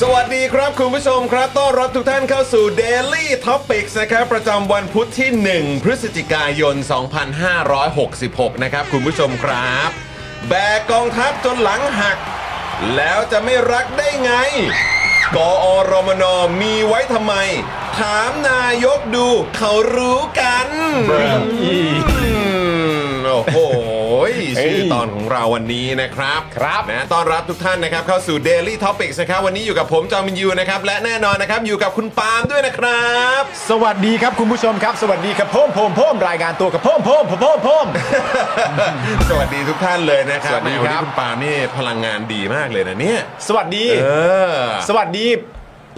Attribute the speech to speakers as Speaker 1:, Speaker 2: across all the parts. Speaker 1: สวัสดีครับคุณผู้ชมครับ ต้อนรับทุกท่านเข้าสู่ Daily Topics นะครับ ประจำวันพุธที่ 1 พฤศจิกายน 2566 นะครับ คุณผู้ชมครับ แบกกองทัพจนหลังหัก แล้วจะไม่รักได้ไง กอรมนมีไว้ทำไม ถามนายกดูเขารู้กัน อืมโอ้โหชื่อตอนของเราวันนี้นะครับครับนะต้อนรับทุกท่านนะครับเข้าสู่ Daily Topics นะครับ วันนี้อยู่กับผมจอมินยูนะครับ และแน่นอนนะครับอยู่กับคุณปาล์มด้วยนะครับ
Speaker 2: สวัสดีครับคุณผู้ชมครับ สวัสดีครับพ่มพ่มพ่มรายงานตัวกับพ่มพ่มพ่มพ่ม
Speaker 1: สวัสดีทุกท่านเลยนะครับ
Speaker 2: สวัสดีครับ
Speaker 1: แหมนนี้คุณปาล์มนี่พลังงานดีมากเลยนะเนี่ย
Speaker 2: สวัสดี
Speaker 1: เออ
Speaker 2: สวัสดี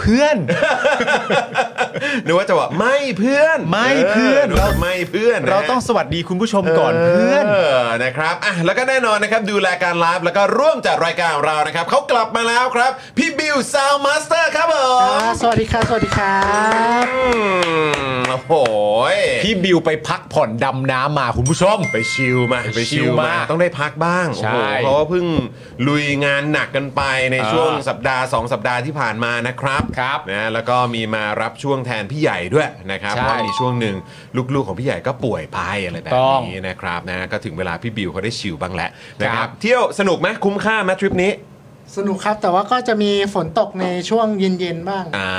Speaker 2: เพื่อน
Speaker 1: นึกว่าจะว่าไม่เพื่อน
Speaker 2: ไม่เพื่อน
Speaker 1: เราไม่เพื่อนนะ
Speaker 2: เราต้องสวัสดีคุณผู้ชมก่อนเพื่อน
Speaker 1: อนะครับอ่ะแล้วก็แน่นอนนะครับดูแลการไลฟ์แล้วก็ร่วมจัดรายการของเรานะครับเขากลับมาแล้วครับ พี่บิวซาวมาสเตอร์ครับผม
Speaker 3: สวัสดีครับ สวัสดีครับ
Speaker 1: อืมโอ้โห
Speaker 2: พี่บิวไปพักผ่อนดำน้ำมาคุณผู้ชม
Speaker 1: ไปชิลมา
Speaker 2: ไปชิลมา
Speaker 1: ต้องได้พักบ้าง
Speaker 2: ใช่
Speaker 1: โอ้โหเพราะว่าเพิ่งลุยงานหนักกันไปใน
Speaker 2: เออ
Speaker 1: ช่วงสัปดาห์ 2 สัปดาห์ที่ผ่านมานะครับ
Speaker 2: ครับ
Speaker 1: นะแล้วก็มีมารับช่วงแทนพี่ใหญ่ด้วยนะครับ
Speaker 2: ใช่
Speaker 1: เพราะมีช่วงหนึ่งลูกๆของพี่ใหญ่ก็ป่วยไปอะไรแบบ
Speaker 2: ต้อง
Speaker 1: นี้นะครับนะก็ถึงเวลาพี่บิวเขาได้ชิลบ้างแล้วนะค
Speaker 2: ครั
Speaker 1: รับบ เที่ยวสนุกไหมคุ้มค่าไหมทริปนี้
Speaker 3: สนุกครับ แต่ว่าก็จะมีฝนตกในช่วงเย็นๆบ้าง
Speaker 1: อ่า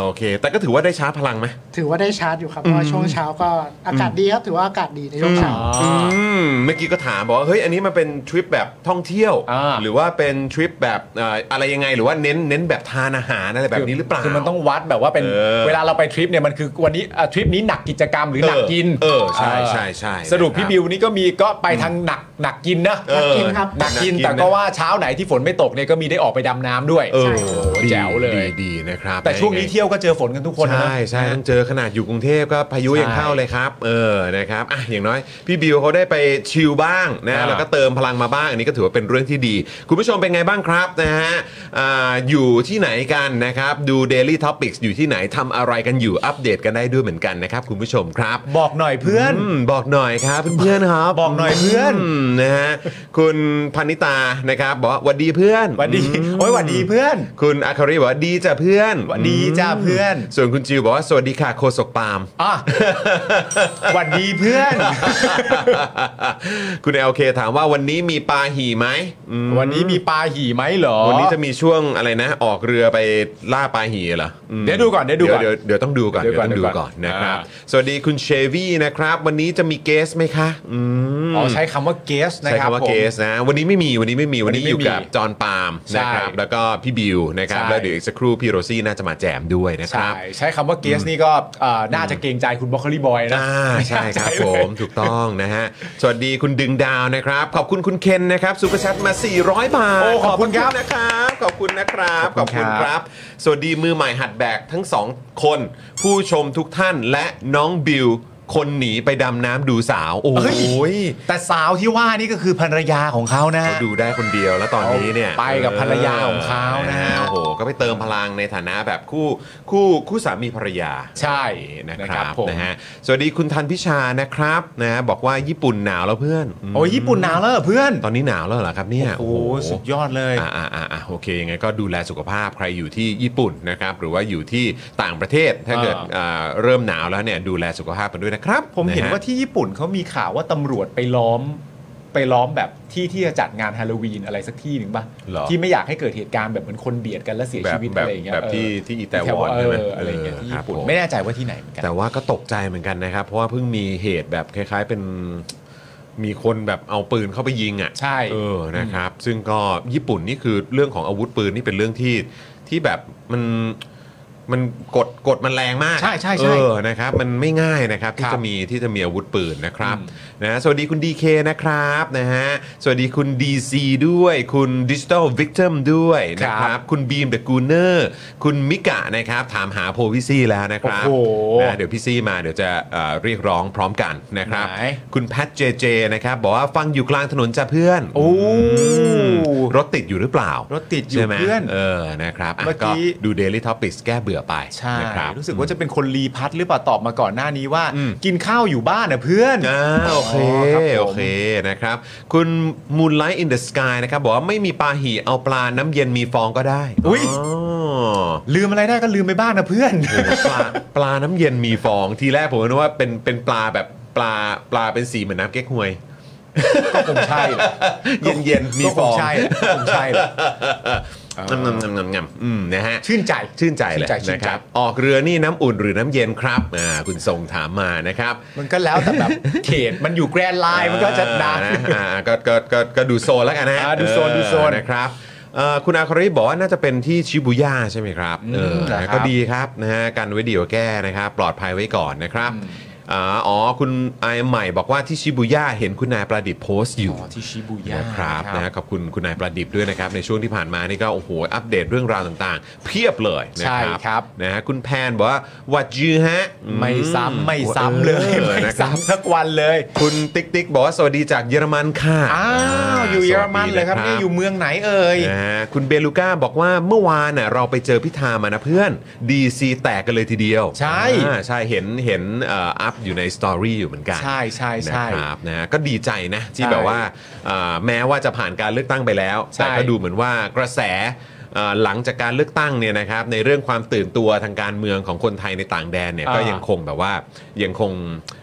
Speaker 1: โอเค แต่ก็ถือว่าได้ชาร์จพลังไหม
Speaker 3: ถือว่าได้ชาร์จอยู่ครับ เพราะว่าช่วงเช้าก็อากาศดีครับ ถือว่าอากาศดีในช่วงเช้า
Speaker 1: อืมเมื่อกี้ก็ถามบอกว่าเฮ้ยอันนี้มันเป็นทริปแบบท่องเที่ยว
Speaker 2: อ่า
Speaker 1: หรือว่าเป็นทริปแบบเอ่ออะไรยังไงหรือว่าเน้นเน้นแบบทานอาหารอะไรแบบนี้หรือเปล่า
Speaker 2: คือมันต้องวัดแบบว่าเป็น
Speaker 1: เออ
Speaker 2: เวลาเราไปทริปเนี่ยมันคือวันนี้อ่ะทริปนี้หนักกิจกรรมหรือหนักกิน
Speaker 1: เออใช่
Speaker 2: เออ
Speaker 1: ใช่ใช่
Speaker 2: สรุป
Speaker 1: นะค
Speaker 2: พี่บิวนี่ก็มีก็ไปทางหนักหนักกินนะ
Speaker 1: เออ
Speaker 3: กินครับ
Speaker 2: หนักกิน
Speaker 1: หนักกิน
Speaker 2: แต่ก็
Speaker 1: นะ
Speaker 2: ว่าเช้าไหนที่ฝนไม่ตกเนี่ยก็มีได้ออกไปดำน้ำด้วย
Speaker 1: เออ
Speaker 2: โอ้โห
Speaker 1: ดี
Speaker 2: แจ๋วเลย
Speaker 1: ดีดีนะครับ
Speaker 2: แต่ช่วงนี้เที่ยวก็เจอฝนกันทุกคนนะ
Speaker 1: ใช่ใช่ต้องเจอขนาดอยู่กรุงเทพก็พายุ
Speaker 2: ใช่
Speaker 1: ยังเข้าเลยครับเออนะครับอ่ะอย่างน้อยพี่บิวเขาได้ไปชิลบ้างนะ
Speaker 2: อ่า
Speaker 1: แล้วก็เติมพลังมาบ้างอันนี้ก็ถือว่าเป็นเรื่องที่ดี คุณผู้ชมเป็นไงบ้างครับนะฮะอ่าอยู่ที่ไหนกันนะครับดู Daily Topics อยู่ที่ไหนทำอะไรกันอยู่อัปเดตกันได้ด้วยเหมือนกันนะครับคุณผู้ชมครับ
Speaker 2: บอกหน่อยเพื่อน
Speaker 1: อืมบอกหน่อยครับเพื่อนๆครับ
Speaker 2: บอกหน่อยเพื่อน
Speaker 1: มนะฮะคุณพันิตานะครับบอกว่าหวัดดีเพื่อน
Speaker 2: หวัดดีโอ้ยหวัดดีเพื่อน
Speaker 1: คุณอาคาริบอกว่าดีจ้ะเพื่อน
Speaker 2: หวัดดีจ้าเพื่อน
Speaker 1: ส่วนคุณจิวบอกว่าสวัสดีค่ะโคศกปาล์ม
Speaker 2: อ่ะหวัดดีเพื่อน
Speaker 1: คุณเอลเคถามว่าวันนี้มีปลาหี่ไหมอืม
Speaker 2: วันนี้มีปลาหี่ไหมเหรอ
Speaker 1: วันนี้จะมีช่วงอะไรนะ ออกเรือไปล่าปลาหี่เหรออืม
Speaker 2: เดี๋ยวดูก่อนเดี๋ยวดูก่อน
Speaker 1: เดี๋ยวเดี๋ยวต้องดูก่อน
Speaker 2: เดี๋
Speaker 1: เดี๋ย
Speaker 2: ยว วก่อ
Speaker 1: ต้อง
Speaker 2: น
Speaker 1: ดู
Speaker 2: เดี๋ยวก่
Speaker 1: ก่อ
Speaker 2: อน น
Speaker 1: นะครับ
Speaker 2: อ่
Speaker 1: สวัสดีคุณเชวี่นะครับ วันนี้จะมีเกสไหมคะอืม
Speaker 2: อ๋อใช้คำว่า guest นะ
Speaker 1: ใช้
Speaker 2: ครับ
Speaker 1: คำว่า
Speaker 2: ผม
Speaker 1: เกสนะวันนี้ไม่มีวันนี้ไม่มีวันนี้
Speaker 2: วันนี้ไม่
Speaker 1: อยู่กับ
Speaker 2: มี
Speaker 1: จอห์นปาล์ม
Speaker 2: ใช่
Speaker 1: นะครับแล้วก็พี่บิวนะครับ
Speaker 2: ใช่
Speaker 1: แล้วเดี๋ยวอีกสักครู่พี่โรซี่น่าจะมาแจมด้วยนะครับ
Speaker 2: ใช่ใช้คำว่า guest นี่ก็เอ่อน่าจะเกรงใจคุณบล็อกเกอรี่บอยนะ
Speaker 1: อ่าใช่ครับผมถูกต้องนะฮะสวัสดีคุณดึงดาวนะครับ ขอบคุณคุณเคนนะครับซูเปอร์แชทมา 400 บาท
Speaker 2: โอ้ขอบคุณครับ
Speaker 1: พะนะครับขอบคุณนะครับ
Speaker 2: ขอบคุณครับ
Speaker 1: สวัสดีมือใหม่หัดแบกทั้งสองคน ผู้ชมทุกท่านและน้องบิว คนหนีไปดำน้ำดูสาว โอ้
Speaker 2: เฮ้ย
Speaker 1: ย
Speaker 2: แต่สาวที่ว่านี่ก็คือภรรยาของเขานะ
Speaker 1: เขา
Speaker 2: ฮะ
Speaker 1: ดูได้คนเดียวแล้วตอนนี้เนี่ย
Speaker 2: ไปกับภรรยาของเขานะฮะ
Speaker 1: โอ้โหก็ไปเติมพลังในฐานะแบบคู่คู่คู่สามีภรรยา
Speaker 2: ใช่
Speaker 1: นะ
Speaker 2: นะ
Speaker 1: ค
Speaker 2: ค
Speaker 1: รั
Speaker 2: รั
Speaker 1: บบ
Speaker 2: ผม
Speaker 1: นะฮะสวัสดีคุณทันพิชานะครับนะฮะบอกว่าญี่ปุ่นหนาวแล้วเพื่อนม
Speaker 2: โอ้ยญี่ปุ่นหนาวแล้วเหรอเพื่อน
Speaker 1: ตอนนี้หนาวแล้วเหรอครับเนี่ย
Speaker 2: โอ้โหสุดยอดเลย
Speaker 1: อ่าอ่าอ่าอ่าโอเคยังไงก็ดูแลสุขภาพใครอยู่ที่ญี่ปุ่นนะครับ หรือว่าอยู่ที่ต่างประเทศถ้าเกิด
Speaker 2: อ่า
Speaker 1: อ่าเริ่มหนาวแล้วเนี่ยดูแลสุขภาพกันด้วยนะครับ
Speaker 2: ผมเห็นะ
Speaker 1: ฮะ
Speaker 2: ว่าที่ญี่ปุ่นเขามีข่าวว่าตำรวจไปล้อม ไปล้อมแบบที่ที่จะจัดงานฮาโลวีนอะไรสักที่หนึ่งป่ะ
Speaker 1: เหรอ
Speaker 2: ที่ไม่อยากให้เกิดเหตุการณ์แบบเหมือนคนเบียดกันและเสีย
Speaker 1: แบ
Speaker 2: ชี
Speaker 1: บ
Speaker 2: วิต
Speaker 1: แบ
Speaker 2: อะ
Speaker 1: บ
Speaker 2: ไรอย่างเงี้ย
Speaker 1: แบบที่ที่อิตา
Speaker 2: แถว
Speaker 1: วอนใช่ไหม
Speaker 2: เอออะไรอย่างเงี้ยที่ญี่ปุ่
Speaker 1: ค
Speaker 2: น
Speaker 1: รับผม
Speaker 2: ไม่แน่ใจว่าที่ไหนเหมือนกัน
Speaker 1: แต่ว่าก็ตกใจเหมือนกันนะครับ เพราะว่าเพิ่งมีเหตุแบบคล้าย ๆเป็นมีคนแบบเอาปืนเข้าไปยิงอ่ะ
Speaker 2: ใช่
Speaker 1: เออนะครับ ซึ่งก็ญี่ปุ่นนี่คือเรื่องของอาวุธปืนนี่เป็นเรื่องที่ที่แบบมันมันกดกดมันแรงมาก
Speaker 2: ใช่ใช่ใช่
Speaker 1: เออนะครับ มันไม่ง่ายนะครับ ที่
Speaker 2: ครับ
Speaker 1: จะมีที่จะมีอาวุธปืนนะครับ
Speaker 2: อืม
Speaker 1: นะสวัสดีคุณ DK นะครับนะฮะสวัสดีคุณ DC ด้วย คุณ Digital Victim ด้วยนะครับ คุณบีมเดอะกูเนอร์คุณมิกะนะครับ ถามหาโพวิซี่แล้วนะ ครับ
Speaker 2: โอ้โห
Speaker 1: นะเดี๋ยวพี่ซี่มาเดี๋ยวจะเอ่อเรียกร้องพร้อมกันนะครับ
Speaker 2: ไหน
Speaker 1: คุณแพทเจเจนะครับ บอกว่าฟังอยู่กลางถนนจ้ะเพื่อน
Speaker 2: โอ้
Speaker 1: รถติดอยู่หรือเปล่าร
Speaker 2: ถติดอยู่
Speaker 1: ใช่ไหม
Speaker 2: เพื่อน
Speaker 1: เออนะครับอ่ะ
Speaker 2: เมื่อกี้
Speaker 1: ก็ดู Daily Topics แก้เบื่อไป
Speaker 2: ใช่
Speaker 1: นะครับ
Speaker 2: รู้สึกว่าจะเป็นคนรีพัทหรือเปล่าตอบมาก่อนหน้านี้ว่า
Speaker 1: อืม
Speaker 2: กินข้าวอยู่บ้านนะเพื่อน
Speaker 1: อ่าโอเค
Speaker 2: ครับผม
Speaker 1: โอเคนะครับ คุณ Moonlight in the Sky นะครับ บอกว่าไม่มีปลาหี่เอาปลาน้ำเย็นมีฟองก็ได้
Speaker 2: อุ๊ย
Speaker 1: อ๋อ
Speaker 2: ลืมอะไรได้ก็ลืมไปบ้างนะเพื่อน
Speaker 1: โอ้โหปลา ปลาน้ำเย็นมีฟองทีแรกผมนึกว่าเป็นเป็นปลาแบบปลาปลาเป็นสีเหมือนน้ำเก๊กฮวย
Speaker 2: ก็คงใช่แหละ
Speaker 1: เย็นเย็นๆมี
Speaker 2: ก็
Speaker 1: ฟ
Speaker 2: ค
Speaker 1: อง ง
Speaker 2: ใช่แหละก็คงใช่แหละ
Speaker 1: งำงำงำงำงำอืมนะฮะ
Speaker 2: ชื่นใจ
Speaker 1: ชื่นใจเลย
Speaker 2: ชื่นใจชื่
Speaker 1: นะ
Speaker 2: น
Speaker 1: ค
Speaker 2: ใจ
Speaker 1: รับ ออกเรือนี่น้ำอุ่นหรือน้ำเย็นครับอ่าคุณทรงถามมานะครับ
Speaker 2: มันก็แล้วแต่แบบ เขตมันอยู่แกรนด์ไลน์มันก็จะนาน
Speaker 1: อ่นะอ่าก็ก็ก็ก็ดูโซนแล้วกันนะฮะ
Speaker 2: อ่าดูโซนดูโซน
Speaker 1: เออนะครับเอ่อคุณอาคาริบอกว่าน่าจะเป็นที่ชิบูย่าใช่ไหมครับเออ
Speaker 2: เหรอครับ
Speaker 1: ก็ดีครับนะฮะกันไว้ดีกว่าแก้นะครับ ปลอดภัยไว้ก่อนนะครับอ่าอ๋อคุณไอใหม่บอกว่าที่ชิบูย่าเห็นคุณนายประดิษฐ์โพสต์อยู่
Speaker 2: อ๋อที่ชิบูย่าน
Speaker 1: นะครับ
Speaker 2: ครับ
Speaker 1: นะฮะขอบคุณคุณนายประดิษฐ์ด้วยนะครับ ในช่วงที่ผ่านมานี่ก็โอ้โหอัปเดตเรื่องราวต่างๆ เพียบเลยนะ
Speaker 2: ใช่
Speaker 1: ครับ
Speaker 2: ครับ
Speaker 1: นะฮะคุณแพนบอกว่าหวัดยือฮะ
Speaker 2: ไม่ซ้ำไม่
Speaker 1: อ
Speaker 2: ซ้ำ
Speaker 1: อ
Speaker 2: เลยไม่
Speaker 1: นะครับ
Speaker 2: ซ้ำสักวันเลย
Speaker 1: คุณติ๊กติ๊กบอกว่าสวัสดีจากเยอรมันค่ะ
Speaker 2: อ้าวอยู่เยอรมันเลยครับ
Speaker 1: สวัสดี
Speaker 2: เนี่ยอยู่เมืองไหนเอ่ย
Speaker 1: นะฮะคุณเบลูก้าบอกว่าเมื่อวานน่ะเราไปเจอพิธามานะเพื่อนดีซีแตกกันเลยทีเดียว
Speaker 2: ใช่
Speaker 1: อ่าใช่เห็นเห็นเอ่ออัพอยู่ในสตอรี่อยู่เหมือนกัน
Speaker 2: ใช่ใช่
Speaker 1: นะ
Speaker 2: ใช่
Speaker 1: ครับนะฮะก็ดีใจนะที่
Speaker 2: ใช่
Speaker 1: แบบว่าอ่าแม้ว่าจะผ่านการเลือกตั้งไปแล้ว แต่
Speaker 2: ใช่
Speaker 1: ก็ดูเหมือนว่ากระแสเอ่อหลังจากการเลือกตั้งเนี่ยนะครับในเรื่องความตื่นตัวทางการเมืองของคนไทยในต่างแดนเนี่ยก็
Speaker 2: อ่ายั
Speaker 1: ยังคงแบบว่ายังคง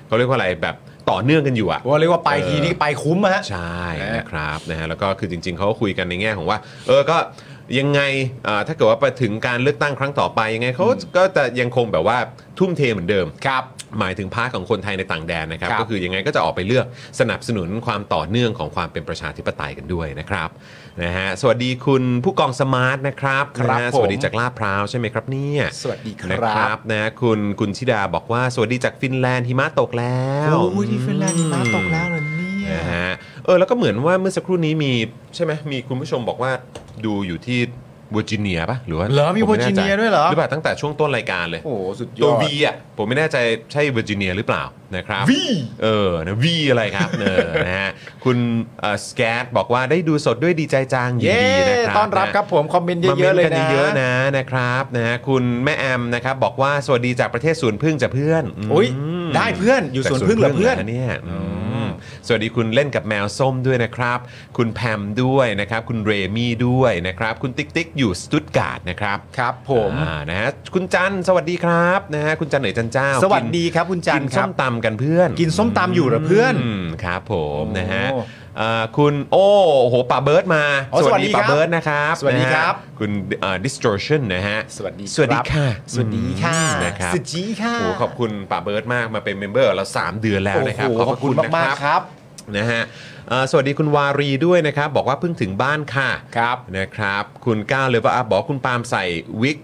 Speaker 1: เขาเรียกว่าอะไรแบบต่อเนื่องกันอยู่อะ
Speaker 2: ว่าเรียกว่าไป
Speaker 1: เออ
Speaker 2: ทีนี้ไปคุ้มอะฮะ
Speaker 1: ใช่
Speaker 2: นะฮะ
Speaker 1: นะครับนะฮะแล้วก็คือจริง ๆเขาก็คุยกันในแง่ของว่า เออก็ยังไงเอ่อถ้าเกิดว่าไปถึงการเลือกตั้งครั้งต่อไปยังไงเขาก็จะยังคงแบบว่าทุ่มเทเหมือนเดิมครับหมายถึงพาร์ทของคนไทยในต่างแดนนะครับ
Speaker 2: ครับ
Speaker 1: ก็คือยังไงก็จะออกไปเลือกสนับสนุนความต่อเนื่องของความเป็นประชาธิปไตยกันด้วยนะครับนะฮะสวัสดีคุณผู้กองสมาร์ทนะครับ
Speaker 2: ครับ
Speaker 1: นะฮะ
Speaker 2: ผม
Speaker 1: สวัสดีจากลาดพร้าวใช่ไหมครับเนี่ย
Speaker 2: สวัสดีค
Speaker 1: นะ
Speaker 2: รั
Speaker 1: ค
Speaker 2: บ
Speaker 1: รับนะคุณคุณชิดาบอกว่าสวัสดีจากฟินแลนด์หิมะตกแล้ว
Speaker 2: โอ้ยที่ฟินแลนด์หิมาตกแล้วเหรอเนี่ย
Speaker 1: นะฮะเออแล้วก็เหมือนว่าเมื่อสักครู่นี้มีใช่ไหมมีคุณผู้ชมบอกว่าดูอยู่ที่เวอร์จิเนียป่ะหรือว่า
Speaker 2: เหรอมี
Speaker 1: ผ
Speaker 2: เวอร์
Speaker 1: ไแ
Speaker 2: จิเนียด้วยเหรอ
Speaker 1: หรือเปล่าตั้งแต่ช่วงต้นรายการเลย
Speaker 2: โอ้สุดยอด
Speaker 1: ตัววีอ่ะผมไม่แน่ใจใช่เวอร์จิเนียหรือเปล่านะครับ
Speaker 2: วี
Speaker 1: เออนะวีอะไรครับเออนะฮะคุณสแกตบอกว่าได้ดูสดด้วยดีใจจังยิน
Speaker 2: เย้
Speaker 1: ดีนะครับ
Speaker 2: ต้อนรับ
Speaker 1: ะ
Speaker 2: ครับผมคอมเมนต์เย
Speaker 1: มาม้
Speaker 2: อะ
Speaker 1: น
Speaker 2: ๆเลย
Speaker 1: กัน
Speaker 2: นะ
Speaker 1: เยอะๆนะนะครับนะฮะคุณแม่แอมนะครับบอกว่าสวัสดีจากประเทศสวนพึ่งจากเพื่อนม
Speaker 2: อุ๊ยได้เพื่อนอยู่
Speaker 1: จาก
Speaker 2: สวนพึ่งเหรอเพื่อน
Speaker 1: สวเนี่ยอืมสวัสดีคุณเล่นกับแมวส้มด้วยนะครับ คุณแพมด้วยนะครับ คุณเรมี่ด้วยนะครับ คุณติ๊กติ๊กอยู่สตุตการ์ดนะครับ
Speaker 2: ครับผม
Speaker 1: อ่านะฮะคุณจันสวัสดีครับนะฮะคุณจันไหนจันเจ้า
Speaker 2: สวัสดีครับคุณจัน
Speaker 1: กิน
Speaker 2: ค
Speaker 1: ส้
Speaker 2: รับ
Speaker 1: มตำกันเพื่อน
Speaker 2: กินส้มตำอยู่เหรอเพื่อน
Speaker 1: มครับผม
Speaker 2: โอ้
Speaker 1: นะฮะเอ่อคุณโอ้โอ้โหป่าเบิร์ดมา
Speaker 2: อ๋อสวัสดี
Speaker 1: ป่า
Speaker 2: ครับ
Speaker 1: เบิร์ดนะครับ
Speaker 2: สวัสดี
Speaker 1: นะฮะ
Speaker 2: ครับ
Speaker 1: คุณเอ่อ distortion นะฮะ
Speaker 2: สวัสดี
Speaker 1: สวัสดี
Speaker 2: รับ
Speaker 1: ค่ะ
Speaker 2: สวัสดีค่ะ
Speaker 1: อืมนะครับ
Speaker 2: สวัสดีค่ะ
Speaker 1: โอ้โหขอบคุณป่าเบิร์ดมากมาเป็นเมมเบอร์เรา3 เดือนแล้วนะครับ
Speaker 2: โอ้โหขอบคุณ
Speaker 1: นะ
Speaker 2: มากๆครับ
Speaker 1: นะฮะเอ่อสวัสดีคุณวารีด้วยนะครับ บอกว่าเพิ่งถึงบ้านค่ะ
Speaker 2: ครับ
Speaker 1: นะครับ คุณก้าวเลยว่าบอกคุณปาล์มใส่วิก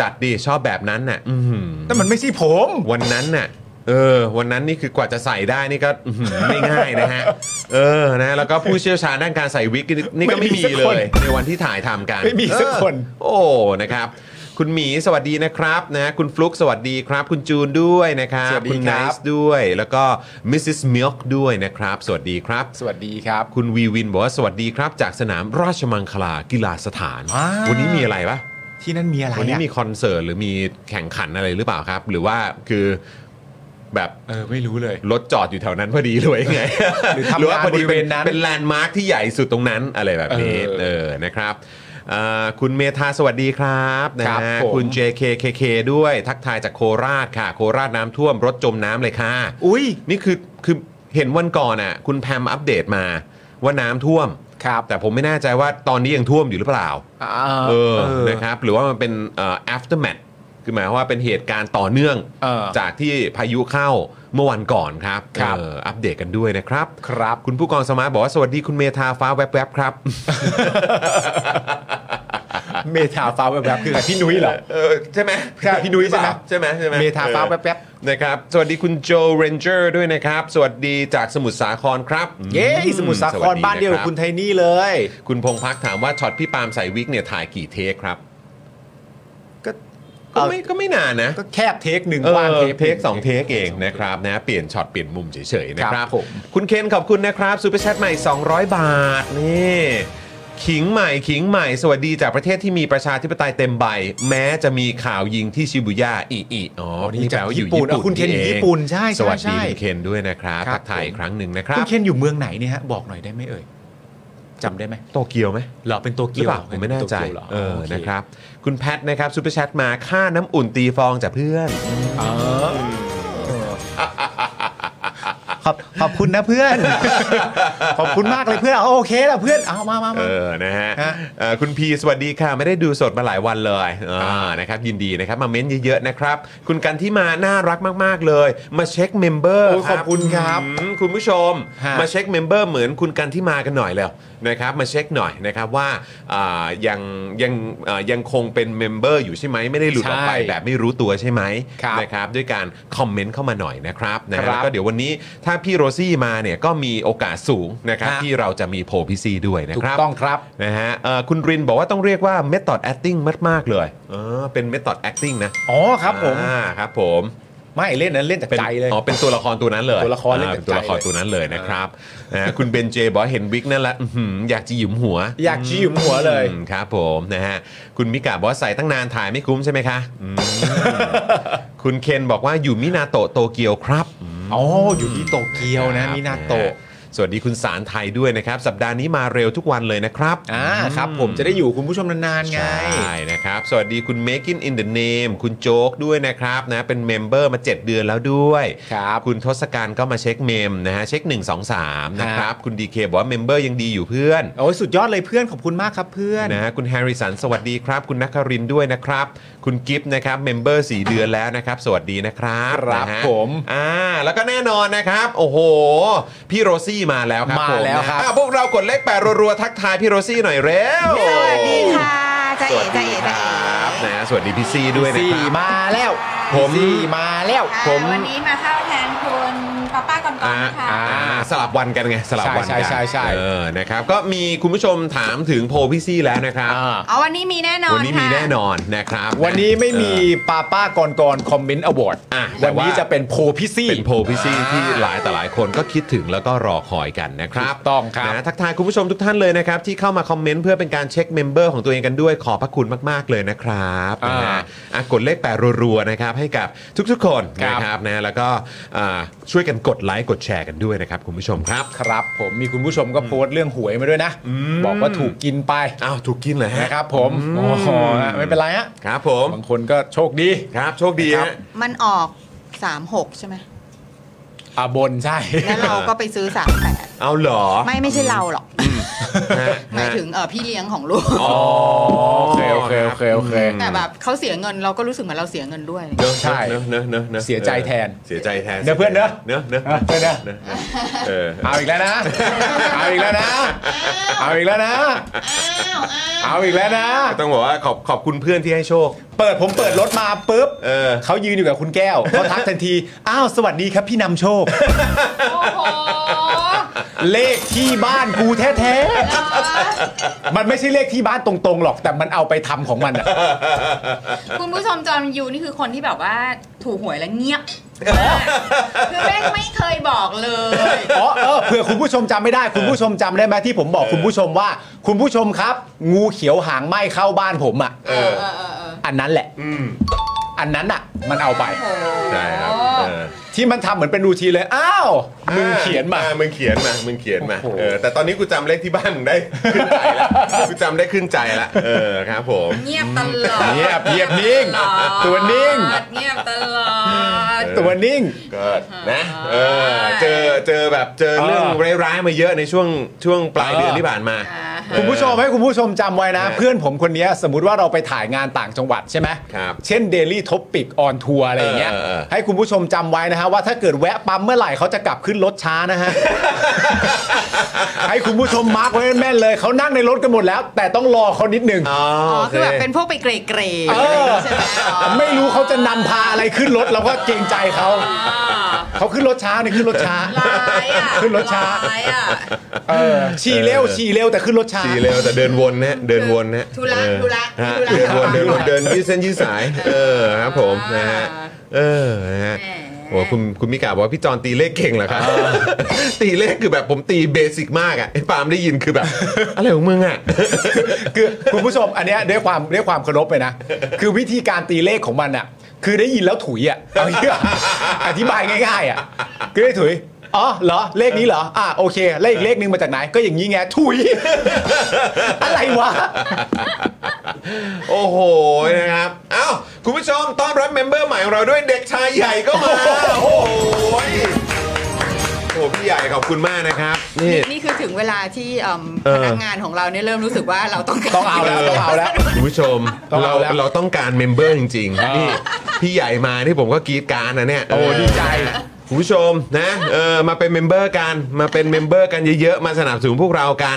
Speaker 1: จัดดีชอบแบบนั้นน่ะอื้อหือ
Speaker 2: แต่มันไม่ใช่ผม
Speaker 1: วันนั้นน่ะ เออ วันนั้นนี่คือกว่าจะใส่ได้นี่ก็อื้อหือไม่ง่ายนะฮะ เออ นะ แล้วก็ผู้เชี่ยวชาญด้านการใส่วิกนี่นี่ก็
Speaker 2: ไม่
Speaker 1: ไม่
Speaker 2: มี
Speaker 1: มี
Speaker 2: สัก
Speaker 1: เล
Speaker 2: คน
Speaker 1: ย ในวันที่ถ่ายทำกัน
Speaker 2: ไม่มีสักคน
Speaker 1: เออโอ้ นะครับ คุณหมีสวัสดีนะครับนะคุณฟลุกสวัสดีครับ คุณจูนด้วยนะครับ
Speaker 2: สวัสดี
Speaker 1: คุณ
Speaker 2: ค
Speaker 1: ไน
Speaker 2: รับ
Speaker 1: ซ์ด้วยแล้วก็มิสซิสมิลค์ด้วยนะครับ สวัสดีครับ
Speaker 2: สวัสดีครับ
Speaker 1: คุณวีวินบอกว่าสวัสดีครับ จากสนามราชมังคลากีฬาสถาน
Speaker 2: ว้าว
Speaker 1: วันนี้มีอะไรปะ
Speaker 2: ที่นั่นมีอะไรอะ
Speaker 1: วันนี้มีคอนเสิร์ตหรือมีแข่งขันอะไรหรือเปล่าครับ หรือว่าคือแบบ
Speaker 2: เออไม่รู้เลย
Speaker 1: รถจอดอยู่แถวนั้นพอดีหรือว่ายังไง
Speaker 2: หรือทำงาน
Speaker 1: ว่าพอดี
Speaker 2: บริเว
Speaker 1: เป็น
Speaker 2: ณนั้น
Speaker 1: เป็นแลนด์มาร์คที่ใหญ่สุดตรงนั้นอะไรแบบนี้
Speaker 2: เออ
Speaker 1: เออนะครับอ่าคุณเมธาสวัสดีครับนะครับ ฮะ
Speaker 2: ผม
Speaker 1: คุณ JKKK ด้วยทักทายจากโคราชค่ะ โคราชน้ำท่วมรถจมน้ำเลยค่ะ
Speaker 2: อุ้ย
Speaker 1: นี่คือคือเห็นวันก่อนอ่ะคุณแพมอัปเดตมาว่าน้ำท่วม
Speaker 2: ครับ
Speaker 1: แต่ผมไม่แน่ใจว่าตอนนี้ยังท่วมอยู่หรือเปล่า
Speaker 2: อ่า
Speaker 1: เออ
Speaker 2: เออ
Speaker 1: นะครับ หรือว่ามันเป็นเอ่อ aftermath คือหมายความว่าเป็นเหตุการณ์ต่อเนื่อง
Speaker 2: เออ
Speaker 1: จากที่พายุเข้าเมื่อวันก่อนครับ
Speaker 2: ครับ
Speaker 1: เอออัปเดตกันด้วยนะครับ
Speaker 2: ครับ
Speaker 1: คุณผู้กองสมาร์ทบอกว่าสวัสดีคุณเมธาฟ้าแวบๆครับ
Speaker 2: เมทาฟ้าแวบๆคืออะไรพี่นุ้ยเหรอ
Speaker 1: เออใช่ไหม
Speaker 2: ใช่พี่นุ้ยใช่ไหม
Speaker 1: ใช่ไหมใช่ไหม
Speaker 2: เมทาฟ้า
Speaker 1: ออ
Speaker 2: แป๊บ
Speaker 1: นะครับ สวัสดีคุณโจเรนเจอร์ด้วยนะครับ สวัสดีจากสมุทรสาครครับ
Speaker 2: เย้สมุทรสาค
Speaker 1: วั
Speaker 2: ร
Speaker 1: ดี
Speaker 2: บ้านเดียวกับ
Speaker 1: ะ
Speaker 2: คุณไทนี่เลย
Speaker 1: คุณพงพักถามว่าช็อตพี่ปาล์มใส่วิกเนี่ยถ่ายกี่เทคครับ
Speaker 2: ก็
Speaker 1: ก็
Speaker 2: เอ่อ
Speaker 1: ไม่ก็ไม่นานนะ
Speaker 2: ก็แคบเทคหนึ่ง
Speaker 1: เออ
Speaker 2: ว่างเทปหนึ่
Speaker 1: เทคสองเทคเองนะครับนะเปลี่ยนช็อตเปลี่ยนมุมเฉยๆนะค
Speaker 2: ครั
Speaker 1: รับบ
Speaker 2: ผม
Speaker 1: คุณเคนขอบคุณนะครับซูเปอร์แชทใหม่ 200 บาทนี่ขิงใหม่ขิงใหม่สวัสดีจากประเทศที่มีประชาธิปไตยเต็มใบ แม้จะมีข่าวยิงที่ชิบุย่าอีอีอ๋อ
Speaker 2: อ๋อนี่
Speaker 1: นี่แปล
Speaker 2: จาก
Speaker 1: ว่าอ
Speaker 2: ญี่
Speaker 1: ยู่
Speaker 2: ปุ่
Speaker 1: ญี่ปุ่น
Speaker 2: นอ่ะคุณเคนอยู่
Speaker 1: เอง
Speaker 2: ญี่ปุ่นใช่
Speaker 1: ส
Speaker 2: ใช่
Speaker 1: วัสดี
Speaker 2: ใช่
Speaker 1: คุณเคนด้วยนะครับ
Speaker 2: ครับ
Speaker 1: ทักทาย
Speaker 2: ผม
Speaker 1: อีกครั้งหนึ่งนะครั
Speaker 2: คุ
Speaker 1: บ
Speaker 2: ณเคนอยู่เมืองไหนเนี่ยฮะบอกหน่อยได้ไหมเอ่ยจำได้ไหม
Speaker 1: โตเกียวไหม
Speaker 2: เหรอเป็นโต
Speaker 1: หรื
Speaker 2: เกี
Speaker 1: อ
Speaker 2: ยว
Speaker 1: เปล่าผมไม่แน่ใจ
Speaker 2: เป็โตเกียวเหร
Speaker 1: เออ
Speaker 2: โค
Speaker 1: นะครับ คุณแพทนะครับซูเปอร์แชทมาค่าน้ำอุ่นตีฟองจากเพื่อน
Speaker 2: เออขอบขอบคุณนะเพื่อน ขอบคุณมากเลยเพื่อนเอาโอเคละเพื่อนเอามามา
Speaker 1: เอ
Speaker 2: มา
Speaker 1: อนะฮะ
Speaker 2: ฮะ
Speaker 1: เอ่อคุณพีสวัสดีค่ะ ไม่ได้ดูสดมาหลายวันเลยอ่า
Speaker 2: อ่าน
Speaker 1: นะครับยินดีนะครับ มาเม้นเยอะๆนะครับ คุณกันที่มาน่ารักมากๆเลย มาเช็คเมมเบอร์
Speaker 2: โอ้ยขอบคุณครับ
Speaker 1: อืมคุณผู้ชม
Speaker 2: ฮะ
Speaker 1: มาเช็คเมมเบอร์เหมือนคุณกันที่มากันหน่อยแล้วนะครับมาเช็คหน่อยนะครับว่าอ่ายังยังอ่ายังคงเป็นเมมเบอร์อยู่ใช่ไหมไม่ได้หลุดออกไป
Speaker 2: ใช่
Speaker 1: แบบไม่รู้ตัวใช่ไหม
Speaker 2: ครับ
Speaker 1: นะครับ ด้วยการคอมเมนต์เข้ามาหน่อยนะครับนะฮะ
Speaker 2: ครับ
Speaker 1: แล้วก็เดี๋ยววันนี้ถ้าพี่โรซี่มาเนี่ยก็มีโอกาสสูงนะครับ
Speaker 2: ฮะ
Speaker 1: ที่เราจะมีโพลพี่ซีด้วยนะ
Speaker 2: ถู
Speaker 1: ค
Speaker 2: ก
Speaker 1: รับ
Speaker 2: ต้องครับ
Speaker 1: นะฮะเอ่อคุณรินบอกว่าต้องเรียกว่า method acting มาก ๆ เลยเออเป็น method acting นะ
Speaker 2: อ๋อครับผม
Speaker 1: อ่าครับผม
Speaker 2: ไม่เล่นนั้นเล่นจาก
Speaker 1: เป็น
Speaker 2: ใจเลย
Speaker 1: อ๋อเป็นตัวละครตัวนั้นเลย
Speaker 2: ตัวละครเล่น
Speaker 1: อ่า
Speaker 2: จาก
Speaker 1: เป็นตัวละคร
Speaker 2: ใจเลย
Speaker 1: ตัวนั้นเลยนะครับนะฮะคุณเบนเจบอกว่าเห็นวิกนั่นละอื้อหืออยากจะหยุมหัว
Speaker 2: อยากชี้หยุมหัวเลย
Speaker 1: อืมครับผมนะฮะคุณมิกาบอกว่าใส่ตั้งนานถ่ายไม่คุ้มใช่ไหมคะอื มคุณเคนบอกว่าอยู่มินาโตะโตเกียวครับ
Speaker 2: อ๋ออยู่ที่โตเกียวนะมินาโตะ
Speaker 1: สวัสดีคุณสารไทยด้วยนะครับ สัปดาห์นี้มาเร็วทุกวันเลยนะครับ
Speaker 2: อ่าครับผมจะได้อยู่คุณผู้ชมนานๆไง
Speaker 1: ใช่นะครับ สวัสดีคุณ Making in the Name คุณโจ๊กด้วยนะครับนะเป็นเมมเบอร์มา 7 เดือนแล้วด้วย
Speaker 2: ครับ
Speaker 1: คุณทศการก็มาเช็คเมมนะฮะเช็ค 1 2 3 นะค
Speaker 2: ครั
Speaker 1: รับ
Speaker 2: บ
Speaker 1: คุณดีเคบอกว่าเมมเบอร์ยังดีอยู่เพื่อน
Speaker 2: โอ้ยสุดยอดเลยเพื่อนขอบคุณมากครับเพื่อน
Speaker 1: นะฮะคุณแฮร์ริสันสวัสดีครับ คุณนัครินทร์ด้วยนะครับ คุณกิฟต์นะครับเมมเบอร์4เดือนแล้วนะครับ สวัสดีนะครับ
Speaker 2: ครับ
Speaker 1: นะฮะ
Speaker 2: ผม
Speaker 1: อ่าแล้วก็แน่นอนนะครับ โอ้โห พี่โรซี่มาแล้วครับ
Speaker 2: มา
Speaker 1: ผ
Speaker 2: แล้วครับ
Speaker 1: อ่ะพวกเรากดเลขแปดรัวๆทักทายพี่โรซี่หน่อยเร็ว
Speaker 4: สวัสดีค่ะจ่า
Speaker 1: ส
Speaker 4: เอ๋
Speaker 1: วัส
Speaker 4: จ่า
Speaker 1: ดีค
Speaker 4: เอ๋จ่า
Speaker 1: รั
Speaker 4: เอ๋
Speaker 1: บนะฮะสวัสดีพี่ซี่ด้วยนะ
Speaker 2: สี่
Speaker 1: ครับ
Speaker 2: มาแล้ว
Speaker 1: ผม
Speaker 2: สี่มาแล้ว
Speaker 4: อ่า
Speaker 1: ผม
Speaker 4: วันนี้มาเข้าแทนคุณป้าป้าก่อนๆ
Speaker 1: อ่า
Speaker 4: นะคะ
Speaker 1: อ่าสลับวันกันไง สลับวัน
Speaker 2: ใช่
Speaker 1: กั
Speaker 2: ใช่ใช่ใช่
Speaker 1: เออนะครับ ก็มีคุณผู้ชมถามถึงโพลพี่ซี่แล้วนะครับ
Speaker 2: อ่า
Speaker 4: อ๋อวันนี้มีแน่นอน
Speaker 1: วันนี้มี
Speaker 4: ค่ะ
Speaker 1: แน่นอนนะครับ
Speaker 2: วันนี้ไม่มีป้าป้ากรกรคอมเมนต์อวอร์ด
Speaker 1: อ่ะแต่
Speaker 2: วัน
Speaker 1: ว่า
Speaker 2: นี้จะเป็นโพลพี่ซี่
Speaker 1: เป็นโพลพิซี่
Speaker 2: อ่า
Speaker 1: ที่หลายต่อหลายคนก็คิดถึงแล้วก็รอคอยกันนะครับ
Speaker 2: ถูกต้องครับ
Speaker 1: นะทักทายคุณผู้ชมทุกท่านเลยนะครับ ที่เข้ามาคอมเมนต์เพื่อเป็นการเช็คเมมเบอร์ของตัวเองกันด้วยขอบพระคุณมาก ๆ เลยนะครับนะฮะอ่ะกดเลขแปดรัวๆนะครับให้กับทุกๆคนนะครับนะแล้วก็อ่าช่วยกันกดไลค์กดแชร์กันด้วยนะครับคุณผู้ชมครับ
Speaker 2: ครับผมมีคุณผู้ชมก็โพสต์เรื่องหวยมาด้วยนะ บอกว่าถูกกินไป
Speaker 1: อ้าวถูกกินเลยฮะ
Speaker 2: นะครับผมโอ้โหไม่เป็นไรฮะ
Speaker 1: ครับผม
Speaker 2: บางคนก็โชคดี
Speaker 1: ครับโชคดี
Speaker 2: ครับ
Speaker 1: ฮะ
Speaker 4: มันออก 36 ใช่ไหม
Speaker 2: อ่ะบนใช่
Speaker 4: แล้วเราก็ไปซื้อ 38
Speaker 1: เอาเหรอ
Speaker 4: ไม่ไม่ใช่เราหรอก
Speaker 1: ฮะ
Speaker 4: หมายถึงเออพี่เลี้ยงของลูก
Speaker 1: อ๋อ
Speaker 2: โอเคโอเคโอเคโอเค
Speaker 4: แต่แบบเขาเสียเงินเราก็รู้สึกเหมือนเราเสียเงินด้วย
Speaker 1: เนอะ
Speaker 2: ใช่
Speaker 1: เนอะเนอะเนอะเนอะ
Speaker 2: เสียใจแทน
Speaker 1: เสียใจแทน
Speaker 2: เนอะเพื่อนเนอะ
Speaker 1: เนอะเนอะ
Speaker 2: อ่ะเพื่อนนะ
Speaker 1: เออ
Speaker 2: เอาอีกแล้วนะ เอาอีกแล้วนะ เอาอีกแล้วนะ เอาอีกแล้วนะ
Speaker 1: ต้องบอกว่าขอบขอบคุณเพื่อนที่ให้โชค
Speaker 2: เปิดผมเปิดรถมาปุ๊บ
Speaker 1: เออ
Speaker 2: เขายืนอยู่กับคุณแก้วเขาทักทันที อ้าว สวัสดีครับพี่นำโชค
Speaker 4: โอ้โห
Speaker 2: เลขที่บ้านกูแท้ๆ มันไม่ใช่เลขที่บ้านตรงๆหรอก แต่มันเอาไปทำของมันอะ
Speaker 4: คุณผู้ชมจอมยูนี่คือคนที่แบบว่าถูกหวยแล้วเงียบมากคือแม่งไม่เคยบอกเลย
Speaker 2: อ๋อเออเผื่อคุณผู้ชมจำไม่ได้ คุณผู้ชมจำได้ไหมที่ผมบอกคุณผู้ชมว่า คุณผู้ชมครับ งูเขียวหางไหม้เข้าบ้านผมอ่ะ
Speaker 1: เออ
Speaker 4: เออเออเออ
Speaker 2: อันนั้นแหละ
Speaker 1: อืม
Speaker 2: อันนั้นอ่ะ มันเอาไป
Speaker 4: โอ้โห
Speaker 1: ใช่ครับเออ
Speaker 2: ที่มันทำเหมือนเป็นรูทีนเลยอ้าวมึงเขียนมา
Speaker 1: อ่มึงเขียนมา มึงเขียนมา
Speaker 2: โอ้โห
Speaker 1: เออแต่ตอนนี้กูจำเลขที่บ้านมึงได้ขึ้นใจละกูจำได้ขึ้นใจละเออครับผม
Speaker 4: เงียบตลอด
Speaker 2: เงียบเงียบนิ่ง
Speaker 4: ตลอด
Speaker 2: ตัวนิ่ง
Speaker 4: เงียบตลอด
Speaker 1: เออ
Speaker 2: ตัวนิ่ง
Speaker 1: ก็นะเออเจอเจอแบบเจอเรื่องร้ายๆมาเยอะในช่วงช่วงปลายเดือนที่ผ่านมา
Speaker 4: อ่าฮะ
Speaker 2: คุณผู้ชมให้คุณผู้ชมจำไว้นะ
Speaker 1: เออ
Speaker 2: เพื่อนผมคนเนี้ยสมมติว่าเราไปถ่ายงานต่างจังหวัดใช่ไหม
Speaker 1: ครับ
Speaker 2: เช่น Daily t o p i c on Tour อะไรอย่างเงี้ย
Speaker 1: เออเออเออ
Speaker 2: ให้คุณผู้ชมจำไว้นะฮะว่าถ้าเกิดแวะปั๊มเมื่อไหร่เขาจะกลับขึ้นรถช้านะ ฮะ ให้คุณผู้ชมมาร์กไว้แม่นๆเลยเขานั่งในรถกันหมดแล้ว แต่ต้องรอเขานิดหนึ่ง
Speaker 1: อ๋อ
Speaker 4: อ๋อ
Speaker 1: โอ
Speaker 4: คือแบบ
Speaker 1: เค
Speaker 4: เป็นพวกไปเกรเกร
Speaker 2: เออ
Speaker 4: อะไรอย่างงี้ใช่ไหมอ๋อ
Speaker 2: ไม่รู้เขาจะนำพาอะไรขึ้นรถเราก็เกรงใจเขา
Speaker 4: อ่า
Speaker 2: เขาขึ้นรถช้าเนี่ยขึ้นรถช้า
Speaker 4: ร้ายอ่ะ
Speaker 2: ขึ้นรถช้า
Speaker 4: ร้ายอ่ะ
Speaker 2: เออฉี่เร็วฉี่เร็วแต่ขึ้นรถช้า
Speaker 1: ชีเร็วแต่เดินวนนะฮะเดินวนนะฮะ
Speaker 4: ธุระ
Speaker 1: เออ
Speaker 4: ธุระ
Speaker 1: ฮะ
Speaker 4: ธุระ
Speaker 1: เดินวนเดินวน
Speaker 4: แหม
Speaker 1: เดินยืดเส้นยืดสาย เออครับผมนะฮะเออนะฮะ
Speaker 4: แหม
Speaker 1: โอ้คุณคุณมิกาบอกว่าพี่จอนตีเลขเก่งเหรอครับ ตีเลขคือแบบผมตีเบสิกมากอ่ะไอ้ปาล์มได้ยินคือแบบ อะไรของมึงอ่ะ
Speaker 2: คือคุณผู้ชมอันเนี้ยด้วยความด้วยความเคารพเลยนะ คือวิธีการตีเลขของมันอ่ะ คือได้ยินแล้วถุยอ่ะเอาเหี้ยอธิบายง่ายๆอ่ะคือได้ถุยอ๋อเหรอเลขนี้เหรออ่ะโอเคเลขเลขหนึงมาจากไหนก็อย่างนี้ไงถุย อะไรวะ
Speaker 1: โอ้โหนะครับ เอ้าคุณผู้ชมต้อนรับเมมเบอร์ใหม่ของเราด้วยเด็กชายใหญ่ก็มา โอ้โหโอ้โหพี่ใหญ่ขอบคุณมากนะครับนี่
Speaker 4: นี่คือถึงเวลาที่เอิ่ม
Speaker 1: เออ
Speaker 4: พนักงานของเราเนี่ยเริ่มรู้สึกว่าเราต้องการ
Speaker 2: ต้องเอาแล้วต้องเอาแล้ว
Speaker 1: คุณผู้ชม
Speaker 2: ต้อง
Speaker 1: เรา
Speaker 2: เอาแล้ว
Speaker 1: เราต้องการเมมเบอร์จริงๆนี่พี่ใหญ่มาที่ผมก็กรีดกรารนะเนี่ย
Speaker 2: โอ้ดีใจ
Speaker 1: คุณผู้ชมนะเออมาเป็นเมมเบอร์กันมาเป็นเมมเบอร์กันเยอะๆ มาสนับสนุนพวกเรากัน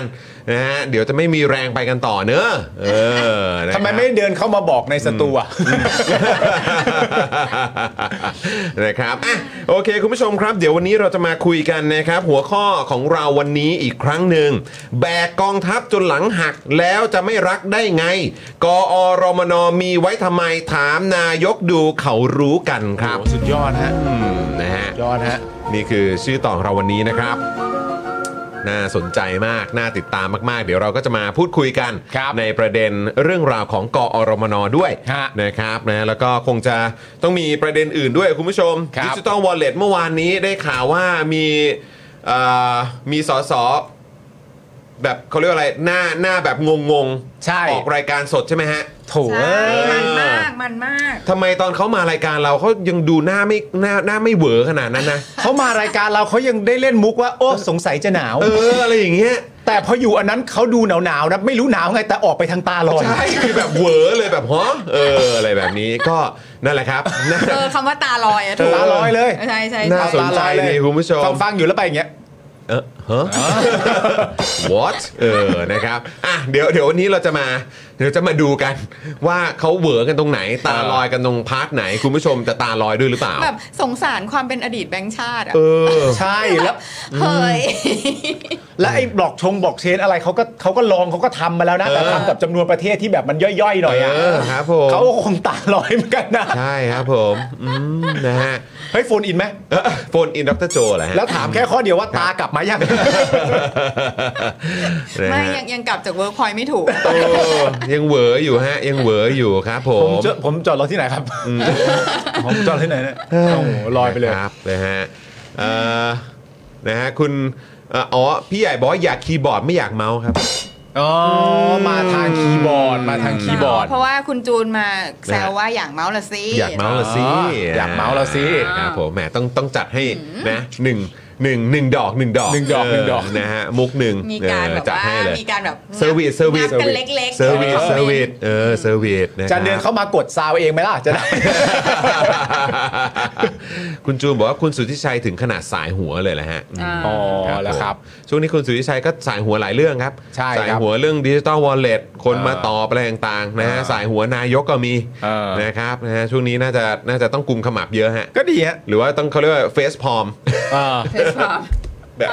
Speaker 1: นะฮะเดี๋ยวจะไม่มีแรงไปกันต่อเนอะเออนะครับ
Speaker 2: ทำไมไม่เดินเข้ามาบอกในสตูอ่ะ
Speaker 1: นะครับอ่ะโอเค คุณผู้ชมครับ เดี๋ยววันนี้เราจะมาคุยกันนะครับ หัวข้อของเราวันนี้อีกครั้งหนึ่ง แบกกองทัพจนหลังหักแล้วจะไม่รักได้ไง กอรมนมีไว้ทำไมถามนายกดูเขารู้กันครับ
Speaker 2: สุดยอดฮะ
Speaker 1: อืมนะฮะ
Speaker 2: ยอดฮะ
Speaker 1: นี่คือชื่อต่อของเราวันนี้นะครับ น่าสนใจมาก น่าติดตามมากๆ เดี๋ยวเราก็จะมาพูดคุยกัน
Speaker 2: ครับ
Speaker 1: ในประเด็นเรื่องราวของกอรมนด้วย
Speaker 2: ฮะ
Speaker 1: นะครับนะแล้วก็คงจะต้องมีประเด็นอื่นด้วยคุณผู้ชม
Speaker 2: ครับ
Speaker 1: ดิจิตอลวอลเล็ตเมื่อวานนี้ได้ข่าวว่ามีเอ่อมีสสแบบเขาเรียกว่าอะไรหน้าหน้าแบบงงๆ
Speaker 2: ใช่
Speaker 1: ออกรายการสดใช่ไหมฮะ
Speaker 2: โถ่
Speaker 4: ใช่มันมากมันมาก
Speaker 1: ทำไมตอนเขามารายการเราเขายังดูหน้าไม่หน้าหน้าไม่เหวอขนาดนั้นนะ
Speaker 2: เขามารายการเราเขายังได้เล่นมุกว่า โอ้สงสัยจะหนาว
Speaker 1: เอออะไรอย่างเงี้ย
Speaker 2: แต่พออยู่อันนั้นเขาดูหนาวๆนะไม่รู้หนาวไงแต่ออกไปทางตาลอย
Speaker 1: ใช่ คือแบบเหวอเลยแบบฮะเออ อะไรแบบนี้ก็นั่นแหละครับ น่า
Speaker 4: เออคำว่าตาลอยอะถูก
Speaker 2: ตาลอยเลย
Speaker 4: ใช่ใช่
Speaker 1: น่า
Speaker 4: ใช่
Speaker 1: สนใจดีคุณผู้ชม
Speaker 2: ฟังฟังๆอยู่แล้วไปอย่างเงี้ย
Speaker 1: เออฮะ what เออนะครับอ่ะเดี๋ยวเดี๋ยววันนี้เราจะมาเดี๋ยวจะมาดูกันว่าเขาเหวอกันตรงไหน ตาลอยกันตรงพาร์ทไหน คุณผู้ชมจะตาลอยด้วยหรือเปล่า
Speaker 4: แบบสงสารความเป็นอดีตแบงค์ชาติอะ
Speaker 1: เออ
Speaker 2: ใช่แล้ว
Speaker 4: เฮ้ย
Speaker 2: และไอ้บล็อกชงบล็อกเชนอะไรเขาก็เขาก็ลองเขาก็ทำมาแล้วนะ แต่
Speaker 1: เออ
Speaker 2: ทำกับจำนวนประเทศที่แบบมันย่อยๆหน่อยอะ
Speaker 1: เออครับผม
Speaker 2: เขาก็คงตาลอยเหมือนกันนะ
Speaker 1: ใช่ครับผมอืมนะฮะ
Speaker 2: เฮ้ยโฟนอินไหม
Speaker 1: โฟนอินดรโจเหรอฮะ
Speaker 2: แล้วถามแค่ข้อเดียวว่าตากลับมายัง
Speaker 1: นะ
Speaker 4: ไม่
Speaker 1: ฮะ
Speaker 4: ยังยังกลับจากเวิร์กพอยไม่ถูก
Speaker 1: โอ้ยังเหวออยู่ฮะ ยังเหวออยู่ครับผม
Speaker 2: ผมจอผมจอดรถที่ไหนครับผมจอดที่ไหนเนี่ยโอ้โหลอยไปเลย
Speaker 1: นะครับนะฮะเอ่อนะฮะคุณเอ่ออ๋อ พี่ใหญ่บอกว่าอยากคีย์บอร์ดไม่อยากเมาส์ครับ
Speaker 2: อ๋อ มาทางคีย์บอร์ด มาทางคีย์บอร์ด
Speaker 4: เพราะว่าคุณจูนมาแซวว่าอยากเมาส์ละสิ
Speaker 1: อยากเมาส์ละสิ
Speaker 2: อ๋ออยากเมาส์ละสิ
Speaker 1: ครับผมแหมต้องต้องจัดให้นะหนึ่งหนึ่งหนึ่งดอกหนึ่งดอก
Speaker 2: หนึ่งดอกหนึ่งดอก
Speaker 1: เนะฮะมุกหนึ่ง
Speaker 4: มีการ
Speaker 1: เออ
Speaker 4: แบบ
Speaker 1: จัด
Speaker 4: ว่า
Speaker 1: ให้เลย
Speaker 4: มีการแบบ
Speaker 1: เซอร์วิสเซอร์วิส
Speaker 4: งับกันเล็กๆ
Speaker 1: เซอร์วิส
Speaker 4: เออ
Speaker 1: เซอร์วิสเออเซอร์วิสนะค
Speaker 2: จะ
Speaker 1: รับ
Speaker 2: เดินเข้ามากดซาวเองไหมล่ะ จะได้
Speaker 1: คุณจูนบอกว่าคุณสุทธิชัยถึงขนาดสายหัวเลยแหละฮะ
Speaker 4: อ่า
Speaker 2: อ๋อแล้วครับ
Speaker 1: ผมช่วงนี้คุณสุทธิชัยก็สายหัวหลายเรื่องครับ
Speaker 2: ใช่ครับ
Speaker 1: สายหัวเรื่องดิจิ t a ลวอลเล็ตคน
Speaker 2: เออ
Speaker 1: มาตอบอะไรต่างๆนะฮะ
Speaker 2: เออ
Speaker 1: สายหัวนายกก็มี
Speaker 2: เออ
Speaker 1: นะครับนะฮะช่วงนี้น่าจะน่าจะต้องกลุมขมับเยอะฮะ
Speaker 2: ก็ดีฮะ
Speaker 1: หรือว่าต้องเขาเรียกว่าเฟสพอม
Speaker 2: เออ
Speaker 5: แบบ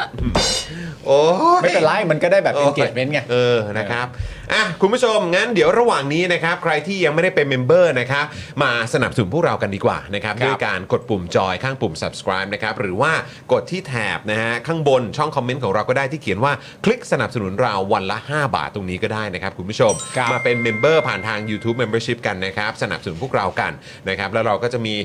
Speaker 5: โอ้ย
Speaker 2: ไม่เป็นไรมันก็ได้แบบ engagement ไง
Speaker 5: เออ นะครับ อ่ะ คุณผู้ชม งั้นเดี๋ยวระหว่างนี้นะครับ ใครที่ยังไม่ได้เป็นเมมเบอร์นะครับ มาสนับสนุนพวกเรากันดีกว่านะครับ
Speaker 2: ครับ
Speaker 5: ด้วยการกดปุ่มจอยข้างปุ่ม subscribe นะครับ หรือว่ากดที่แถบนะฮะ ข้างบนช่องคอมเมนต์ของเราก็ได้ที่เขียนว่าคลิกสนับสนุนเราวันละ 5 บาทตรงนี้ก็ได้นะครับ คุณผู้ชม
Speaker 2: ครับ
Speaker 5: มาเป็นเมมเบอร์ผ่านทาง YouTube Membership กันนะครับ สนับสนุนพวกเรากันนะครับ แล้วเราก็จะมี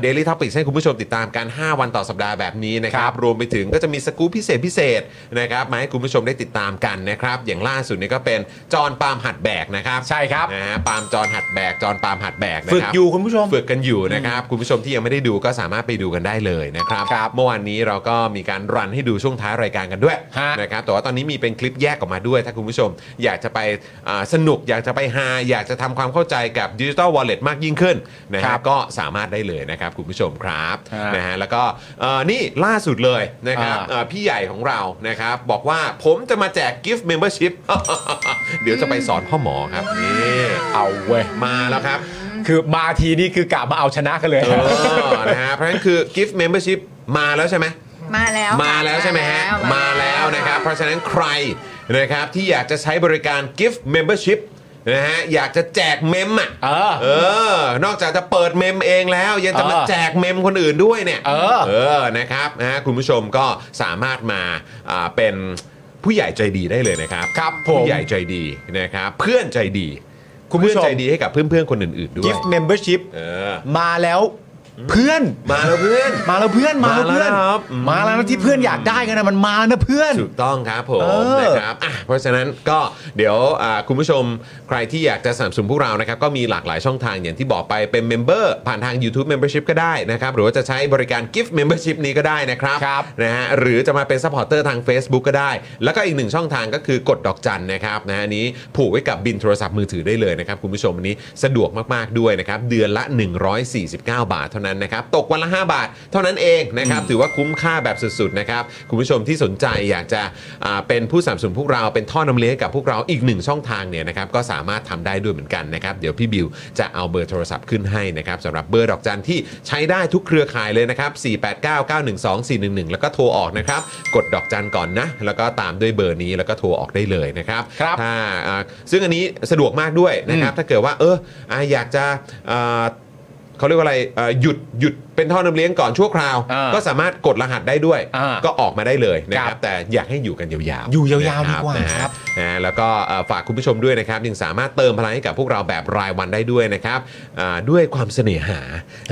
Speaker 5: เดลิทอพิกให้คุณผู้ชมติดตามกัน 5 วันต่อสัปดาห์แบบนี้นะค
Speaker 2: ค
Speaker 5: รั
Speaker 2: รับ บ
Speaker 5: รวมไปถึงก็จะมีสกู๊ปพิเศษพิเศษนะครับมาให้คุณผู้ชมได้ติดตามกันนะครับ อย่างล่าสุดนี่ก็เป็นจอห์นปาล์มหัดแบกนะครับ
Speaker 2: ใช่ครับ
Speaker 5: นะฮะปาล์มจอห์นหัดแบกจอห์นปาล์มหัดแบกนะ
Speaker 2: ฝึก
Speaker 5: ครับ
Speaker 2: อยู่คุณผู้ชม
Speaker 5: ฝึกกันอยู่นะครับคุณผู้ชมที่ยังไม่ได้ดูก็สามารถไปดูกันได้เลยนะครับ
Speaker 2: ครับ
Speaker 5: เมื่อวานนี้เราก็มีการรันให้ดูช่วงท้ายรายการกันด้วย
Speaker 2: ฮะ
Speaker 5: นะครับแต่ว่าตอนนี้มีเป็นคลิปแยกออกมาด้วย ถ้าคุณผู้ชมอยากจะไปอ่าสนุกอยากจะไปฮาอยากจะทำความเข้าใจกับดิจิ t a ลวอลเล็ตมากยิ่งขึ้นนะ
Speaker 2: ค
Speaker 5: ฮะ
Speaker 2: รับ
Speaker 5: ก็สามารถได้เลยนะครับคุณผู้ชมครับ
Speaker 2: ฮะ
Speaker 5: นะฮะแล้วก็เอ่อนี่ล่าสุดเลยนะครับ
Speaker 2: อ่า
Speaker 5: เอ่อพี่ใหญ่ของเรานะครับบอกว่าผมจะมาแจกกิฟต์เมมเบอร์ชิพ เดี๋ยวจะไปสอนพ่อหมอครับนี่
Speaker 2: เอาเว้ย
Speaker 5: มาแล้วครับ
Speaker 2: คือมาทีนี่คือกะมาเอาชนะกันเลย
Speaker 5: เออนะฮะ เพราะฉะนั้นคือ Gift Membership มาแล้วใช่ไหม
Speaker 6: มาแล้ว
Speaker 5: มา
Speaker 6: ค่ะ
Speaker 5: แล้วใช่ไหมฮะ มาแล้วนะครับ เพราะฉะนั้นใครนะครับที่อยากจะใช้บริการ Gift Membership นะฮะ อยากจะแจกเมมอ่ะ
Speaker 2: เออ
Speaker 5: เออ นอกจากจะเปิดเมมเองแล้ว ยังจะมา
Speaker 2: เออ
Speaker 5: แจกเมมคนอื่นด้วยเนี่ย
Speaker 2: เออ
Speaker 5: เออ นะครับนะฮะคุณผู้ชมก็สามารถมาอ่าเป็นผู้ใหญ่ใจดีได้เลยนะครับ
Speaker 2: ครับผม
Speaker 5: ผู้ใหญ่ใจดีนะครับ เพื่อนใจดี
Speaker 2: คุณผู้ชม
Speaker 5: เพื่อนใจดีให้กับเพื่อนๆคนอื่นๆด้วย
Speaker 2: gift membership
Speaker 5: เออ
Speaker 2: มาแล้วเพื่อน
Speaker 5: มาแล้วเพื่อน
Speaker 2: มาแล้วเพื่อนมาแล้วเพื่อน
Speaker 5: มาแล้วครับ
Speaker 2: มาแล้วที่เพื่อนอยากได้กันนะมันมาแล้วนะเพื่อน
Speaker 5: ถูกต้องครับผม
Speaker 2: เออ
Speaker 5: นะครับอ่ะเพราะฉะนั้นก็เดี๋ยวอ่าคุณผู้ชมใครที่อยากจะสนับสนุนพวกเรานะครับ ก็มีหลากหลายช่องทางอย่างที่บอกไปเป็นเมมเบอร์ผ่านทาง YouTube Membership ก็ได้นะครับ หรือว่าจะใช้บริการ Gift Membership นี้ก็ได้นะครับ
Speaker 2: ครับ
Speaker 5: นะฮะหรือจะมาเป็นซัพพอร์เตอร์ทาง Facebook ก็ได้ แล้วก็อีกหนึ่งช่องทางก็คือกดดอกจันนะครับนะฮะอันนี้ผูกไว้กับบินโทรศัพท์มือถือได้เลยนะครับ คุณผู้ชมอันนี้สะดวกมากๆด้วยนะครับเดือนละ 149 บาทเท่านั้นนะครับตกวันละ 5 บาท เท่านั้นเองนะครับถือว่าคุ้มค่าแบบสุดๆนะครับคุณผู้ชมที่สนใจอยากจะอ่าเป็นผู้สนับสนุนพวกเราเป็นท่อนำเลี้ยงให้กับพวกเราอีกหนึ่งช่องทางเนี่ยนะครับก็สามารถทำได้ด้วยเหมือนกันนะครับเดี๋ยวพี่บิวจะเอาเบอร์โทรศัพท์ขึ้นให้นะครับสำหรับเบอร์ดอกจันที่ใช้ได้ทุกเครือข่ายเลยนะครับ 489912411 แล้วก็โทรออกนะครับกดดอกจันก่อนนะ แล้วก็ตามด้วยเบอร์นี้แล้วก็โทรออกได้เลยนะครับ
Speaker 2: ครับ
Speaker 5: ถ้าอ่าซึ่งอันนี้สะดวกมากด้วยนะครับถ้าเกิดว่าเอออ่าอยากจะอ่า เขาเรียกว่าอะไรเอ่อหยุดหยุดเป็นท่อนำเลี้ยงก่อนชั่วคราว
Speaker 2: อ่า
Speaker 5: ก็สามารถกดรหัสได้ด้วย
Speaker 2: อ่า
Speaker 5: ก็ออกมาได้เลยนะค
Speaker 2: ครั
Speaker 5: รับบ แต่อยากให้อยู่กันยาวๆ
Speaker 2: อยู่ยาวๆดีกว่า
Speaker 5: นะครับ นะฮะแล้วก็เอ่อฝากคุณผู้ชมด้วยนะครับยังสามารถเติมพลังให้กับพวกเราแบบรายวันได้ด้วยนะครับอ่าด้วยความเสน่หา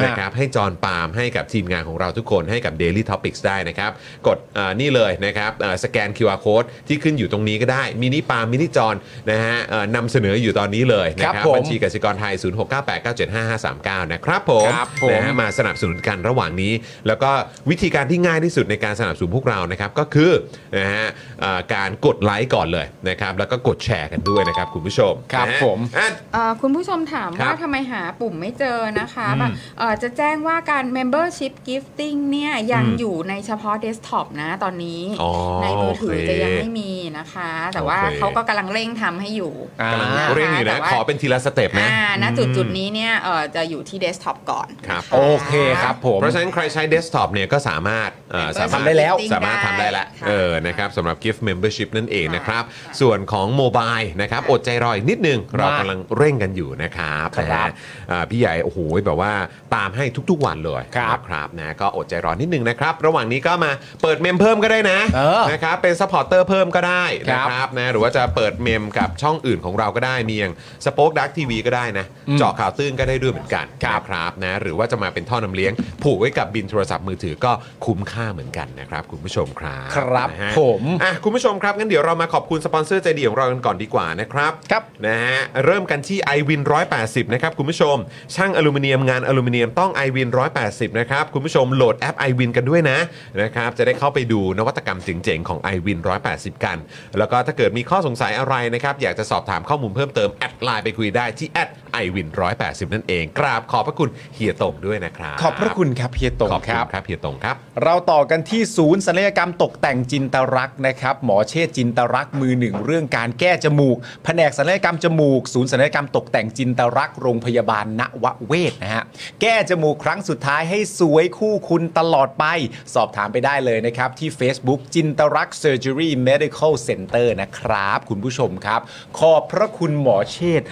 Speaker 5: นะครับให้จอห์นปาล์มให้กับทีมงานของเราทุกคนให้กับ Daily Topics ได้นะครับ กดเอ่อนี่เลยนะครับเอ่อสแกน QR Code ที่ขึ้นอยู่ตรงนี้ก็ได้มินิปาล์มมินิจอห์นนะฮะเอ่อนำเสนออยู่ตอนนี้เลยนะค
Speaker 2: ครั
Speaker 5: รับบ
Speaker 2: ผม
Speaker 5: บัญชีกสิกรไทย 0698975539 นะครับผม
Speaker 2: ครับผม
Speaker 5: นะฮะมาสนับสนุนกันระหว่างนี้ แล้วก็วิธีการที่ง่ายที่สุดในการสนับสนุนพวกเรานะครับก็คือนะฮะเอ่อการกดไลค์ก่อนเลยนะครับแล้วก็กดแชร์กันด้วยนะครับคุณผู้ชม
Speaker 2: ครับ
Speaker 5: นะฮะ
Speaker 2: ผม
Speaker 5: อ่ะ
Speaker 6: เอ่อคุณผู้ชมถาม
Speaker 5: ครั
Speaker 6: ว่า
Speaker 5: บ
Speaker 6: ทำไมหาปุ่มไม่เจอนะคะ
Speaker 2: อืม
Speaker 6: แบบเอ่อจะแจ้งว่าการ membership gifting เนี่ยยัง
Speaker 5: อืม
Speaker 6: อยู่ในเฉพาะ desktop นะตอนนี้
Speaker 5: อ๋อ
Speaker 6: ในมือถือ
Speaker 5: โอเค
Speaker 6: จะยังไม่มีนะคะ แต่ว่า
Speaker 5: โอเค
Speaker 6: เขาก็กำลังเร่งทำให้อยู่
Speaker 2: อ่า
Speaker 5: กำลังเร่งอยู่
Speaker 6: แต่
Speaker 5: นะ
Speaker 6: ว่า
Speaker 5: ขอเป็นทีละสเต็ปนะ
Speaker 6: อ่าณจุดจุดๆนี้เนี่ยเอ่อจะอยู่ที่ desktop ก่อน
Speaker 5: ครับ
Speaker 2: โอเคครับผม
Speaker 5: เพราะฉะนั้นใครใช้เดสก์ท็อปเนี่ยก็สามารถเอ่อสามารถ
Speaker 2: ทำได้แล้ว
Speaker 5: สามารถทำได้แล้ว
Speaker 6: ค่ะ
Speaker 5: เออนะครับสำหรับ Gift Membership นั่นเองนะครับ
Speaker 6: ค่ะ
Speaker 5: ส่วนของโมบายนะครับ อดใจรออีกนิดนึง เรากำลังเร่งกันอยู่นะครับ
Speaker 2: ครับ
Speaker 5: นะฮะอ่าพี่ใหญ่ โอ้โห แบบว่าตามให้ทุกๆวันเลย
Speaker 2: ครั
Speaker 5: นะ
Speaker 2: บ
Speaker 5: ครับนะก็อดใจรอนิดนึงนะครับ ระหว่างนี้ก็มาเปิดเมมเพิ่มก็ได้นะ
Speaker 2: เออ
Speaker 5: นะครับเป็นซัพพอร์เตอร์เพิ่มก็ได้นะค
Speaker 2: ครั
Speaker 5: รับบ นะหรือว่าจะเปิดเมมกับช่องอื่นของเราก็ได้มีอย่างสป็อคดักทีวีก็ได้นะ
Speaker 2: อืม
Speaker 5: เจาะข่าวตื้นก็ได้ด้วยเหมือนกันนะครับนะหรือว่าจะมาเป็นท่อนำเลี้ยง ผูกไว้กับบินโทรศัพท์มือถือก็คุ้มค่าเหมือนกันนะครับคุณผู้ชมครับ
Speaker 2: ครับ
Speaker 5: นะฮะ
Speaker 2: ผม
Speaker 5: อ่ะคุณผู้ชมครับงั้นเดี๋ยวเรามาขอบคุณสปอนเซอร์ใจดีของเรากันก่อนดีกว่านะครับ
Speaker 2: ครับ
Speaker 5: นะฮะเริ่มกันที่ i w วิน180 นะครับคุณผู้ชม ช่างอลูมิเนียมงานอลูมิเนียมต้อง i w วิน180 นะครับคุณผู้ชมโหลดแอป i w วินกันด้วยนะนะครับจะได้เข้าไปดูนวัตกรรมเจ๋งๆของ i w วิน180 กัน แล้วก็ถ้าเกิดมีข้อสงสัยอะไรนะครับอยากจะสอบถามข้อมูลเพิ่มเติมแอดไลน์ไปคุยได้ที่แอด i w วิน180 นั่นเอง กราบขอบพระคุณเฮียตงด้วยนะครับ
Speaker 2: ขอบพระคุณครับเฮียตง
Speaker 5: ขอบค
Speaker 2: ค
Speaker 5: ณ
Speaker 2: รับ
Speaker 5: ครับเฮียตงครับ
Speaker 2: เราต่อกันที่ศูนย์ศัลยกรรมตกแต่งจินตรักษณ์นะครับ หมอเชษจินตรักษณ์มือหนึ่งเรื่องการแก้จมูก แผนกศัลยกรรมจมูก ศูนย์ศัลยกรรมตกแต่งจินตรักษณ์โรงพยาบาลนวเวศนะฮะแก้จมูกครั้งสุดท้ายให้สวยคู่คุณตลอดไป สอบถามไปได้เลยนะครับ ที่ Facebook จินตรักเซอร์เจอรี่เมดิคอลเซ็นเตอร์นะครับ คุณผู้ชมครับ ขอบพระคุณหมอเชษ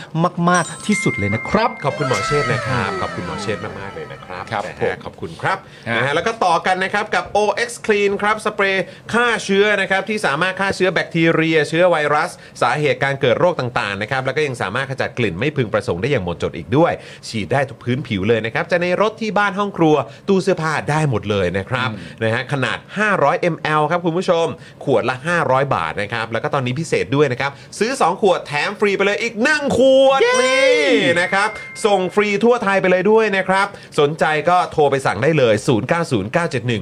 Speaker 2: มาก ๆ ที่สุดเลยนะครับ
Speaker 5: ขอบคุณหมอเชษฐ์นะครับ ขอบคุณหมอเชษฐ์มาก ๆ เลยนะครับ
Speaker 2: ครับ
Speaker 5: นะฮะ
Speaker 2: ผม
Speaker 5: ขอบคุณครับ
Speaker 2: ฮะ
Speaker 5: นะฮะแล้วก็ต่อกันนะครับกับ OX Clean ครับสเปรย์ฆ่าเชื้อนะครับที่สามารถฆ่าเชื้อแบคทีเรีย เชื้อไวรัส สาเหตุการเกิดโรคต่างๆนะครับแล้วก็ยังสามารถขจัดกลิ่นไม่พึงประสงค์ได้อย่างหมดจดอีกด้วย ฉีดได้ทุกพื้นผิวเลยนะครับจะในรถที่บ้านห้องครัว ตู้เสื้อผ้าได้หมดเลยนะครับนะฮะขนาด 500 ml ครับคุณผู้ชม ขวดละ 500 บาทนะครับแล้วก็ตอนนี้พิเศษด้วยนะครับซื้อ 2 ขวดแถมฟรีไปเลยอีก 1 ขวดนี่ นะครับส่งฟรีทั่วไทยไปเลยด้วยนะครับ สนใจก็โทรไปสั่งได้เลย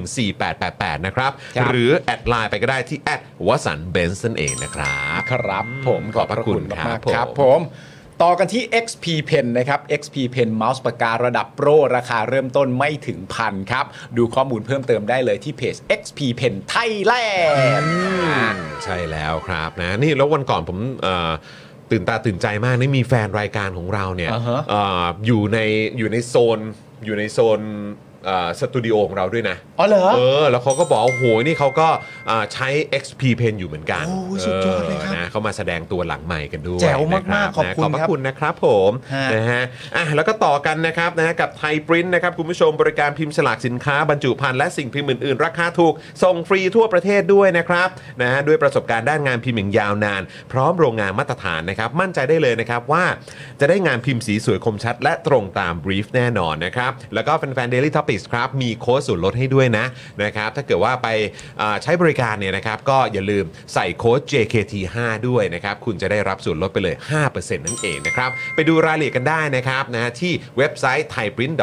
Speaker 5: 0909714888 นะครับ
Speaker 2: ครับ
Speaker 5: หรือ แอดไลน์ไปก็ได้ที่แอดวสันเบนซ์นั่นเองนะครับ
Speaker 2: ครับผมขอบพระคุณ
Speaker 5: ขอบพระคุณ
Speaker 2: มาก
Speaker 5: ครับ
Speaker 2: ๆครับ
Speaker 5: ผม
Speaker 2: ผม ต่อกันที่ XP Pen นะครับ XP Pen เมาส์ปากการะดับโปร ราคาเริ่มต้นไม่ถึงพันครับ ดูข้อมูลเพิ่มเติมได้เลยที่เพจ XP Pen Thailand
Speaker 5: ใช่แล้วครับนะนี่แล้ววันก่อนผมเอ่อตื่นตาตื่นใจมากนี่มีแฟนรายการของเราเนี่ย
Speaker 2: อ่าฮะ
Speaker 5: เอออยู่ในอยู่ในโซนอยู่ในโซนเอ่อสตูดิโอของเราด้วยนะ
Speaker 2: อ๋อเหรอ
Speaker 5: เออ แล้วเขาก็บอกว่าโหยนี่เขาก็อ่าใช้ XP Pen อยู่เหมือนกัน
Speaker 2: โอ้สุดยอดเลยครับ
Speaker 5: นะเขามาแสดงตัวหลังใหม่กันด้วย
Speaker 2: แจ๋วมากๆ
Speaker 5: นะรั
Speaker 2: ขอบคุณ
Speaker 5: นะขอบพ
Speaker 2: ครับ
Speaker 5: ระคุณนะครับผม
Speaker 2: ฮะ
Speaker 5: นะฮะอ่ะแล้วก็ต่อกันนะครับนะฮะกับไทยปริ้นนะครับ คุณผู้ชมบริการพิมพ์ฉลากสินค้า บรรจุภัณฑ์และสิ่งพิมพ์อื่น ๆ ราคาถูก ส่งฟรีทั่วประเทศด้วยนะครับนะฮะด้วยประสบการณ์ด้านงานพิมพ์อย่างยาวนาน พร้อมโรงงานมาตรฐานนะครับ มั่นใจได้เลยนะครับว่าจะได้งานพิมพ์สีสวยคมชัด และตรงตามบรีฟแน่นอนนะครับ แล้วก็แฟนๆ Daily Topics ครับ มีโค้ดส่วนลดให้ด้วยนะนะครับ ถ้าเกิดว่าไปอ่าใช้บริการเนี่ยนะครับ ก็อย่าลืมใส่โค้ด JKT5 ด้วยนะครับ คุณจะได้รับส่วนลดไปเลย 5%นั่นเองนะครับ ไปดูรายละเอียดกันได้นะครับนะฮะที่เว็บไซต์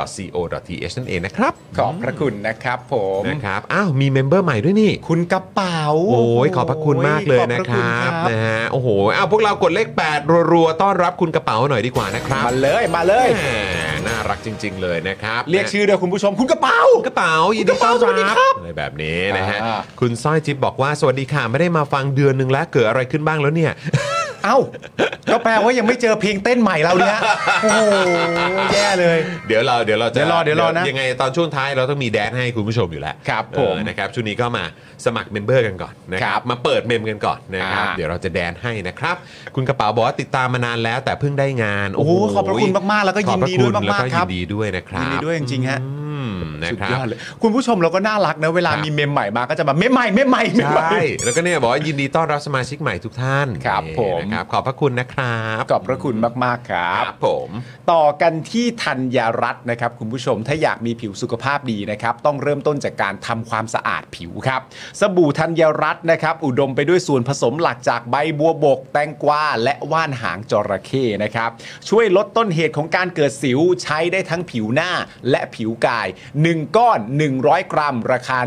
Speaker 5: thaiprint.co.th นั่นเองนะครับ
Speaker 2: ขอบพระคุณนะครับผม
Speaker 5: นะครับอ้าวมีเมมเบอร์ใหม่ด้วยนี่
Speaker 2: คุณกระเป๋า
Speaker 5: โอ้ยขอบพระคุณมากเลยนะครับนะค
Speaker 2: ขอบพระคุณ
Speaker 5: รับ ฮะโอ้โหอ้าวพวกเรากดเลข 8 รัวๆ ต้อนรับคุณกระเป๋าหน่อยดีกว่านะครับ
Speaker 2: มาเลยมาเลย
Speaker 5: แหมน่ารักจริง ๆ เลยนะครับ
Speaker 2: เรียกชื่อเดียวคุณผู้ชมคุณกระเป๋า
Speaker 5: กระเป๋ายินดีต้อน
Speaker 2: สวัสดี
Speaker 5: รับ
Speaker 2: ครับ
Speaker 5: อะไรแบบนี้นะฮะ
Speaker 2: อ่า
Speaker 5: คุณสร้อยจิ๊บบอกว่าสวัสดีค่ะ ไม่ได้มาฟังเดือนหนึ่งแล้วเกิดอะไรขึ้นบ้างแล้วเนี่ย
Speaker 2: เอ้าก็แปลว่ายังไม่เจอเพลงเต้นใหม่เราเนี่ยโอ้โหแย่เลย
Speaker 5: เดี๋ยวเราเดี๋ยวเราจะ
Speaker 2: เดี๋ยวรอเดี๋ยวรอนะ
Speaker 5: ยังไงตอนช่วงท้ายเราต้องมีแดนให้คุณผู้ชมอยู่แล้ว
Speaker 2: ครับผม
Speaker 5: เออนะครับช่วงนี้ก็มาสมัครเมมเบอร์กันก่อนนะค
Speaker 2: ค
Speaker 5: รั
Speaker 2: รั
Speaker 5: บบ มาเปิดเมมกันก่อนนะครับ
Speaker 2: อ่า
Speaker 5: เดี๋ยวเราจะแดนให้นะครับ คุณกระเป๋าบอกว่าติดตามมานานแล้วแต่เพิ่งได้งาน
Speaker 2: โอ้โหขอบพระคุณมากๆแล้วก็ยินดีด้วยมากๆ
Speaker 5: ขอพะคุณแล้ว
Speaker 2: ครับ
Speaker 5: ยินดีด้วยนะครับ
Speaker 2: ยินดีด้วยจริงๆฮะ
Speaker 5: อืมนะ
Speaker 2: สุด
Speaker 5: ค
Speaker 2: ย
Speaker 5: รับ
Speaker 2: อดเลยคุณผู้ชมเราก็น่ารักนะเวลา
Speaker 5: ครับ
Speaker 2: มีเมมใหม่มาก็จะมาเมมใหม่เมมใหม่เมม
Speaker 5: ใช
Speaker 2: ใหม่
Speaker 5: ่ แล้วก็เนี่ยบอกว่ายินดีต้อนรับสมาชิกใหม่ทุกท่าน
Speaker 2: ครับ
Speaker 5: นี่
Speaker 2: ผม
Speaker 5: นะครับขอบพระคุณนะครับ
Speaker 2: ขอบพระคุณมากๆครั
Speaker 5: ครับ บผม
Speaker 2: ต่อกันที่ธัญรัตน์นะครับคุณผู้ชมถ้าอยากมีผิวสุขภาพดีนะครับต้องเริ่มต้นจากการทำความสะอาดผิวครับ สบู่ธัญรัตน์นะครับอุดมไปด้วยส่วนผสมหลักจากใบบัวบก แตงกวาและว่านหางจระเข้นะครับช่วยลดต้นเหตุของการเกิดสิวใช้ได้ทั้งผิวหน้าและผิวกาย 1 ก้อน 100 กรัม ราคา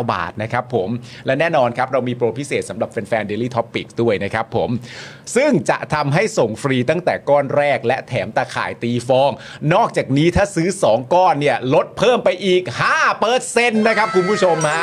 Speaker 2: 149 บาทนะครับผมและแน่นอนครับเรามีโปรพิเศษสำหรับแฟนๆ Daily Topic ด้วยนะครับผม ซึ่งจะทำให้ส่งฟรีตั้งแต่ก้อนแรกและแถมตะข่ายตีฟอง นอกจากนี้ถ้าซื้อ 2 ก้อนเนี่ย ลดเพิ่มไปอีก 5%นะครับคุณผู้ชมฮะ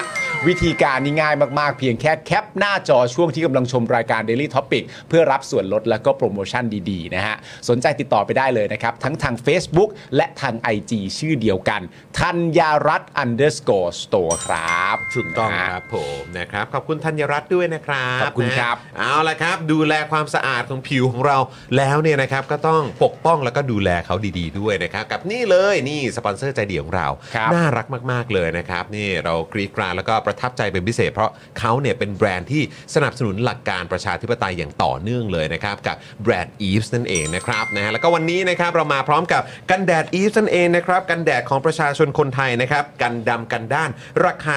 Speaker 2: วิธีการนี้ง่ายมากๆ เพียงแค่แคปหน้าจอช่วงที่กำลังชมรายการ Daily Topic เพื่อรับส่วนลดและก็โปรโมชั่นดีๆ นะฮะ สนใจติดต่อไปได้เลยนะครับ ทั้งทาง Facebook และทาง IG ชื่อเดียวกันธัญญารัตน์ underscore store ครับ
Speaker 5: ถูกต้องครับผมนะครับขอบคุณธัญรัตน์ด้วยนะครับ
Speaker 2: ขอบคุณครับ
Speaker 5: นะเอาละครับ ดูแลความสะอาดของผิวของเราแล้วเนี่ยนะครับก็ต้องปกป้องแล้วก็ดูแลเขาดี ๆ ด้วยนะครับ กับนี่เลยนี่สปอนเซอร์ใจเดียวของเรา
Speaker 2: ครับ
Speaker 5: น่ารักมาก ๆ เลยนะครับ นี่เรากรีดกราดแล้วก็ประทับใจเป็นพิเศษ เพราะเขาเนี่ยเป็นแบรนด์ที่สนับสนุนหลักการประชาธิปไตยอย่างต่อเนื่องเลยนะครับ กับแบรนด์ e v e s นั่นเองนะครับนะฮะแล้วก็วันนี้นะครับเรามาพร้อมกับกันแดด e v e s นั่นเองนะครับกันแดดของประชาชนคนไทยนะครับกันดำกันด้านราคา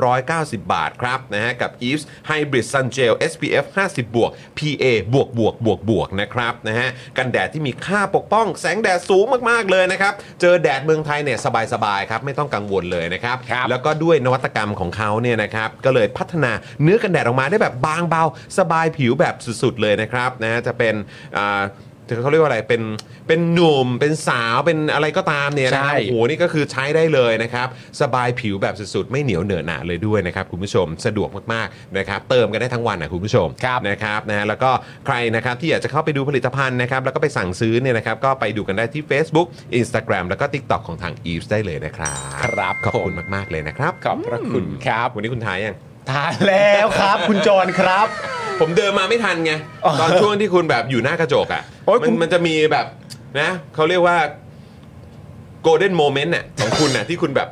Speaker 5: 390 บาทครับนะฮะกับ e v e s Hybrid Sun Gel SPF 50 บวก PA บวกบวกบวกบวกนะครับนะฮะกันแดดที่มีค่าปกป้องแสงแดดสูงมากๆเลยนะครับเจอแดดเมืองไทยเนี่ยสบายๆครับไม่ต้องกังวลเลยนะครับ
Speaker 2: ครับ
Speaker 5: แล้วก็ด้วยนวัตกรรมของเขาเนี่ยนะครับก็เลยพัฒนาเนื้อกันแดดออกมาได้แบบบางเบา สบายผิวแบบสุดๆเลยนะครับนะฮะจะเป็นอ่า ถึงเขาเรียกว่าอะไรเป็นเป็นหนุ่มเป็นสาวเป็นอะไรก็ตามเนี่ยนะ
Speaker 2: ใช่
Speaker 5: ฮะโอ้โหนี่ก็คือใช้ได้เลยนะครับ สบายผิวแบบสุดๆ ไม่เหนียวเหนอะหนะเลยด้วยนะครับ คุณผู้ชมสะดวกมากๆนะครับเติมกันได้ทั้งวันนะคุณผู้ชม
Speaker 2: ครับ
Speaker 5: นะครับนะฮะแล้วก็ใครนะครับที่อยากจะเข้าไปดูผลิตภัณฑ์นะครับแล้วก็ไปสั่งซื้อเนี่ยนะครับก็ไปดูกันได้ที่ Facebook Instagram แล้วก็ TikTok ของทาง e v e s ได้เลยนะครับ
Speaker 2: ครับ
Speaker 5: ขอบคุณ
Speaker 2: ผม
Speaker 5: มากๆเลยนะครับ
Speaker 2: ขอบพระคุณครับ
Speaker 5: วันนี้คุณทายยัง
Speaker 2: ทานแล้วครับ คุณจรครับ
Speaker 5: ผมเดินมาไม่ทันไง ตอนช่วงที่คุณแบบอยู่หน้ากระจกอ่ะ
Speaker 2: โอ๊ย
Speaker 5: มั
Speaker 2: คุ
Speaker 5: น
Speaker 2: ณ
Speaker 5: มันจะมีแบบนะเขาเรียกว่า golden moment น่ะของคุณน่ะที่คุณแบบ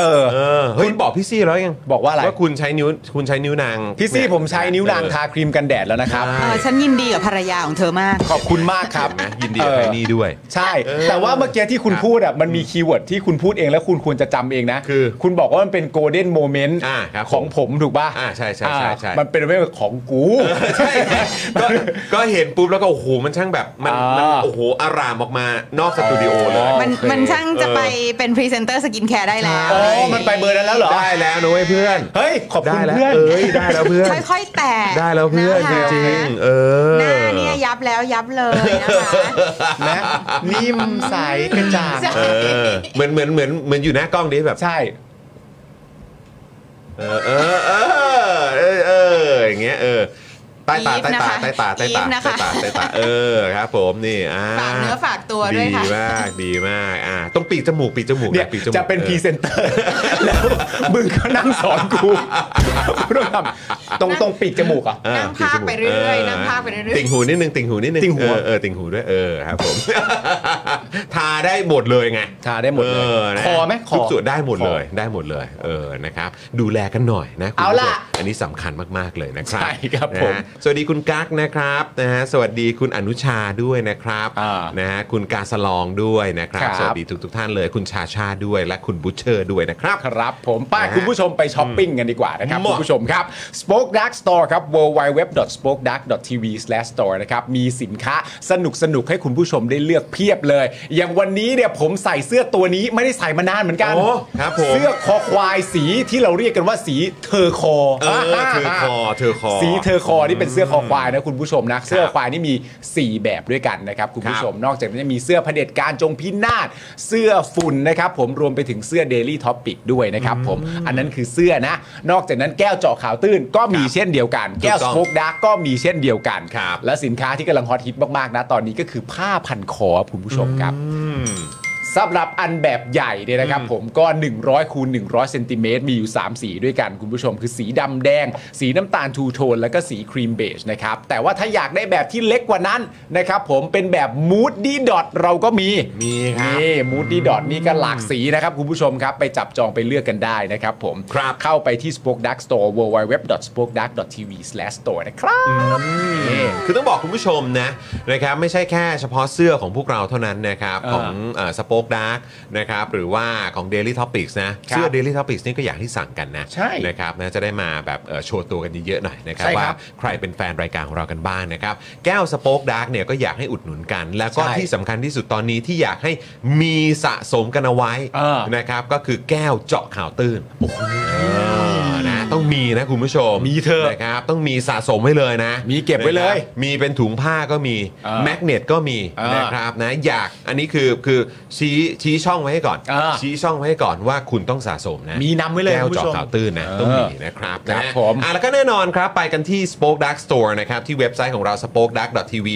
Speaker 2: เออ
Speaker 5: เออเฮ้ยบอกพี่ซี่แล้วยัง
Speaker 2: บอกว่าอะไร
Speaker 5: ว่าคุณใช้นิ้วคุณใช้นิ้วนาง
Speaker 2: พี่ซี่
Speaker 5: เนี่ย
Speaker 2: ผมใช้นิ้วนางทาครีมกันแดดแล้วนะครับ
Speaker 5: ใช่
Speaker 4: เออฉันยินดีกับภรรยาของเธอมาก
Speaker 2: ขอบคุณมากครับ
Speaker 5: นะยินดีกับไอ้นี่ด้วย
Speaker 2: ใช่
Speaker 5: เออ
Speaker 2: แต่ว่าเมื่อกี้ที่คุณพูดอ่ะมันมีคีย์เวิร์ดที่คุณพูดเองแล้วคุณควรจะจำเองนะ
Speaker 5: คือ
Speaker 2: คุณบอกว่ามันเป็นโกลเด้นโมเมนต์
Speaker 5: อ่าครับผม
Speaker 2: ของผมถูกป่ะ
Speaker 5: อ่าใช่ใช่ใช่ใช่
Speaker 2: อ่ามันเป็นเรื่องของกู
Speaker 5: ใช่ก็ก็เห็นปุ๊บแล้วก็โอ้โหมันช่างแบบมันมัน
Speaker 2: อ่า
Speaker 5: โอ้โหอารามออกมานอกสตูดิโอเลย
Speaker 4: มัน
Speaker 2: โอเค
Speaker 4: มันช่างจะไปเป็นพรีเซนเตอร์สกินแคร์ได้แล้ว
Speaker 2: อ๋อมันไปเบอร์นั้นแล้วเหรอ
Speaker 5: ได้แล้วนะเว้ยเพื่อน
Speaker 2: เฮ้ย ขอบคุณ
Speaker 5: ได้แล้ว
Speaker 2: เพื่อน
Speaker 5: เอ้ยได้แล้วเพื่อน
Speaker 4: ค่อยๆ แตะ
Speaker 5: ได้แล้วเพื่อน
Speaker 4: นะคะ
Speaker 5: จริงๆเออ
Speaker 4: หน้าเนี่ยยับแล้วยับเลยนะคะ
Speaker 2: นะนิ่มใสกระจ่าง
Speaker 5: เออเหมือนเหมือนเหมือนเหมือนอยู่หน้ากล้องดิแบบ
Speaker 2: ใช่
Speaker 5: เออเออเออเออเอออย่างเงี้ยเออใต้ตา
Speaker 4: อีฟ
Speaker 5: ใต้
Speaker 4: นะคะ
Speaker 5: ตาใต้ตาใต้ตา
Speaker 4: อีฟนะคะ
Speaker 5: ใต้ตาใต้ตาเออครับผมนี่อ่า
Speaker 4: ฝากเนื้อฝากตัวด้วยค่ะ
Speaker 5: ดีมากดีมากอ่าต้องปีกจมูกปีกจมูก
Speaker 2: เนี่ย
Speaker 5: ปีกจมูก
Speaker 2: จะเป็น
Speaker 5: ออ
Speaker 2: พรีเซนเตอร์ แล้วมึงก็นั่งสอนกู ต้องทำตรงตรงปีกจมูกอ่ะ
Speaker 5: เออ
Speaker 4: นั่งภาคไปเรื่อยๆนั่งภาคไปเรื่อยๆ
Speaker 5: ติ่งหูนิดนึงติ่งหูนิดนึง
Speaker 2: ติ่งหัว
Speaker 5: เออเออติ่งหูด้วยเออครับผม ทาได้หมดเลยไง
Speaker 2: ทาได้หมดเลย
Speaker 5: ออนะ
Speaker 2: คอไหมคอ
Speaker 5: ทุกส่วนได้หมดเลยได้หมดเลยเออนะครับดูแลกันหน่อยนะคุณ
Speaker 2: เอาล่ะ
Speaker 5: ผู้ชมอันนี้สำคัญมากๆเลยนะครับ
Speaker 2: ใช่ครับ
Speaker 5: นะฮะ
Speaker 2: ผม
Speaker 5: สวัสดีคุณกั๊กนะครับนะฮะสวัสดีคุณอนุชาด้วยนะครับ
Speaker 2: อ่า
Speaker 5: นะฮะคุณกาสลองด้วยนะครับ
Speaker 2: ครับ
Speaker 5: สวัสดีทุกๆท่านเลย คุณชาชาด้วย และคุณบุชเชอร์ด้วยนะครับ
Speaker 2: ครับผมไป้า
Speaker 5: นะฮะ
Speaker 2: คุณผู้ชมไปช้อปปิ้งกันดีกว่านะครับ
Speaker 5: หมด
Speaker 2: คุณผู้ชมครับ Spoke Dark Store ครับ www.spokedark.tv/store นะครับ มีสินค้าสนุกสนุกๆให้คุณผู้ชมได้เลือกเพียบเลย อย่างวันนี้เนี่ยผมใส่เสื้อตัวนี้ไม่ได้ใส่มานานเหมือนกัน
Speaker 5: โอ้ครับผม
Speaker 2: เสื้อคอควายสีที่เราเรียกกันว่าสีเทอร์คอ
Speaker 5: เออเธอคอเธอคอ
Speaker 2: สีเทอร์คอนี่เป็นเสื้อคอควายนะคุณผู้ชมนะเสื้อควายนี่มี 4 แบบด้วยกันนะครับคุณผู้ชม นอกจากนี้นยังมีเสื้อเผด็จการจงพินาศเสื้อฝุ่นนะครับผมรวมไปถึงเสื้อ Daily Topic ด้วยนะครับผมอันนั้นคือเสื้อนะ นอกจากนั้นแก้วเจาะข่าวตื้นก็
Speaker 5: ค
Speaker 2: มี
Speaker 5: รับ
Speaker 2: เช่นเดียวกัน แก้ว
Speaker 5: ถูกต้
Speaker 2: ส
Speaker 5: อง
Speaker 2: โคกดาร์กก็มีเช่นเดียวกัน
Speaker 5: ครับ
Speaker 2: และสินค้าที่กำลังฮอตฮิตมากๆนะตอนนี้ก็คือผ้าพันคอคุณผู้ชมครับ
Speaker 5: อืม
Speaker 2: สำหรับอันแบบใหญ่เนี่ยนะครับผมก็ 100คูณ100เซนติเมตรมีอยู่ 3 สีด้วยกันคุณผู้ชม คือสีดำแดง สีน้ำตาลทูโทน แล้วก็สีครีมเบจนะครับ แต่ว่าถ้าอยากได้แบบที่เล็กกว่านั้นนะครับผมเป็นแบบ Moody Dot เราก็มี
Speaker 5: มีครับ
Speaker 2: นี่ Moody Dot นี่ก็หลากสีนะครับคุณผู้ชมครับ ไปจับจองไปเลือกกันได้นะครับผม
Speaker 5: ครับ
Speaker 2: เข้าไปที่ Spoke Dark Store www.spokedark.tv/store นะครับนี่
Speaker 5: คือต้องบอกคุณผู้ชมนะนะครับไม่ใช่แค่เฉพาะเสื้อของพวกเราเท่านั้นนะครับ
Speaker 2: เออ
Speaker 5: ของสป็อคดาร์กนะครับหรือว่าของ Daily Topics นะครับเสื้อ Daily Topics นี่ก็อยากที่สั่งกันนะ
Speaker 2: ใช่
Speaker 5: นะครับนะจะได้มาแบบเอ่อโชว์ตัวกันเยอะๆหน่อยนะครับ
Speaker 2: ใช่
Speaker 5: ว่า
Speaker 2: ครับ
Speaker 5: ใครเป็นแฟนรายการของเรากันบ้างนะครับแก้วสป็อคดาร์กเนี่ยก็อยากให้อุดหนุนกัน แล้วก็
Speaker 2: ใช่
Speaker 5: ที่สำคัญที่สุดตอนนี้ที่อยากให้มีสะสมกันเอาไว้
Speaker 2: เออ
Speaker 5: นะครับก็คือแก้วเจาะข่าวตื้นโอ้โหนะต้องมีนะคุณผู้ชม
Speaker 2: มีเถอะ
Speaker 5: นะครับต้องมีสะสมไว้เลยนะ
Speaker 2: มีเก็บไว้เลย
Speaker 5: นะครับมีเป็นถุงผ้าก็มี
Speaker 2: เออ
Speaker 5: แมกเนตก็มี
Speaker 2: เออ
Speaker 5: นะครับนะอยากอันนี้คือคือชี้ชี้ช่องไว้ให้ก่อน
Speaker 2: เออ
Speaker 5: ชี้ช่องไว้ให้ก่อนว่าคุณต้องสะสมนะ
Speaker 2: มีนำไว้เลย
Speaker 5: แก้ว
Speaker 2: คุณผู้
Speaker 5: เจอ
Speaker 2: ชม
Speaker 5: ข่าวตื้นนะ
Speaker 2: เออ
Speaker 5: ต้องมีนะครับ
Speaker 2: ครับ
Speaker 5: นะ
Speaker 2: ผม
Speaker 5: อ่ะแล้วก็แน่นอนครับ ไปกันที่ Spoke Dark Store นะครับที่เว็บไซต์ของเรา spoke dark tv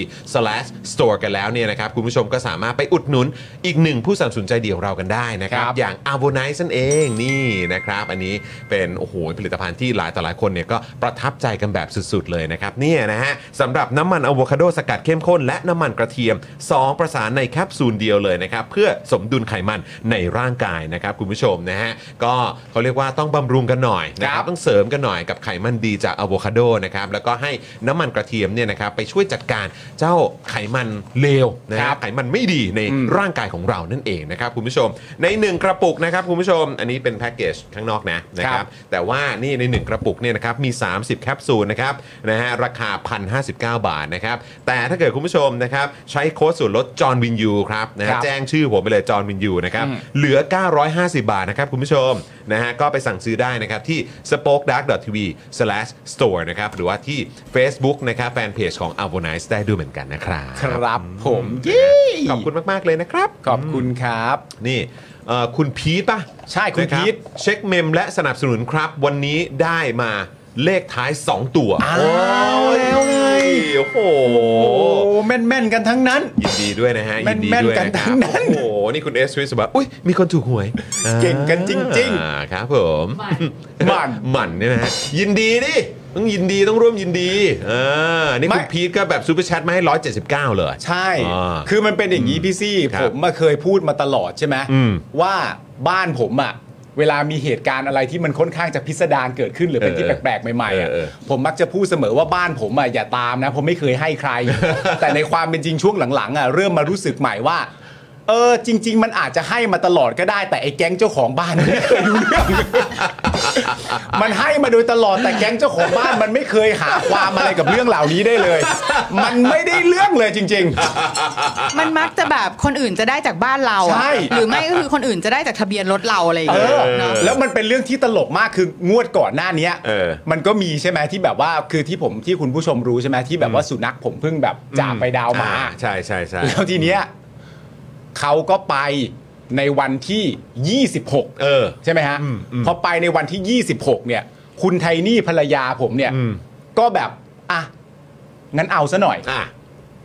Speaker 5: store กันแล้วเนี่ยนะครับคุณผู้ชมก็สามารถไปอุดหนุนอีกหนึ่งผู้สนับสนุนใจเดียวเรากันได้นะครับ
Speaker 2: ครับ
Speaker 5: อย่าง a v o n i c e นั่นเองนี่นะครับ อันนี้เป็นโอ้โหผลิตภัณฑ์ที่หลายต่อหลายคนเนี่ยก็ประทับใจกันแบบสุดๆเลยนะครับเนี่ยนะฮะสำหรับน้ำมันอะโวคาโดสกัดเข้มข้น และน้ำมันกระเทียม 2 ประสานในแคปซูลเดียวเลยนะครับ เพื่อสมดุลไขมันในร่างกายนะครับคุณผู้ชมนะฮะก็เขาเรียกว่าต้องบำรุงกันหน่อยนะค
Speaker 2: ครั
Speaker 5: รับบ ต้องเสริมกันหน่อยกับไขมันดีจากอะโวคาโดนะครับแล้วก็ให้น้ำมันกระเทียมเนี่ยนะครับไปช่วยจัดการเจ้าไขมันเลวนะค
Speaker 2: ครั
Speaker 5: รับ
Speaker 2: บ
Speaker 5: ไขมันไม่ดีในร่างกายของเรานั่นเองนะครับคุณผู้ชม ใน 1 กระปุกนะครับคุณผู้ชม อันนี้เป็นแพ็กเกจข้างนอกนะนะค
Speaker 2: ครั
Speaker 5: รับบ แต่ว่านี่ นี่ใน 1 กระปุกเนี่ยนะครับมี 30 แคปซูลนะครับนะฮะราคา 1,059 บาทนะครับแต่ถ้าเกิดคุณผู้ชมนะครับใช้โค้ดส่วนลดจอห์นวินยูครับนะฮะ
Speaker 2: ครับ
Speaker 5: แจ้งชื่อผมไปเลยจอห์นวินยูนะครับเหลือ 950 บาทนะครับคุณผู้ชมนะฮะก็ไปสั่งซื้อได้นะครับที่ spokedark.tv/store นะครับหรือว่าที่ Facebook นะครับแฟนเพจของ a v o n i c e ได้ด้วยเหมือนกันนะครับ
Speaker 2: ครับผม
Speaker 5: เย้ ขอบคุณมาก ๆ เลยนะครับ
Speaker 2: ขอบคุณครับ
Speaker 5: นี่เอ่อคุณพีทป่ะ
Speaker 2: ใช่คุณ
Speaker 5: นะรับ
Speaker 2: พีท
Speaker 5: เช็คเมมและสนับสนุนครับ วันนี้ได้มาเลขท้าย 2 ตัว
Speaker 2: อ้าวแล้วไง
Speaker 5: โอ้โห
Speaker 2: แม่นแม่นๆกันทั้งนั้น
Speaker 5: ยินดีด้วยนะฮะ
Speaker 2: แม่
Speaker 5: ยิ
Speaker 2: น
Speaker 5: นดี
Speaker 2: แม่น
Speaker 5: ด้วย
Speaker 2: กัน
Speaker 5: นะค
Speaker 2: ทั้
Speaker 5: รับ
Speaker 2: งนั้น
Speaker 5: โอ้โห นี่คุณเอสวิสบอกอุ้ยมีคนถูกหวย
Speaker 2: เก่งกันจริงๆ
Speaker 5: อ่าครับผม
Speaker 2: หมั่น
Speaker 5: หมันเนี่ยนะฮะยินดีดิต้องยินดีต้องร่วมยินดีอ่านี่คุณ
Speaker 2: ไม่
Speaker 5: พีทก็แบบซูเปอร์แชทมาให้ 179 เลย
Speaker 2: ใช่
Speaker 5: อ่า
Speaker 2: คือมันเป็นอย่างนี้พี่ซี่
Speaker 5: ครับ
Speaker 2: ผมมาเคยพูดมาตลอดใช่ไหม
Speaker 5: อืม
Speaker 2: ว่าบ้านผมอะเวลามีเหตุการณ์อะไรที่มันค่อนข้างจะพิสดารเกิดขึ้นหรือเป็นที่
Speaker 5: เออ
Speaker 2: แปลกๆใหม่ๆอะ
Speaker 5: เออเออ
Speaker 2: ผมมักจะพูดเสมอว่าบ้านผมอะอย่าตามนะผมไม่เคยให้ใคร แต่ในความเป็นจริงช่วงหลังๆอะเริ่มมารู้สึกใหม่ว่า เออจริง ๆ มันอาจจะให้มาตลอดก็ได้ แต่ไอ้แก๊งเจ้าของบ้านมันไม่เคยรู้ เรื่อง มันให้มาโดยตลอดแต่แก๊งเจ้าของบ้านมันไม่เคยหาความอะไรกับเรื่องเหล่านี้ได้เลย มันไม่ได้เรื่องเลยจริง ๆ
Speaker 4: มันมักจะแบบคนอื่นจะได้จากบ้านเราอะ
Speaker 2: ใช่
Speaker 4: หรือไม่ก็คือคนอื่นจะได้จากทะเบียนรถเราอะไรอย่าง
Speaker 2: เอ
Speaker 4: เงี้ย
Speaker 2: อ
Speaker 4: เนอะ
Speaker 2: แล้วมันเป็นเรื่องที่ตลกมากคืองวดก่อนหน้าเนี้ย
Speaker 5: เออ
Speaker 2: มันก็มีใช่ไหมที่แบบว่าคือที่ผมที่คุณผู้ชมรู้ใช่ไหมที่แบบว่าสุนัขผมเพิ่งแบบจากไปดาวมา
Speaker 5: อ่ใช่ใช่ใช่
Speaker 2: แล้วทีเนี้ยเขาก็ไปในวันที่ 26
Speaker 5: เออ
Speaker 2: ใช่ไหมฮะ
Speaker 5: อืมอืม
Speaker 2: พอไปในวันที่ 26 เนี่ย คุณไทนี่ภรรยาผมเนี่ย
Speaker 5: อืม
Speaker 2: ก็แบบอ่ะงั้นเอาซะหน่อย
Speaker 5: อ่ะ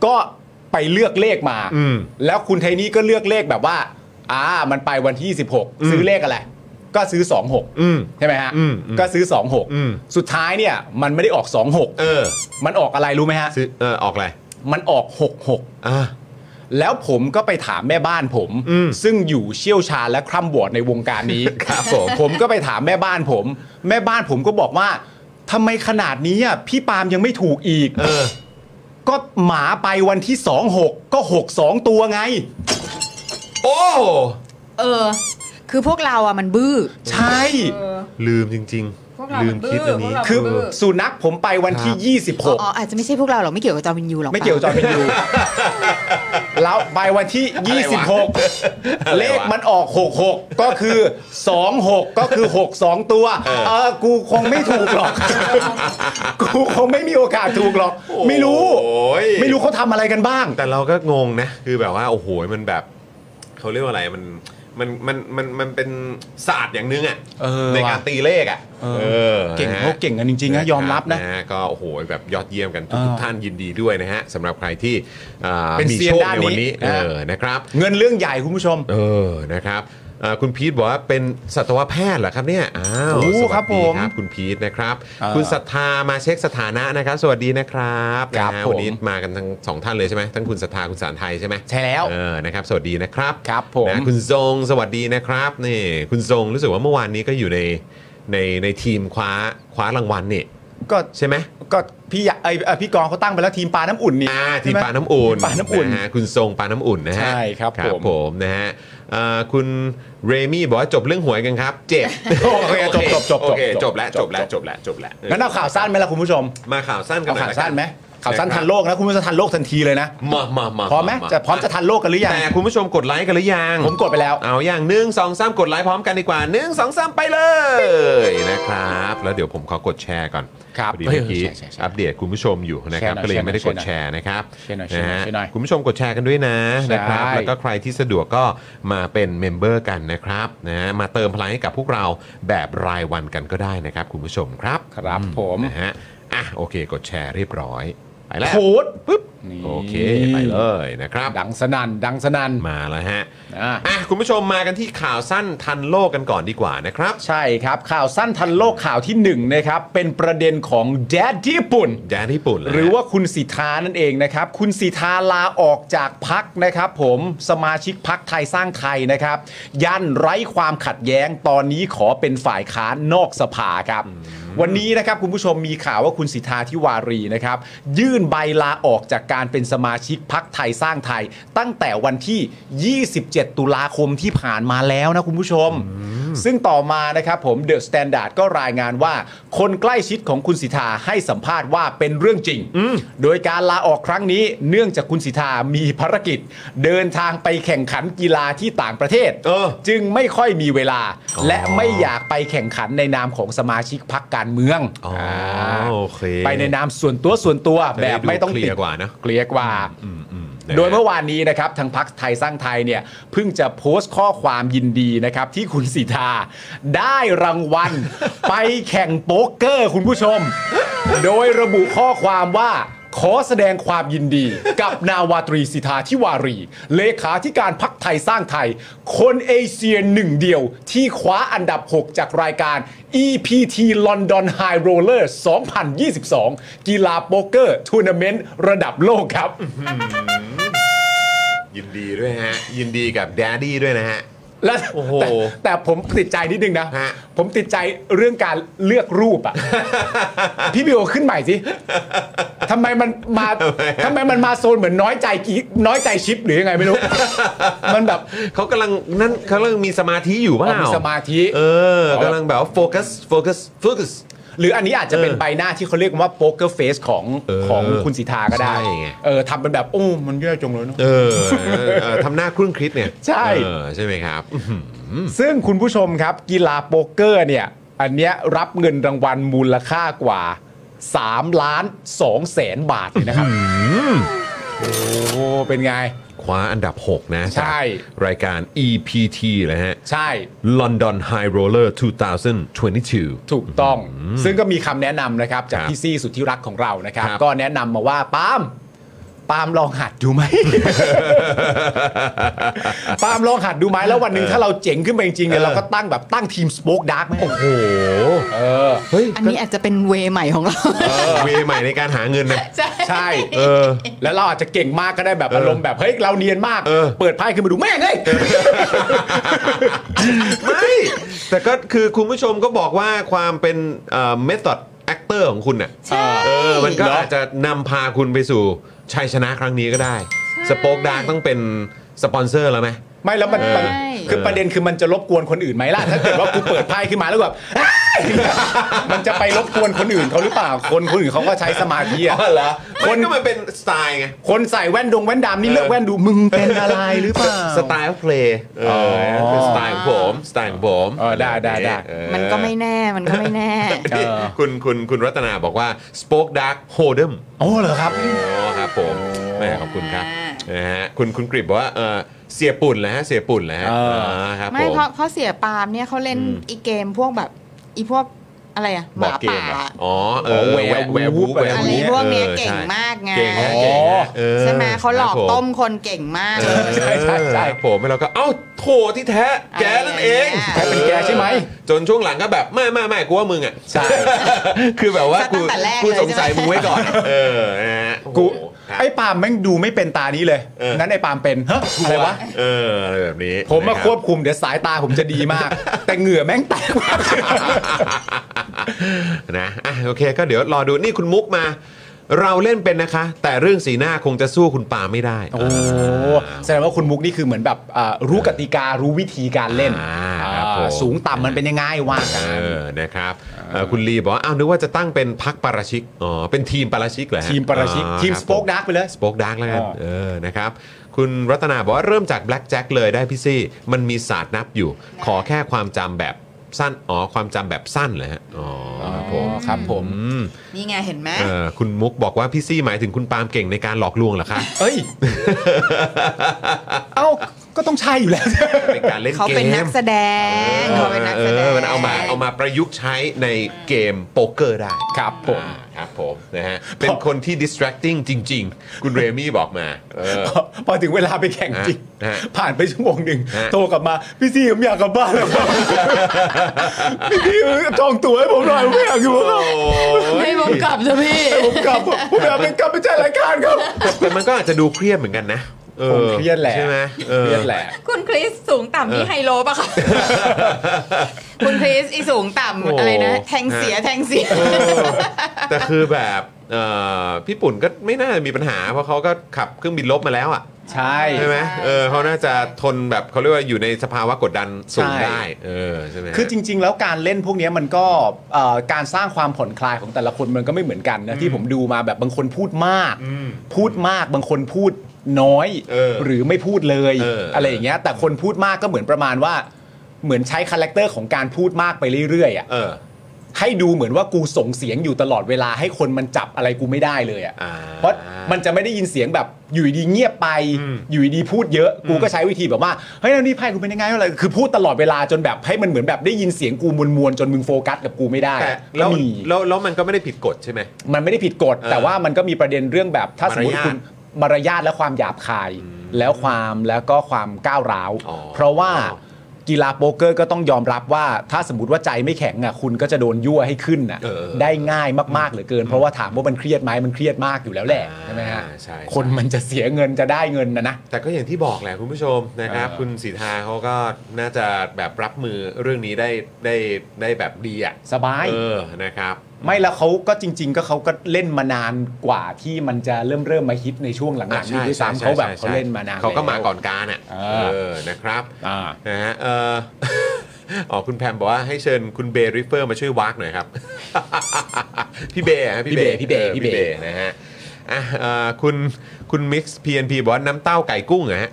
Speaker 2: ก็ไปเลือกเลขมา
Speaker 5: อืม
Speaker 2: แล้วคุณไทนี่ก็เลือกเลขแบบว่า อ่า มันไปวันที่
Speaker 5: อืม
Speaker 2: 26 ซื้อเลขอะไร ก็ซื้อ 26
Speaker 5: อืม
Speaker 2: ใช่ไหมฮะ
Speaker 5: อืมอืม
Speaker 2: ก็ซื้อ
Speaker 5: อืม
Speaker 2: 26 สุดท้ายเนี่ย มันไม่ได้ออก
Speaker 5: เออ
Speaker 2: 26 มันออกอะไรรู้ไหมฮะ
Speaker 5: ซื้อเออออกอะไร
Speaker 2: มันออก
Speaker 5: อ่ะ
Speaker 2: 66 แล้วผมก็ไปถามแม่บ้านผม
Speaker 5: อืม
Speaker 2: ซึ่งอยู่เชี่ยวชาญและคร่ำบอดในวงการนี้
Speaker 5: ครับผม
Speaker 2: ผมก็ไปถามแม่บ้านผม แม่บ้านผมก็บอกว่าทำไมขนาดนี้อ่ะพี่ปาล์มยังไม่ถูกอีก
Speaker 5: เออ
Speaker 2: ก็หมาไปวันที่ 26 ก็ 62 ตัวไง
Speaker 5: โอ้
Speaker 4: เออ คือพวกเราอะมันบื้อ
Speaker 2: ใช่
Speaker 1: เออ
Speaker 5: ลืมจริง
Speaker 1: พวกเรา
Speaker 5: ๆ ลืมคิดอันนี้
Speaker 1: พวกเรา
Speaker 2: คือสุนัขผมไปวันที่
Speaker 4: อ๋ออาจจะไม่ใช่พวกเราหรอกไม่เกี่ยวกับจอมินยูหรอก
Speaker 2: 26 ไม่เกี่ยวกับจอห์นวิน ยูแล้วไปวันที่ 26 เลขมันออก 66 ก็คือ 26 ก็คือ 62 ตัว เออ กูคงไม่ถูก หรอก กูคงไม่มีโอกาสถูกหรอก ไม่รู้
Speaker 5: โอ้ย
Speaker 2: ไม่รู้เขาทำอะไรกันบ้าง
Speaker 5: แต่เราก็งงนะ คือแบบว่า โอ้โห มันแบบ เขาเรียกว่าอะไร มัน มัน มัน มัน มันเป็นศาสตร์อย่างหนึงอ่ะ
Speaker 2: เออ
Speaker 5: ในการ
Speaker 2: ว่ะ
Speaker 5: ตีเลขอ่ะ
Speaker 2: เออ
Speaker 5: ออ
Speaker 2: เก่ง
Speaker 5: นะฮะ
Speaker 2: เขาเก่งกันจริงๆนะยอมรับนะ
Speaker 5: ฮก็โอ้โห แบบยอดเยี่ยมกัน
Speaker 2: เอ
Speaker 5: ทุก
Speaker 2: อ
Speaker 5: ๆท่านยินดีด้วยนะฮะสำหรับใครที่อ่า
Speaker 2: เป็น
Speaker 5: มี
Speaker 2: เซียน
Speaker 5: โชค
Speaker 2: ด้าน
Speaker 5: ใน
Speaker 2: นี้
Speaker 5: วันนี้ เอ
Speaker 2: นะ
Speaker 5: อ นะครับ
Speaker 2: เงินเรื่องใหญ่คุณผู้ชม
Speaker 5: เออ นะครับอ่าคุณพีทบอกว่าเป็นสัตวแพทย์เหรอครับเนี่ย อ้าว
Speaker 2: โอ้
Speaker 5: สวั
Speaker 2: ครับ
Speaker 5: สดี
Speaker 2: ผม
Speaker 5: ครับ คุณพีทนะครับ
Speaker 2: อ่า
Speaker 5: คุณศรัทธามาเช็คสถานะนะครับ สวัสดีนะครับ
Speaker 2: ครับ
Speaker 5: นะฮะ
Speaker 2: ผม
Speaker 5: วันนี้มากันทั้งสองท่านเลยใช่ไหมทั้งคุณศรัทธาคุณสารไทยใช่ไหม
Speaker 2: ใช่แล้ว
Speaker 5: เออ นะครับ สวัสดีนะครับ
Speaker 2: ครับผม
Speaker 5: นะคุณทรงสวัสดีนะครับ นี่ คุณทรงรู้สึกว่าเมื่อวานนี้ก็อยู่ใน ใน ในทีมคว้า คว้ารางวัลนี่
Speaker 2: ก็
Speaker 5: ใช่ไหม
Speaker 2: ก็พี่อยากไอยเอ่อพี่กองเขาตั้งไปแล้วทีมปลาน้ำอุ่นนี่
Speaker 5: อ่าทีม
Speaker 2: ใช่ไห
Speaker 5: ปลาน้ำอุ่น
Speaker 2: ปลาน้ำอุ่นะ
Speaker 5: ฮะคุณทรงปลาน้ำอุ่นนะฮะ
Speaker 2: ใช่ครับผม
Speaker 5: ผมนะฮะเอ่อคุณเรมี่บอกว่าจบเรื่องหวยกันครับ เจ็บ
Speaker 2: โอเคจบจบจบ
Speaker 5: โอเคจบแล้วจบแล้วจบแล้วจบแล้ว
Speaker 2: งั้นเอาข่าวสั้นไหมล่ะคุณผู้ชม
Speaker 5: มาข่าวสั้นกัน
Speaker 2: เอา
Speaker 5: น่อย
Speaker 2: ข่าวสั้นไหม
Speaker 5: ละกั
Speaker 2: ข่าวสั้นทันโลกนะคุณผู้ชมทันโลกทันทีเลยนะ
Speaker 5: มามามา
Speaker 2: พร้อมไหมา จะพร้อมจะทันโลกกันหรือยัง
Speaker 5: แต่คุณผู้ชมกดไลค์กันหรือยัง
Speaker 2: ผมกดไปแล้ว
Speaker 5: เอาอย่างหนึ่งสองสามกดไลค์พร้อมกันดีกว่าหนึ่งสองสามไปเลยนะครับ แล้วเดี๋ยวผมขอกดแชร์ก่อน
Speaker 2: ครับ
Speaker 5: พอดีเมื่อกี้
Speaker 2: เออใช่ใช่ใช่
Speaker 5: อัปเดตคุณผู้ชมอยู่นะครับ
Speaker 2: แชร์หน่อย
Speaker 5: ก็เลยยังไม่ได้กดแช
Speaker 2: แชร์
Speaker 5: ร์
Speaker 2: หน่อ
Speaker 5: นะ
Speaker 2: ย
Speaker 5: ครับ
Speaker 2: แชร์หน่อย
Speaker 5: นะฮะ
Speaker 2: แชร์หน่อย
Speaker 5: คุณผู้ชมกดแชร์กันด้วยนะ
Speaker 2: ใช่
Speaker 5: นะครับแล้วก็ ใครที่สะดวกก็มาเป็นเมมเบอร์กันนะครับนะมาเติมพลังให้กับพวกเราแบบรายวันกันก็ได้นะครับ คุณผู้ชมครับ
Speaker 2: ครับ
Speaker 5: อื
Speaker 2: ผม
Speaker 5: นะฮะอ่ะโอเค กดแชร์เรียบร้อย ไปแล้ว
Speaker 2: โค้ด
Speaker 5: ปึ๊บ
Speaker 2: นี่
Speaker 5: โอเค ไปเลยนะครับ
Speaker 2: ดังสนั่นดังสนั่น
Speaker 5: มาแล้วฮะ
Speaker 2: อ่ะ
Speaker 5: อ่ะคุณผู้ชมมากันที่ข่าวสั้นทันโลกกันก่อนดีกว่านะครับ
Speaker 2: ใช่ครับ ข่าวสั้นทันโลกข่าวที่หนึ่งนะครับเป็นประเด็นของแดดญี่ปุ่น
Speaker 5: แดนญี่ปุ่นเลย
Speaker 2: หรือว่าคุณสิทธานั่นเองนะครับ คุณสิทธาลาออกจากพักนะครับผมสมาชิกพักไทยสร้างไทยนะครับ ยันไร้ความขัดแย้งตอนนี้ขอเป็นฝ่ายค้านนอกสภาครับ วันนี้นะครับคุณผู้ชมมีข่าวว่าคุณสิทธาทิวารีนะครับ ยื่นใบลาออกจากการเป็นสมาชิกพักไทยสร้างไทย ตั้งแต่วันที่ 27 ตุลาคมที่ผ่านมาแล้วนะคุณผู้ชม ซึ่งต่อมานะครับผมเดอะสแตนดาร์ดก็รายงานว่า คนใกล้ชิดของคุณสิทธาให้สัมภาษณ์ว่าเป็นเรื่องจริง โดยการลาออกครั้งนี้เนื่องจากคุณสิทธามีภารกิจ เดินทางไปแข่งขันกีฬาที่ต่างประเทศ
Speaker 5: เออ
Speaker 2: จึงไม่ค่อยมีเวลา และไม่อยากไปแข่งขันในนามของสมาชิกพักการเมือง
Speaker 5: อ๋อ
Speaker 2: อ่า
Speaker 5: โอเค
Speaker 2: ไปในนามส่วนตัวส่วนตัว
Speaker 5: จะ
Speaker 2: แบ
Speaker 5: ด้
Speaker 2: บไม่ต้อง
Speaker 5: ดูเคลี
Speaker 2: ติ
Speaker 5: ย
Speaker 2: ด
Speaker 5: ร์กว่านะ
Speaker 2: เกลียกว่า
Speaker 5: อืมอืมนะฮะ
Speaker 2: โดยเมื่อวานนี้นะครับทางพักไทยสร้างไทยเนี่ยเพิ่งจะโพสต์ข้อความยินดีนะครับที่คุณสีทาได้รางวัล ไปแข่งโป๊กเกอร์คุณผู้ชม โดยระบุข้อความว่าขอแสดงความยินดี กับนาวาตรีสิทธาทิวารี เลขาธิการพักไทยสร้างไทย คนเอเชียหนึ่งเดียว ที่คว้าอันดับ 6 จากรายการ EPT London High Roller 2022 กีฬาโป๊กเกอร์ทัวร์นาเมนต์ระดับโลกครับ
Speaker 5: ยินดีด้วยฮะ ยินดีกับแดดดี้ด้วยนะฮะ
Speaker 2: แล้ว
Speaker 5: โอ้โห
Speaker 2: แต่แต่ผมติดใจนิดนึงนะ
Speaker 5: ฮะ
Speaker 2: ผมติดใจเรื่องการเลือกรู ปอ่ะ พี่บิวขึ้นใหม่สิทำไมมันมาทำไมมันมาโซนเหมือนน้อยใจกีน้อยใจชิปหรือยังไง ไม่รู้ มันแบบ
Speaker 5: เขากำลังนั่นเขากำลังมีสมาธิอยู่เปล่า
Speaker 2: อ๋อมีสมาธิ
Speaker 5: เออกำลังแบบว่าโฟกัสโฟกัสโฟกัส
Speaker 2: หรืออันนี้อาจจะเป็น
Speaker 5: เออ
Speaker 2: ใบหน้าที่เขาเรียกว่าโป๊กเกอร์เฟสของ
Speaker 5: เออ
Speaker 2: ของคุณสิทธาก็ได้
Speaker 5: ใช่ไง
Speaker 2: เออทำเป็นแบบ โอ้ มันแย่จังเลยเนอะ
Speaker 5: เออเอ อทำหน้าครุ่นคิดเนี่ย
Speaker 2: ใช่
Speaker 5: เออใช่ไหมครับ
Speaker 2: ซึ่งคุณผู้ชมครับ กีฬาโป๊กเกอร์เนี่ย อันเนี้ยรับเงินรางวัลมูลค่ากว่า3ล้าน2แสนบาทเลยนะครับ โอ้โหเป็นไง
Speaker 5: คว้าอันดับ 6 นะ
Speaker 2: ใช่
Speaker 5: จากรายการ EPT เลยฮะ
Speaker 2: ใช่
Speaker 5: London High Roller 2022
Speaker 2: ถูกต้อง ซึ่งก็มีคำแนะนำนะครับ จาก
Speaker 5: ครับ
Speaker 2: พี่ซี่สุดที่รักของเรานะครับ
Speaker 5: ครับ
Speaker 2: ก็แนะนำมาว่าปาล์มปาล์มลองหัดดู ไหม ปาล์มลองหัดดูไหมแล้ววันหนึ่งถ้าเราเจ๋งขึ้นไปจริงๆเนี่ยเราก็ตั้งแบบตั้งทีมสป o อ e ดาร์กไหม
Speaker 5: โอ้โห
Speaker 2: เฮ้ย
Speaker 4: อันนี้อาจจะเป็นเวใหม่ของเรา
Speaker 5: เวใหม่ในการหาเงินนะ
Speaker 1: ใช่
Speaker 2: ใช่
Speaker 5: เออ
Speaker 2: แล้วเราอาจจะเก่งมากก็ได้แบบ
Speaker 5: เออ
Speaker 2: อารมณ์แบบเฮ้ยเราเนียนมาก
Speaker 5: เออ
Speaker 2: ดไพ่ขึ้นมาดูแม่งเฮ้ย
Speaker 5: ไม่ แต่ก็คือคุณผู้ชมก็บอกว่าความเป็นเมธอดแอคเตอร์ของคุณน่ะ
Speaker 1: ใช่
Speaker 5: เออมันก็
Speaker 2: เหรออ
Speaker 5: อาจจะนำพาคุณไปสู่ชัยชนะครั้งนี้ก็ได้ สป o อ e ดาร์กต้องเป็นสปอนเซอร์แล้วไหม
Speaker 2: ไม่แล้วมันมัน
Speaker 1: ใช่
Speaker 2: คือประเด็นคือมันจะรบกวนคนอื่นไหมล่ะ ถ้าเกิดว่ากูเปิดไพ่ขึ้นมาแล้วแบบเฮ้ยมันจะไปรบกวนคนอื่นเขาหรือเปล่า คนคนอื่นเขาก็ใช้สมาธิอะ
Speaker 5: อ๋อเหรอ
Speaker 2: ค
Speaker 5: มัน นก็มันเป็นสไตล์ไง
Speaker 2: คนใส่แว่นดงแว่นดำนี่เลิกแว่นดูมึงเป็นอะไรหรือเปล่า
Speaker 5: สไตล์เพลย์เอออ
Speaker 2: อ
Speaker 5: เป็นสไตล์ของผมสไตล์ของผม
Speaker 2: เออได้ได้ได้
Speaker 5: เออ
Speaker 4: มันก็ไม่แน่มันก็ไม่แน่
Speaker 5: นี่คุณคุณคุณรัตนาบอกว่า Spoke Dark Holdem
Speaker 2: โอ้เหรอครับ
Speaker 5: โอ้ครับผมแหม่ขอบคุณครับนะฮะคุณคุณกริบบอกว่าเออเสียปุ่นแล้วฮะเสียปุ่นแล้วฮะ
Speaker 2: เอออ่
Speaker 5: าครับ
Speaker 4: ไม่
Speaker 5: ผม
Speaker 4: เพราะเพราะเสียปาล์มเนี่ยเขาเล่น
Speaker 5: อืม
Speaker 4: อีเกมพวกแบบอีพวกอะไรอะห
Speaker 5: บอ
Speaker 4: มาก
Speaker 5: เก
Speaker 4: ป่าม
Speaker 5: เหรออ๋อเออ
Speaker 2: แว
Speaker 5: แว
Speaker 2: ร์
Speaker 5: ร์แวร์วูฟ
Speaker 2: วูฟอะไร
Speaker 5: แวร์
Speaker 4: อะไร
Speaker 5: วูฟ
Speaker 4: พวกเนี้ย
Speaker 5: ออ
Speaker 4: เก่ง
Speaker 5: ใช่
Speaker 4: มากไง
Speaker 5: เก่งฮะเก่งฮะเออ
Speaker 4: ใช่ไหมเขาหลอก
Speaker 5: ครับผ
Speaker 4: ต้มคนเก่งมาก
Speaker 5: เออ
Speaker 2: ใช่ใช่ใช่
Speaker 5: ครับผมแล้วก็เอ้าโถที่แท้ แกนั่นเอง
Speaker 4: อะไรอย่างเงี้ย
Speaker 2: แท้เป็นแกใช่ไหม
Speaker 5: จนช่วงหลังก็แบบ ไม่ไม่ไม่กูว่ามึงอ่ะ
Speaker 2: ใช่
Speaker 5: คือแบบว่า
Speaker 4: ซะตั้
Speaker 5: กู
Speaker 4: งแต่แรก
Speaker 5: กู
Speaker 4: เลย
Speaker 5: สงสัย
Speaker 4: ใช่ไหม
Speaker 5: มึงไว้ก่อน เออนะฮะ
Speaker 2: กู
Speaker 5: โอ้โหครับ
Speaker 2: ไอ้ปาล์มแม่งดูไม่เป็นตานี้เลย
Speaker 5: เออ
Speaker 2: งั้นไอ้ปาล์มเป็นเฮ้ยอะไรวะ
Speaker 5: เอออะไรแบบนี้
Speaker 2: ผมมา
Speaker 5: นะ
Speaker 2: ควบคุมเดี๋ยวสายตาผมจะดีมาก แต่เหงื่อแม่งแตกมาก
Speaker 5: นะอ่ะโอเค ก็เดี๋ยวรอดูนี่คุณมุกมา เราเล่นเป็นนะคะ แต่เรื่องสีหน้าคงจะสู้คุณปาไม่ได้
Speaker 2: โอ้แสดงว่าคุณมุกนี่คือเหมือนแบบอ่ารู้กติการู้วิธีการเล่น
Speaker 5: อ่าครับผ
Speaker 2: อ่าม สูงต่ำมันเป็นยังไงว่ากัน
Speaker 5: เออนะครับเอ่อคุณลีบอกว่าอ้าวนึกว่าจะตั้งเป็นพักปาราชิกอ๋อเป็นทีมปาราชิกเหรอฮะ
Speaker 2: ทีมปาราชิก
Speaker 5: อ๋อ
Speaker 2: ทีม
Speaker 5: ค
Speaker 2: ส
Speaker 5: บ
Speaker 2: ป็อ
Speaker 5: ผ
Speaker 2: กดักไปเลย
Speaker 5: สป o อ e ดาร์กแล้วกัน
Speaker 7: อ่า
Speaker 5: เออนะครับคุณรัตนาบอกว่าเริ่มจากแบล็กแจ็คเลยได้พี่ซี่ มันมีศาสตร์นับอยู่ ขอแค่ความจำแบบสั้น อ๋อ ความจำแบบสั้นเลยฮะ อ๋อครับผม
Speaker 2: ครับผม
Speaker 5: อืม
Speaker 1: นี่ไงเห็นไหม
Speaker 5: เออคุณมุกบอกว่าพี่ซี่หมายถึงคุณปาล์มเก่งในการหลอกลวงเหรอคะ
Speaker 2: เอ้ย เอ้า ก็ต้องใช่อยู่แล้ว
Speaker 5: เป็นการเล่นเกม
Speaker 4: เขาเป็นนักแสดงเขาเป็นนักแสด
Speaker 5: เอง อมันเอามาเอามาประยุกต์ใช้ในเกมโป๊กเกอร์ได้
Speaker 2: ครับผม
Speaker 5: อ่าครับผมนะฮะเป็นคนที่ distracting จริง ๆ คุณเรมี่บอกมาเออ
Speaker 2: พอพอถึงเวลาไปแข่งจริง
Speaker 5: ฮะฮะ
Speaker 2: ผ่านไปชั่วโมงหนึ่ง
Speaker 5: ฮะ
Speaker 2: โทรกลับมา พี่ซี่ผมอยากกลับบ้านแล้ว ครับ พี่ซี่จองตั๋วให้ผมหน่อยผมไม่อยากอยู่แล้วครับ
Speaker 4: ให้ผมกลับเถอะพี่
Speaker 2: ผมกลับผมอยากไปกลับไปจัดรายการครับ
Speaker 5: แต่มันก็อาจจะดูเครียดเหมือนกันนะออ
Speaker 2: คงเครียดแหละ
Speaker 5: ใช่ไหมออ
Speaker 2: เครียดแหละ
Speaker 1: คุณคริสสูงต่ำนี่ไฮโลปะคะ คุณคริสอีสูงต่ำอะไรนะ
Speaker 5: โอ้
Speaker 1: แทงเสียแทงเสีย
Speaker 5: แต่คือแบบ เอ่อพี่ปุ่นก็ไม่น่ามีปัญหา เพราะเขาก็ขับเครื่องบินลบมาแล้วอ่ะ
Speaker 2: ใช่
Speaker 5: ใช่ไหมเออเขาน่าจะทนแบบเขาเรียกว่าอยู่ในสภาวะกดดันสูง
Speaker 2: ใช่
Speaker 5: ได้เออใช่ไหมฮะ
Speaker 2: คือจริง ๆ แล้วการเล่นพวกเนี้ยมันก็เอ่อการสร้างความผ่อนคลายของแต่ละคนมันก็ไม่เหมือนกันนะที่ผมดูมาแบบบางคนพูดมาก พูดมากบางคนพูดน้อย
Speaker 5: เออ
Speaker 2: หรือไม่พูดเลย
Speaker 5: เอออ
Speaker 2: ไรอย่างเงี้ยแต่คนพูดมากก็เหมือนประมาณว่า เหมือนใช้คาแรคเตอร์ของการพูดมากไปเรื่อยๆอ่ะ
Speaker 5: เออ
Speaker 2: ให้ดูเหมือนว่ากูส่งเสียงอยู่ตลอดเวลาให้คนมันจับอะไรกูไม่ได้เลยอ่ะ
Speaker 5: อ่า
Speaker 2: เพราะมันจะไม่ได้ยินเสียงแบบอยู่ดีๆเงียบไป
Speaker 5: อืม
Speaker 2: อยู่ดีๆพูดเยอะกูก็ใช้วิธีแบบว่าเฮ้ยแล้วนี่ไพ่กูเป็นยังไงอะไรคือพูดตลอดเวลาจนแบบให้มันเหมือนแบบได้ยินเสียงกูมวนๆจนมึงโฟกัสกับกูไม่ได้
Speaker 5: แต่
Speaker 2: ก็
Speaker 5: แล้ว
Speaker 2: มี
Speaker 5: แล้วแล้วมันก็ไม่ได้ผิดกฎใช่ไหม
Speaker 2: มันไม่ได้ผิดกฎ
Speaker 5: เออ
Speaker 2: แต่ว่ามันก็มีประเด็นเรื่องแบบถ้าสมมติ
Speaker 5: มารยาท
Speaker 2: คุณมารยาทและความหยาบคาย แล้วความแล้วก็ความก้าวร้าว
Speaker 5: อ๋อ
Speaker 2: เพราะว่ากีฬาโป๊กเกอร์ก็ต้องยอมรับว่า ถ้าสมมติว่าใจไม่แข็งอ่ะคุณก็จะโดนยั่วให้ขึ้นอ่ะได้ง่ายมากๆเหลือเกิน เพราะว่าถามว่ามันเครียดไหมมันเครียดมากอยู่แล้วแหละใช่ไหมฮะ
Speaker 5: อ่าใช่
Speaker 2: คนมันจะเสียเงินจะได้เงินนะนะ
Speaker 5: แต่ก็อย่างที่บอกแหละคุณผู้ชมนะครับ
Speaker 2: เออ
Speaker 5: คุณสีทาเขาก็น่าจะแบบรับมือเรื่องนี้ได้ได้ได้แบบดีอ่ะ
Speaker 2: สบาย
Speaker 5: เออนะครับ
Speaker 2: ไม่แล้วเขาก็จริง ๆ ก็เขาก็เล่นมานานกว่าที่มันจะเริ่มเริ่มมาฮิตในช่วงหลังๆนี่ด้วยซ้ำเขาแบบเขาเล่นมานาน
Speaker 5: เขาก็มา
Speaker 2: แล้ว
Speaker 5: ก่อนการอ่ะ
Speaker 2: เออ
Speaker 5: เออนะครับ
Speaker 2: อ่า
Speaker 5: นะฮะเออ อ๋อคุณแพมบอกว่าให้เชิญคุณเบย์ริฟเฟอร์มาช่วยวากหน่อยครับ พี่เบย์ฮะ
Speaker 2: พี่เบย์พี่เบย์
Speaker 5: ออ
Speaker 2: พี่เบย์
Speaker 5: นะฮะอ่ะเอ่อคุณคุณมิกซ์พีเอ็นพีบอกว่าน้ำเต้าไก่กุ้งเหรอฮะ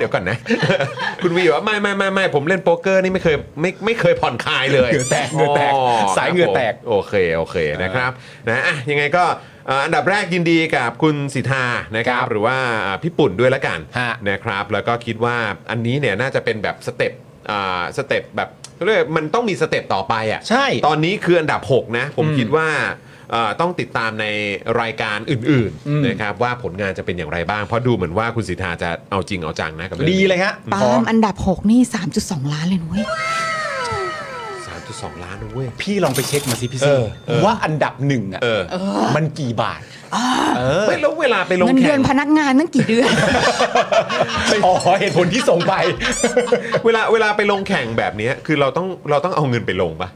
Speaker 5: เดี๋ยวก่อนนะ คุณวีบอกว่าไม่ไม่ไม่ไม่ผมเล่นโป๊กเกอร์นี่ไม่เคยไม่ไม่เคยผ่อนคลายเลย
Speaker 2: เหงื่อแตกเหงื่อแตกสายเหงื่อแตก
Speaker 5: โอเค โอเคนะครับนะอ่ะยังไงก็เอ่ออันดับแรกยินดีกับคุณสิทธานะครับ
Speaker 2: ครับ
Speaker 5: หรือว่าอ่าพี่ปุ่นด้วยละกัน
Speaker 2: ฮะ
Speaker 5: นะครับ แล้วก็คิดว่าอันนี้เนี่ยน่าจะเป็นแบบสเต็ปอ่าสเต็ปแบบเขาเรียกว่ามันต้องมีสเต็ปต่อไปอ่ะ
Speaker 2: ใช่
Speaker 5: ตอนนี้คืออันดับ 6 นะ ผม
Speaker 2: อืม
Speaker 5: คิดว่าเอ่อต้องติดตามในรายการอื่น
Speaker 2: อืม
Speaker 5: ๆนะครับว่าผลงานจะเป็นอย่างไรบ้าง เพราะดูเหมือนว่าคุณสิทธาจะเอาจริงเอาจังนะกับ
Speaker 2: ดีเลยฮะ
Speaker 4: ปาล์มอันดับ 6 นี่ 3.2 ล้านเลยนุ้ย
Speaker 5: สามจุดสองล้านนะเว้ย
Speaker 2: พี่ลองไปเช็คมาสิพี่
Speaker 5: เอ
Speaker 2: ซี
Speaker 5: อเออ
Speaker 2: ว่าอันดับหนึ่งอ่ะ
Speaker 5: เออ
Speaker 2: มันกี่บาทเออ
Speaker 5: เฮ้ยแล้วเวลาไปลง
Speaker 4: เงินเดื
Speaker 5: แข่
Speaker 4: อน
Speaker 5: ง
Speaker 4: พนักงานตั้งกี่เดือน
Speaker 2: อ๋อเหตุผลที่ส่งไป
Speaker 5: เวลาเวลาไปลงแข่งแบบเนี้ยคือเราต้องเราต้องเอาเงินไปลงปะ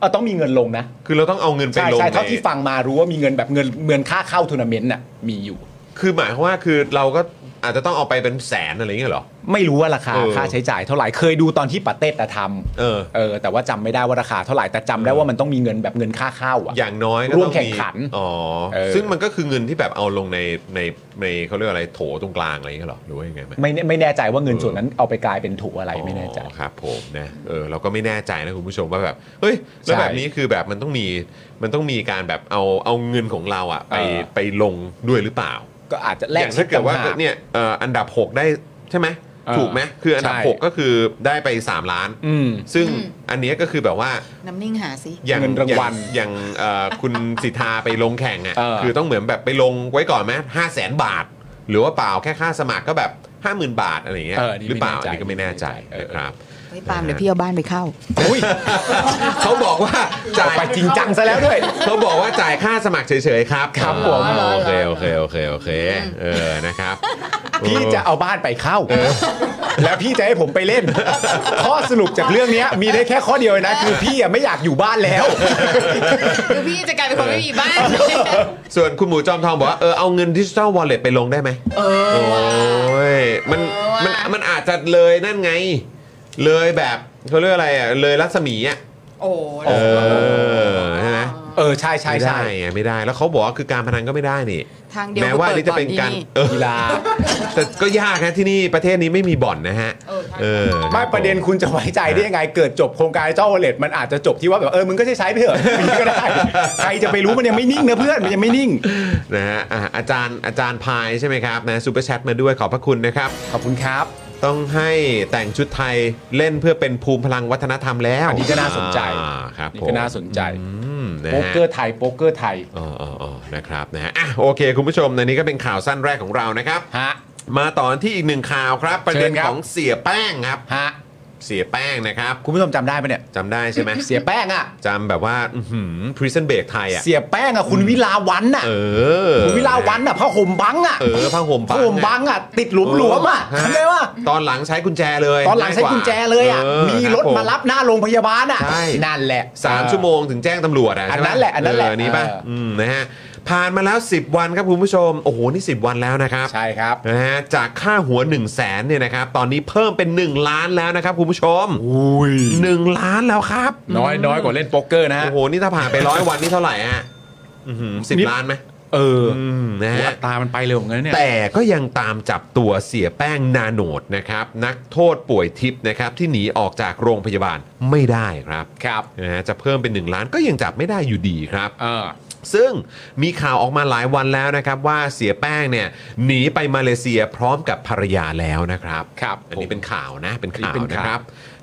Speaker 2: เออต้องมีเงินลงนะ
Speaker 5: คือเราต้องเอาเงินไป
Speaker 2: ใช่
Speaker 5: ลง
Speaker 2: ใช่เท่าที่
Speaker 5: ใน
Speaker 2: ฟังมารู้ว่ามีเงินแบบเงินเงินค่าเข้าทัวร์นาเมนต์น่ะมีอยู่
Speaker 5: คือหมายความว่าคือเราก็อาจจะต้องเอาไปเป็นแสนอะไรอย่างเงี้ยเหรอ
Speaker 2: ไม่รู้ว่าราคา
Speaker 5: เออ
Speaker 2: ค่าใช้จ่ายเท่าไหร่เคยดูตอนที่ปาเต้ตะทำ
Speaker 5: เออ
Speaker 2: เออแต่ว่าจำไม่ได้ว่าราคาเท่าไหร่แต่จำได้
Speaker 5: เออ
Speaker 2: ว่ามันต้องมีเงินแบบเงินค่าเข้าอ่ะ
Speaker 5: อย่างน้อยก็
Speaker 2: ร่ว
Speaker 5: ต้อ
Speaker 2: ม
Speaker 5: ง
Speaker 2: แข่ง
Speaker 5: มี
Speaker 2: ขัน
Speaker 5: อ๋อ
Speaker 2: เออ
Speaker 5: ซึ่งมันก็คือเงินที่แบบเอาลงในในในเขาเรียกว่าอะไรโถตรงกลางอะไรอย่างเงี้ยเหรอหรือว่ายังไงไหม
Speaker 2: ไม่แน่ไม่แน่ใจว่าเงิน
Speaker 5: เออ
Speaker 2: ส่วนนั้นเอาไปกลายเป็นถูกอะไรไม่แน่ใจ
Speaker 5: อ๋อครับผมนะเออเราก็ไม่แน่ใจนะคุณผู้ชมว่าแบบเฮ้ยแล้วแบบนี้คือแบบมันต้องมีมันต้องมีการแบบเอาเอาเงินของเราอะไป
Speaker 2: เออ
Speaker 5: ไปลงด้วยหรือเปล่า
Speaker 2: ก็อาจจะแล
Speaker 5: อก ย่างถ้าเกิดว่า
Speaker 2: ชิปต่งห
Speaker 5: เนี่ยเอ่ออันดับ 6 ได้ใช่ไหม
Speaker 2: เออ
Speaker 5: ถูกไหมคืออันดับ
Speaker 2: ใช่
Speaker 5: 6 ก็คือได้ไป 3 ล้าน
Speaker 2: อืม
Speaker 5: ซึ่ง
Speaker 8: อืม
Speaker 5: อันเนี้ยก็คือแบบว่า
Speaker 4: น้ำนิ่งหาสิ
Speaker 5: อย่าง
Speaker 2: เงินรางวัล
Speaker 5: อย่างอย่างเอ่อคุณ สิทธาไปลงแข่งอ่ะ
Speaker 2: เออ
Speaker 5: คือต้องเหมือนแบบไปลงไว้ก่อนไหมห้าแสนบาท หรือว่าเปล่าแค่ค่าสมัครก็แบบ 50,000 บาทอะไรอย่างเงี้ย
Speaker 2: เออนี่
Speaker 5: หรือเปล่าอัน
Speaker 2: ไม่แน่ใจ
Speaker 5: นี้ก็ไม่แน่ใจ
Speaker 2: เออ
Speaker 5: นะครับ
Speaker 4: เฮ้ยปาล์มเดี๋ยวพี่เอาบ้านไปเข้า
Speaker 2: อุ้ย
Speaker 5: เขาบอกว่าจ่าย
Speaker 2: ไปจริงจังซะแล้วด้วย
Speaker 5: เขาบอกว่าจ่ายค่าสมัครเฉยๆครับ
Speaker 2: ครับผม
Speaker 5: อ๋อโอเคโอเคโอเคโอเคเออนะครับ
Speaker 2: พี่จะเอาบ้านไปเข้า แล้วพี่จะให้ผมไปเล่น ข้อสรุปจากเรื่องเนี้ยมีได้แค่ข้อเดียวเลยนะ คือพี่อ่ะไม่อยากอยู่บ้านแล้ว
Speaker 8: คือพี่จะกลายเป็นคนไม่มีบ้าน
Speaker 5: ส่วนคุณหมูจอมทองบอกว่าเออเอาเงินดิจิ t a ลวอลเล็ตไปลงได้ไหมเออโอ้ยมันมันมันอาจจะเลยนั่นไง เลยแบบเขาเรียกอะไรอ่ะเลยรัศมีอ่ะ
Speaker 8: โอ้
Speaker 5: เอ
Speaker 8: แล้ว
Speaker 5: อใช่ไหม
Speaker 2: เออใช่ใช่
Speaker 5: ไม่ได้
Speaker 2: ใช่
Speaker 5: อะไม่ได้แล้วเขาบอกว่าคือการพนันก็ไม่ได้นี่
Speaker 4: ทางเดียว
Speaker 5: แม้ว่าอันนี้จะเป็นการ
Speaker 4: เปิด
Speaker 5: เออ
Speaker 4: บ่อนที่นี่
Speaker 2: กีฬา
Speaker 5: แต่ก็ยากนะที่นี่ประเทศนี้ไม่มีบ่อนนะฮะ
Speaker 8: เออใช่
Speaker 5: เออ
Speaker 2: ไม่ประเด็นคุณจะไว้ใจได้ยังไง เกิดจบโครงการเจ้าวอลเล็ตมันอาจจะจบที่ว่าแบบเออมึงก็ใช้ใช้ไปเถอะอย่างนี้ก็ได้ใครจะไปรู้มันยังไม่นิ่งนะเพื่อนมันยังไม่นิ่ง
Speaker 5: นะฮะอ่ะอาจารย์อาจารย์พายใช่ไหมครับนะซูเปอร์แชทมาด้วยขอบพระคุณนะครับ
Speaker 2: ขอบคุณครับ
Speaker 5: ต้องให้แต่งชุดไทยเล่นเพื่อเป็นภูมิพลังวัฒนธรรมแล้ว
Speaker 2: อันนี้ก็น่าสนใจ
Speaker 5: อ่าครับ
Speaker 2: นี่
Speaker 5: ผม
Speaker 2: ก็น่าสนใจ
Speaker 5: อืมนะ
Speaker 2: โป๊ก
Speaker 5: ฮะ
Speaker 2: เกอร์ไทย โป๊กเกอร์ไทย
Speaker 5: อ๋ออ๋ออ๋อนะครับนะฮะอ่ะโอเค คุณผู้ชมในนี้ก็เป็นข่าวสั้นแรกของเรานะครับ
Speaker 2: ฮะ
Speaker 5: มาต่อที่อีกหนึ่งข่าวครับ ประเด็น
Speaker 2: เชิญครับ
Speaker 5: ของเสียแป้งครับ
Speaker 2: ฮะ
Speaker 5: เสียแป้งนะครับ
Speaker 2: คุณผู้ชมจำได้ปะเนี่ย
Speaker 5: จำได้ใช่ไหม
Speaker 2: เสียแป้งอ่ะ
Speaker 5: จำแบบว่าพรีเซนเบรกไทยอ่ะ
Speaker 2: เสียแป้งอ่ะ คุณวิลาวันอ่ะ
Speaker 5: เออ
Speaker 2: คุณวิลาวันอ่ะผ้าห่มบังอ่ะ
Speaker 5: เออผ้าห่มบั
Speaker 2: ผ้าง ห่มบังอ่ะ ติดหลุมหลวมอ่ะ
Speaker 5: ฮ
Speaker 2: ทำไงวะ
Speaker 5: ตอนหลังใช้กุญแจเลย
Speaker 2: ตอนหลังใช้กุญแจเลยอ่ะ
Speaker 5: ง่
Speaker 2: มี
Speaker 5: ยกว่าร
Speaker 2: ถ
Speaker 5: เออคบ
Speaker 2: มา
Speaker 5: ผ
Speaker 2: รับหน้าโรงพยาบาลอ่ะ
Speaker 5: ใช่
Speaker 2: นั่นแหละ
Speaker 5: สามชั่วโมงถึงแจ้งตำรวจอ่ะ
Speaker 2: อัน
Speaker 5: ใช่ไม
Speaker 2: นั้นแหละอันนั้นแหละ
Speaker 5: เนี้ป่ะ
Speaker 2: เอออื
Speaker 5: มนะฮะ
Speaker 1: ผ่านมาแล้ว 10 วันครับคุณผู้ชม โอ้โห นี่ 10 วันแล้วนะครับ
Speaker 2: ใช่ครับ
Speaker 1: นะฮะจากค่าหัว 1 0 0 0 0แสนเนี่ยนะครับ ตอนนี้เพิ่มเป็น 1 ล้านแล้วนะครับคุณผู้ชม
Speaker 2: อุ้ย
Speaker 1: 1 ล้านแล้วครับ
Speaker 2: น้อยน้อยกว่าเล่นโป๊กเกอร์นะฮะ
Speaker 1: โอ้โห นี่ถ้าผ่านไปร้อยวันนี่เท่าไหร่ฮะสิบล้านไหม
Speaker 2: เออ
Speaker 1: อืมนะ
Speaker 2: หัว
Speaker 1: ฮะ
Speaker 2: ตามันไปเร็วเหมือนกันนะเนี่ย
Speaker 1: แต่ก็ยังตามจับตัวเสียแป้งนาโนดนะครับ นักโทษป่วยทิพย์นะครับ ที่หนีออกจากโรงพยาบาลไม่ได้ครับ
Speaker 2: ครับ
Speaker 1: นะฮะจะเพิ่มเป็น 1 ล้านก็ยังจับไม่ได้อยู่ดีครับ
Speaker 2: เออ
Speaker 1: ซึ่งมีข่าวออกมาหลายวันแล้วนะครับว่าเสียแป้งเนี่ยหนีไปมาเลเซียพร้อมกับภรรยาแล้วนะครับ
Speaker 2: ครับ
Speaker 1: อันนี้เป็นข่าวนะเป็นข่าว
Speaker 2: นี่เป็
Speaker 1: นะ
Speaker 2: นข่าว
Speaker 1: ครับ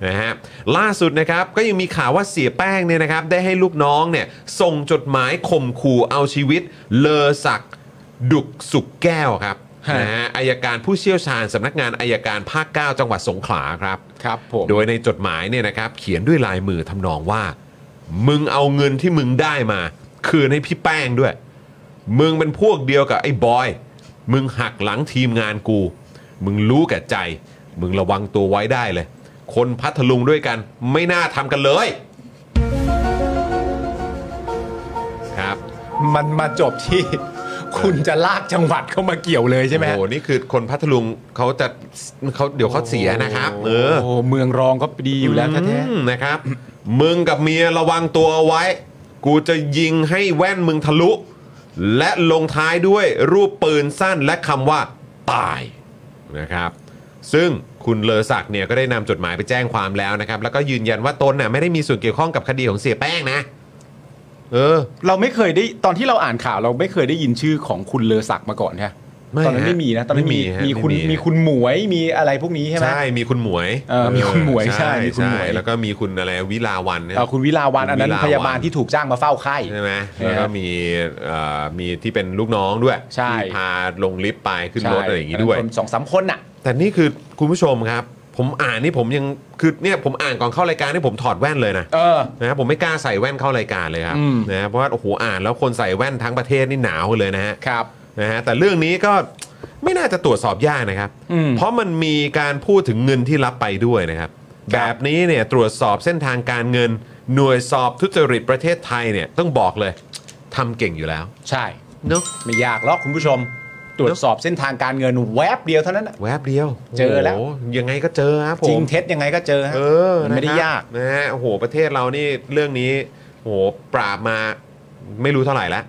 Speaker 1: นะฮะล่าสุดนะครับก็ยังมีข่าวว่าเสียแป้งเนี่ยนะครับได้ให้ลูกน้องเนี่ยส่งจดหมายข่มขู่เอาชีวิต เลอศักดิ์ดุกสุกแก้วครับนะฮะอายการผู้เชี่ยวชาญสำนักงานอายการภาค 9 จังหวัดสงขลาครับ
Speaker 2: ครับผม
Speaker 1: โดยในจดหมายเนี่ยนะครับ เขียนด้วยลายมือทำนองว่า มึงเอาเงินที่มึงได้มา คืนให้พี่แป้งด้วย มึงเป็นพวกเดียวกับไอ้บอย มึงหักหลังทีมงานกู มึงรู้แก่ใจ มึงระวังตัวไว้ได้เลย คนพัทลุงด้วยกัน ไม่น่าทำกันเลย ครับ
Speaker 2: มันมาจบที่ คุณจะลากจังหวัดเข้ามาเกี่ยวเลยใช่ไหม
Speaker 1: โอ้โหนี่คือคนพัทลุงเขาจะเขาเดี๋ยวเขาเสียนะครับเออ
Speaker 2: โอ้โหเมืองรองก็ดีอยู่แล้วแท้
Speaker 1: อืมนะครับ มึงกับเมียระวังตัวเอาไว้ กูจะยิงให้แว่นมึงทะลุ และลงท้ายด้วยรูปปืนสั้นและคำว่า ตายนะครับ ซึ่งคุณเลอศักดิ์เนี่ยก็ได้นำจดหมายไปแจ้งความแล้วนะครับ แล้วก็ยืนยันว่าตนน่ะไม่ได้มีส่วนเกี่ยวข้องกับคดีของเสียแป้งนะ เออ
Speaker 2: ๆเราไม่เคยได้ตอนที่เราอ่านข่าวเราไม่เคยได้ยินชื่อของคุณเลอศักดิ์มาก่อนใช่ไหม
Speaker 1: ไม่
Speaker 2: ตอนนั้นไม่มีนะตอนนั้น
Speaker 1: ไม่มี
Speaker 2: มี
Speaker 1: ฮะ
Speaker 2: มีคุณ
Speaker 1: ไม่มี
Speaker 2: มีคุณหมวยมีอะไรพวกนี้ใช่ไหม
Speaker 1: ใช่มีคุณหมวย
Speaker 2: เออมีคุณหมวยใช่มีคุณหมวย
Speaker 1: ใช่แล้วก็มีคุณอะไรวิลาวันเนี่ย
Speaker 2: เอ่อคุณวิลาวันอันนั้น
Speaker 1: คุณวิลาวัน
Speaker 2: พยาบาลที่ถูกจ้างมาเฝ้าไข้
Speaker 1: ใช่ไหมแล้วก็มีเอ่อมีที่เป็นลูกน้องด้วย
Speaker 2: ใช่
Speaker 1: ที่พาลงลิฟต์ไปขึ้นรถอะไรอย่าง
Speaker 2: นี้
Speaker 1: นี้ด้วย
Speaker 2: สองสามคนน่ะ
Speaker 1: แต่นี่คือคุณผู้ชมครับ ผมอ่านนี่ผมยังคือเนี่ยผมอ่านก่อนเข้ารายการนี่ผมถอดแว่นเลยนะ
Speaker 2: เออ
Speaker 1: นะผมไม่กล้าใส่แว่นเข้ารายการเลยครับ
Speaker 2: อืม
Speaker 1: นะเพราะว่าโอ้โหอ่านแล้วคนใส่แว่นทั้งประเทศนี่หนาวเลยนะฮะ
Speaker 2: ครับ
Speaker 1: นะฮะแต่เรื่องนี้ก็ไม่น่าจะตรวจสอบยากนะครับ
Speaker 2: อืม
Speaker 1: เพราะมันมีการพูดถึงเงินที่รับไปด้วยนะครับ
Speaker 2: ครับ
Speaker 1: แบบนี้เนี่ยตรวจสอบเส้นทางการเงิน หน่วยสอบทุจริตประเทศไทยเนี่ยต้องบอกเลยทำเก่งอยู่แล้ว
Speaker 2: ใช่
Speaker 1: เนาะ
Speaker 2: ไม่ยากหรอกคุณผู้ชม ตรวจสอบเส้นทางการเงินแวบเดียวเท่านั้นน่ะ
Speaker 1: แวบเดียว
Speaker 2: เจอแล้ว
Speaker 1: โโหยังไงก็เจอครับผม
Speaker 2: จริงเท็จยังไงก็เจอฮะ
Speaker 1: เออ
Speaker 2: มันไม่ได้
Speaker 1: นะครับ
Speaker 2: ยาก
Speaker 1: นะฮะโอ้โห ประเทศเรานี่เรื่องนี้โอ้โหปราบมาไม่รู้เท่าไหร่แล้ว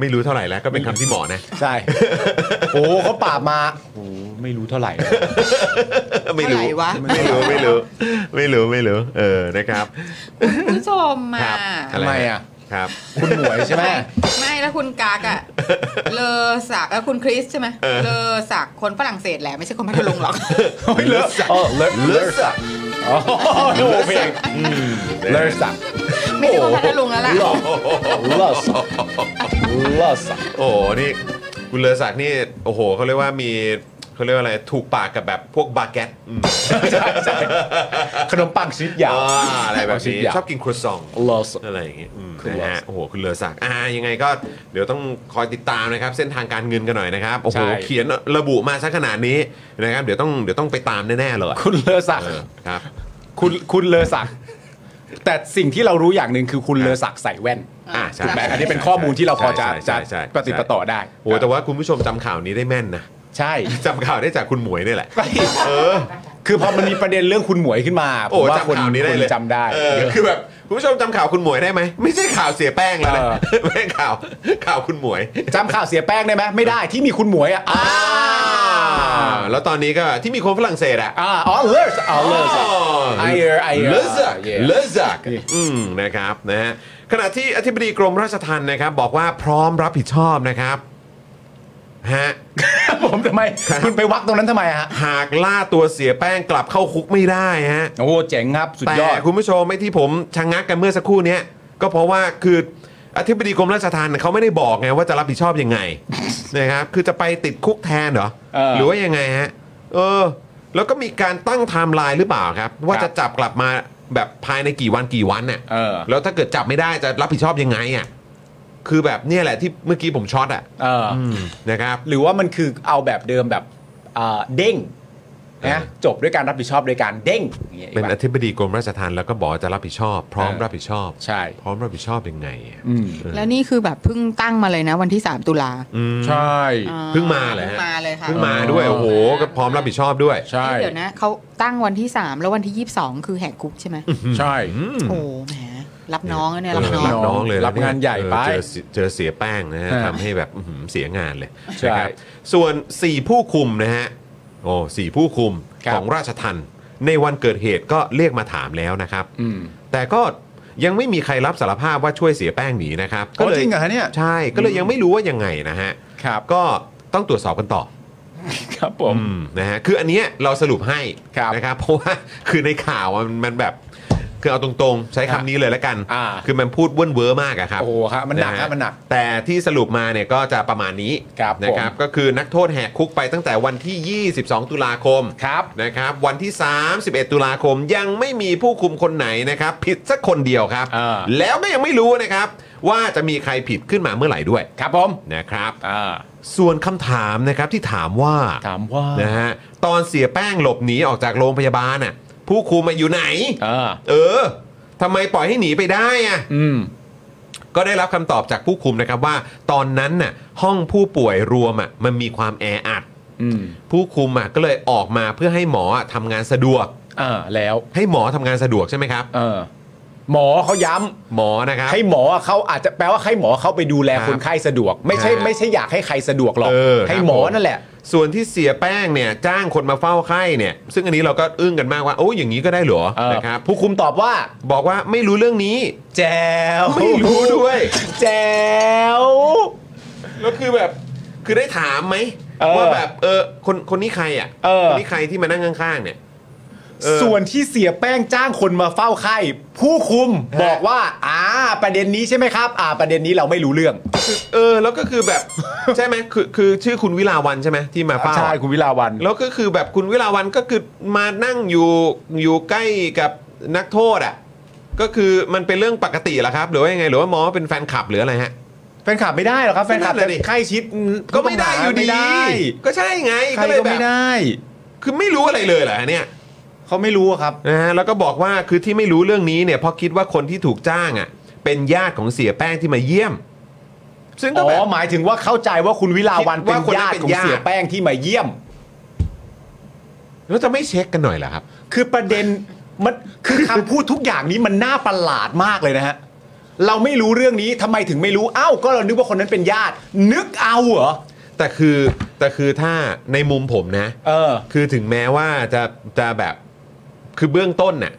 Speaker 1: ไม่รู้เท่าไหร่แล้วก็เป็นคำที่เหมาะนะ
Speaker 2: ใช่ โอ้เขาปราบมาโอ้ไม่รู้เท่าไหร่
Speaker 1: ไม่รู้
Speaker 5: เท่าไหร่วะ
Speaker 1: ไม่รู้ไม่รู้ไม่รู้ไม่รู้เออนะครับ
Speaker 4: คุณผู้ชม
Speaker 1: ค
Speaker 4: มา
Speaker 1: รับ
Speaker 2: ทำไมอ่ะ
Speaker 1: ครับ
Speaker 2: คุณหมวยใช่ไหม
Speaker 4: ไม่แล้วคุณกากอะเลอสักแล้วคุณคริสใช่ไหมเลอสักคนฝรั่งเศสแหละไม่ใช่คนพัทลุงหรอก
Speaker 2: เฮ้ยเลิศเออเลิศเลิศสักโอ้โหเพลงเลิศสัก
Speaker 4: ไม่ใช่คนพัทลุงแล้วล่ะ
Speaker 2: หล่อเลิศสักเลิศสัก
Speaker 1: โอ้โหนี่คุณเลอศักดิ์นี่โอ้โหเขาเรียกว่ามีเขาเรียกว่าอะไรถูกปากกับแบบพวกบาแกตอืม
Speaker 2: ใช่ใช่ขนมปังชิ้นยาว
Speaker 1: อ่าอะไรแบบนี้ชอบกินครัวซอง
Speaker 2: เลิศสัก
Speaker 1: อะไรอย่างเงี้ยอืม
Speaker 2: คุณ
Speaker 1: นะ
Speaker 2: เลอศั
Speaker 1: ฮะ
Speaker 2: กดิ์
Speaker 1: โอ้โห คุณเลอศักดิ์อ่า ยังไงก็เดี๋ยวต้องคอยติดตามนะครับ เส้นทางการเงินกันหน่อยนะครับ โอ้โห
Speaker 2: ใช่
Speaker 1: เขียนระบุมาซะขนาดนี้นะครับ เดี๋ยวต้อง เดี๋ยวต้องไปตามแน่ ๆ เลย
Speaker 2: คุณเลิศสัก
Speaker 1: เออครับ
Speaker 2: คุณคุณเลอศักดิ์แต่สิ่งที่เรารู้อย่างหนึ่งคือคุณเลอศักดิ์ใส่แว่น
Speaker 1: อ่าใช่
Speaker 2: ถูกไหม
Speaker 1: ใช่
Speaker 2: อันนี้เป็นข้อมูลที่เราพอจะ
Speaker 1: ใช่ใช่ใช่
Speaker 2: จะ
Speaker 1: ใช่
Speaker 2: ปฏิดปะต่อได้
Speaker 1: โอ้โหแต่ว่าคุณผู้ชมจำข่าวนี้ได้แม่นนะ
Speaker 2: ใช่
Speaker 1: จำข่าวได้จากคุณหมวยนี่แหละ เออ
Speaker 2: คือพอมันมีประเด็นเรื่องคุณหมวยขึ้นมาผ
Speaker 1: โอ้
Speaker 2: มว่า
Speaker 1: จำ
Speaker 2: คน
Speaker 1: ข่าวนี้ได้
Speaker 2: คน
Speaker 1: เลย
Speaker 2: จำได้
Speaker 1: เออ
Speaker 2: เยอะ
Speaker 1: คือแบบคุณผู้ชมจำข่าวคุณหมวยได้ไหม ไม่ใช่ข่าวเสียแป้งแล้วนะ
Speaker 2: เออ
Speaker 1: ไม่ใช่ข่าว ข่าวคุณหมวย
Speaker 2: จำข่าวเสียแป้งได้ไหมไม่ได้ที่มีคุณหมวยอ่ะอ่า
Speaker 1: อ่า แล้วตอนนี้ก็ที่มีคนฝรั่งเศสอะ
Speaker 2: อ่าอ๋อเลิศอ๋อเลิศ ไอเออไอเออ
Speaker 1: เลซัก
Speaker 2: Yeah
Speaker 1: เลซักอืมนะครับนะฮะขณะที่อธิบดีกรมราชทัณฑ์นะครับ บอกว่าพร้อมรับผิดชอบนะครับฮะ
Speaker 2: ผมทำไมคุณไปวักตรงนั้นทำไมอะฮะ
Speaker 1: หากล่าตัวเสียแป้งกลับเข้าคุกไม่ได้ฮะ
Speaker 2: โอ้เจ๋งครับสุด
Speaker 1: แต่
Speaker 2: ยอด
Speaker 1: คุณผู้ชมไม่ที่ผมชะงงักกันเมื่อสักครู่เนี้ยก็เพราะว่าคืออธิบดีกรมราชทัณฑ์เขาไม่ได้บอกไงว่าจะรับผิดชอบยังไง นะครับคือจะไปติดคุกแทนเหรอ
Speaker 2: เออ
Speaker 1: หรือว่ายังไงฮะเออ แล้วก็มีการตั้งไทม์ไลน์หรือเปล่าครับ ว่า
Speaker 2: ครับ
Speaker 1: จะจับกลับมาแบบภายในกี่วันกี่วันเนี่ย
Speaker 2: เออ
Speaker 1: แล้วถ้าเกิดจับไม่ได้จะรับผิดชอบยังไงอ่ะคือแบบเนี่ยแหละที่เมื่อกี้ผมช็อตอ่ะ
Speaker 2: เอออ
Speaker 1: นะครับ
Speaker 2: หรือว่ามันคือเอาแบบเดิมแบบอ่าเด้ง นะจบด้วยการรับผิดชอบโดยการเด้งอย่างเงี้ย
Speaker 1: เป็น
Speaker 2: อี
Speaker 1: อ
Speaker 2: กปะ
Speaker 1: ธิบดีกรมราชทัณฑ์แล้วก็บอกว่าจะรับผิดชอบ พร้อม
Speaker 2: เออ
Speaker 1: รับผิดชอบ
Speaker 2: ใช่
Speaker 1: พร้อมรับผิดชอบยังไงอะ
Speaker 2: อืม
Speaker 5: แล้วนี่คือแบบเพิ่งตั้งมาเลยนะวันที่ 3 ตุลา
Speaker 1: อืม
Speaker 2: ใช่
Speaker 1: เพิ่งมาเหรอฮะ
Speaker 5: พิ่งมาเลยค่ะ
Speaker 1: เพิ่งมาด้วยโอ้โหก็พร้อมรับผิดชอบด้วย
Speaker 2: ใช่
Speaker 5: เดี๋ยวนะเขาตั้งวันที่ 3 แล้ววันที่ 22 คือแหกคุกใช่ไหม
Speaker 2: ใช่
Speaker 5: โอ้โหแหมรับน้องนะเนี่ยรับ
Speaker 1: เอ
Speaker 5: น้อง
Speaker 1: อรับน้องเลยะ
Speaker 2: รับงานใหญ่
Speaker 1: เออ
Speaker 2: ไป
Speaker 1: เจอเสียเจอเสียแป้งนะฮะ
Speaker 2: ฮะ
Speaker 1: ทำให้แบบอื้อหือเสียงานเลย
Speaker 2: ใช่
Speaker 1: นะครับส่วน 4 ผู้คุมนะฮะโอ้สี่ผู้คุม
Speaker 2: ครับ
Speaker 1: ของราชทันในวันเกิดเหตุก็เรียกมาถามแล้วนะครับ
Speaker 2: อืม
Speaker 1: แต่ก็ยังไม่มีใครรับสารภาพว่าช่วยเสียแป้งหนีนะครับ
Speaker 2: อ๋อจริงเหรอฮะเนี่ย
Speaker 1: ใช่ก็เลยยังไม่รู้ว่ายังไงนะฮะ
Speaker 2: ครับ
Speaker 1: ก็ต้องตรวจสอบกันต่อ
Speaker 2: ครับผม
Speaker 1: อืมนะฮะคืออันเนี้ยเราสรุปให้
Speaker 2: ครับ
Speaker 1: นะครับ เพราะว่าคือในข่าวอะมันมันแบบคือเอาตรงๆ ใช้คำนี้เลยละกัน
Speaker 2: อ่า
Speaker 1: คือมันพูดเว่นเวอร์มากอะครับ
Speaker 2: โอ้โหครับมันหนัก
Speaker 1: ะ
Speaker 2: ครั
Speaker 1: ฮะ
Speaker 2: บมันหนัก
Speaker 1: แต่ที่สรุปมาเนี่ยก็จะประมาณนี้
Speaker 2: ครับ
Speaker 1: นะครับ
Speaker 2: ผม
Speaker 1: ก็คือนักโทษแหกคุกไปตั้งแต่วันที่ 22 ตุลาคม
Speaker 2: ครับ
Speaker 1: นะครับวันที่ 31 ตุลาคมยังไม่มีผู้คุมคนไหนนะครับผิดสักคนเดียวครับ
Speaker 2: อ่า
Speaker 1: แล้วก็ยังไม่รู้นะครับว่าจะมีใครผิดขึ้นมาเมื่อไหร่ด้วย
Speaker 2: ครับผม
Speaker 1: นะครับ
Speaker 2: อ่า
Speaker 1: ส่วนคำถามนะครับที่ถามว่า
Speaker 2: ถามว่า
Speaker 1: นะฮะตอนเสียแป้งหลบหนีออกจากโรงพยาบาลน่ะผู้คุมมาอยู่ไหน
Speaker 2: อ่า
Speaker 1: เออทำไมปล่อยให้หนีไปได้อะ
Speaker 2: อืม
Speaker 1: ก็ได้รับคำตอบจากผู้คุมนะครับว่า ตอนนั้นน่ะห้องผู้ป่วยรวมอ่ะมันมีความแออัด
Speaker 2: อืม
Speaker 1: ผู้คุมอ่ะก็เลยออกมาเพื่อให้หมออ่ะทำงานสะดวก
Speaker 2: อ่าแล้ว
Speaker 1: ให้หมอทำงานสะดวกใช่ไหมครับ
Speaker 2: เออหมอเขาย้ำ
Speaker 1: หมอนะครับ
Speaker 2: ให้หมอเขาอาจจะแปลว่าให้หมอเขาไปดูแล
Speaker 1: ครับ
Speaker 2: คนไข้สะดวก ไม่ใช่
Speaker 1: อ่า
Speaker 2: ไม่ใช่อยากให้ใครสะดวกหรอก
Speaker 1: เออ
Speaker 2: ให้
Speaker 1: ครับ
Speaker 2: หมอ
Speaker 1: ผม
Speaker 2: นั่นแหละ
Speaker 1: ส่วนที่เสียแป้งเนี่ยจ้างคนมาเฝ้าไข้เนี่ย ซึ่งอันนี้เราก็อึ้งกันมากว่าโอ้ยอย่างนี้ก็ได้เหรอ
Speaker 2: เออ
Speaker 1: นะครับ
Speaker 2: ผู้คุมตอบว่า
Speaker 1: บอกว่าไม่รู้เรื่องนี้
Speaker 2: แจว
Speaker 1: ไม่รู้ด้วย
Speaker 2: แจว
Speaker 1: แล้วคือแบบคือได้ถามไหม
Speaker 2: เออ
Speaker 1: ว่าแบบเออคนคนนี้ใครอ่ะ
Speaker 2: เออ
Speaker 1: คนนี้ใครที่มานั่งข้างๆเนี่ย เออ
Speaker 2: ส่วนที่เสียแป้งจ้างคนมาเฝ้าไข้ผู้คุม
Speaker 1: ฮะ
Speaker 2: บอกว่าอ่าประเด็นนี้ใช่ไหมครับ อ่า ประเด็นนี้เราไม่รู้เรื่อง
Speaker 1: คือเออแล้วก็คือแบบ ใช่ไหมคือคือชื่อคุณวิลาวันใช่ไหมที่มาเฝ้า
Speaker 2: ใช่คุณวิลาวัน
Speaker 1: แล้วก็คือแบบคุณวิลาวันก็คือมานั่งอยู่อยู่ใกล้กับนักโทษอ่ะก็คือมันเป็นเรื่องปกติแหละครับ หรือว่ายังไงหรือว่ามองว่าเป็นแฟนคลับหรืออะไรฮะ
Speaker 2: แฟนคลับไม่ได้หรอกครับแฟนคลับ
Speaker 1: นั่น
Speaker 2: จะ
Speaker 1: น่ะดิ
Speaker 2: ใกล้ชิด
Speaker 1: ก็ไม่ได้อยู่ดี
Speaker 2: ไม่ได้
Speaker 1: ก็ใช่ไง
Speaker 2: ใคร
Speaker 1: ก็เลย
Speaker 2: ก็
Speaker 1: แบ
Speaker 2: ไม่
Speaker 1: บ
Speaker 2: ได้
Speaker 1: คือไม่รู้อะไรเลยเหรอเนี่ย
Speaker 2: เขาไม่รู้อะครับ
Speaker 1: นะฮะแล้วก็บอกว่าคือที่ไม่รู้เรื่องนี้เนี่ยเพราะคิดว่าคนที่ถูกจ้างอ่ะเป็นญาติของเสียแป้งที่มาเยี่ยม ซึ่งก็
Speaker 2: อ๋
Speaker 1: แบบ
Speaker 2: อหมายถึงว่าเข้าใจว่าคุณวิลาวัน
Speaker 1: คิด
Speaker 2: เป็น
Speaker 1: ว่าคนนั้
Speaker 2: ญานติ
Speaker 1: เป็น
Speaker 2: ของ
Speaker 1: ญาติ
Speaker 2: เสียแป้งที่มาเยี่ยม
Speaker 1: แล้วจะไม่เช็คกันหน่อยเหรอครับ
Speaker 2: คือประเด็นมันคือคำพูดทุกอย่างนี้มันน่าประหลาดมากเลยนะฮะเราไม่รู้เรื่องนี้ทำไมถึงไม่รู้เอ้าก็เรานึกว่าคนนั้นเป็นญาติ นึกเอาเหรอ
Speaker 1: แต่คือแต่คือถ้าในมุมผมนะ
Speaker 2: เออ
Speaker 1: คือถึงแม้ว่าจะจะแบบคือเบื้องต้นน่ะ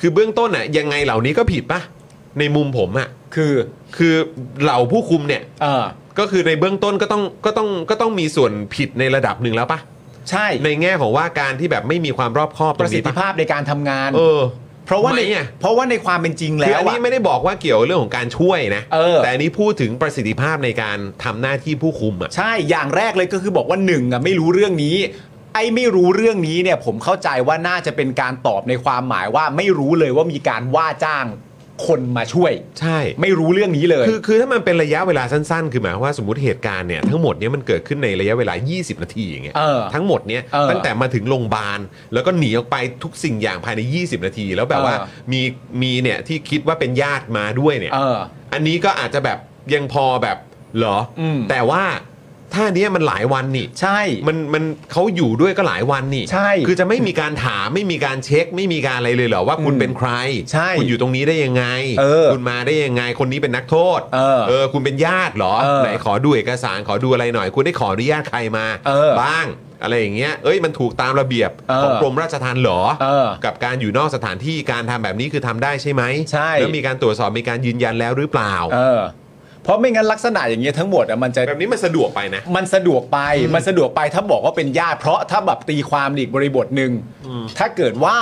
Speaker 1: คือเบื้องต้นน่ะยังไงเหล่านี้ก็ผิดปะในมุมผมอ่ะ
Speaker 2: คือ
Speaker 1: คือเหล่าผู้คุมเนี่ย
Speaker 2: เออ
Speaker 1: ก็คือในเบื้องต้นก็ต้องก็ต้องก็ต้องมีส่วนผิดในระดับหนึ่งแล้วปะ
Speaker 2: ใช่
Speaker 1: ในแง่ของว่าการที่แบบไม่มีความรอบคอบ
Speaker 2: ประสิทธิ
Speaker 1: ตงนี้
Speaker 2: ภาพในการทำงาน
Speaker 1: ปะเออ
Speaker 2: เพราะว่าใน
Speaker 1: ไหมอะ
Speaker 2: เพราะว่าในความเป็นจริง
Speaker 1: คือ
Speaker 2: แล้ว
Speaker 1: อัน
Speaker 2: อะ
Speaker 1: นี้ไม่ได้บอกว่าเกี่ยวเรื่องของการช่วยนะ
Speaker 2: เออ
Speaker 1: แต่อันนี้พูดถึงประสิทธิภาพในการทำหน้าที่ผู้คุมอ่ะ
Speaker 2: ใช่อย่างแรกเลยก็คือบอกว่าหนึ่งอะไม่รู้เรื่องนี้ ไอ้ไม่รู้เรื่องนี้เนี่ย ผมเข้าใจว่าน่าจะเป็นการตอบในความหมายว่าไม่รู้เลยว่ามีการว่าจ้างคนมาช่วย
Speaker 1: ใช่
Speaker 2: ไม่รู้เรื่องนี้เลย
Speaker 1: คือคือถ้ามันเป็นระยะเวลาสั้นๆ คือหมายความว่าสมมติเหตุการณ์เนี่ยทั้งหมดเนี่ยมันเกิดขึ้นในระยะเวลา 20 นาทีอย่างเงี้ย
Speaker 2: เออ
Speaker 1: ทั้งหมดเนี่ย
Speaker 2: เออ
Speaker 1: ตั้งแต่มาถึงโรงพยาบาล แล้วก็หนีออกไปทุกสิ่งอย่างภายใน 20 นาที แล้วแบบว่า
Speaker 2: เออ
Speaker 1: มีมีเนี่ยที่คิดว่าเป็นญาติมาด้วยเนี่ย
Speaker 2: เออ
Speaker 1: อันนี้ก็อาจจะแบบยังพอแบบเหรออ
Speaker 2: ม
Speaker 1: แต่ว่าถ้าอันเนี้ยมันหลายวันนี่
Speaker 2: ใช่
Speaker 1: มันมันเขาอยู่ด้วยก็หลายวันนี่
Speaker 2: ใช่
Speaker 1: คือจะไม่มีการถามไม่มีการเช็ค ไม่มีการอะไรเลยเหรอว่าคุณ
Speaker 2: อืม
Speaker 1: เป็นใคร
Speaker 2: ใช่
Speaker 1: คุณอยู่ตรงนี้ได้ยังไง
Speaker 2: เออ
Speaker 1: คุณมาได้ยังไง คนนี้เป็นนักโทษ
Speaker 2: เออ
Speaker 1: คุณเป็นญาติเหรอ
Speaker 2: เออ
Speaker 1: ไหนขอดูเอกสารขอดูอะไรหน่อย คุณได้ขออนุญาตใครมา
Speaker 2: เออ
Speaker 1: บ้างอะไรอย่างเงี้ยเอ้ยมันถูกตามระเบียบ
Speaker 2: เออ
Speaker 1: ของกรมราชทัณฑ์เหรอ
Speaker 2: เออ
Speaker 1: กับการอยู่นอกสถานที่การทำแบบนี้คือทำได้ใช่ไหม
Speaker 2: ใช่
Speaker 1: แล้วมีการตรวจสอบมีการยืนยันแล้วหรือเปล่า
Speaker 2: เออ เพราะไม่งั้นลักษณะอย่างเงี้ยทั้งหมดอะมันจะ
Speaker 1: แบบนี้มันสะดวกไปนะ
Speaker 2: มันสะดวกไปมันสะดวกไปถ้าบอกว่าเป็นญาติเพราะถ้าแบบตีความอีกบริบทหนึ่งถ้าเกิดว่า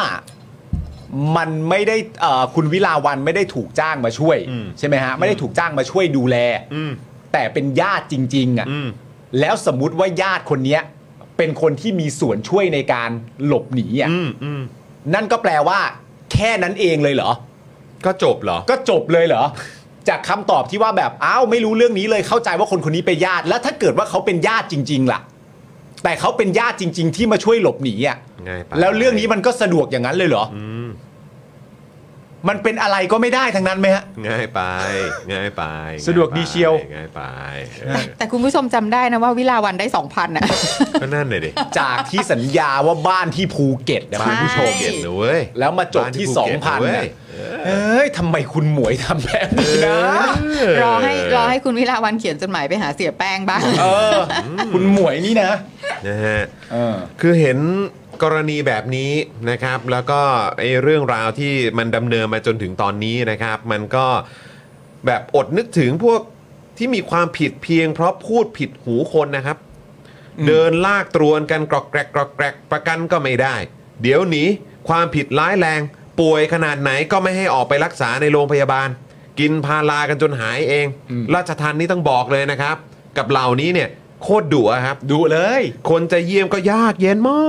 Speaker 2: มันไม่ได้เอ่อคุณวิลาวันไม่ได้ถูกจ้างมาช่วย
Speaker 1: อืม
Speaker 2: ใช่ไหมฮะไม่ได้ถูกจ้างมาช่วยดูแล
Speaker 1: อืม
Speaker 2: แต่เป็นญาติจริง ๆอ่ะ
Speaker 1: อืม
Speaker 2: แล้วสมมุติว่าญาติคนเนี้ยเป็นคนที่มีส่วนช่วยในการหลบหนีอ่ะ
Speaker 1: อืมอืม
Speaker 2: นั่นก็แปลว่า แค่นั้นเองเลยเหรอ
Speaker 1: ก็จบเหรอ
Speaker 2: ก็จบเลยเหรอ จากคำตอบที่ว่าแบบอ้าวไม่รู้เรื่องนี้เลยเข้าใจว่าคนคนนี้เป็นญาติ แล้วถ้าเกิดว่าเขาเป็นญาติจริง ๆ ล่ะ แต่เขาเป็นญาติจริง ๆ ที่มาช่วยหลบหนีอ่ะ
Speaker 1: ง่ายไป
Speaker 2: แล้วเรื่องนี้มันก็สะดวกอย่างนั้นเลยเหรออมันเป็นอะไรก็ไม่ได้ทั้งนั้นไหมฮะ
Speaker 1: ง่ายไป ง่ายไป
Speaker 2: สะดวกดีเชียว
Speaker 1: ง่ายไป
Speaker 5: แต่แต่คุณผู้ชมจำได้นะว่าวิลาวันได้สองพันอ่ะ
Speaker 1: ก็นั่นเลยดิ
Speaker 2: จากที่สัญญาว่าบ้านที่ภูเก็ตนะ
Speaker 1: บ้า
Speaker 2: คุ
Speaker 1: น
Speaker 2: ณ
Speaker 1: ที่
Speaker 2: ผู้ช
Speaker 1: ภู
Speaker 2: ม
Speaker 1: เก็ตนะเว้ย
Speaker 2: แล้วมาจบที่
Speaker 1: ภูเก็
Speaker 2: 2,000
Speaker 1: ตะเว้ย
Speaker 2: น่ะ เอ้ยทำไมคุณหมวยทำแบบนี้นะ
Speaker 5: รอให้รอให้คุณวิลาวันเขียนจดหมายไปหาเสียแป้งบ้าง
Speaker 2: เออ คุณหมวยนี่นะ
Speaker 1: นะฮะ
Speaker 2: เออ
Speaker 1: คือเห็นกรณีแบบนี้นะครับ แล้วก็ไอ้เรื่องราวที่มันดำเนินมาจนถึงตอนนี้นะครับ มันก็แบบอดนึกถึงพวกที่มีความผิดเพียง เพราะพูดผิดหูคนนะครับ เดินลากตรวนกันกรอกแกรกกรอกแกรกประกันก็ไม่ได้ เดี๋ยวหนีความผิดร้ายแรง ป่วยขนาดไหนก็ไม่ให้ออกไปรักษาในโรงพยาบาล กินพารากันจนหายเอง
Speaker 2: อืม
Speaker 1: ราชทันนี่ต้องบอกเลยนะครับ กับเหล่านี้เนี่ยโคตรดุอะครับ
Speaker 2: ดูเลย
Speaker 1: คนจะเยี่ยมก็ยากเย็นมา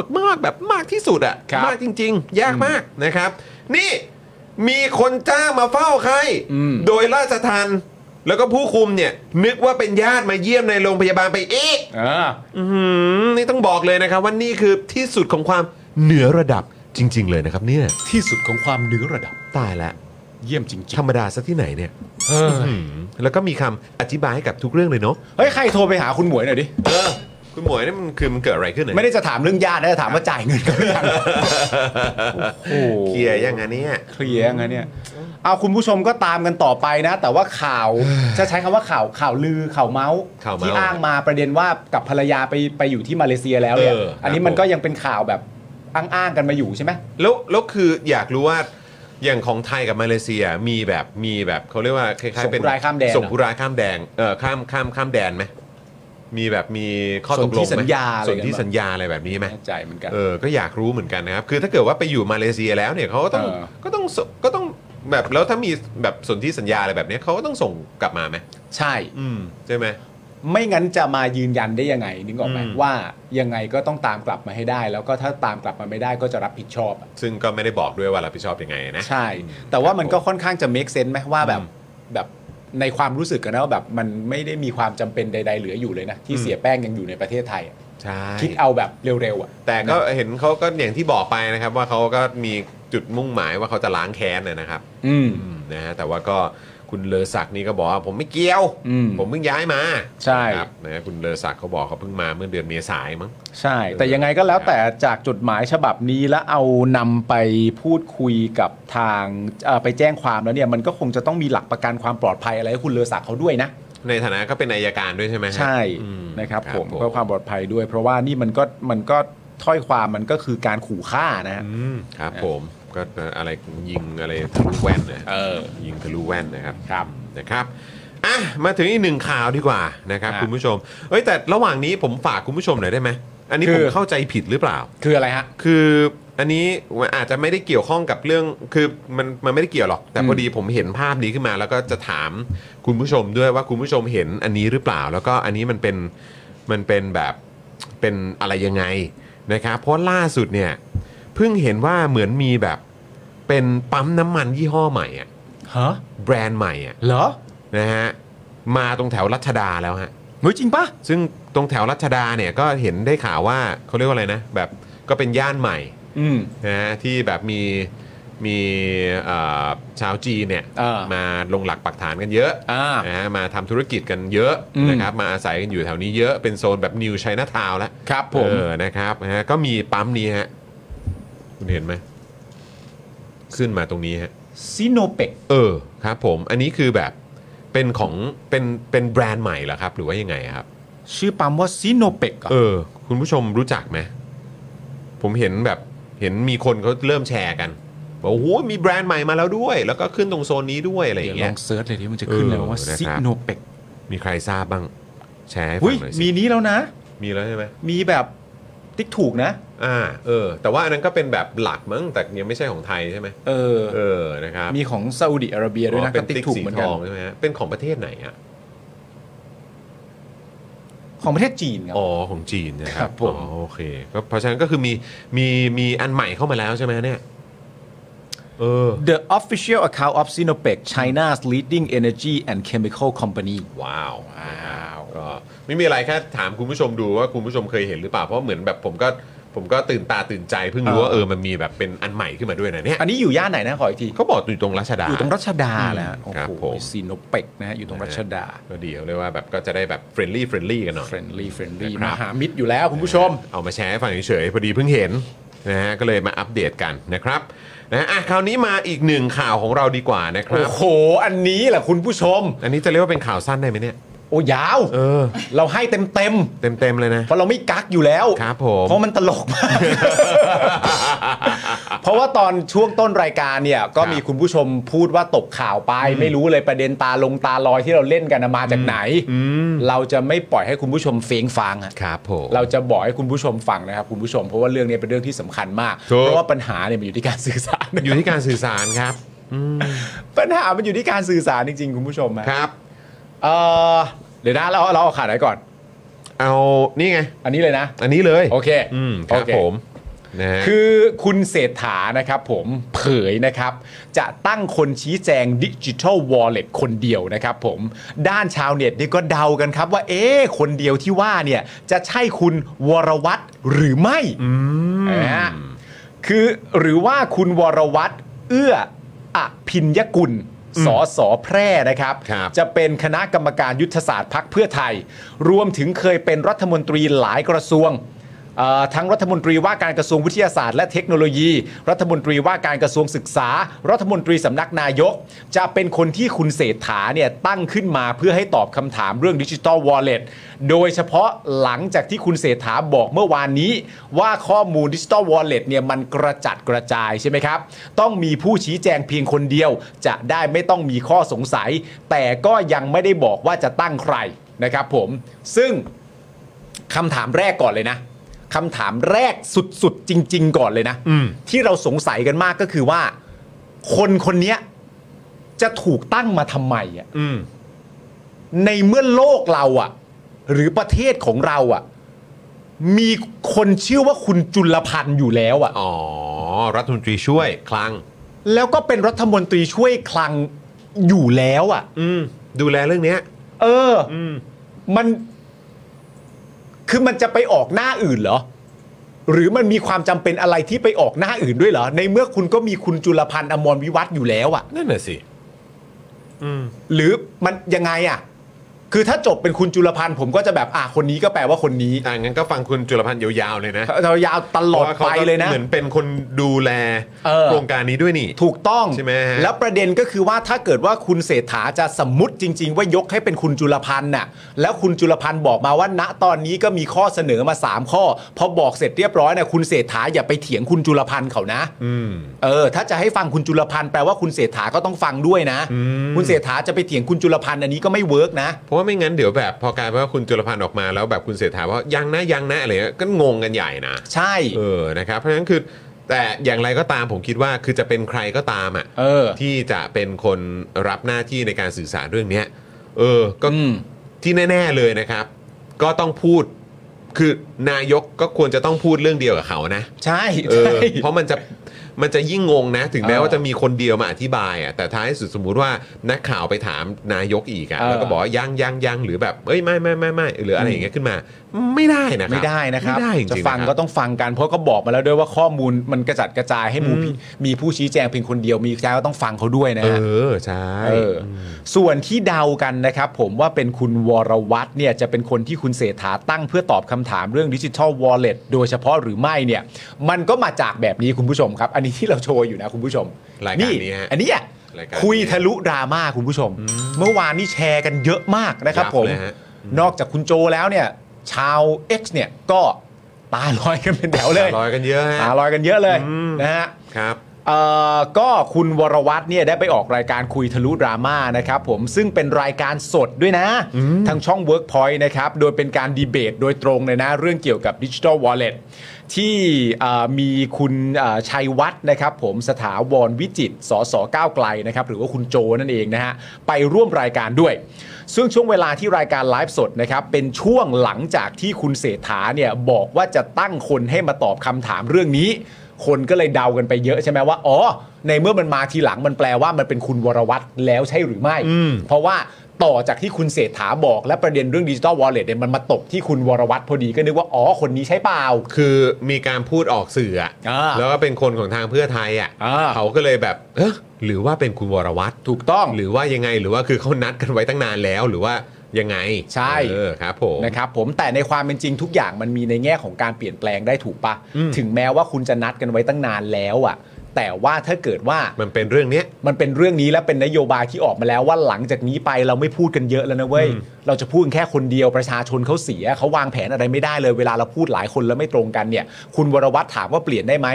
Speaker 1: กมากแบบมากที่สุดอะ
Speaker 2: ครับ
Speaker 1: มากจริง ๆ ยากมากนะครับ นี่มีคนจ้างมาเฝ้าใคร
Speaker 2: อืม
Speaker 1: โดยราชทันแล้วก็ผู้คุมเนี่ย นึกว่าเป็นญาติมาเยี่ยมในโรงพยาบาลไปอีก
Speaker 2: เออ
Speaker 1: อื้อหือนี่ต้องบอกเลยนะครับว่านี่คือที่สุดของความเหนือระดับจริง ๆ เลยนะครับ เนี่ย
Speaker 2: ที่สุดของความเหนื้อระดับ
Speaker 1: ตายแล้ว
Speaker 2: เยี่ยมจริง
Speaker 1: ธรรมดาซะที่ไหนเนี่ย
Speaker 2: ๆเออ
Speaker 1: อื้อหือแล้วก็มีคำอธิบายให้กับทุกเรื่องเลยเนาะ
Speaker 2: เฮ้ย ใครโทรไปหาคุณหมวยหน่อยดิ
Speaker 1: เออคุณหมวยนี่มันคือมันเกิดอะไรขึ้นเนี่ย
Speaker 2: ไม่ได้จะถามเรื่องญาตินะจะถามว่าจ่ายเงินกันหรือยัง โอ้โห
Speaker 1: เคลียร์ยังอันเนี้ย
Speaker 2: เคลียร์ไงเนี่ย เอาคุณผู้ชมก็ตามกันต่อไปนะ แต่ว่าข่าว จะใช้คำว่าข่าวข่าวลือข่าวเมาส์
Speaker 1: ข่าวเมาส์
Speaker 2: ที่อ้างมาประเด็นว่ากับภรรยาไปไปอยู่ที่มาเลเซียแล้วเนี่ย
Speaker 1: เอออั
Speaker 2: อัน
Speaker 1: ค
Speaker 2: นี้
Speaker 1: รับ
Speaker 2: มันก็ยังเป็นข่าวแบบอ้างๆกันมาอยู่ใช่ไหม
Speaker 1: แล้วแล้วคืออยากรู้ว่าอย่างของไทยกับมาเลเซียมีแบบมีแบบเขาเรียกว่าคล้ายๆเป็น
Speaker 2: ส่งผู้ร้ายข้ามแดน
Speaker 1: ส่งผู้ร้ายข้ามแดนเออข้ามข้ามข้ามแดนไหมมีแบบมีข้อตกลง
Speaker 2: สนธิสัญญาอะไร
Speaker 1: ส่วน
Speaker 2: กัน
Speaker 1: ที่
Speaker 2: ปะ
Speaker 1: สัญญาอะไรแบบนี้ไหม
Speaker 2: แน่ใจเหมือนกัน
Speaker 1: เออก็อยากรู้เหมือนกันนะครับ คือถ้าเกิดว่าไปอยู่มาเลเซียแล้วเนี่ยเขาก็ต้อง
Speaker 2: เออ
Speaker 1: ก็ต้องส่งก็ต้องแบบแล้วถ้ามีแบบสนธิสัญญาอะไรแบบเนี้ยเขาก็ต้องส่งกลับมาไหม
Speaker 2: ใช่
Speaker 1: อืมใช่ไหม
Speaker 2: ไม่งั้นจะมายืนยันได้ยังไงนึกออกไหม
Speaker 1: อืม
Speaker 2: ว่ายังไงก็ต้องตามกลับมาให้ได้ แล้วก็ถ้าตามกลับมาไม่ได้ก็จะรับผิดชอบอะ
Speaker 1: ซึ่งก็ไม่ได้บอกด้วยว่ารับผิดชอบยังไงนะ
Speaker 2: ใช่ แต่ว่ามันก็ค่อนข้างจะ make sense ไหมว่าแบบแบบในความรู้สึกกันนะว่าแบบมันไม่ได้มีความจำเป็นใด ๆ เหลืออยู่เลยนะ ที่
Speaker 1: อืม
Speaker 2: เสียแป้งยังอยู่ในประเทศไทยอะ
Speaker 1: ใช่
Speaker 2: คิดเอาแบบเร็วๆอ่ะ
Speaker 1: แต่ก็เห็นเขาก็อย่างที่บอกไปนะครับว่าเขาก็มีจุดมุ่งหมายว่าเขาจะล้างแค้นนะนะครับ
Speaker 2: อืม
Speaker 1: อืมนะฮะแต่ว่าก็คุณเลอศักดิ์นี่ก็บอกว่าผมไม่เกี่ยว
Speaker 2: อืม
Speaker 1: ผมเพิ่งย้ายมา
Speaker 2: ใช่
Speaker 1: ครับนะฮะคุณเลอศักดิ์เขาบอกเขาเพิ่งมาเมื่อเดือนเมษายนมั้ง
Speaker 2: ใช่ แต่ยังไงก็แล้ว
Speaker 1: ครับ
Speaker 2: แต่จากจดหมายฉบับนี้แล้วเอานำไปพูดคุยกับทางเอ่อไปแจ้งความแล้วเนี่ยมันก็คงจะต้องมีหลักประกันความปลอดภัยอะไรให้คุณเลอศักดิ์เขาด้วยนะ
Speaker 1: ในฐานะก็เป็นอายการด้วยใช่ไหมฮะ
Speaker 2: ใช่
Speaker 1: อืม
Speaker 2: นะครับผมเพื่อความปลอดภัยด้วย เพราะว่านี่มันก็มันก็ถ้อยความมันก็คือการขู่ฆ่านะฮะ
Speaker 1: อืมครับผมก็อะไรยิงอะไรทะลุแว่นนะ
Speaker 2: เออ
Speaker 1: ยิงทะลุแว่นนะครับ
Speaker 2: ครับ
Speaker 1: นะครับ อ่ะ มาถึงอีกหนึ่งข่าวดีกว่านะครับ
Speaker 2: ครับ
Speaker 1: คุณผู้ชม เอ้ยแต่ระหว่างนี้ผมฝากคุณผู้ชมหน่อยได้ไหม อันนี้
Speaker 2: คือ
Speaker 1: ผมเข้าใจผิดหรือเปล่า
Speaker 2: คืออะไรฮะ
Speaker 1: คืออันนี้อาจจะไม่ได้เกี่ยวข้องกับเรื่อง คือมันมันไม่ได้เกี่ยวหรอก แต่
Speaker 2: อืม
Speaker 1: พอดีผมเห็นภาพนี้ขึ้นมา แล้วก็จะถามคุณผู้ชมด้วยว่าคุณผู้ชมเห็นอันนี้หรือเปล่า แล้วก็อันนี้มันเป็นมันเป็นแบบเป็นอะไรยังไงนะครับ เพราะล่าสุดเนี่ยเพิ่งเห็นว่าเหมือนมีแบบเป็นปั๊มน้ำมันยี่ห้อใหม่อะ
Speaker 2: ฮะ
Speaker 1: แบรนด์ใหม่อะ
Speaker 2: เหรอ
Speaker 1: นะฮะมาตรงแถวรัชดาแล้วฮะ
Speaker 2: เฮ้ยจริงปะ
Speaker 1: ซึ่งตรงแถวรัชดาเนี่ยก็เห็นได้ข่าวว่าเขาเรียกว่าอะไรนะแบบก็เป็นย่านใหม่
Speaker 2: อืม
Speaker 1: นะฮะที่แบบมีมีเอ่อชาวจีนเนี่ย
Speaker 2: เออ
Speaker 1: มาลงหลักปักฐานกันเยอะ
Speaker 2: อ่า
Speaker 1: นะฮะมาทำธุรกิจกันเยอะ
Speaker 2: อืม
Speaker 1: นะครับมาอาศัยกันอยู่แถวนี้เยอะเป็นโซนแบบนิวไชน่าทาวแล้ว
Speaker 2: ครับผม
Speaker 1: เออนะครับนะฮะก็มีปั๊มนี้ฮะคุณเห็นไหมขึ้นมาตรงนี้ฮะ
Speaker 2: ซิโนเปก
Speaker 1: เออครับผมอันนี้คือแบบเป็นของเป็นเป็นแบรนด์ใหม่เหรอครับ หรือว่ายังไงครับ
Speaker 2: ชื่อปั๊มว่าซิโนเปก
Speaker 1: เออ คุณผู้ชมรู้จักไหมผมเห็นแบบเห็นมีคนเขาเริ่มแชร์กันบอกโอ้โหมีแบรนด์ใหม่มาแล้วด้วย แล้วก็ขึ้นตรงโซนนี้ด้วยอะไรอ
Speaker 2: เดี๋ย
Speaker 1: ย่าว ง
Speaker 2: ล
Speaker 1: เงี้
Speaker 2: อย งเซิร์ชเลยที่มันจะขึ้นเลย
Speaker 1: เออ
Speaker 2: ว่า
Speaker 1: นะครับ
Speaker 2: ซิโนเปก
Speaker 1: มีใครทราบบ้าง แชร์ให้
Speaker 2: หุ
Speaker 1: ฟั
Speaker 2: ย
Speaker 1: งหน่อยสิ
Speaker 2: มีนี้แล้วนะ
Speaker 1: มีแล้วใช่ไหม
Speaker 2: มีแบบติ๊กถูกนะ
Speaker 1: อ่าเออ แต่ว่าอันนั้นก็เป็นแบบหลักมั้งแต่ยังไม่ใช่ของไทยใช่ไหม
Speaker 2: เออ
Speaker 1: เออนะครับ
Speaker 2: มีของซาอุดิอาระเบียด้วย
Speaker 1: อ๋
Speaker 2: นะ
Speaker 1: อเป็
Speaker 2: ก็
Speaker 1: น
Speaker 2: ติ๊
Speaker 1: ติ๊
Speaker 2: ก
Speaker 1: ก
Speaker 2: ถูก
Speaker 1: สี
Speaker 2: เหมือน
Speaker 1: ท
Speaker 2: กัน
Speaker 1: องใช่ไหมฮะเป็นของประเทศไหนอ่ะ
Speaker 2: ของประเทศจีนครับ
Speaker 1: อ๋อ ของจีนนะค
Speaker 2: ค
Speaker 1: รั
Speaker 2: รั
Speaker 1: บบ
Speaker 2: ผม
Speaker 1: อ๋อโอเคก็เพราะฉะนั้นก็คือมีมีมีอันใหม่เข้ามาแล้วใช่ไหมเนี่ยเออ
Speaker 2: The official account of Sinopec China's leading energy and chemical company
Speaker 1: ว้าว
Speaker 2: ว้าว
Speaker 1: อ๋อไม่มีอะไรแค่ถามคุณผู้ชมดูว่าคุณผู้ชมเคยเห็นหรือเปล่าเพราะเหมือนแบบผมก็ผมก็ตื่นตาตื่นใจเพิ่งรู้ว่าเออมันมีแบบเป็นอันใหม่ขึ้นมาด้วยนะเนี่ย
Speaker 2: อันนี้อยู่ย่านไหนนะขออีกที
Speaker 1: เขาบอกอยู่ตรงรัชดา
Speaker 2: อยู่ตรงรัชดาแหละ
Speaker 1: อืม
Speaker 2: โอ้
Speaker 1: ครับ
Speaker 2: โห
Speaker 1: ผม
Speaker 2: ซีโนเปกนะฮะอยู่ตรงรัชดา
Speaker 1: ก็ดีเขาเรียกว่าแบบก็จะได้แบบเฟรนลี่เฟรนลี่กันหน่อย
Speaker 2: เฟรนลี่เฟรนลี่
Speaker 1: ครั
Speaker 2: ม
Speaker 1: บ
Speaker 2: หามิตรอยู่แล้วคุณผู้ชม
Speaker 1: เอามาแชร์ให้ฟังเฉยๆพอดีเพิ่งเห็นนะฮะก็เลยมาอัปเดตกันนะครับนะอ่ะคราวนี้มาอีกหนึ่งข่าวของเราดีกว่านะครั
Speaker 2: โอ้
Speaker 1: บ
Speaker 2: โห อันนี้แหละคุณผู้ชม
Speaker 1: อันนี้จะเรียกว่าเป็นข่าวสั้นได้ไหมเนี่ย
Speaker 2: โอ้ยาว
Speaker 1: เออ
Speaker 2: เราให้เต็มเต็ม
Speaker 1: เต็มๆเลยนะ
Speaker 2: ๆเพราะเราไม่กักอยู่แล้ว
Speaker 1: ครับผม
Speaker 2: เพราะมันตลก มาก เพราะว่าตอนช่วงต้นรายการเนี่ย ก็มีคุณผู้ชมพูดว่าตกข่าวไป ไม่รู้เลยประเด็นตาลงตาลอยที่เราเล่นกันน่ะมาจากไหน เราจะไม่ปล่อยให้คุณผู้ชมเฟงฟังอะ
Speaker 1: ครับผม
Speaker 2: เราจะบอกให้คุณผู้ชมฟังนะครับคุณผู้ชมเพราะว่าเรื่องนี้เป็นเรื่องที่สำคัญมาก
Speaker 1: ถูก
Speaker 2: เพราะว่าปัญหาเนี่ยมันอยู่ที่การสื่อสาร
Speaker 1: อยู่ที่การสื่อสารครับ
Speaker 2: ปัญหามันอยู่ที่การสื่อสารจริงๆ คุณผู้ชมนะครับ เอ่อเดี๋ยวนะเราเราเอาข่าวไหนก่อน
Speaker 1: เอานี่ไง
Speaker 2: อันนี้เลยนะ
Speaker 1: อันนี้เลย
Speaker 2: โอเค
Speaker 1: อืมครับ
Speaker 2: โอเ
Speaker 1: ผมนะฮะ
Speaker 2: คือคุณเศรษฐานะครับผมเผยนะครับ จะตั้งคนชี้แจงดิจิทัลวอลเล็ตคนเดียวนะครับผมด้านชาวเน็ตนี่ก็เดากันครับว่า เอ๊ะคนเดียวที่ว่าเนี่ยจะใช่คุณวรวัตรหรือไม่นะฮะคือหรือว่าคุณวรวัตรเอื้ออภินยกุลสอสอแพร่นะครับ
Speaker 1: ครับ
Speaker 2: จะเป็นคณะกรรมการยุทธศาสตร์พักเพื่อไทย รวมถึงเคยเป็นรัฐมนตรีหลายกระทรวงเอ่อทั้งรัฐมนตรีว่าการกระทรวงวิทยาศาสตร์และเทคโนโลยี รัฐมนตรีว่าการกระทรวงศึกษา รัฐมนตรีสำนักนายก จะเป็นคนที่คุณเศรษฐาเนี่ยตั้งขึ้นมาเพื่อให้ตอบคำถามเรื่องดิจิ t a ลวอลเล็ตโดยเฉพาะหลังจากที่คุณเศรษฐาบอกเมื่อวานนี้ ว่าข้อมูลดิจิ t a ลวอลเล็ตเนี่ยมันกระจัดกระจายใช่ไหมครับ ต้องมีผู้ชี้แจงเพียงคนเดียว จะได้ไม่ต้องมีข้อสงสัย แต่ก็ยังไม่ได้บอกว่าจะตั้งใครนะครับผม ซึ่ง คำถามแรกก่อนเลยนะคำถามแรกสุด ๆ จริง ๆ ก่อนเลยนะ
Speaker 1: อืม
Speaker 2: ที่เราสงสัยกันมากก็คือว่า คนคนเนี้ยจะถูกตั้งมาทำไมอะ
Speaker 1: อืม
Speaker 2: ในเมื่อโลกเราอะหรือประเทศของเราอะมีคนชื่อว่าคุณจุลพันธ์อยู่แล้วอะ
Speaker 1: อ๋อ รัฐมนตรีช่วยคลัง
Speaker 2: แล้วก็เป็นรัฐมนตรีช่วยคลังอยู่แล้วอะ
Speaker 1: อืม ดูแลเรื่องเนี้ย
Speaker 2: เออ
Speaker 1: อืม
Speaker 2: มัน คือมันจะไปออกหน้าอื่นเหรอ หรือมันมีความจำเป็นอะไรที่ไปออกหน้าอื่นด้วยเหรอ ในเมื่อคุณก็มีคุณจุลพันธ์อมรวิวัฒน์อยู่แล้วอะ
Speaker 1: นั่นน่ะสิ อืม
Speaker 2: หรือมันยังไงอะคือถ้าจบเป็นคุณจุลพันธ์ผมก็จะแบบอ่ะคนนี้ก็แปลว่าคนนี้
Speaker 1: อ่างั้นก็ฟังคุณจุลพันธ์ยาวๆเลยนะ
Speaker 2: เรายาวตลอด
Speaker 1: พราะว่าขา
Speaker 2: ไปเลยนะ
Speaker 1: เหมือนเป็นคนดูแล
Speaker 2: เออ
Speaker 1: โครงการนี้ด้วยนี่
Speaker 2: ถูกต้อง
Speaker 1: ใช่ไหมฮะ
Speaker 2: แล้วประเด็นก็คือว่าถ้าเกิดว่าคุณเศรษฐาจะสมมติจริง ๆ ว่ายกให้เป็นคุณจุลพันธ์น่ะแล้วคุณจุลพันธ์บอกมาว่าณตอนนี้ก็มีข้อเสนอมา 3 ข้อ พอบอกเสร็จเรียบร้อยนะคุณเศรษฐาอย่าไปเถียงคุณจุลพันธ์เขานะ
Speaker 1: อืม
Speaker 2: เออถ้าจะให้ฟังคุณจุลพันธ์แปลว่าคุณเศรษฐาก็ต้องฟังด้วยนะ
Speaker 1: ม
Speaker 2: คุณเศรษฐาจะไปเถียงคุณจุลพันธ์อันนี้ก็ไม่เวิร์กนะ
Speaker 1: เพราะว่าไม่งั้นเดี๋ยวแบบพอกลายเป็นว่าคุณจุลพันธ์ออกมาแล้วแบบคุณเสถาว่ายังนะยังนะอะไรเงี้ยก็งงกันใหญ่นะ
Speaker 2: ใช่
Speaker 1: เออ นะครับ เพราะฉะนั้นคือ แต่อย่างไรก็ตามผมคิดว่าคือจะเป็นใครก็ตามอ่ะ
Speaker 2: เออ
Speaker 1: ที่จะเป็นคนรับหน้าที่ในการสื่อสารเรื่องเนี้ยเออ ก็
Speaker 2: อืม
Speaker 1: ที่แน่ ๆเลยนะครับ ก็ต้องพูด คือนายกก็ควรจะต้องพูดเรื่องเดียวกับเขานะ
Speaker 2: ใช่
Speaker 1: เออ
Speaker 2: ใช่
Speaker 1: เพราะมันจะมันจะยิ่งงงนะ ถึงแม้
Speaker 2: เออ
Speaker 1: ว่าจะมีคนเดียวมาอธิบายอ่ะแต่ท้ายสุดสมมุติว่านักข่าวไปถามนายกอีกอ่ะ
Speaker 2: เออ
Speaker 1: แล้วก็บอกว่ายังยังยังหรือแบบเอ้ยไม่ไม่ไม่ไม่หรืออะไรอย่างเงี้ยขึ้นมา ไม่ได้นะครับ
Speaker 2: ไม่ได้นะครับ
Speaker 1: ไม่ได้จริงๆ
Speaker 2: จะฟัง
Speaker 1: นครับ
Speaker 2: ก็ต้องฟังกัน เพราะก็บอกมาแล้วด้วยว่าข้อมูลมันกระจัดกระจายให้หมูพี่มีผู้ชี้แจงเพียงคนเดียวมีแจ้ก็ต้องฟังเขาด้วยนะ
Speaker 1: เอ
Speaker 2: ฮะ
Speaker 1: อ ใช่
Speaker 2: เออส่วนที่เดากันนะครับผมว่าเป็นคุณวรวัตรเนี่ยจะเป็นคนที่คุณเศรษฐาตั้งเพื่อตอบคำถามเรื่องดิจิทัลวอลเล็ตโดยเฉพาะหรือไม่เนี่ย มันก็มาจากแบบนี้คุณผู้ชมครับ อันนี้ที่เราโชว์อยู่นะคุณผู้ชม
Speaker 1: รายการนี้ฮะ
Speaker 2: อันเนี้ย
Speaker 1: รายการนี้
Speaker 2: คุยทะลุดราม่าคุณผู้ชม เมื่อวานนี่แชร์กันเยอะมากนะครับ
Speaker 1: ยับ
Speaker 2: ผม
Speaker 1: เลยฮะ
Speaker 2: นอกจากคุณโจแล้วเนี่ย ชาว X เนี่ยก็ตาลอยกันเป็นแถวเลย
Speaker 1: ลอยกันเยอะฮะ
Speaker 2: ตาลอยกันเยอะเลย
Speaker 1: อืม
Speaker 2: นะฮะ
Speaker 1: ครับ
Speaker 2: เอ่อก็คุณวรวัตรเนี่ยได้ไปออกรายการคุยทะลุดราม่านะครับผมซึ่งเป็นรายการสดด้วยนะ ทางช่อง Workpoint นะครับ โดยเป็นการดีเบตโดยตรงเลยนะ เรื่องเกี่ยวกับดิจิ t a ลวอลเล็ตที่เอ่อมีคุณเอ่อชัยวัฒน์นะครับผมสถาวรวิจิตรสสก้าวไกลนะครับ หรือว่าคุณโจนั่นเองนะฮะ ไปร่วมรายการด้วย ซึ่งช่วงเวลาที่รายการไลฟ์สดนะครับเป็นช่วงหลังจากที่คุณเศรษฐาเนี่ยบอกว่าจะตั้งคนให้มาตอบคำถามเรื่องนี้ คนก็เลยเดากันไปเยอะใช่ไหมว่า อ๋อ ในเมื่อมันมาทีหลังมันแปลว่ามันเป็นคุณวรวัตรแล้วใช่หรือไม่ เพราะว่า ต่อจากที่คุณเศรษฐาบอกและประเด็นเรื่องดิจิ t a ลวอลเล็ตเนี่ยมันมาตกที่คุณวรวัตรพอดีก็นึกว่า อ๋อ คนนี้ใช้เปล่า
Speaker 1: คือมีการพูดออกสื่ออะ
Speaker 2: อ่า
Speaker 1: แล้วก็เป็นคนของทางเพื่อไทยอ่ะ
Speaker 2: อ่า
Speaker 1: เขาก็เลยแบบเอะหรือว่าเป็นคุณวรวัตร
Speaker 2: ถูกต้อง
Speaker 1: หรือว่ายังไงหรือว่าคือเขานัดกันไว้ตั้งนานแล้วหรือว่ายังไง
Speaker 2: ใช่
Speaker 1: เออครับผม
Speaker 2: นะครับผมแต่ในความเป็นจริงทุกอย่างมันมีในแง่ของการเปลี่ยนแปลงได้ถูกปะถึงแม้ว่าคุณจะนัดกันไว้ตั้งนานแล้วอะแต่ว่าถ้าเกิดว่า
Speaker 1: มันเป็นเรื่องเนี้ย
Speaker 2: มันเป็นเรื่องนี้และเป็นนโยบายที่ออกมาแล้วว่าหลังจากนี้ไปเราไม่พูดกันเยอะแล้วนะเว้ยเราจะพูดแค่คนเดียวประชาชนเขาเสียเขาวางแผนอะไรไม่ได้เลยเวลาเราพูดหลายคนแล้วไม่ตรงกันเนี่ย คุณวรวัตรถามว่าเปลี่ยนได้ไหม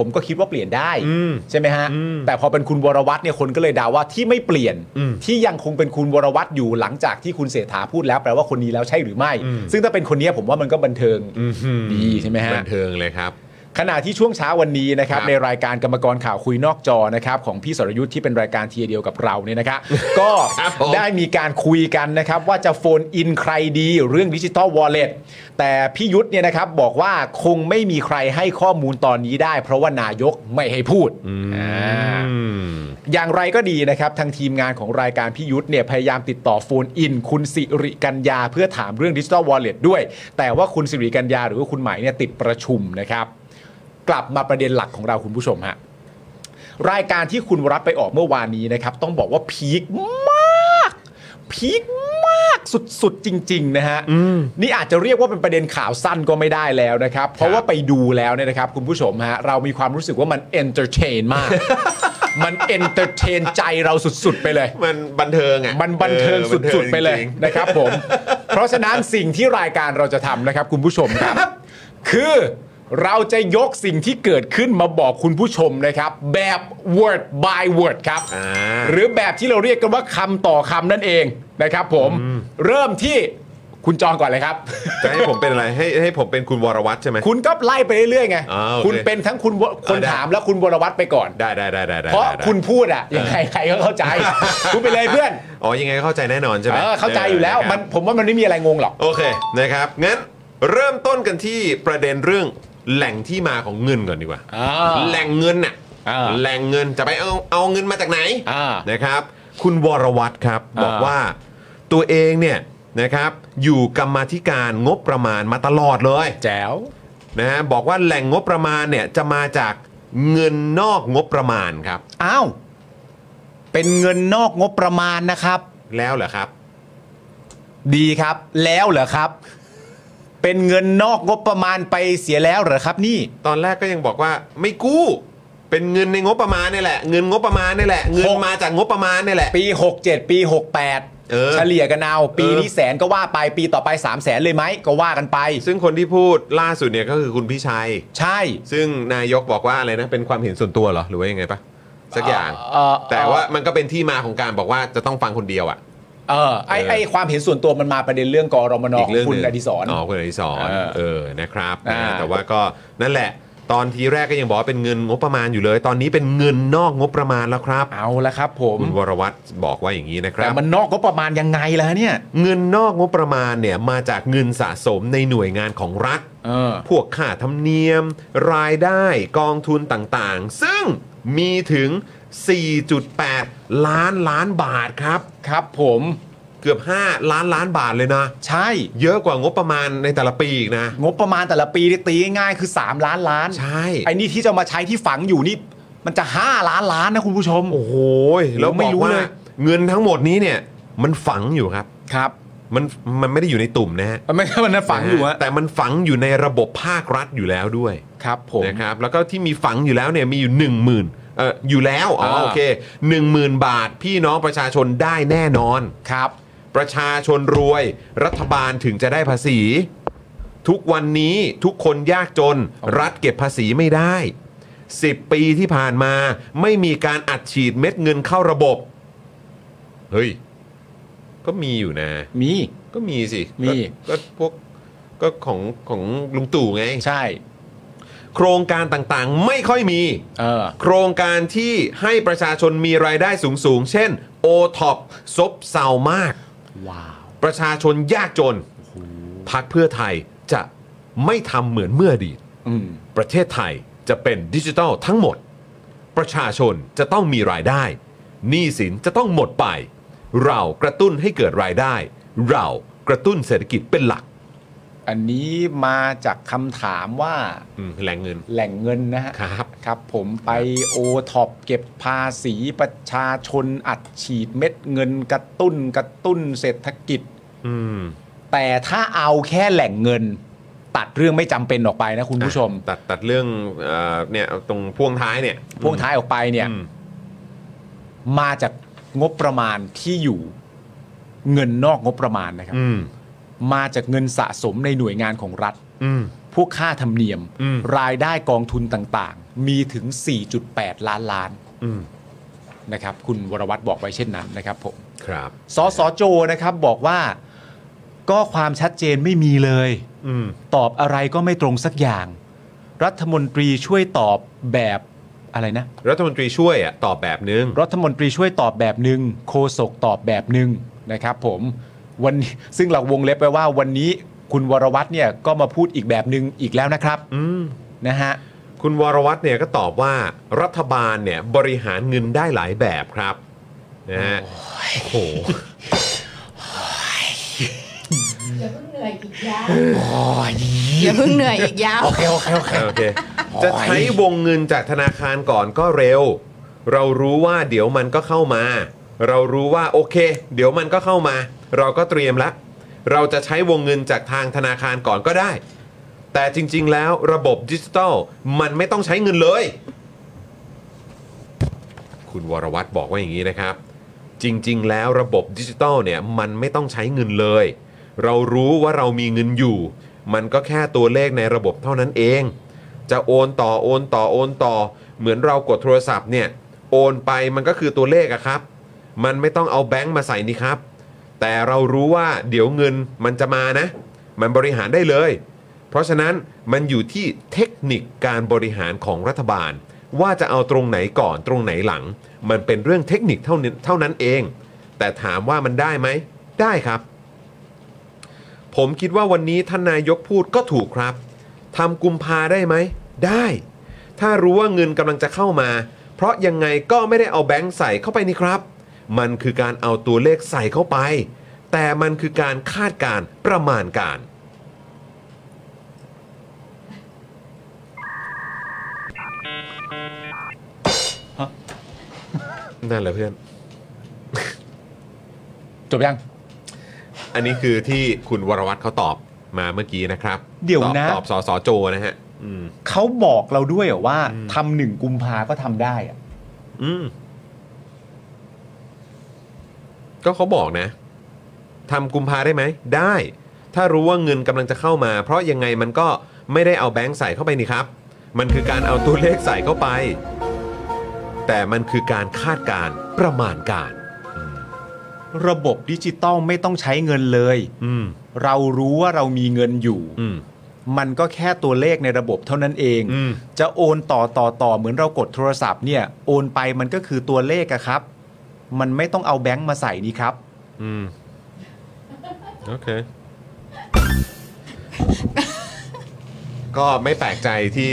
Speaker 2: ผมก็คิดว่าเปลี่ยนได้
Speaker 1: อืม
Speaker 2: ใช่ไหมฮะ
Speaker 1: อืม
Speaker 2: แต่พอเป็นคุณวรวัตรเนี่ยคนก็เลยเดาว่าที่ไม่เปลี่ยน
Speaker 1: อืม
Speaker 2: ที่ยังคงเป็นคุณวรวัตรอยู่หลังจากที่คุณเศรษฐาพูดแล้วแปลว่าคนนี้แล้วใช่หรือไม่
Speaker 1: อืม
Speaker 2: ซึ่งถ้าเป็นคนเนี้ยผมว่ามันก็บันเทิง
Speaker 1: อื้อหือ
Speaker 2: ดีใช่ไหมฮะ
Speaker 1: บันเทิงเลยครับ
Speaker 2: ขณะที่ช่วงเช้าวันนี้นะครับ
Speaker 1: ครับ
Speaker 2: ในรายการกรรมกรข่าวคุยนอกจอนะครับของพี่สรยุทธ์ที่เป็นรายการทีเดียวกับเราเนี่ยนะครับ ก็
Speaker 1: ครับผม
Speaker 2: ได้มีการคุยกันนะครับว่าจะโฟนอินใครดีเรื่องดิจิ t a ลวอลเล็ตแต่พี่ยุทธ์เนี่ยนะครับบอกว่าคงไม่มีใครให้ข้อมูลตอนนี้ได้ เพราะว่านายกไม่ให้พูดอ่า
Speaker 1: อืม
Speaker 2: อย่างไรก็ดีนะครับ ทางทีมงานของรายการพี่ยุทธเนี่ยพยายามติดต่อโฟนอิน คุณสิริกัญญาเพื่อถามเรื่องดิจิ t a ลวอลเล็ตด้วย แต่ว่าคุณสิริกัญญาหรือว่าคุณไหมายเนี่ยติดประชุมนะครับ กลับมาประเด็นหลักของเราคุณผู้ชมฮะรายการที่คุณวรับไปออกเมื่อวานนี้นะครับ ต้องบอกว่าพีคมาก พีคมากสุดๆจริง ๆ นะฮะนี่อาจจะเรียกว่าเป็นประเด็นข่าวสั้นก็ไม่ได้แล้วนะครับ เพราะว่าไปดูแล้วเนี่ยนะครับ คุณผู้ชมฮะเรามีความรู้สึกว่ามันเอนเตอร์เทน มาก มันเอนเตอร์เทนใจเราสุด ๆ ไปเลย
Speaker 1: มันบันเทิงอ่ะ
Speaker 2: มันบันเทิง
Speaker 1: ออบั
Speaker 2: สุด ๆ ไปเล
Speaker 1: จ
Speaker 2: ย
Speaker 1: ริงๆ
Speaker 2: นะครับผม เพราะฉะนั้นสิ่งที่รายการเราจะทำนะครับ คุณผู้ชมครับ คือเราจะยกสิ่งที่เกิดขึ้นมาบอกคุณผู้ชมนะครับ แบบ word by word ครับ
Speaker 1: อ่า
Speaker 2: หรือแบบที่เราเรียกกันว่าคำต่อคำนั่นเองนะครับผมเริ่มที่คุณจองก่อนเลยครับ
Speaker 1: จะให้ผมเป็นอะไรให้ให้ผมเป็นคุณวรวัตรใช่ไหม
Speaker 2: คุณก็ไล่ไปเรื่อยๆไง
Speaker 1: อ่าโอเค
Speaker 2: คุณเป็นทั้งคุณวคน
Speaker 1: อ่าได้
Speaker 2: ถามและคุณวรวัตรไปก่อน
Speaker 1: ได้ได้ได้ได้ได้
Speaker 2: เพราะ
Speaker 1: ได้
Speaker 2: คุณพูดอะยังไงใครก็เข้าใจ คุณไปเลยเพื่อน
Speaker 1: อ๋อยังไงก็เข้าใจแน่นอนใช่ไหม
Speaker 2: เออเข้าใจอยู่แล้ว
Speaker 1: เะครับ
Speaker 2: มันผมว่ามันไม่มีอะไรงงหรอก
Speaker 1: โอเคนะครับ งั้นเริ่มต้นกันที่ประเด็นเรื่องแหล่งที่มาของเงินก่อนดีกว่า
Speaker 2: อ่า
Speaker 1: แหล่งเงินน่ะ
Speaker 2: อ่า
Speaker 1: แหล่งเงินจะไปเอาเอาเงินมาจากไหน
Speaker 2: อ่า
Speaker 1: นะครับ คุณวรวัตรครับ
Speaker 2: อ่า
Speaker 1: บอกว่าตัวเองเนี่ยนะครับอยู่กรรมาธิการงบประมาณมาตลอดเลย
Speaker 2: แจ๋ว
Speaker 1: นะฮะบอกว่าแหล่งงบประมาณเนี่ยจะมาจากเงินนอกงบประมาณครับ
Speaker 2: อ้าว เป็นเงินนอกงบประมาณนะครับ
Speaker 1: แล้วเหรอครับ
Speaker 2: ดีครับ แล้วเหรอครับ เป็นเงินนอกงบประมาณไปเสียแล้วเหรอครับ นี่
Speaker 1: ตอนแรกก็ยังบอกว่าไม่กู้ เป็นเงินในงบประมาณนี่แหละ เงินงบประมาณนี่แหละ เงิน
Speaker 2: หก
Speaker 1: มาจากงบประมาณนี่แหละ
Speaker 2: ปี 67 ปี 68
Speaker 1: เออ
Speaker 2: เฉลี่ยกันเอาปี
Speaker 1: เออ
Speaker 2: นี้แสนก็ว่าไปปีต่อไป 3 0 0แสนเลยไหมก็ว่ากันไป
Speaker 1: ซึ่งคนที่พูดล่าสุดเนี่ยก็คือคุณพี่ชัย
Speaker 2: ใช่
Speaker 1: ซึ่งนายกบอกว่าอะไรนะ เป็นความเห็นส่วนตัวเหรอ หรือว่ายังไงปะสักอย่าง
Speaker 2: เอ่อ
Speaker 1: แต่ว่ามันก็เป็นที่มาของการบอกว่าจะต้องฟังคนเดียวอ่ะ
Speaker 2: เออไอ
Speaker 1: เออ
Speaker 2: ไอความเห็นส่วนตัวมันมาประเด็นเรื่องกรมน
Speaker 1: อี
Speaker 2: ข
Speaker 1: ก
Speaker 2: อง
Speaker 1: เรื่องห
Speaker 2: คุณ
Speaker 1: นึ่ง
Speaker 2: อดิศร
Speaker 1: อ๋อคุณอดิศร
Speaker 2: เออ
Speaker 1: เออนะครับ
Speaker 2: อ่า
Speaker 1: นะแต่ว่าก็นั่นแหละ ตอนทีแรกก็ยังบอกว่าเป็นเงินงบประมาณอยู่เลย ตอนนี้เป็นเงินนอกงบประมาณแล้วครับ
Speaker 2: เอาละครับ ผม
Speaker 1: คุณวรวัตรบอกว่าอย่างนี้นะค
Speaker 2: แต่
Speaker 1: รับ
Speaker 2: มันนอกงบประมาณยังไงล่ะเนี่ย
Speaker 1: เงินนอกงบประมาณเนี่ยมาจากเงินสะสมในหน่วยงานของรัฐ
Speaker 2: เออ
Speaker 1: พวกค่าธรรมเนียม รายได้กองทุนต่างๆ ซึ่งมีถึง 4.8 ล้านล้านบาทครับ
Speaker 2: ครับผม
Speaker 1: เกือบ 5 ล้านล้านบาทเลยนะ
Speaker 2: ใช่
Speaker 1: เยอะกว่างบประมาณในแต่ละปีอีกนะ
Speaker 2: งบประมาณแต่ละปีนี่ตีง่ายๆคือ 3 ล้านล้าน
Speaker 1: ใช่
Speaker 2: ไอ้นี่ที่จะมาใช้ที่ฝังอยู่นี่ มันจะ 5 ล้านล้านนะคุณผู้ชม
Speaker 1: โอ้โหแล้ว
Speaker 2: ไม่
Speaker 1: บอก
Speaker 2: รู้
Speaker 1: ว่า
Speaker 2: เลย
Speaker 1: เงินทั้งหมดนี้เนี่ยมันฝังอยู่ครับ
Speaker 2: ครับ
Speaker 1: มันมันไม่ได้อยู่ในตุ่มนะฮะ
Speaker 2: มันไม่มันฝังอยู่
Speaker 1: นะ
Speaker 2: ฮะ
Speaker 1: ฮะแต่มันฝังอยู่ในระบบภาครัฐอยู่แล้วด้วย
Speaker 2: ครับผม
Speaker 1: นะครับแล้วก็ที่มีฝังอยู่แล้วเนี่ยมีอยู่ 1 0,000เอออยู่แล้วอ๋อ
Speaker 2: อ่า
Speaker 1: โอเค1 0,000 บาท พี่น้องประชาชนได้แน่นอน
Speaker 2: ครับ
Speaker 1: ประชาชนรวยรัฐบาลถึงจะได้ภาษี ทุกวันนี้ทุกคนยากจน รัฐเก็บภาษีไม่ได้ 10 ปีที่ผ่านมาไม่มีการอัดฉีดเม็ดเงินเข้าระบบ เฮ้ย ก็มีอยู่นะ
Speaker 2: มี
Speaker 1: ก็มีสิ
Speaker 2: มี
Speaker 1: ก็ก็พวกก็ของของลุงตู่ไง
Speaker 2: ใช่
Speaker 1: โครงการต่างๆไม่ค่อยมี
Speaker 2: เออ
Speaker 1: โครงการที่ให้ประชาชนมีรายได้สูงๆ เช่น โอท็อปซบเซามาก
Speaker 2: ว้าว
Speaker 1: ประชาชนยากจน พักเพื่อไทยจะไม่ทำเหมือนเมื่ออดีต
Speaker 2: อืม
Speaker 1: ประเทศไทยจะเป็นดิจิทัลทั้งหมด ประชาชนจะต้องมีรายได้หนี้สินจะต้องหมดไป เรากระตุ้นให้เกิดรายได้ เรากระตุ้นเศรษฐกิจเป็นหลัก
Speaker 2: อันนี้มาจากคำถามว่า
Speaker 1: อืมแหล่งเงิน
Speaker 2: แหล่งเงินนะฮะ
Speaker 1: ครับ
Speaker 2: ครับ ผมไปโอท็อปเก็บภาษีประชาชนอัดฉีดเม็ดเงินกระตุ้นกระตุ้นเศรษฐกิจ
Speaker 1: อืม
Speaker 2: แต่ถ้าเอาแค่แหล่งเงิน ตัดเรื่องไม่จำเป็นออกไปนะคุณผู้ชม
Speaker 1: ตัดตัดเรื่องเอ่อเนี่ยตรงพ่วงท้ายเนี่ย
Speaker 2: พวกท้ายออกไปเนี่ย
Speaker 1: อืม
Speaker 2: มาจากงบประมาณที่อยู่เงินนอกงบประมาณนะครับ
Speaker 1: อืม
Speaker 2: มาจากเงินสะสมในหน่วยงานของรัฐ
Speaker 1: อืม
Speaker 2: พวกค่าธรรมเนียม
Speaker 1: อืม
Speaker 2: รายได้กองทุนต่างๆ มีถึง 4.8 ล้านล้าน
Speaker 1: อืม
Speaker 2: นะครับ คุณวรวัตรบอกไว้เช่นนั้นนะครับผม
Speaker 1: ครับ
Speaker 2: สสโจนะครับบอกว่าก็ความชัดเจนไม่มีเลย
Speaker 1: อืม
Speaker 2: ตอบอะไรก็ไม่ตรงสักอย่าง รัฐมนตรีช่วยตอบแบบอะไรนะ
Speaker 1: รัฐมนตรีช่วยอ่ะตอบแบบนึง
Speaker 2: รัฐมนตรีช่วยตอบแบบหนึ่งโคศกตอบแบบหนึ่งนะครับผมวันนี้ซึ่งเราวงเล็บไปว่าวันนี้คุณวรวัตรเนี่ยก็มาพูดอีกแบบหนึ่งอีกแล้วนะครับ
Speaker 1: อืม
Speaker 2: นะฮะ
Speaker 1: คุณวรวัตรเนี่ยก็ตอบว่ารัฐบาลเนี่ยบริหารเงินได้หลายแบบครับนะฮะโอ้โห
Speaker 5: อย่าเพิ่งเหนื่อยอีกยาว
Speaker 2: โอเคโอเคโอเค
Speaker 1: โอเคจะใช้วงเงินจากธนาคารก่อนก็เร็ว เรารู้ว่าเดี๋ยวมันก็เข้ามา เรารู้ว่าโอเค เดี๋ยวมันก็เข้ามา เราก็เตรียมละเราจะใช้วงเงินจากทางธนาคารก่อนก็ได้ แต่จริง ๆ แล้วระบบดิจิทัลมันไม่ต้องใช้เงินเลย คุณวรวัตรบอกว่าอย่างนี้นะครับ จริง ๆ แล้วระบบดิจิตอลเนี่ยมันไม่ต้องใช้เงินเลย เรารู้ว่าเรามีเงินอยู่ มันก็แค่ตัวเลขในระบบเท่านั้นเอง จะโอนต่อโอนต่อโอนต่อ เหมือนเรากดโทรศัพท์เนี่ยโอนไปมันก็คือตัวเลขอะครับ มันไม่ต้องเอาแบงค์มาใส่นี่ครับ แต่เรารู้ว่าเดี๋ยวเงินมันจะมานะ มันบริหารได้เลย เพราะฉะนั้นมันอยู่ที่เทคนิคการบริหารของรัฐบาล ว่าจะเอาตรงไหนก่อนตรงไหนหลัง มันเป็นเรื่องเทคนิคเท่านั้นเท่านั้นเอง แต่ถามว่ามันได้ไหม ได้ครับ ผมคิดว่าวันนี้ท่านนายกพูดก็ถูกครับทำกุมภาได้ไหม ได้ ถ้ารู้ว่าเงินกำลังจะเข้ามา เพราะยังไงก็ไม่ได้เอาแบงค์ใส่เข้าไปนี่ครับ มันคือการเอาตัวเลขใส่เข้าไป แต่มันคือการคาดการณ์ประมาณการ นั่นแหละเพื่อน
Speaker 2: จบยัง
Speaker 1: อันนี้คือที่คุณวรวัตรเขาตอบมาเมื่อกี้นะครับ
Speaker 2: เดี๋ยวนะ
Speaker 1: ตอบตอบสสโจนะฮะ อืม
Speaker 2: เขาบอกเราด้วยเหรอว่าทำหนึ่งกุมภาก็ทำได้อะ
Speaker 1: อืม ก็เขาบอกนะทำกุมภาได้ไหม ได้ ถ้ารู้ว่าเงินกำลังจะเข้ามา เพราะยังไงมันก็ไม่ได้เอาแบงค์ใส่เข้าไปนี่ครับ มันคือการเอาตัวเลขใส่เข้าไป แต่มันคือการคาดการณ์ประมาณการ
Speaker 2: ระบบดิจิตอลไม่ต้องใช้เงินเลย
Speaker 1: อืม
Speaker 2: เรารู้ว่าเรามีเงินอยู่
Speaker 1: อืม
Speaker 2: มันก็แค่ตัวเลขในระบบเท่านั้นเอง
Speaker 1: อืม
Speaker 2: จะโอนต่อต่อต่อเหมือนเรากดโทรศัพท์เนี่ย โอนไปมันก็คือตัวเลขอะครับ มันไม่ต้องเอาแบงค์มาใส่นี่ครับ
Speaker 1: อื ม โอเค ก็ไม่แปลกใจที่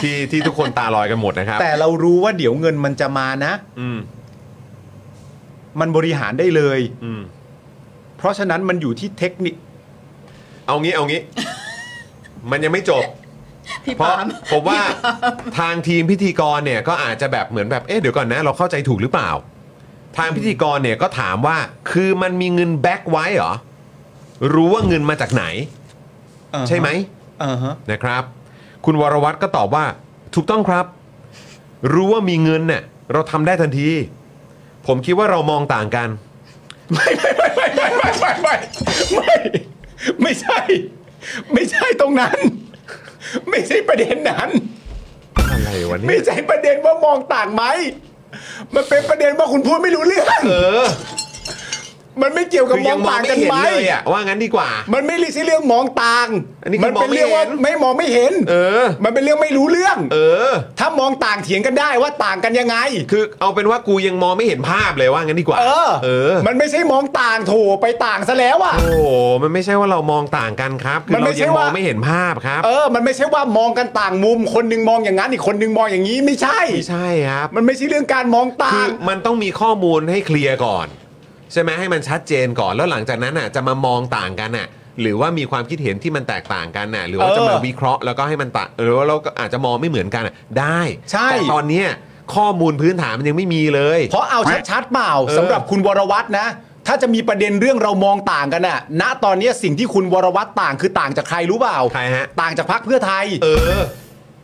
Speaker 1: ที่ที่ทุกคนตาลอยกันหมดนะครับ
Speaker 2: แต่เรารู้ว่าเดี๋ยวเงินมันจะมานะ
Speaker 1: อืม
Speaker 2: มันบริหารได้เลย
Speaker 1: อืม
Speaker 2: เพราะฉะนั้นมันอยู่ที่เทคนิค
Speaker 1: เอางี้เอางี้ มันยังไม่จบ
Speaker 4: พี่
Speaker 1: เพราะ
Speaker 4: ปาล์ม
Speaker 1: ผมว่าทางทีมพิธีกรเนี่ยก็อาจจะแบบเหมือนแบบเอ๊ะเดี๋ยวก่อนนะ เราเข้าใจถูกหรือเปล่า ทางพิธีกรเนี่ยก็ถามว่าคือมันมีเงินแบ็กไว้เหรอ รู้ว่าเงินมาจากไหน ใช่ไหม
Speaker 2: อ่าฮะ
Speaker 1: นะครับ คุณวรวัตรก็ตอบว่า ถูกต้องครับ รู้ว่ามีเงินเนี่ยเราทำได้ทันที ผมคิดว่าเรามองต่างกัน
Speaker 2: ไม่ไม่ไม่ไม่ไม่ไม่ไม่ใช่ ไม่ใช่ตรงนั้น ไม่ใช่ประเด็นนั้น
Speaker 1: อะไรวะเนี่
Speaker 2: ไม่
Speaker 1: ย
Speaker 2: ใช่ประเด็นว่ามองต่างไหม มันเป็นประเด็นว่าคุณพูดไม่รู้เรื่อง
Speaker 1: เออ
Speaker 2: มันไม่เกี่ยวกับ
Speaker 1: คือ
Speaker 2: ม
Speaker 1: ยั
Speaker 2: อง
Speaker 1: งมอง
Speaker 2: ต่าง
Speaker 1: ไม่
Speaker 2: กัน
Speaker 1: เห็น
Speaker 2: ไหม
Speaker 1: เลยอ่ะว่างั้นดีกว่า
Speaker 2: มันไม่เรียกใช่เรื่องมองต่าง
Speaker 1: อันนี้คือ
Speaker 2: มั
Speaker 1: ม
Speaker 2: เป็น
Speaker 1: องไม่
Speaker 2: เรื่องว่า
Speaker 1: เห็น
Speaker 2: ไม่มองไม่เห็น
Speaker 1: เออ
Speaker 2: มันเป็นเรื่องไม่รู้เรื่อง
Speaker 1: เออ
Speaker 2: ถ้ามองต่างเถียงกันได้ว่าต่างกันยังไง
Speaker 1: คือเอาเป็นว่ากูยังมองไม่เห็นภาพเลยว่างั้นดีกว่า
Speaker 2: เออ
Speaker 1: เออ
Speaker 2: มันไม่ใช่มองต่างโถไปต่างซะแล้วอะ
Speaker 1: โอ้โหมันไม่ใช่ว่าเรามองต่างกันครับ คือ
Speaker 2: มันไม่
Speaker 1: เรา
Speaker 2: ใช่
Speaker 1: ยังมอง
Speaker 2: ว่า
Speaker 1: ไม่เห็นภาพครับ
Speaker 2: เออ มันไม่ใช่ว่ามองกันต่างมุม คนหนึงมองอย่างนั้นอีกคนหนึงมองอย่างนี้ไม่ใช่
Speaker 1: ไม่ใช่ครับ
Speaker 2: มันไม่ใช่เรื่องการมองต่า
Speaker 1: คือง มันต้องมีข้อมูลให้เคลียร์ก่อน ใช่ไหมให้มันชัดเจนก่อนแล้วหลังจากนั้นน่ะจะมามองต่างกันน่ะหรือว่ามีความคิดเห็นที่มันแตกต่างกันน่ะหรือว่า
Speaker 2: เออ
Speaker 1: จะมาวิเคราะห์แล้วก็ให้มันต่างหรือว่าเราก็อาจจะมองไม่เหมือนกันน่ะได้
Speaker 2: ใช่
Speaker 1: แต่ตอนเนี้ยข้อมูลพื้นฐานมันยังไม่มีเลย
Speaker 2: เพราะเอาชัดๆเปล่า
Speaker 1: เออ
Speaker 2: สำหรับคุณวรวัตรนะ ถ้าจะมีประเด็นเรื่องเรามองต่างกันน่ะ ณตอนเนี้ยสิ่งที่คุณวรวัตรต่างคือต่างจากใครรู้เปล่า
Speaker 1: ใครฮะ
Speaker 2: ต่างจากพักเพื่อไทย
Speaker 1: เออ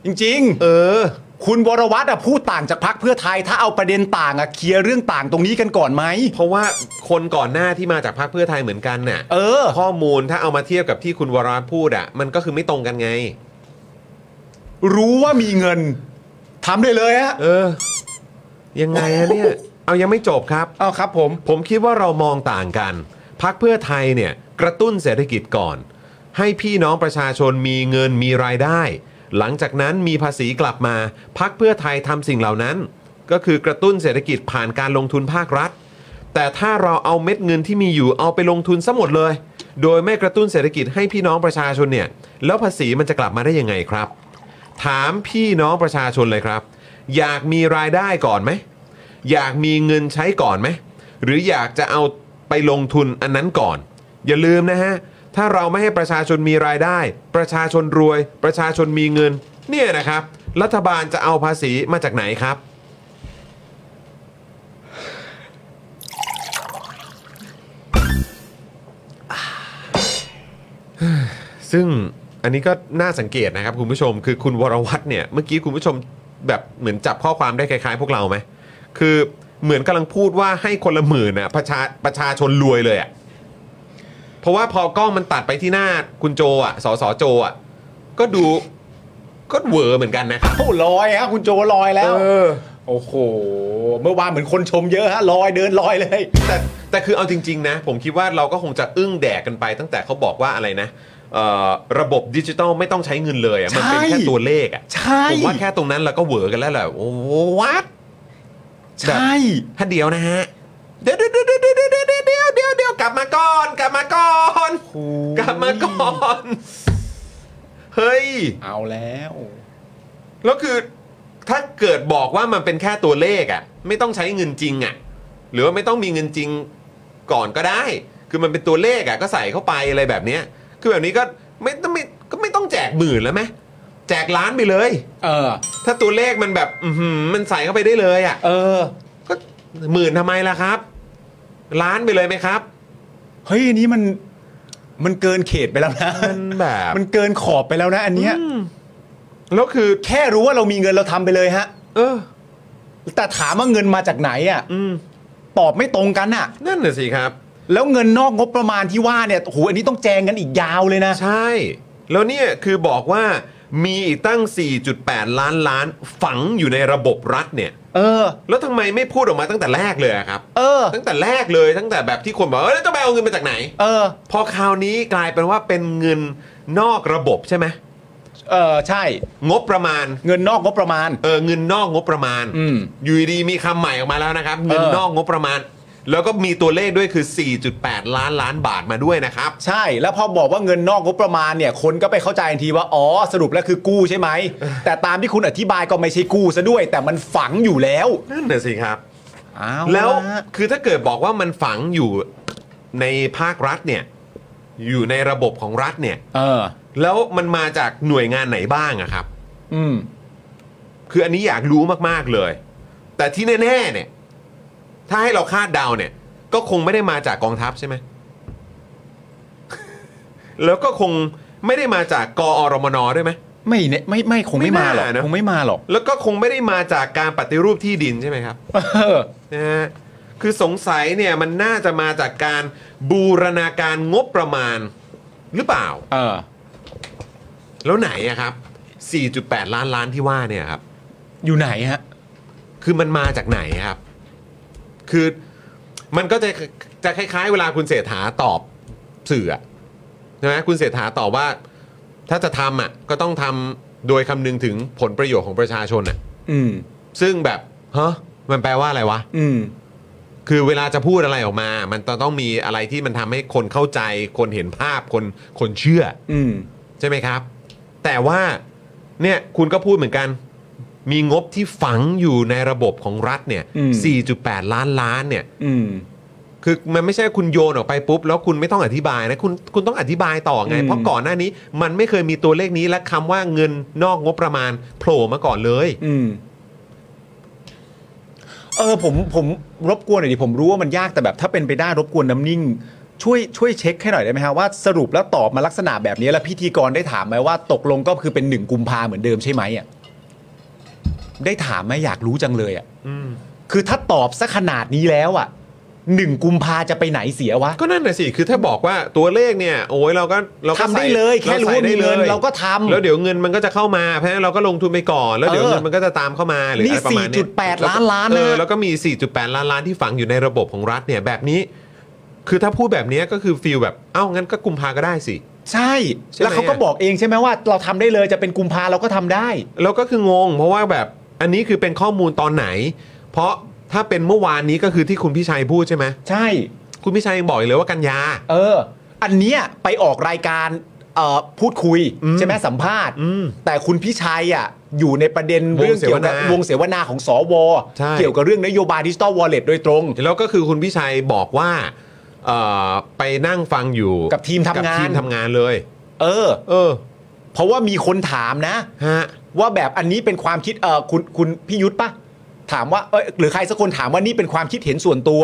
Speaker 2: จริง ๆ
Speaker 1: เออ
Speaker 2: คุณวรวัตรอะพูดต่างจากพักเพื่อไทย ถ้าเอาประเด็นต่างอะเคลียร์เรื่องต่างตรงนี้กันก่อนไหม
Speaker 1: เพราะว่าคนก่อนหน้าที่มาจากพรรคเพื่อไทยเหมือนกันน่ะ
Speaker 2: เออ
Speaker 1: ข้อมูลถ้าเอามาเทียบกับที่คุณวราพูดอ่ะ มันก็คือไม่ตรงกันไง
Speaker 2: รู้ว่ามีเงินทำได้เลยฮะ
Speaker 1: เออ ยังไงอะเนี่ย เอายังไม่จบครับ
Speaker 2: เอาครับผม
Speaker 1: ผมคิดว่าเรามองต่างกัน พักเพื่อไทยเนี่ยกระตุ้นเศรษฐกิจก่อน ให้พี่น้องประชาชนมีเงินมีรายได้ หลังจากนั้นมีภาษีกลับมา พักเพื่อไทยทำสิ่งเหล่านั้น ก็คือกระตุ้นเศรษฐกิจผ่านการลงทุนภาครัฐ แต่ถ้าเราเอาเม็ดเงินที่มีอยู่เอาไปลงทุนซะหมดเลย โดยไม่กระตุ้นเศรษฐกิจให้พี่น้องประชาชนเนี่ย แล้วภาษีมันจะกลับมาได้ยังไงครับ ถามพี่น้องประชาชนเลยครับ อยากมีรายได้ก่อนไหม อยากมีเงินใช้ก่อนไหม หรืออยากจะเอาไปลงทุนอันนั้นก่อน อย่าลืมนะฮะ ถ้าเราไม่ให้ประชาชนมีรายได้ ประชาชนรวย ประชาชนมีเงิน เนี่ยนะครับ รัฐบาลจะเอาภาษีมาจากไหนครับ ซึ่งอันนี้ก็น่าสังเกตนะครับคุณผู้ชมคือคุณวรวัตรเนี่ยเมื่อกี้คุณผู้ชมแบบเหมือนจับข้อความได้คล้ายๆ พวกเราไหมคือเหมือนกำลังพูดว่าให้คนละหมื่นน่ะประชาประชาชนรวยเลยอะ่ะเพราะว่าพอกล้องมันตัดไปที่หน้าคุณโจอะ่ะสสโจอะ่ะก็ดูก็เวอร์เหมือนกันนะครับ
Speaker 2: โอ้ลอยฮะคุณโจลอยแล้ว
Speaker 1: อ
Speaker 2: โอ้โห เมื่อวานเหมือนคนชมเยอะฮะลอยเดินลอยเลย
Speaker 1: แต่แต่คือเอาจริง ๆ นะ ผมคิดว่าเราก็คงจะอึ้งแดกกันไป ตั้งแต่เขาบอกว่าอะไรนะเอ่อระบบดิจิตอลไม่ต้องใช้เงินเลยอะมันเป็นแค่
Speaker 2: ใช่
Speaker 1: ตัวเลขอ่ะ
Speaker 2: ใช่
Speaker 1: ผมว่าแค่ตรงนั้นเราก็เหวอกันแล้วแหละโอ้วัด
Speaker 2: ใช่
Speaker 1: ถ้าเดียวนะฮะ เดี๋ยวเดี๋ยวเดี๋ยวเดี๋ยวเดี๋ยวเดี๋ยวเดี๋ยวเดี๋ยวเดี๋ยวกลับมาก่อน กลับมาก่อน กลับมาก่อน เฮ้ย
Speaker 2: เอาแล้ว
Speaker 1: แล้วคือถ้าเกิดบอกว่ามันเป็นแค่ตัวเลขอะไม่ต้องใช้เงินจริงอะหรือว่าไม่ต้องมีเงินจริงก่อนก็ได้ คือมันเป็นตัวเลขอะก็ใส่เข้าไปอะไรแบบเนี้ยคือแบบนี้ก็ไม่ต้องไม่ก็ไม่ต้องแจกหมื่นแล้วไหมแจกล้านไปเลย
Speaker 2: เออ
Speaker 1: ถ้าตัวเลขมันแบบ อือหือมันใส่เข้าไปได้เลยอะ่ะ
Speaker 2: เออ
Speaker 1: ก็หมื่นทำไมล่ะครับ ล้านไปเลยไหมครับ
Speaker 2: เฮ้ยอันนี้มันมันเกินเขตไปแล้วนะ
Speaker 1: มันแบบ
Speaker 2: มันเกินขอบไปแล้วนะ อันเนี้ย
Speaker 1: แล้วคือ
Speaker 2: แค่รู้ว่าเรามีเงินเราทำไปเลยฮะ
Speaker 1: เออ
Speaker 2: แต่ถามว่าเงินมาจากไหนอ่ะ
Speaker 1: อืม
Speaker 2: ตอบไม่ตรงกันอ่ะ
Speaker 1: นั่นน่ะสิครับ
Speaker 2: แล้วเงินนอกงบประมาณที่ว่าเนี่ยโหอันนี้ต้องแจงกันอีกยาวเลยนะ
Speaker 1: ใช่ แล้วเนี่ยคือบอกว่ามีอีกตั้ง 4.8 ล้านล้านฝังอยู่ในระบบรัฐเนี่ย
Speaker 2: เออ
Speaker 1: แล้วทำไมไม่พูดออกมาตั้งแต่แรกเลยอะครับ
Speaker 2: เออ
Speaker 1: ตั้งแต่แรกเลยตั้งแต่แบบที่คนบอกเออแล้วจะไปเอาเงินมาจากไหน
Speaker 2: เออ
Speaker 1: พอคราวนี้กลายเป็นว่าเป็นเงินนอกระบบใช่ไหม
Speaker 2: เออ ใช่
Speaker 1: งบประมาณ
Speaker 2: เงินนอกงบประมาณ
Speaker 1: เออเงินนอกงบประมาณ
Speaker 2: อืม
Speaker 1: อยู่ดีๆมีคำใหม่ออกมาแล้วนะครับ เงิน
Speaker 2: เออ
Speaker 1: นอกงบประมาณ แล้วก็มีตัวเลขด้วยคือ 4.8 ล้านล้านบาทมาด้วยนะครับ
Speaker 2: ใช่ แล้วพอบอกว่าเงินนอกงบประมาณเนี่ย คนก็ไปเข้าใจทันทีว่า อ๋อ สรุปแล้วคือกู้ใช่ไหม แต่ตามที่คุณอธิบายก็ไม่ใช่กู้ซะด้วย แต่มันฝังอยู่แล้ว
Speaker 1: นั่นน่ะสิครับ
Speaker 2: อ้า
Speaker 1: แล้ว
Speaker 2: ะ
Speaker 1: คือถ้าเกิดบอกว่ามันฝังอยู่ในภาครัฐเนี่ย อยู่ในระบบของรัฐเนี่ย
Speaker 2: เออ
Speaker 1: แล้วมันมาจากหน่วยงานไหนบ้างอะครับ
Speaker 2: อืม
Speaker 1: คืออันนี้อยากรู้มากๆเลย แต่ที่แน่ๆเนี่ย ถ้าให้เราคาดเดาเนี่ย ก็คงไม่ได้มาจากกองทัพใช่ไหม แล้วก็คงไม่ได้มาจากกอรมนด้วยไหม
Speaker 2: ไม่เนี่ยไม่ไม่คงไม่มาหรอก
Speaker 1: ไม่น่านะ
Speaker 2: คงไม่มาหรอก
Speaker 1: แล้วก็คงไม่ได้มาจากการปฏิรูปที่ดินใช่ไหมครับ
Speaker 2: เออ
Speaker 1: นะฮะคือสงสัยเนี่ยมันน่าจะมาจากการบูรณาการงบประมาณหรือเปล่า
Speaker 2: เออ
Speaker 1: แล้วไหนอะครับ 4.8 ล้านล้านที่ว่าเนี่ยครับ
Speaker 2: อยู่ไหนฮะ
Speaker 1: คือมันมาจากไหนครับ คือมันก็จะ จะคล้าย ๆ เวลาคุณเศรษฐาตอบสื่ออะใช่ไหมคุณเศรษฐาตอบว่า ถ้าจะทำอ่ะก็ต้องทำโดยคำนึงถึงผลประโยชน์ของประชาชนอ่ะ
Speaker 2: อืม
Speaker 1: ซึ่งแบบฮะมันแปลว่าอะไรวะ
Speaker 2: อืม
Speaker 1: คือเวลาจะพูดอะไรออกมา มันต้องมีอะไรที่มันทำให้คนเข้าใจ คนเห็นภาพ คนคนเชื่อ
Speaker 2: อืม
Speaker 1: ใช่ไหมครับ แต่ว่าเนี่ยคุณก็พูดเหมือนกัน มีงบที่ฝังอยู่ในระบบของรัฐเนี่ย
Speaker 2: อืม
Speaker 1: 4.8 ล้านล้านเนี่ย
Speaker 2: อืม
Speaker 1: คือมันไม่ใช่คุณโยนออกไปปุ๊บ แล้วคุณไม่ต้องอธิบายนะ คุณคุณต้องอธิบายต่อไง
Speaker 2: อืม
Speaker 1: เพราะก่อนหน้านี้มันไม่เคยมีตัวเลขนี้และคำว่าเงินนอกงบประมาณโผล่มาก่อนเลย
Speaker 2: อืม เออผมผมรบกวนหน่อยดิผมรู้ว่ามันยากแต่แบบถ้าเป็นไปได้รบกวนน้ำนิ่ง ช่วยช่วยเช็คให้หน่อยได้ไหมฮะว่าสรุปแล้วตอบมาลักษณะแบบนี้แล้วพิธีกรได้ถามไหมว่าตกลงก็คือเป็นหนึ่งกุมภาเหมือนเดิมใช่ไหมอ่ะได้ถามไหมอยากรู้จังเลยอ่ะ
Speaker 1: อืม
Speaker 2: คือถ้าตอบซะขนาดนี้แล้วอ่ะหนึ่งกุมภาจะไปไหนเสียวะ
Speaker 1: ก็นั่นน่ะสิคือถ้าบอกว่าตัวเลขเนี่ยโอ้ยเราก็เราก็
Speaker 2: ทำ
Speaker 1: ใส่
Speaker 2: ได้เลยแค่รู้
Speaker 1: ใส่
Speaker 2: ว่ามีเงินเราก็ทำ
Speaker 1: แล้วเดี๋ยวเงินมันก็จะเข้ามาเพราะฉะนั้นเราก็ลงทุนไปก่อน แล้วเดี๋ยว
Speaker 2: เออ
Speaker 1: เงินมันก็จะตามเข้ามาหรือ
Speaker 2: นี่
Speaker 1: อะไรประมาณเนี้ย
Speaker 2: 4.8ล้านล้านนะ
Speaker 1: เออแล้วก็มี 4.8 ล้านล้านที่ฝังอยู่ในระบบของรัฐเนี่ยแบบนี้ คือถ้าพูดแบบเนี้ยก็คือฟีลแบบเอ้างั้นก็กุมภาก็ได้สิ
Speaker 2: ใช่
Speaker 1: ใช่ไหม
Speaker 2: แล้วเขาก็บอกเองใช่ไหมว่า เราทำได้เลยจะเป็นกุมภาเราก็ทำได้
Speaker 1: แล้วก็คืองง เพราะว่าแบบอันนี้คือเป็นข้อมูลตอนไหน เพราะถ้าเป็นเมื่อวานนี้ก็คือที่คุณพิชัยพูดใช่ไหม
Speaker 2: ใช่
Speaker 1: คุณพิชัยยังบอกอีกเลยว่ากันยา
Speaker 2: เออ อันเนี้ยไปออกรายการเอ่อพูดคุย ใช่ไหมสัมภาษณ์
Speaker 1: อืม
Speaker 2: แต่คุณพิชัยอ่ะอยู่ในประเด็น
Speaker 1: วง
Speaker 2: เรื่องเกี่ยวกับ
Speaker 1: เสวนาว
Speaker 2: งเสวนาของสว
Speaker 1: ใช่
Speaker 2: เกี่ยวกับเรื่องนโยบายดิจิตอลวอลเล็ตโดยตรง
Speaker 1: แล้วก็คือคุณพิชัยบอกว่าเอ่อไปนั่งฟังอยู่
Speaker 2: กับทีมทำงาน
Speaker 1: กับทีมทำงานเลย
Speaker 2: เออ
Speaker 1: เออ
Speaker 2: เพราะว่ามีคนถามนะ
Speaker 1: ฮะ
Speaker 2: ว่าแบบอันนี้เป็นความคิดเออคุณคุณพี่ยุทธปะถามว่าเอยหรือใครสักคนถามว่านี่เป็นความคิดเห็นส่วนตัว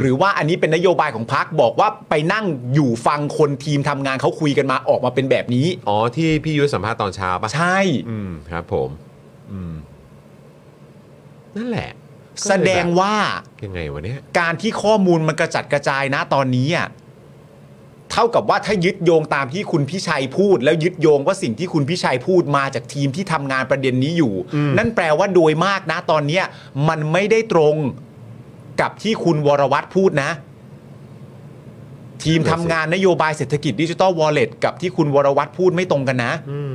Speaker 2: หรือว่าอันนี้เป็นนโยบายของพักบอกว่าไปนั่งอยู่ฟังคนทีมทำงานเขาคุยกันมาออกมาเป็นแบบนี้
Speaker 1: อ๋อที่พี่ยุ้ยสัมภาษณ์ตอนเช้าปะ
Speaker 2: ใช่
Speaker 1: อืมครับ ผม อืม นั่นแหละ
Speaker 2: แสดงว่า
Speaker 1: ยังไงวะเนี่ย
Speaker 2: การที่ข้อมูลมันกระจัดกระจายนะตอนนี้อ่ะเท่ากับว่าถ้ายึดโยงตามที่คุณพิชัยพูด แล้วยึดโยงว่าสิ่งที่คุณพิชัยพูดมาจากทีมที่ทำงานประเด็นนี้อยู่
Speaker 1: อืม
Speaker 2: นั่นแปลว่าโดยมากนะตอนเนี้ยมันไม่ได้ตรงกับที่คุณวรวัตรพูดนะ ทีมทำงานนโยบายเศรษฐกิจดิจิตอลวอลเล็ตกับที่คุณวรวัตรพูดไม่ตรงกันนะ
Speaker 1: อืม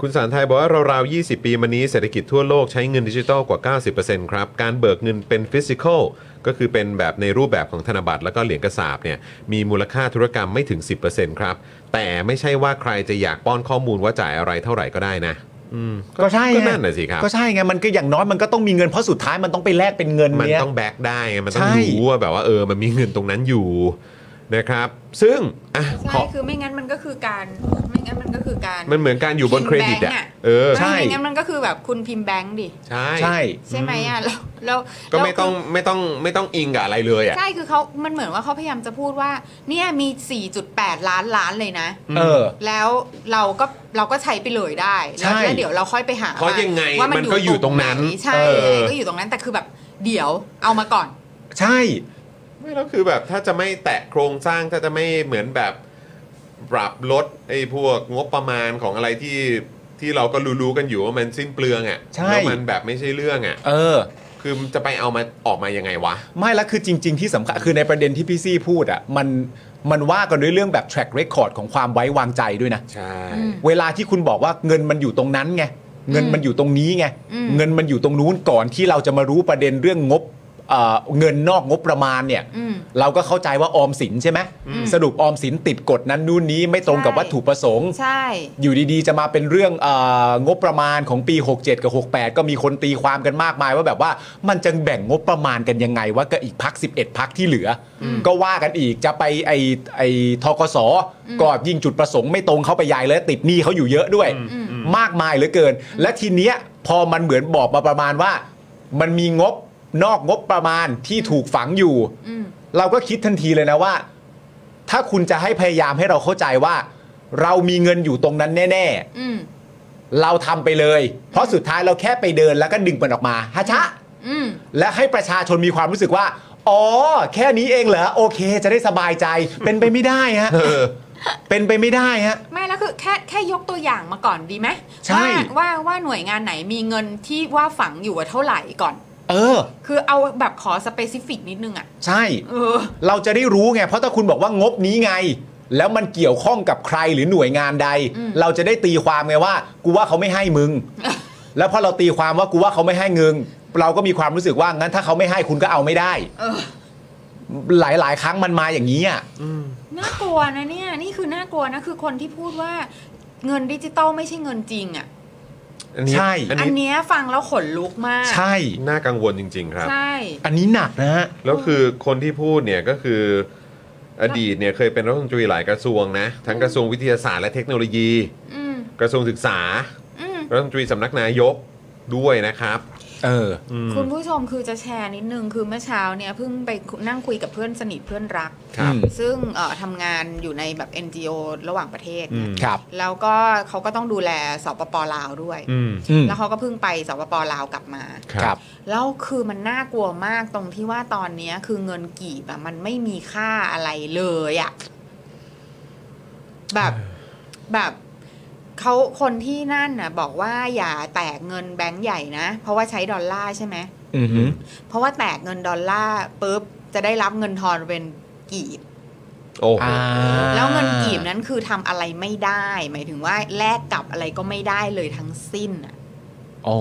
Speaker 1: คุณสารไทยบอกว่าราวๆ 20 ปีมานี้เศรษฐกิจทั่วโลกใช้เงินดิจิทัลกว่า 90%ครับ การเบิกเงินเป็นฟิสิก a ลก็คือเป็นแบบในรูปแบบของธนบัตรแล้วก็เหรียญกระสาบเนี่ยมีมูลค่าธุรกรรมไม่ถึง 10%ครับ แต่ไม่ใช่ว่าใครจะอยากป้อนข้อมูลว่าจ่ายอะไรเท่าไหร่ก็ได้นะ อืม
Speaker 2: ก็ใช่
Speaker 1: ก็
Speaker 2: ไง
Speaker 1: นั่นน่ะสิครับ
Speaker 2: ก็ใช่ไงมันก็อย่างน้อยมันก็ต้องมีเงินเพราะสุดท้ายมันต้องไปแลกเป็นเงิน
Speaker 1: มัน
Speaker 2: เนี่ย
Speaker 1: ต้องแบกได้ไงมันต้อ
Speaker 2: ใช่
Speaker 1: งรู้ว่าแบบว่าเออมันมีเงินตรงนั้นอยู่นะครับ ซึ่งอ่ะข
Speaker 4: ใช่
Speaker 1: อ
Speaker 4: คือไม่งั้นมันก็คือการไม่งั้นมันก็คือการ
Speaker 1: มันเหมือนการอยู่บนเครดิตอะเออ
Speaker 2: ใช่
Speaker 4: ไม่งั้นมันก็คือแบบคุณพิมพ์แบงค์ดิ
Speaker 1: ใช่
Speaker 2: ใช่
Speaker 4: ใช่ไหมอ่ะแล้วแล้ว
Speaker 1: ก็
Speaker 4: แล้ว
Speaker 1: ไม่ต้อง
Speaker 4: คื
Speaker 1: ไม่ต้องไม่ต้องอิงกับอะไรเลยอ่ะ
Speaker 4: ใช่คือเขามันเหมือนว่าเขาพยายามจะพูดว่า เนี่ยมี 4.8 ล้านล้านเลยนะ
Speaker 2: เออ
Speaker 4: แล้วเราก็เราก็ใช้ไปเลยได้
Speaker 2: ใช่
Speaker 4: แล้วแล้วเดี๋ยวเราค่อยไปหา
Speaker 1: เพราะ
Speaker 4: ว่
Speaker 1: ยังไง
Speaker 4: ว่า
Speaker 1: มันก็อยู่ตรงนั้น
Speaker 4: ไหใช่
Speaker 1: เออ
Speaker 4: ยังไงก็อยู่ตรงนั้นแต่คือแบบเดี๋ยวเอามาก่อน
Speaker 2: ใช่
Speaker 1: ไม่แล้วคือแบบถ้าจะไม่แตะโครงสร้างถ้าจะไม่เหมือนแบบปรับลดไอ้พวกงบประมาณของอะไรที่ที่เราก็รู้ๆกันอยู่ว่ามันสิ้นเปลืองอ่ะ
Speaker 2: ใช่
Speaker 1: แล้วมันแบบไม่ใช่เรื่องอ่ะ
Speaker 2: เออ
Speaker 1: คือมันจะไปเอามาออกมายังไงวะ
Speaker 2: ไม่แล้วคือจริง ๆ ที่สำคัญคือในประเด็นที่พี่ซี่พูดอ่ะมันมันว่ากันด้วยเรื่องแบบ track record ของความไว้วางใจด้วยนะ
Speaker 1: ใช่
Speaker 4: อืม
Speaker 2: เวลาที่คุณบอกว่าเงินมันอยู่ตรงนั้นไงเงินมันอยู่ตรงนี้ไง
Speaker 4: อืม
Speaker 2: เงินมันอยู่ตรงนู้นก่อนที่เราจะมารู้ประเด็นเรื่องงบเอ่อเงินนอกงบประมาณเนี่ย
Speaker 4: อืม
Speaker 2: เราก็เข้าใจว่าออมสินใช่ไหมสรุปออมสินติดกฎนั้นนู่นนี้ไม่ตรงกับ
Speaker 4: ใช่
Speaker 2: วัตถุประสงค์
Speaker 4: ใช่
Speaker 2: อยู่ดีๆ จะมาเป็นเรื่องเอองบประมาณของปี 67 กับ 68 ก็มีคนตีความกันมากมายว่าแบบว่ามันจะแบ่งงบประมาณกันยังไงว่าก็อีกพัก 11 พักที่เหลืออก็ว่ากันอีกจะไปไอไอทกสก็ยิ่งจุดประสงค์ไม่ตรงเข้าไปใหญ่เลยติดหนี้เขาอยู่เยอะด้วย มากมายเหลือเกิน และทีเนี้ยพอมันเหมือนบอกมาประมาณว่า มันมีงบนอกงบประมาณที่ถูกฝังอยู่
Speaker 4: อืม
Speaker 2: เราก็คิดทันทีเลยนะว่า ถ้าคุณจะให้พยายามให้เราเข้าใจว่า เรามีเงินอยู่ตรงนั้นแน่
Speaker 4: อืม
Speaker 2: ๆ เราทำไปเลย เพราะสุดท้ายเราแค่ไปเดินแล้วก็ดึงมันออกมาฮะชะ
Speaker 4: อืม
Speaker 2: และให้ประชาชนมีความรู้สึกว่า อ๋อ แค่นี้เองเหรอ โอเค จะได้สบายใจ เป็นไปไม่ได้ฮะ
Speaker 1: เออ
Speaker 2: เป็นไปไม่ได้ฮะ
Speaker 4: ไม่แล้วคือแค่แค่ยกตัวอย่างมาก่อนดีไหม
Speaker 2: ใช่
Speaker 4: ว่าว่าว่าหน่วยงานไหนมีเงินที่ว่าฝังอยู่ว่าเท่าไหร่ก่อน
Speaker 2: เ เออ
Speaker 4: คือเอาแบบขอสเปซิฟิกนิดนึงอ่ะ
Speaker 2: ใช่
Speaker 4: เออ
Speaker 2: เราจะได้รู้ไง เพราะถ้าคุณบอกว่างบนี้ไง แล้วมันเกี่ยวข้องกับใครหรือหน่วยงานใด
Speaker 4: อืม
Speaker 2: เราจะได้ตีความไงว่า กูว่าเขาไม่ให้มึ ง แล้วพอเราตีความว่ากูว่าเขาไม่ให้เงินเราก็มีความรู้สึกว่างั้นถ้าเขาไม่ให้คุณก็เอาไม่ได้
Speaker 4: เออ
Speaker 2: หลายๆ ครั้งมันมาอย่างนี้อ่ะ
Speaker 4: น่ากลัวนะเนี่ย นี่คือน่ากลัวนะ คือคนที่พูดว่าเงินดิจิตอลไม่ใช่เงินจริงอ่ะ
Speaker 1: อันนี้
Speaker 2: ใช่
Speaker 1: อัน
Speaker 4: อัน
Speaker 1: นี้
Speaker 4: เนี้ยฟังแล้วขนลุกมาก
Speaker 2: ใช่
Speaker 1: น่ากังวลจริง ๆ ครับ
Speaker 4: ใช่
Speaker 2: อันนี้หนักนะฮะ
Speaker 1: แล้วคือคนที่พูดเนี่ยก็คืออดีตเนี่ยเคยเป็นรัฐมนตรีหลายกระทรวงนะ ทั้งกระทรวงวิทยาศาสตร์และเทคโนโลยี
Speaker 4: อืม
Speaker 1: กระทรวงศึกษา
Speaker 4: อืม
Speaker 1: รัฐมนตรีสำนักนายกด้วยนะครับ
Speaker 2: เออ
Speaker 1: อืม
Speaker 4: คุณผู้ชมคือจะแชร์นิดนึง คือเมื่อเช้าเนี่ยเพิ่งไปนั่งคุยกับเพื่อนสนิทเพื่อนรัก
Speaker 1: ครับ
Speaker 2: อืม
Speaker 4: ซึ่งเอ่อทำงานอยู่ในแบบ NGO ระหว่างประเทศ
Speaker 1: อื
Speaker 4: เนี่ย
Speaker 1: ม
Speaker 2: ครับ
Speaker 4: แล้วก็เขาก็ต้องดูแลสปปลาวด้วย
Speaker 1: อืม
Speaker 2: อืม
Speaker 4: แล้วเขาก็เพิ่งไปสปปลาวกลับมา
Speaker 2: ครับ
Speaker 4: แล้วคือมันน่ากลัวมากตรงที่ว่าตอนเนี้ยคือเงินกีบอะมันไม่มีค่าอะไรเลยอะแบบแบบเขาคนที่นั่นน่ะ บอกว่าอย่าแตกเงินแบงก์ใหญ่นะ เพราะว่าใช้ดอลลาร์ใช่ไหม
Speaker 2: อือหือ
Speaker 4: เพราะว่าแตกเงินดอลลาร์ปุ๊บจะได้รับเงินทอนเป็นกีบ
Speaker 1: โอ้โห
Speaker 2: อ่า
Speaker 4: แล้วเงินกีบนั้นคือทำอะไรไม่ได้ หมายถึงว่าแลกกลับอะไรก็ไม่ได้เลยทั้งสิ้นอะ
Speaker 2: โอ้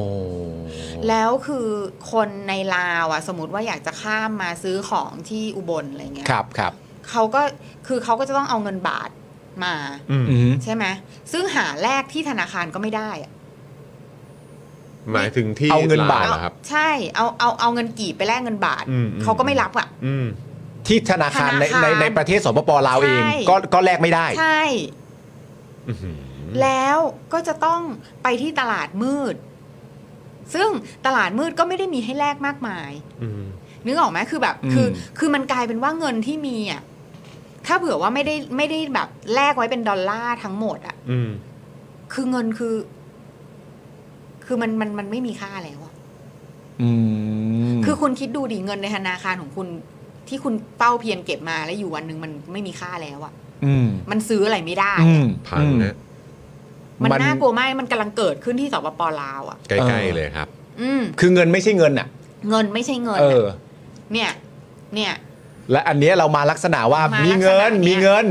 Speaker 4: แล้วคือคนในลาวอะสมมติว่าอยากจะข้ามมาซื้อของที่อุบลอะไรเงี้ย
Speaker 2: ครับครับ
Speaker 4: เขาก็คือเขาก็จะต้องเอาเงินบาทมา
Speaker 2: อือหือ
Speaker 4: ใช่ไหมซึ่งหาแลกที่ธนาคารก็ไม่ได้อะ
Speaker 1: หมายถึงที่
Speaker 2: เอาเงินบาท
Speaker 1: ลวหรอครับ
Speaker 4: ใช่เอาเอาเอาเงินกีบไปแลกเงินบาท
Speaker 1: อืมอืม
Speaker 4: เขาก็ไม่รับอะ
Speaker 1: อืม
Speaker 2: ที่ธนาคารใน
Speaker 4: ธนาคาร
Speaker 2: ในในประเทศสปปลาวเอง
Speaker 4: ใช่
Speaker 2: ก็ก็แลกไม่ได้
Speaker 4: ใช่
Speaker 1: อื้อหือ
Speaker 4: แล้วก็จะต้องไปที่ตลาดมืด ซึ่งตลาดมืดก็ไม่ได้มีให้แลกมากมาย
Speaker 1: อืม
Speaker 4: นึกออกไหมคือแบบ
Speaker 2: อืม
Speaker 4: คือ คือมันกลายเป็นว่าเงินที่มีอ่ะถ้าเผื่อว่าไม่ได้ไม่ได้แบบแลกไว้เป็นดอลลาร์ทั้งหมดอ่ะ
Speaker 1: อืม
Speaker 4: คือเงินคือ คือมันมันมันไม่มีค่าแล้วอะ
Speaker 2: อืม
Speaker 4: คือคุณคิดดูดิเงินในธนาคารของคุณ ที่คุณเป้าเพียรเก็บมาแล้วอยู่วันหนึ่งมันไม่มีค่าแล้วอ่ะ
Speaker 2: อืม
Speaker 4: มันซื้ออะไรไม่ได้
Speaker 2: อื
Speaker 4: อะ
Speaker 2: ม
Speaker 1: พังนะ
Speaker 4: มันน่ากลัวมากมันกำลังเกิดขึ้นที่สปปลาวอ่ะ
Speaker 1: ใกล้ ๆ เลยครับ
Speaker 4: อืม
Speaker 2: คือเงินไม่ใช่เงินอ่ะ
Speaker 4: เงินไม่ใช่เงิน
Speaker 2: เออ
Speaker 4: น่ะเนี่ย เนี่ย
Speaker 2: และอันเนี้ยเรามาลักษณะว่า
Speaker 4: มาลักษณะ
Speaker 2: มีเงิน
Speaker 4: เนี้ย
Speaker 2: มีเงิน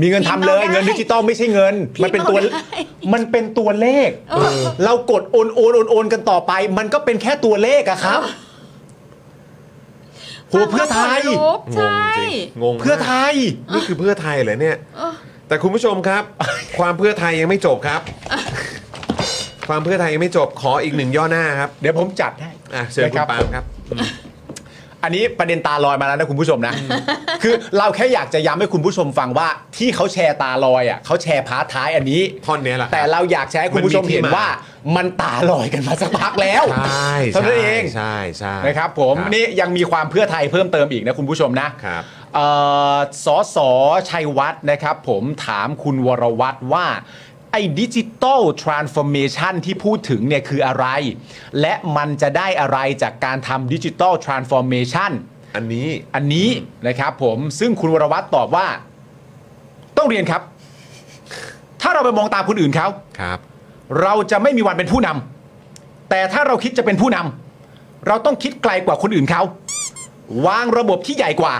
Speaker 2: มีเงินทำเลย
Speaker 4: พิมพ์เอาได้
Speaker 2: เงินดิจิตอลไม่ใช่เงิน
Speaker 4: พิมพ์
Speaker 2: มันเป็นตัว
Speaker 4: เอาได้
Speaker 2: มันเป็นตัวเลข
Speaker 4: เออ
Speaker 2: เรากดโอนโอนโอนโอนกันต่อไป มันก็เป็นแค่ตัวเลขอะครับโหัวเพื่อไทย
Speaker 4: ฟังแล้วขนลุก
Speaker 1: งง
Speaker 4: ใช่
Speaker 1: จริงงงมาก
Speaker 2: เพื่อไทย
Speaker 1: นี่คือเพื่อไทยเหรอเนี่ย
Speaker 4: เออ
Speaker 1: แต่คุณผู้ชมครับ ความเพื่อไทยยังไม่จบครับ ความเพื่อไทยยังไม่จบขออีกหนึ่งย่อหน้าครับ
Speaker 2: เดี๋ยวผมจัดให้
Speaker 1: อ่ะเชิญคุณปาล์มครับ
Speaker 2: อันนี้ประเด็นตาลอยมาแล้วนะคุณผู้ชมนะ คือเราแค่อยากจะย้ำให้คุณผู้ชมฟังว่าที่เขาแชร์ตาลอยอ่ะเขาแชร์พาร์ทท้ายอันนี้
Speaker 1: ท่อนเนี้ยแหละครับ
Speaker 2: แต่เราอยากแชร์ให้คุณผู้ชมเห็นว่ามันตาลอยกันมาสักพักแล้ว
Speaker 1: ใช่
Speaker 2: เท่านั้นเอง
Speaker 1: ใช่ใช่
Speaker 2: นะครับผมนี่ยังมีความเพื่อไทยเพิ่มเติมอีกนะคุณผู้ชมนะครับ เอ่อสอสอชัยวัฒน์นะครับ ผมถามคุณวรวัตรว่า ไอ้ดิจิตอลทรานส์ฟอร์เมชันที่พูดถึงเนี่ยคืออะไร และมันจะได้อะไรจากการทำดิจิตอลทรานส์ฟอร์เมชัน
Speaker 1: อันนี้
Speaker 2: อันนี้นะครับผมซึ่งคุณวรวัตรตอบว่า ต้องเรียนครับ ถ้าเราไปมองตามคนอื่นเขา
Speaker 1: ครับ
Speaker 2: เราจะไม่มีวันเป็นผู้นำแต่ถ้าเราคิดจะเป็นผู้นำเราต้องคิดไกลกว่าคนอื่นเขาวางระบบที่ใหญ่กว่า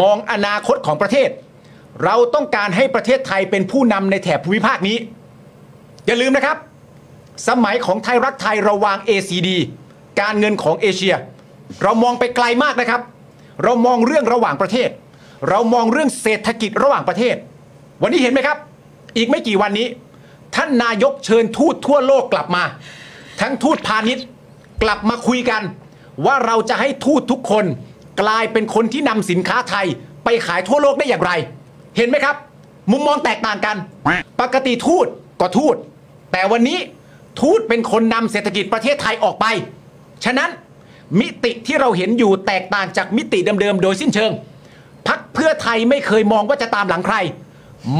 Speaker 2: มองอนาคตของประเทศ เราต้องการให้ประเทศไทยเป็นผู้นำในแถบภูมิภาคนี้ อย่าลืมนะครับ สมัยของไทยรักไทยเราวาง ACD การเงินของเอเชีย เรามองไปไกลมากนะครับ เรามองเรื่องระหว่างประเทศ เรามองเรื่องเศรษฐกิจระหว่างประเทศ วันนี้เห็นไหมครับ อีกไม่กี่วันนี้ ท่านนายกเชิญทูตทั่วโลกกลับมา ทั้งทูตพาณิชย์กลับมาคุยกัน ว่าเราจะให้ทูตทุกคนกลายเป็นคนที่นำสินค้าไทยไปขายทั่วโลกได้อย่างไร เห็นไหมครับ มุมมองแตกต่างกัน ปกติทูตก็ทูต แต่วันนี้ทูตเป็นคนนำเศรษฐกิจประเทศไทยออกไป ฉะนั้นมิติที่เราเห็นอยู่แตกต่างจากมิติเดิมๆโดยสิ้นเชิง พักเพื่อไทยไม่เคยมองว่าจะตามหลังใคร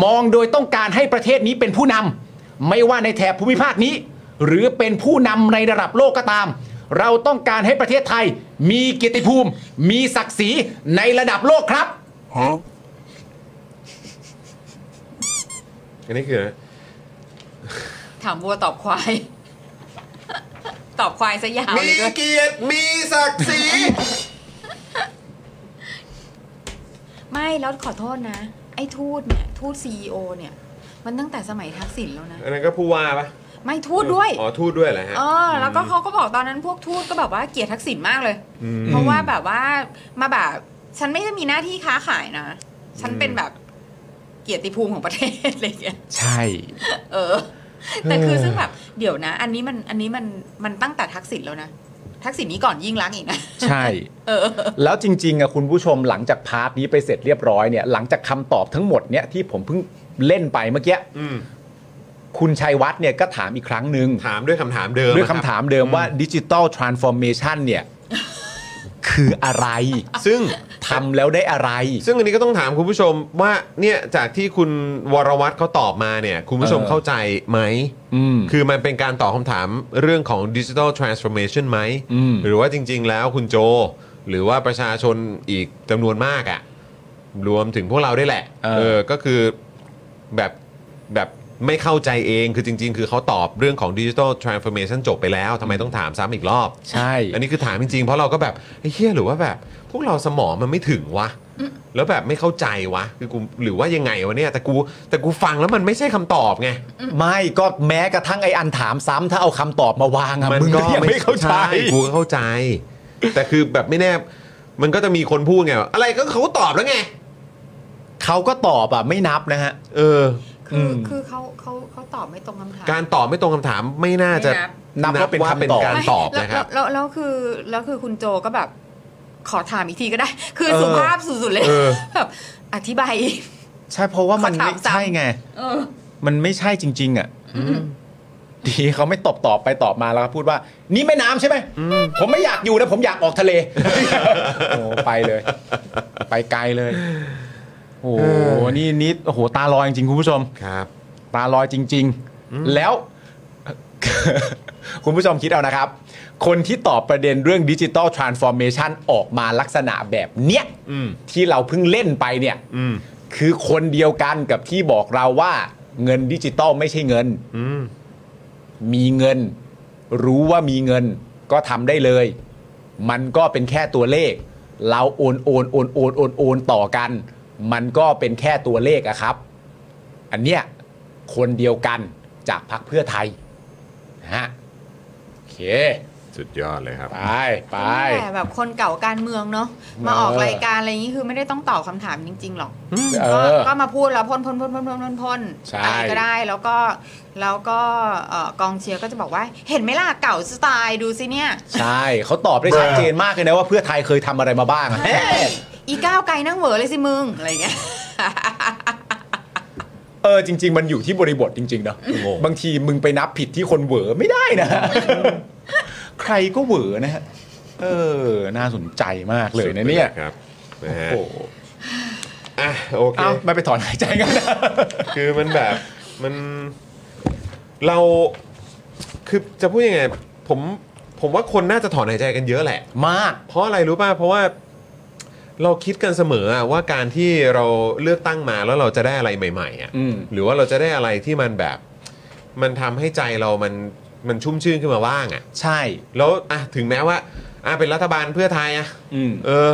Speaker 2: มองโดยต้องการให้ประเทศนี้เป็นผู้นำไม่ว่าในแถบภูมิภาคนี้ หรือเป็นผู้นำในระดับโลกก็ตาม เราต้องการให้ประเทศไทย มีเกียรติภูมิ มีศักดิ์ศรีในระดับโลกครับ
Speaker 1: อันนี้คือ
Speaker 4: ถามวัวตอบควาย ตอบควายซะยาว
Speaker 5: มี
Speaker 4: เลยด้วย
Speaker 5: เกียรติมีศักดิ์ศรี
Speaker 4: ไม่แล้วขอโทษนะ ไอ้ทูตเนี่ยทูตซีอเนี่ย มันตั้งแต่สมัยทักษิณแล้วนะ
Speaker 5: อันนั้นก็ผู้ว่าปะ
Speaker 4: ไม่ทูตด้วย
Speaker 5: อ๋อทูตด้วยเหรอฮะ
Speaker 4: เออแล้วก็เขาก็บอกตอนนั้นพวกทูตก็แบบว่าเกลียดทักษิณมากเลย เพราะว่าแบบว่ามาแบบฉันไม่ได้มีหน้าที่ค้าขายนะ ฉันเป็นแบบเกียรติภูมิของประเทศอะไรอย่างเงี้ย
Speaker 2: ใช่
Speaker 4: เออ แต่คือ
Speaker 2: เออ
Speaker 4: ซึ่งแบบเดี๋ยวนะ อันนี้มันอันนี้มันมันตั้งแต่ทักษิณแล้วนะ ทักษิณนี้ก่อนยิ่งรักษณ์อีกนะ
Speaker 2: ใช่ แล้วจริงๆอะคุณผู้ชมหลังจากพาร์ทนี้ไปเสร็จเรียบร้อยเนี่ยหลังจากคำตอบทั้งหมดเนี่ยที่ผมเพิ่งเล่นไปเมื่อกี้
Speaker 5: อืม
Speaker 2: คุณชัยวัฒน์เนี่ยก็ถามอีกครั้งหนึ่ง
Speaker 5: ถามด้วยคำถามเดิม
Speaker 2: ด้วย
Speaker 5: อะรับ
Speaker 2: คำถามเดิมว่าดิจิตอลทรานส์ฟอร์เมชันเนี่ย คืออะไร
Speaker 5: ซึ่ง
Speaker 2: ทำแล้วได้อะไร
Speaker 5: ซึ่งอันนี้ก็ต้องถามคุณผู้ชมว่าเนี่ยจากที่คุณวรวัตรเขาตอบมาเนี่ย คุณผู้ชม
Speaker 2: เออ
Speaker 5: เข้าใจไหม
Speaker 2: อืม
Speaker 5: คือมันเป็นการตอบคำถามเรื่องของดิจิทัลทรานส์ฟอร์เมชันไหม
Speaker 2: อืม
Speaker 5: หรือว่าจริง ๆ แล้วคุณโจ หรือว่าประชาชนอีกจำนวนมากอะ่ะ รวมถึงพวกเราด้วยแหละก็คือแบบแบบไม่เข้าใจเองคือจริง ๆ คือเขาตอบเรื่องของดิจิทัลทรานส์ฟอร์เมชันจบไปแล้วทำไมต้องถามซ้ำอีกรอบ
Speaker 2: ใช่
Speaker 5: อันนี้คือถามจริงๆ เพราะเราก็แบบเฮยเหียหรือว่าแบบ พวกเราสมองมันไม่ถึงวะ แล้วแบบไม่เข้าใจวะ คือกูหรือว่ายังไงวะเนี่ย แต่กูแต่กูฟังแล้วมันไม่ใช่คำตอบไง
Speaker 2: ไม่ก็แม้กระทั่งไออันถามซ้ำถ้าเอาคำตอบมาวางอะมึงก็ยังไม่เข้าใจ
Speaker 5: กูก็เข้าใจ แต่คือแบบไม่แน่ มันก็จะมีคนพูดไงว่าอะไรก็เขาตอบแล้วไง
Speaker 2: เขาก็ตอบอะไม่นับนะฮะ
Speaker 5: เออ
Speaker 4: คืออ
Speaker 2: ม
Speaker 4: คือเขาเขาเขาตอบไม่ตรงคำถาม
Speaker 5: การตอบไม่ตรงคำถามไม่น่าจะ
Speaker 4: ไม่นับ
Speaker 2: นับว่าเป็นคำตอบ
Speaker 5: การตอบ
Speaker 4: ไม่
Speaker 5: นะครับ
Speaker 4: แล้วแล้วแล้วคือแล้วคือคุณโจก็แบบ ขอถามอีกทีก็ได้ คือ
Speaker 2: เออ
Speaker 4: สุภาพสุดๆเลย
Speaker 5: เออ
Speaker 4: แบบอธิบาย
Speaker 2: ใช่เพราะว่ามัน
Speaker 4: เขาถา
Speaker 2: ไม่
Speaker 4: มซ้ำ
Speaker 2: ใช่ไง
Speaker 4: เออ
Speaker 2: มันไม่ใช่จริง ๆ อ่ะดีเขาไม่ตอบตอบไปตอบมาแล้วก็พูดว่า นี่แม่น้ำใช่ไหมผมไม่อยากอยู่นะ ผมอยากออกทะ เล โอ้ไปเลย ไปไกลเลย โอ้โหนี่นี่โอ้โหตาลอยจริงๆคุณผู้ชม
Speaker 5: ครับ
Speaker 2: ตาลอยจริง ๆ แล้ว คุณผู้ชมคิดเอานะครับ คนที่ตอบประเด็นเรื่องดิจิ t a ลทรานส์ฟอร์เมชันออกมาลักษณะแบบเนี้ย
Speaker 5: อืม
Speaker 2: ที่เราเพิ่งเล่นไปเนี่ย
Speaker 5: อืม
Speaker 2: คือคนเดียวกันกับที่บอกเราว่าเงินดิจิตอลไม่ใช่เงิน
Speaker 5: อืม
Speaker 2: มีเงิน รู้ว่ามีเงิน ก็ทำได้เลย มันก็เป็นแค่ตัวเลข เราโอนโอนโอนโอนโอนโอนต่อกัน มันก็เป็นแค่ตัวเลขอะครับ อันเนี้ยคนเดียวกันจากพรรคเพื่อไทยนะฮะโอเค
Speaker 5: สุดยอดเลยครับ
Speaker 2: ไปไป
Speaker 4: แต่แบบคนเก่าการเมืองเนาะมาออกรายการอะไรอย่างนี้คือไม่ได้ต้องตอบคำถามจริง ๆ หรอก
Speaker 2: เอ
Speaker 4: ก็
Speaker 2: อ
Speaker 4: ก็มาพูดแล้วพ่นพ่นพ่นพ่นพ่นพ่นพ่น
Speaker 2: ใช่
Speaker 4: อะไรก็ได้แล้วก็แล้วก็เอ่อกองเชียร์ก็จะบอกว่า เห็นไหมล่ะเก่าสไตล์ดูสิเนี่ย
Speaker 2: ใช่เขาตอบได้ชัดเจนมากเลยนะว่าเพื่อไทยเคยทำอะไรมาบ้างอะ
Speaker 4: เฮ้ยอีก้าวไกลนั่งเหวอเลยสิมึงอะไรอย่างเงี้ย
Speaker 2: เออจริง ๆ มันอยู่ที่บริบทจริงๆเนอะ
Speaker 5: งง
Speaker 2: บางทีมึงไปนับผิดที่คนเหวอไม่ได้นะ ใครก็เหวอนะฮะเออ น่าสนใจมากเลยนะเนี่ย
Speaker 5: สุดครับนะฮะ
Speaker 2: โอ้โห
Speaker 5: อ่ะโอเค
Speaker 2: เอ้าไม่ไปถอนหายใจกันนะ
Speaker 5: คือมันแบบมันเราคือจะพูดยังไงผมผมว่าคนน่าจะถอนหายใจกันเยอะแหละ
Speaker 2: มาก
Speaker 5: เพราะอะไรรู้ป่ะเพราะว่าเราคิดกันเสมออะว่าการที่เราเลือกตั้งมาแล้วเราจะได้อะไรใหม่ๆอะ
Speaker 2: อืม
Speaker 5: หรือว่าเราจะได้อะไรที่มันแบบ มันทำให้ใจเรามันมันชุ่มชื่นขึ้นมาบ้างอ่ะ
Speaker 2: ใช่
Speaker 5: แล้วอ่ะถึงแม้ว่าอ่ะเป็นรัฐบาลเพื่อไทยอ่ะ
Speaker 2: อืม
Speaker 5: เออ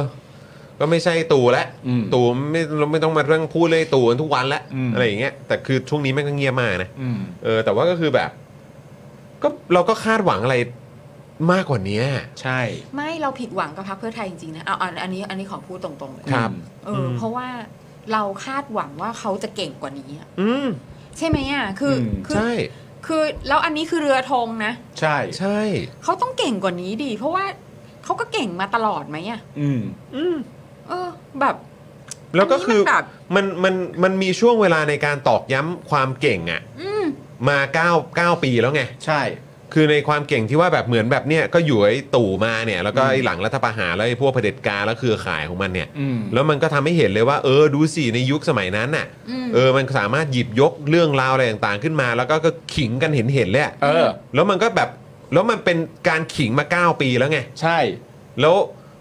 Speaker 5: ก็ไม่ใช่ตู่แล้ว
Speaker 2: อืม
Speaker 5: ตู่ไม่เราไม่ต้องมาเรื่องพูดเลยตู่กันทุกวันแล้ว
Speaker 2: อืม
Speaker 5: อะไรอย่างเงี้ย แต่คือช่วงนี้แม่งก็เงียบมากนะ
Speaker 2: อืม
Speaker 5: เออ แต่ว่าก็คือแบบ ก็เราก็คาดหวังอะไรมากกว่านี้
Speaker 2: ใช่
Speaker 4: ไม่เราผิดหวังกับพรรคเพื่อไทยจริงๆนะเอาเอาอันนี้อันนี้ขอพูดตรงๆเลย
Speaker 5: ครับ
Speaker 4: เออเพราะว่าเราคาดหวังว่าเขาจะเก่งกว่านี้อะ
Speaker 5: อืม
Speaker 4: ใช่ไหมอ่ะคืออ
Speaker 2: ม
Speaker 4: คือ
Speaker 5: ใช่
Speaker 4: คือแล้วอันนี้คือเรือธงนะ
Speaker 2: ใช่
Speaker 5: ใช่
Speaker 4: เขาต้องเก่งกว่านี้ดี เพราะว่าเขาก็เก่งมาตลอดไหมอะ
Speaker 2: อืม
Speaker 4: เออ แบบ
Speaker 5: แล้วก็คือ
Speaker 4: มันนี้มันแบบ
Speaker 5: มันมันมันมีช่วงเวลาในการตอกย้ำความเก่งอ่ะมาเก้าเก้าปีแล้วไง
Speaker 2: ใช่
Speaker 5: คือในความเก่งที่ว่าแบบเหมือนแบบเนี้ยก็อยู่ไอ้ตู่มาเนี่ย แล้วก็ไอ้หลังรัฐประหารแล้วไอ้พวกเผด็จการแล้วเครือข่ายของมันเนี่ย
Speaker 2: อืม
Speaker 5: แล้วมันก็ทำให้เห็นเลยว่า เออดูสิในยุคสมัยนั้นน่ะ
Speaker 4: อืม
Speaker 5: เออมันสามารถหยิบยกเรื่องราวอะไรต่างๆขึ้นมา แล้วก็ก็ขิงกันเห็นเห็นๆเลยอะ
Speaker 2: เออ
Speaker 5: แล้วมันก็แบบแล้วมันเป็นการขิงมา 9 ปีแล้วไง
Speaker 2: ใช่
Speaker 5: แล้ว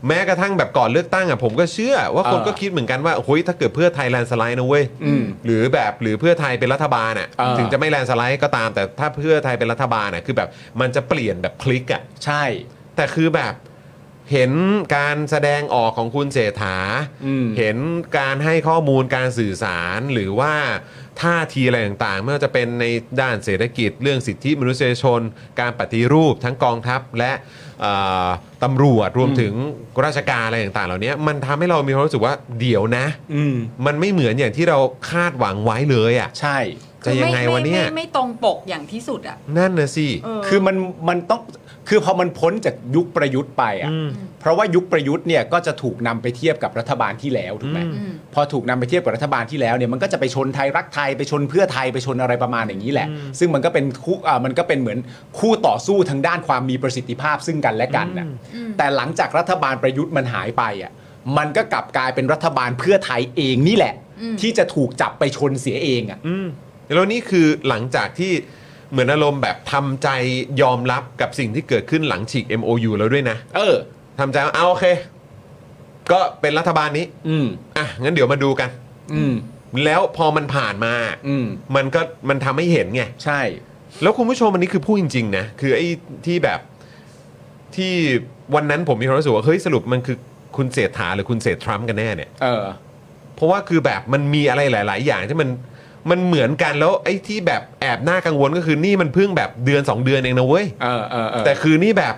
Speaker 5: แม้กระทั่งแบบก่อนเลือกตั้งอ่ะผมก็เชื่อว่าคน
Speaker 2: เออ
Speaker 5: ก็คิดเหมือนกันว่าโอ้ยถ้าเกิดเพื่อไทยแลนด์สไลด์นะเว้ย
Speaker 2: อืม
Speaker 5: หรือแบบหรือเพื่อไทยเป็นรัฐบาลอ่ะ
Speaker 2: เออ
Speaker 5: ถึงจะไม่แลนด์สไลด์ก็ตาม แต่ถ้าเพื่อไทยเป็นรัฐบาลอ่ะคือแบบมันจะเปลี่ยนแบบพลิกอ่ะ
Speaker 2: ใช่
Speaker 5: แต่คือแบบเห็นการแสดงออกของคุณเศรษฐา
Speaker 2: อืม
Speaker 5: เห็นการให้ข้อมูลการสื่อสารหรือว่าท่าทีอะไรต่างๆ ไม่ว่าจะเป็นในด้านเศรษฐกิจ เรื่องสิทธิมนุษยชน การปฏิรูปทั้งกองทัพและเอ่อตำรวจรวมถึงราชการอะไรต่างๆ เหล่านี้มันทำให้เรามีความรู้สึกว่าเดี๋ยวนะ
Speaker 2: อืม
Speaker 5: มันไม่เหมือนอย่างที่เราคาดหวังไว้เลยอะ่ะ
Speaker 2: ใช่
Speaker 5: จะยังไงวะเนี่ย
Speaker 4: ไม่ไม่ไม่ตรงปกอย่างที่สุดอ่ะ
Speaker 5: นั่นนะสิ
Speaker 4: เออ
Speaker 2: คือมันมันต้องคือพอมันพ้นจากยุคประยุทธ์ไปอ่ะเพราะว่ายุคประยุทธ์เนี่ยก็จะถูกนำไปเทียบกับรัฐบาลที่แล้วถูกไหม
Speaker 4: อืม
Speaker 2: พอถูกนำไปเทียบกับรัฐบาลที่แล้วเนี่ยมันก็จะไปชนไทยรักไทยไปชนเพื่อไทยไปชนอะไรประมาณอย่างนี้แหละ ซึ่งมันก็เป็นคู่อ่ามันก็เป็นเหมือนคู่ต่อสู้ทางด้านความมีประสิทธิภาพซึ่งกันและกันนะแต่หลังจากรัฐบาลประยุทธ์มันหายไปอ่ะมันก็กลับกลายเป็นรัฐบาลเพื่อไทยเองนี่แหละ ที่จะถูกจับไปชนเสียเองอ่ะ
Speaker 5: แล้วนี่คือหลังจากที่เหมือนอารมณ์แบบทำใจยอมรับกับสิ่งที่เกิดขึ้นหลังฉีก MOU แล้วด้วยนะ
Speaker 2: เออ
Speaker 5: ทำใจว่าเอาโอเค ก็เป็นรัฐบาลนี้
Speaker 2: อืม
Speaker 5: อ่ะ งั้นเดี๋ยวมาดูกัน
Speaker 2: อืม
Speaker 5: แล้วพอมันผ่านมา
Speaker 2: อืม
Speaker 5: มันก็มันทำให้เห็นไง
Speaker 2: ใช่
Speaker 5: แล้วคุณผู้ชมอันนี้คือพูดจริง ๆ นะ คือไอ้ที่แบบที่วันนั้นผมมีความรู้สึกว่า เฮ้ยสรุปมันคือคุณเศรษฐาหรือคุณเศรษฐทรัมป์กันแน่เนี่ย
Speaker 2: เออ
Speaker 5: เพราะว่าคือแบบมันมีอะไรหลาย ๆ อย่างที่มันมันเหมือนกันแล้วไอ้ที่แบบแอบน่ากังวลก็คือนี่มันเพิ่งแบบเดือนสองเดือนเองนะเว้ย
Speaker 2: เออเออเออ
Speaker 5: แต่คือนี่แบบ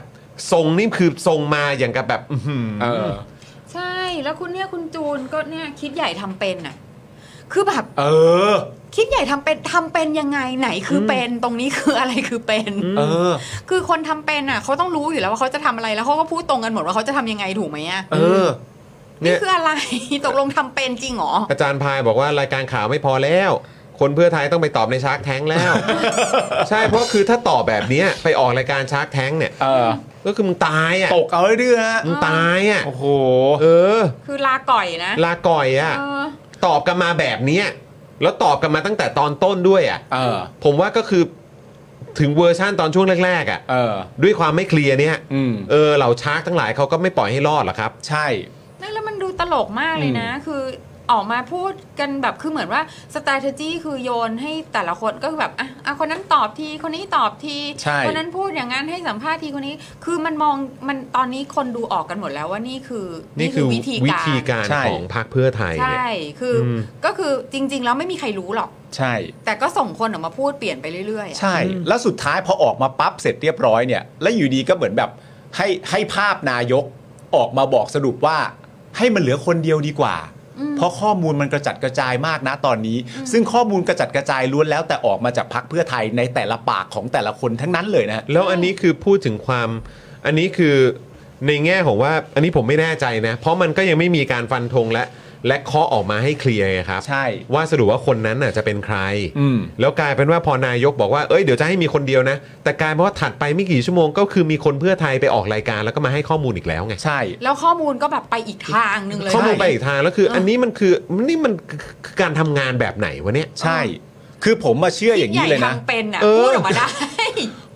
Speaker 5: ทรงนี่คือทรงมาอย่างกับแบบอื้อหือ
Speaker 2: เออ
Speaker 4: ใช่แล้วคุณเนี่ยคุณจูนก็เนี่ยคิดใหญ่ทำเป็นอ่ะ คือแบบ
Speaker 2: เออ
Speaker 4: คิดใหญ่ทำเป็นทำเป็นยังไงไหนคือเป็นตรงนี้คืออะไรคือเป็น
Speaker 2: เออ
Speaker 4: คือคนทำเป็นอ่ะเขาต้องรู้อยู่แล้วว่าเขาจะทำอะไรแล้วเขาก็พูดตรงกันหมดว่าเขาจะทำยังไงถูกไหมอ่ะ
Speaker 5: เออ เนี่
Speaker 4: นี่
Speaker 5: ย
Speaker 4: คืออะไร ตกลงทำเป็นจริงเหรอ
Speaker 5: อาจารย์พายบอกว่ารายการข่าวไม่พอแล้ว คนเพื่อไทยต้องไปตอบในชาร์กแท้งแล้ว ใช่เพราะคือถ้าตอบแบบเนี้ยไปออกรายการชาร์กแท้งเนี่ย
Speaker 2: เออ
Speaker 5: ก็คือมึงตายอ่ะ
Speaker 2: ตกเอาเรื่อยๆฮะ
Speaker 5: มึงตายอ่ะ
Speaker 2: โอ้โห
Speaker 5: เออ
Speaker 4: คือลาก่อยนะ
Speaker 5: ลาก่อยอ่ะ
Speaker 4: เออ
Speaker 5: ตอบกันมาแบบเนี้ยแล้วตอบกันมาตั้งแต่ตอนต้นด้วยอ่ะ
Speaker 2: เออ
Speaker 5: ผมว่าก็คือถึงเวอร์ชั่นตอนช่วงแรกๆอ่ะ
Speaker 2: เออ
Speaker 5: ด้วยความไม่เคลียร์เนี่ย
Speaker 2: อืม
Speaker 5: เออเหล่าชาร์กทั้งหลายเขาก็ไม่ปล่อยให้รอดหรอกครับ
Speaker 2: ใช่
Speaker 4: นั่นแล้วมันดูตลกมากเลยนะ คือออกมาพูดกันแบบคือเหมือนว่า strategy คือโยนให้แต่ละคนก็คือแบบอ่ะอ่ะคนนั้นตอบทีคนนี้ตอบที
Speaker 2: ใช่
Speaker 4: คนนั้นพูดอย่างนั้นให้สัมภาษณ์ทีคนนี้ คือมันมองมันตอนนี้คนดูออกกันหมดแล้วว่านี่คือ
Speaker 5: นี่คือ
Speaker 4: วิธี
Speaker 5: วิ
Speaker 4: การ
Speaker 5: ธีการ
Speaker 2: ใช่
Speaker 5: ของพรรคเพื่อไทยเนี่ย
Speaker 4: ใช่คืออ
Speaker 5: ม
Speaker 4: ก็คือจริง ๆ แล้วไม่มีใครรู้หรอก
Speaker 2: ใช่
Speaker 4: แต่ก็ส่งคนออกมาพูดเปลี่ยนไปเรื่อยๆอะ
Speaker 2: ใช่ แล้วสุดท้ายพอออกมาปั๊บเสร็จเรียบร้อยเนี่ย แล้วอยู่ดีก็เหมือนแบบให้ให้ภาพนายกออกมาบอกสรุปว่า ให้มันเหลือคนเดียวดีกว่า เพราะข้อมูลมันกระจัดกระจายมากนะตอนนี้ ซึ่งข้อมูลกระจัดกระจายล้วนแล้วแต่ออกมาจากพักเพื่อไทยในแต่ละปากของแต่ละคนทั้งนั้นเลยนะฮะ
Speaker 5: แล้วอันนี้คือพูดถึงความอันนี้คือในแง่ของว่าอันนี้ผมไม่แน่ใจนะ เพราะมันก็ยังไม่มีการฟันธงและ และเคาะออกมาให้เคลียร์ไงครับ
Speaker 2: ใช่
Speaker 5: ว่าสรุปว่าคนนั้นน่ะจะเป็นใคร
Speaker 2: อืม
Speaker 5: แล้วกลายเป็นว่าพอนายกบอกว่าเอ้ยเดี๋ยวจะให้มีคนเดียวนะ แต่กลายเป็นว่าถัดไปไม่กี่ชั่วโมงก็คือมีคนเพื่อไทยไปออกรายการแล้วก็มาให้ข้อมูลอีกแล้วไง
Speaker 2: ใช่
Speaker 4: แล้วข้อมูลก็แบบไปอีกทางหนึ่งเลย
Speaker 5: ข้อมูลไปอีกทางแล้วคือ อันนี้มันคือนี่มันคือการทำงานแบบไหนวะเนี่ย
Speaker 2: ใช่ คือผมมาเชื่ออย่างนี้เลยนะ
Speaker 4: ใหญ่ทำเป็นอ่ะ
Speaker 2: เออ
Speaker 4: พูดออกมาได้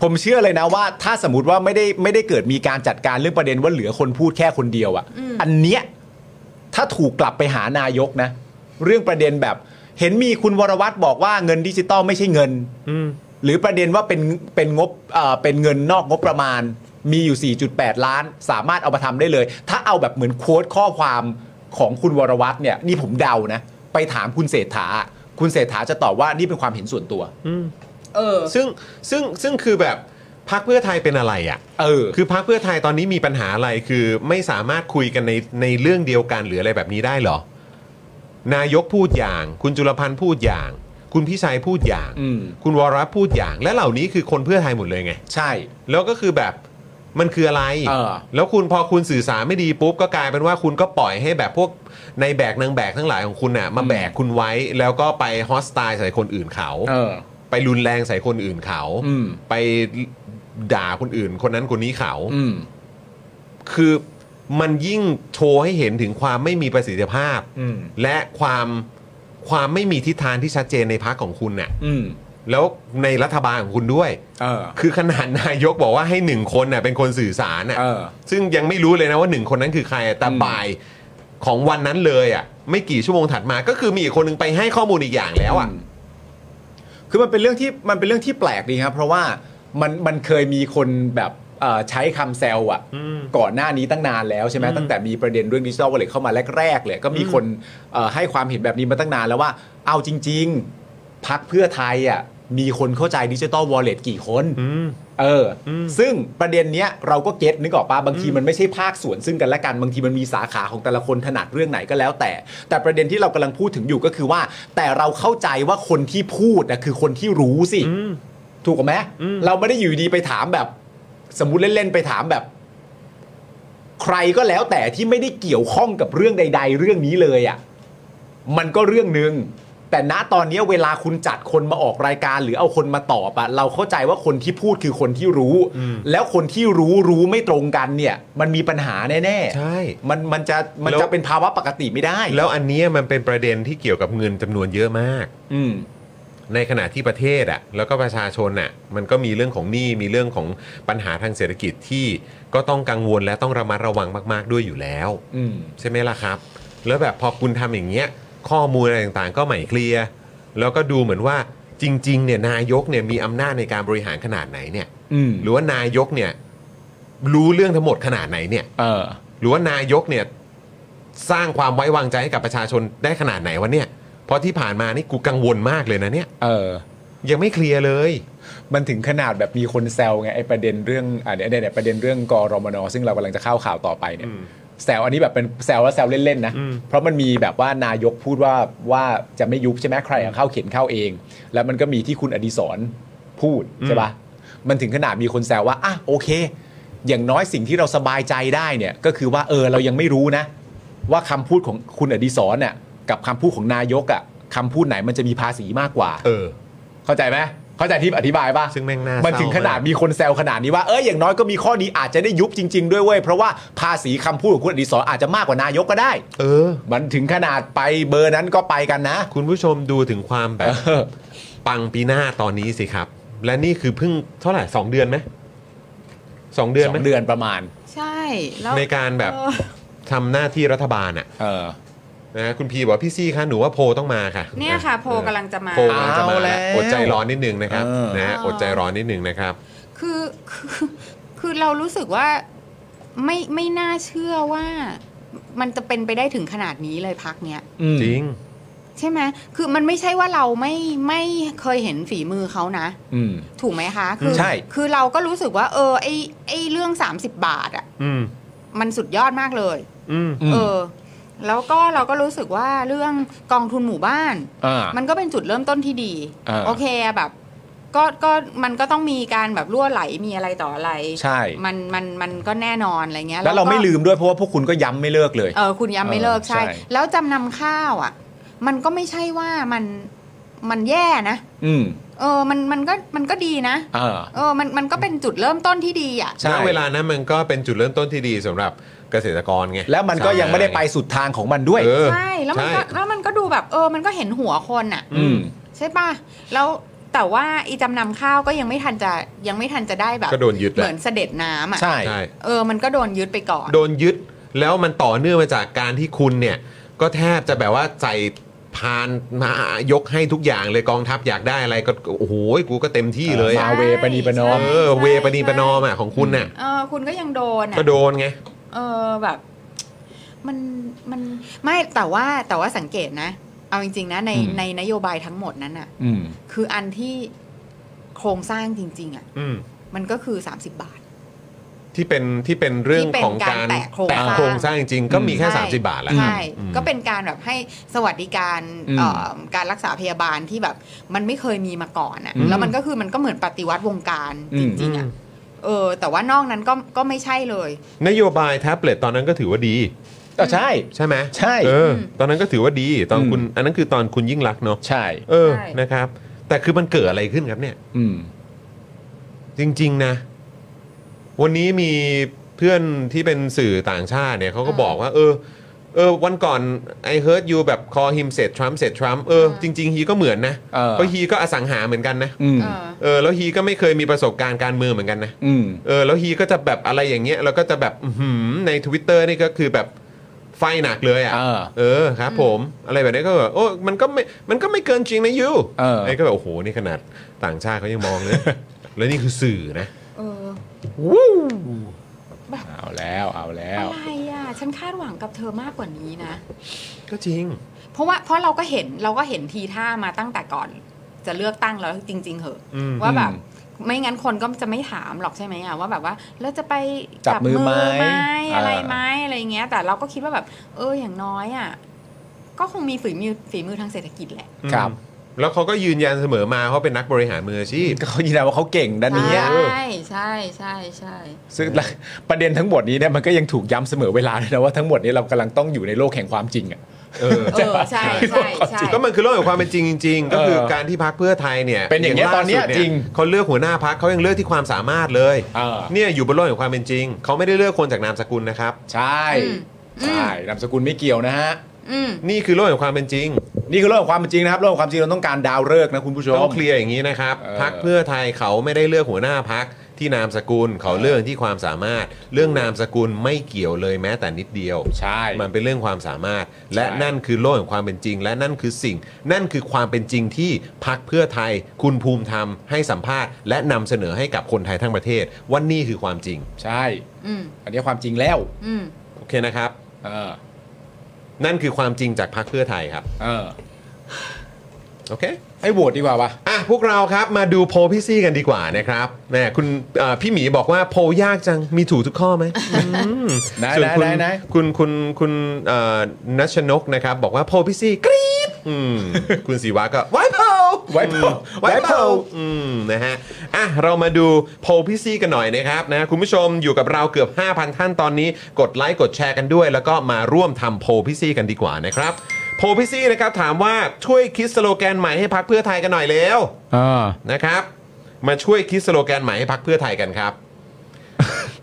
Speaker 2: ผมเชื่อเลยนะว่าถ้าสมมติว่าไม่ได้ไม่ได้เกิดมีการจัดการเรื่องประเด็นว่าเหลือคนพูดแค่คนเดียวอะ่ะ อันเนี้ยถ้าถูกกลับไปหานายกนะ เรื่องประเด็นแบบเห็นมีคุณวรวัตรบอกว่าเงินดิจิตอลไม่ใช่เงินหรือประเด็นว่าเป็นเป็นงบเอ่อเป็นเงินนอกงบประมาณ มีอยู่ 4.8 ล้าน สามารถเอามาทำได้เลย ถ้าเอาแบบเหมือนโค้ดข้อความของคุณวรวัตรเนี่ย นี่ผมเดานะ ไปถามคุณเศรษฐา คุณเศรษฐาจะตอบว่านี่เป็นความเห็นส่วนตัว
Speaker 4: เออ
Speaker 5: ซึ่งซึ่งซึ่งคือแบบพักเพื่อไทยเป็นอะไรอ่ะ
Speaker 2: เออ
Speaker 5: คือพรรคเพื่อไทยตอนนี้มีปัญหาอะไรคือไม่สามารถคุยกันในในเรื่องเดียวกันหรืออะไรแบบนี้ได้เหรอ นายกพูดอย่าง คุณจุลพันธ์พูดอย่าง คุณพิชัยพูดอย่าง
Speaker 2: อืม
Speaker 5: คุณวรรัตน์พูดอย่าง และเหล่านี้คือคนเพื่อไทยหมดเลยไง
Speaker 2: ใช่
Speaker 5: แล้วก็คือแบบมันคืออะไร
Speaker 2: เออ
Speaker 5: แล้วคุณพอคุณสื่อสารไม่ดีปุ๊บก็กลายเป็นว่าคุณก็ปล่อยให้แบบพวกในแบกนางแบกทั้งหลายของคุณน่ะมาแบกคุณไว้ แล้วก็ไปฮอสไตล์ใส่คนอื่นเขา
Speaker 2: เออ
Speaker 5: ไปรุนแรงใส่คนอื่นเขา
Speaker 2: อืม
Speaker 5: ไปด่าคนอื่น คนนั้นคนนี้เขา
Speaker 2: อืม
Speaker 5: คือมันยิ่งโชว์ให้เห็นถึงความไม่มีประสิทธิภาพ
Speaker 2: อืม
Speaker 5: และความความไม่มีทิศทางที่ชัดเจนในพักของคุณน่ะ
Speaker 2: อืม
Speaker 1: แล้วในรัฐบาลของคุณด้วย
Speaker 2: เออ
Speaker 1: คือขนาดนายกบอกว่าให้หนึ่งคนน่ะเป็นคนสื่อสารน่ะ
Speaker 2: เออ
Speaker 1: ซึ่งยังไม่รู้เลยนะว่าหนึ่งคนนั้นคือใครอะแต่
Speaker 2: อืม
Speaker 1: บ่ายของวันนั้นเลยอ่ะไม่กี่ชั่วโมงถัดมา ก็คือมีอีกคนนึงไปให้ข้อมูลอีกอย่างแล้วอ่ะ
Speaker 2: คือมันเป็นเรื่องที่มันเป็นเรื่องที่แปลกดีครับ เพราะว่ามันมันเคยมีคนแบบเอ่อใช้คำแซวอะก่อนหน้านี้ตั้งนานแล้วใช่ไหมตั้งแต่มีประเด็นเรื่องดิจิทัลวอลเล็เข้ามาแรกๆเลยก็มีคนเอ่อให้ความเห็นแบบนี้มาตั้งนานแล้วว่า เอาจริง ๆพักเพื่อไทยอะมีคนเข้าใจดิจิทัลวอลเล็กี่คน เอออซึ่งประเด็นเนี้ยเราก็เก็ตนึกออกปะบางทีมันไม่ใช่ภาคส่วนซึ่งกันและกันบางทีมันมีสาขาของแต่ละคนถนัดเรื่องไหนก็แล้วแต่ แต่ประเด็นที่เรากำลังพูดถึงอยู่ก็คือว่า แต่เราเข้าใจว่าคนที่พูดนะคือคนที่รู้สิ ถูกไหมเราไม่ได้อยู่ดีไปถามแบบ สมมติเล่นๆไปถามแบบ ใครก็แล้วแต่ที่ไม่ได้เกี่ยวข้องกับเรื่องใด ๆ เรื่องนี้เลยอะ่ะ มันก็เรื่องหนึ่งแต่ณตอนเนี้ยเวลาคุณจัดคนมาออกรายการ หรือเอาคนมาตอบอะเราเข้าใจว่าคนที่พูดคือคนที่รู้ แล้วคนที่รู้รู้ไม่ตรงกันเนี่ย มันมีปัญหาแน่ๆ
Speaker 1: ใช่
Speaker 2: มันมันจะมัน
Speaker 1: แล้ว
Speaker 2: จะเป็นภาวะปกติไม่ได้
Speaker 1: แล้วอันเนี้ยมันเป็นประเด็นที่เกี่ยวกับเงินจำนวนเยอะมาก
Speaker 2: อืม
Speaker 1: ในขณะที่ประเทศอะ่ะแล้วก็ประชาชนอะ่ะมันก็มีเรื่องของหนี้มีเรื่องของปัญหาทางเศรษฐกิจที่ก็ต้องกังวลและต้องระมัดระวังมากๆด้วยอยู่แล้ว
Speaker 2: อืม
Speaker 1: ใช่ไหมล่ะครับ แล้วแบบพอคุณทำอย่างเงี้ย ข้อมูลอะไรต่างๆ ก็ไม่เคลียร์ แล้วก็ดูเหมือนว่าจริงๆเนี่ยนายกเนี่ยมีอำนาจในการบริหารขนาดไหนเนี่ย
Speaker 2: อืม
Speaker 1: หรือว่านายกเนี่ยรู้เรื่องทั้งหมดขนาดไหนเนี่ย
Speaker 2: เออ
Speaker 1: หรือว่านายกเนี่ยสร้างความไว้วางใจให้กับประชาชนได้ขนาดไหนวะเนี่ย เพราะที่ผ่านมานี่กูกังวลมากเลยนะเนี่ย
Speaker 2: เออ
Speaker 1: ยังไม่เคลียร์เลย
Speaker 2: มันถึงขนาดแบบมีคนแซวไงไอประเด็นเรื่องอ่าเนี่ยเนี่ยเนี่ยประเด็นเรื่องกรมนซึ่งเรากำลังจะเข้าข่าวต่อไปเนี่ยแซวอันนี้แบบเป็นแซวแล้วแซวเล่นๆนะเพราะมันมีแบบว่านายกพูดว่าว่าจะไม่ยุบใช่ไหมใครอยากเข้าเข็นเข้าเอง แล้วมันก็มีที่คุณอดิศรพูดใช่ปะมันถึงขนาดมีคนแซวว่าอ่ะโอเค อย่างน้อยสิ่งที่เราสบายใจได้เนี่ยก็คือว่าเออเรายังไม่รู้นะ ว่าคำพูดของคุณอดิศรเนี่ยกับคำพูดของนายกอ่ะคำพูดไหนมันจะมีภาษีมากกว่า
Speaker 1: เออ
Speaker 2: เข้าใจไหมเข้าใจที่อธิบายป่ะ
Speaker 1: ซึ่งแม่งน่า
Speaker 2: มันถึง
Speaker 1: เศ
Speaker 2: ข
Speaker 1: ร้ามาก
Speaker 2: นาดมีคนแซวขนาดนี้ว่า เอ้ย อย่างน้อยก็มีข้อดีอาจจะได้ยุบจริง ๆ ด้วยเว้ย เพราะว่าภาษีคำพูดของคุณอดิศรอาจจะมากกว่านายกก็ได้
Speaker 1: เออ
Speaker 2: มันถึงขนาดไปเบอร์นั้นก็ไปกันนะ
Speaker 1: คุณผู้ชมดูถึงความแบบ
Speaker 2: เออ
Speaker 1: ปังปีหน้าตอนนี้สิครับ และนี่คือเพิ่งเท่าไหร่สองเดือนไหมสองเดือน
Speaker 2: สอ
Speaker 1: ไหม
Speaker 2: งเดือนประมาณ
Speaker 5: ใช่แล้ว
Speaker 1: ในการแบบ
Speaker 5: เออ
Speaker 1: ทำหน้าที่รัฐบาลอ่ะ
Speaker 2: เออ
Speaker 1: นะฮะคุณพีบอกว่าพี่ซี่คะหนูว่าโพลต้องมาค่ะ
Speaker 4: เนี่ยค่ะโพลกำลังจะมา
Speaker 1: โพลกำลังจะมาแล้ว
Speaker 2: เอาแล้ว
Speaker 1: อดใจร้อนนิดนึงนะครับ
Speaker 2: เออ
Speaker 1: นะฮะอดใจร้อนนิดนึงนะครับ
Speaker 4: คือคือคือเรารู้สึกว่าไม่ไม่น่าเชื่อว่ามันจะเป็นไปได้ถึงขนาดนี้เลยพักเนี้ย
Speaker 2: อืม
Speaker 1: จริง
Speaker 4: ใช่ไหมคือมันไม่ใช่ว่าเราไม่ไม่เคยเห็นฝีมือเขานะ
Speaker 2: อืม
Speaker 4: ถูกไหมคะ คือ
Speaker 2: ใช่
Speaker 4: คือเราก็รู้สึกว่า เออไอไอเรื่อง 30 บาทอะ่ะ
Speaker 1: อืม
Speaker 4: มันสุดยอดมากเลย
Speaker 1: อืม
Speaker 2: ม
Speaker 4: เออ แล้วก็เราก็รู้สึกว่าเรื่องกองทุนหมู่บ้าน
Speaker 2: อ่า
Speaker 4: มันก็เป็นจุดเริ่มต้นที่ดี
Speaker 2: เออ
Speaker 4: โอเคอะแบบ ก็ก็มันก็ต้องมีการแบบรั่วไหลมีอะไรต่ออะไร
Speaker 2: ใช่
Speaker 4: มันมันมันก็แน่นอนอะไรเงี้ย
Speaker 2: แล้วเรา
Speaker 4: ก็
Speaker 2: ไม่ลืมด้วยเพราะว่าพวกคุณก็ย้ำไม่เลิกเลย
Speaker 4: เออคุณยังไม่เลิกใช่
Speaker 2: ใช่
Speaker 4: แล้วจำนำข้าวอะ่ะ มันก็ไม่ใช่ว่ามันมันแย่นะ
Speaker 2: อืม
Speaker 4: เออ มันมันก็มันก็ดีนะ
Speaker 2: เออ
Speaker 4: เออ มันมันก็เป็นจุดเริ่มต้นที่ดีอ่ะ
Speaker 1: ณ
Speaker 2: ใช่
Speaker 1: เวลานั้นมันก็เป็นจุดเริ่มต้นที่ดีสำหรับเกษตรกรไง
Speaker 2: แล้วมันก็ยังไม่ได้ไปสุดทางของมันด้วย
Speaker 1: เออ
Speaker 4: ใช่แล้วมันก็
Speaker 1: ใช่
Speaker 4: แล้วมันก็ดูแบบเออ มันก็เห็นหัวคนอ่ะ
Speaker 2: อืม
Speaker 4: ใช่ป่ะ แล้วแต่ว่าอีจำนำข้าวก็ยังไม่ทันจะยังไม่ทันจะได้แบบ
Speaker 1: ก็โดนยึดแหละ
Speaker 4: เหมือนเสด็จน้ำอ่ะ
Speaker 2: ใช่
Speaker 1: ใช่
Speaker 4: เออ มันก็โดนยึดไปก่อน
Speaker 1: โดนยึดแล้วมันต่อเนื่องมาจากการที่คุณเนี่ย ก็แทบจะแบบว่าใส่พานมายกให้ทุกอย่างเลยกองทัพอยากได้อะไรก็โอ้โหกูก็เต็มที่เลยอะ
Speaker 2: มาเวปณีประนอม
Speaker 1: เออเวปณีประนอมอ่ะของคุณน่ะ
Speaker 4: เออ คุณก็ยังโดนอ่ะ
Speaker 1: ก็โดนไง
Speaker 4: เออแบบ มันมันไม่แต่ว่าแต่ว่าสังเกตนะ เอาจริง ๆ นะ ใน
Speaker 2: อืม
Speaker 4: ในนโยบายทั้งหมดนั้นอ่ะ
Speaker 2: อืม
Speaker 4: คืออันที่โครงสร้างจริง ๆ อ่ะ
Speaker 1: อืม
Speaker 4: มันก็คือ 30 บาท
Speaker 1: ที่เป็นที่เป็นเรื่องของการ
Speaker 4: ที่เป็นการแตะ
Speaker 1: แตะโค
Speaker 4: โค
Speaker 1: ร
Speaker 4: รง ง
Speaker 1: ส
Speaker 4: ส
Speaker 1: ร้า
Speaker 4: ร้าง ง
Speaker 1: จริงๆก็มีแค่
Speaker 4: ใช่
Speaker 1: 30 บาทแหล้ว
Speaker 4: ใช่
Speaker 1: อืม
Speaker 4: ก็เป็นการแบบให้สวัสดิการ
Speaker 2: อืม
Speaker 4: เอ่อการรักษาพยาบาลที่แบบมันไม่เคยมีมาก่อน
Speaker 2: อืม
Speaker 4: อะ่ะแล้วมันก็คือมันก็เหมือนปฏิวัติวงการ
Speaker 2: อื
Speaker 4: จ
Speaker 2: ม
Speaker 4: ริงๆอะ่ะเออ แต่ว่านอกนั้นก็ก็ไม่ใช่เลย
Speaker 1: นโยบายแท็บเล็ตตอนนั้นก็ถือว่าดี
Speaker 2: ก็ใช่
Speaker 1: ใช่ไหม
Speaker 2: ใช่
Speaker 1: เอออ
Speaker 4: ม
Speaker 1: ตอนนั้นก็ถือว่าดีตอน
Speaker 2: อืม
Speaker 1: คุณ อันนั้นคือตอนคุณยิ่งรักษณ์เนาะ
Speaker 2: ใช่
Speaker 1: เออ
Speaker 4: ใช่
Speaker 1: นะครับ แต่คือมันเกิดอะไรขึ้นครับเนี่ย
Speaker 2: อืม
Speaker 1: จริง ๆ นะ วันนี้มีเพื่อนที่เป็นสื่อต่างชาติเนี่ยเขาก็บอกว่า เออ เออวันก่อนไอเฮิร์ตยูแบบคอฮิมเสร็จทรัมป์เสร็จทรัมป์เออจริงๆฮีก็เหมือนนะ
Speaker 2: เออ
Speaker 1: ราะฮีก็อสังหาเหมือนกันนะ
Speaker 2: อืม
Speaker 4: เออ
Speaker 1: เออแล้วฮีก็ไม่เคยมีประสบการณ์การเมืองเหมือนกันนะ
Speaker 2: อืม
Speaker 1: เออแล้วฮีก็จะแบบอะไรอย่างเงี้ยแล้วก็จะแบบอื้อหือใน Twitter นี่ก็คือแบบไฟหนักเลยอ่ะ
Speaker 2: เออ
Speaker 1: เออครับผมอะไรแบบนี้ก็แบบโอ้มันก็ไม่มันก็ไม่เกินจริงนะยู
Speaker 2: เออ
Speaker 1: ไอ้ก็แบบโอ้โหนี่ขนาดต่างชาติเขายังมองเลย แล้วนี่คือสื่อนะ
Speaker 4: เออ
Speaker 2: เอาแล้วเอาแล้ว
Speaker 4: อะไรอ่ะ ฉันคาดหวังกับเธอมากกว่านี้นะ
Speaker 1: ก็จริง
Speaker 4: เพราะว่าเพราะเราก็เห็นเราก็เห็นทีท่ามาตั้งแต่ก่อน จะเลือกตั้งแล้วจริง ๆเหอะ
Speaker 1: อืม
Speaker 4: ว่าแบบ
Speaker 2: อืม
Speaker 4: ไม่งั้นคนก็จะไม่ถามหรอกใช่ไหมอ่ะว่าแบบว่าแล้วจะไป
Speaker 2: จับมือไหมอ่า
Speaker 4: อะไรไหมอะไรเงี้ย แต่เราก็คิดว่าแบบ เอออย่างน้อยอ่ะก็คงมีฝีมือฝีมือทางเศรษฐกิจแหละ
Speaker 2: ครับ
Speaker 1: อืมแล้วเขาก็ยืนยันเสมอมาเขาเป็นนักบริหารมืออาชีพ
Speaker 2: ก็เขายืนยันว่าเขาเก่งด้านนี้
Speaker 4: ใช
Speaker 2: อะ
Speaker 4: ่ใช่ใช่ใช่
Speaker 2: ซึ่งและประเด็นทั้งหมดนี้เนี่ยมันก็ยังถูกย้ำเสมอเวลาเลยนะว่าทั้งหมดนี้เรากำลังต้องอยู่ในโลกแห่งความจริงอ่ะ
Speaker 1: เออ
Speaker 4: เออใช่ใช่ใช่
Speaker 1: ก็มันคือเรื่องของความเป็นจริงจริงๆก็คือ
Speaker 2: เออ
Speaker 1: การที่พักเพื่อไทยเนี่ย
Speaker 2: เป็นอย่างเงี้ย
Speaker 1: ล่สุด
Speaker 2: ตอนเนี้ยจริง
Speaker 1: เขาเลือกหัวหน้าพักเขายังเลือกที่ความสามารถเลย
Speaker 2: เออ
Speaker 1: เนี่ยอยู่บนโลกของความเป็นจริงเขาไม่ได้เลือกคนจากนามสกุลนะครับ
Speaker 2: ใช่
Speaker 4: อืม
Speaker 2: ใช่นามสกุลไม่เกี่ยวนะฮะ
Speaker 4: อืม
Speaker 1: นี่คือโลกของความเป็นจริง
Speaker 2: นี่คือเรื่องของความเป็นจริงนะครับเรื่องของความจริงเราต้องการดาวฤกษ์นะคุณผู้ชม
Speaker 1: ต้องเคลียร์อย่างนี้นะครับ
Speaker 2: เออ
Speaker 1: พักเพื่อไทยเขาไม่ได้เลือกหัวหน้าพักที่นามสกุลเขาเลือกที่ความสามารถ เรื่องนามสกุลไม่เกี่ยวเลยแม้แต่นิดเดียว
Speaker 2: ใช่
Speaker 1: มันเป็นเรื่องความสามารถ และ
Speaker 2: ใช่
Speaker 1: นั่นคือโลกของความเป็นจริง และนั่นคือสิ่ง นั่นคือความเป็นจริงที่พักเพื่อไทย คุณภูมิธรรมให้สัมภาษณ์ และนำเสนอให้กับคนไทยทั้งประเทศว่านี่คือความจริง
Speaker 2: ใช่
Speaker 4: อืม
Speaker 2: อันนี้ความจริงแล้ว
Speaker 4: อืม
Speaker 1: โอเคนะครับ
Speaker 2: เออ
Speaker 1: นั่นคือความจริงจากพักเพื่อไทยครับ
Speaker 2: เออ
Speaker 1: โอเค
Speaker 2: ให้โหวตดีกว่าปะ
Speaker 1: อ่ะพวกเราครับมาดูโพลพี่ซี่กันดีกว่านะครับแหมคุณเอ่อพี่หมีบอกว่าโพลยากจังมีถูกทุกข้อไหมอืม
Speaker 2: ได้
Speaker 1: ส่วนคุณ
Speaker 2: ได้ได้
Speaker 1: คุณคุณคุณเอ่อนัชนกนะครับ บอกว่าโพลพี่ซี่กรี๊ดอืมคุณศิวะก็ไว้โพล
Speaker 2: ไว้โหวต
Speaker 1: ไว้
Speaker 2: ไว้
Speaker 1: โพ
Speaker 2: โห
Speaker 1: ล
Speaker 2: วต
Speaker 1: อืมนะฮะอ่ะเรามาดูโพลพี่ซี่กันหน่อยนะครับนะคุณผู้ชมอยู่กับเราเกือบ 5,000 ท่านตอนนี้ กดไลค์กดแชร์กันด้วย แล้วก็มาร่วมทำโพลพี่ซี่กันดีกว่านะครับโพลพี่ซี่นะครับถามว่าช่วยคิดสโลแกนใหม่ให้พักเพื่อไทยกันหน่อยเร็ว
Speaker 2: เออ
Speaker 1: นะครับมาช่วยคิดสโลแกนใหม่ให้พักเพื่อไทยกันครับ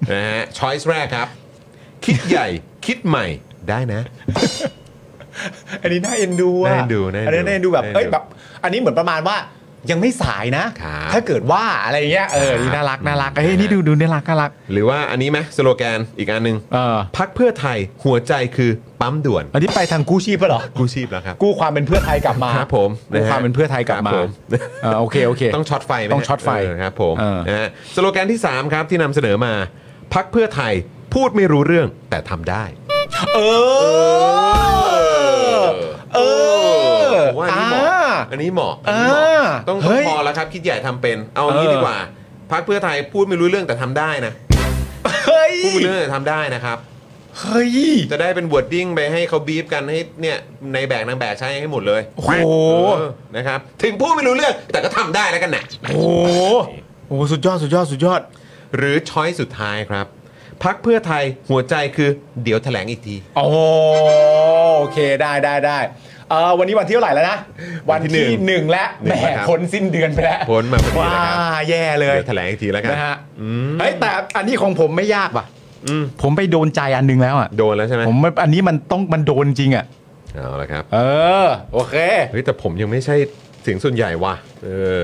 Speaker 1: นะฮะช้อยส์แรกครับ คิดใหญ่ คิดใหม่ได้นะ
Speaker 2: อันนี้น่าเอ็นดูอะ
Speaker 1: น่าเอ็นดูน่าเอ็นดู
Speaker 2: อันนี้น่าเอ็นดูแบบ
Speaker 1: น่าเอ็นดู
Speaker 2: เอ้ยแบบ อันนี้เหมือนประมาณว่ายังไม่สายนะ
Speaker 1: ครับ
Speaker 2: ถ้าเกิดว่าอะไรเงี้ยเออนี่น่ารักน่ารักเฮ้ยนี่ดูดูน่ารักน่ารัก
Speaker 1: หรือว่าอันนี้ไหมสโลแกนอีกอันหนึ่ง
Speaker 2: เออ
Speaker 1: พักเพื่อไทยหัวใจคือปั๊มด่วน
Speaker 2: อันนี้ไปทางกู้ชีพปะเหรอ
Speaker 1: กู้ชีพแล้วครับ
Speaker 2: กู้ความเป็นเพื่อไทยกลับมา
Speaker 1: ครับผม
Speaker 2: กู้ความเป็นเพื่อไทยกลับ
Speaker 1: ครั
Speaker 2: มา
Speaker 1: บผม
Speaker 2: เออโอเคโอเค
Speaker 1: ต้องช็อตไฟไหม
Speaker 2: ต้องช็อตไฟ
Speaker 1: เครับผม
Speaker 2: เออ
Speaker 1: นะฮะสโลแกนที่ 3 ครับที่นำเสนอมา พักเพื่อไทยพูดไม่รู้เรื่องแต่ทำได้
Speaker 2: เออ เออ
Speaker 1: ผมว่าอันนี้เหมาะ
Speaker 2: อ่า
Speaker 1: อันนี้เหมาะอันนี้เหมา
Speaker 2: อ่า
Speaker 1: ะต้อง
Speaker 2: เฮ้
Speaker 1: ต้อง
Speaker 2: ย
Speaker 1: พอแล้วครับ คิดใหญ่ทำเป็น เอางี้
Speaker 2: เออ
Speaker 1: ดีกว่าพักเพื่อไทยพูดไม่รู้เรื่องแต่ทำได้นะ
Speaker 2: เฮ้ย
Speaker 1: พูดไม่รู้เรื่องแต่ทำได้นะครับ
Speaker 2: เฮ้ย
Speaker 1: จะได้เป็นวอร์ดดิ้งไปให้เขาบีบกันให้เนี่ยในแบกนางแบกใช้ให้หมดเลย
Speaker 2: โอ้โห
Speaker 1: เออนะครับ ถึงพูดไม่รู้เรื่องแต่ก็ทำได้แล้วกันนะ
Speaker 2: โอ้โหโอ้โหสุดยอดสุดยอดสุดยอด
Speaker 1: หรือช้อยสุดท้ายครับ พักเพื่อไทยหัวใจคือเดี๋ยวแถลงอีกที
Speaker 2: โอ้โหโอเคได้ได้ได้เออวันนี้วันที่เท่าไหร่แล้วนะ
Speaker 1: วันที่หนึ่ง
Speaker 2: หนึ่งแล้ว
Speaker 1: หนึ่
Speaker 2: แหม
Speaker 1: งแล้วครับ
Speaker 2: พ้นสิ้นเดือนไปแล้ว
Speaker 1: พ้นมาพอดี
Speaker 2: ว้า
Speaker 1: นะครับ
Speaker 2: แย่เล
Speaker 1: เดี๋
Speaker 2: ย
Speaker 1: ยวแถลงอีกทีแล้วกัน
Speaker 2: นะฮะ
Speaker 1: อืม
Speaker 2: เฮ้ยแต่อันนี้ของผมไม่ยากว่ะ
Speaker 1: อืม
Speaker 2: ผมไปโดนใจอันหนึงแล้วอ่ะ
Speaker 1: โดนแล้วใช่ไหม
Speaker 2: ผมว่าอันนี้มันต้องมันโดนจริงอ่ะ
Speaker 1: เอาละครับ
Speaker 2: เออโอเค
Speaker 1: เฮ้ยแต่ผมยังไม่ใช่เสียงส่วนใหญ่ว่ะ เออ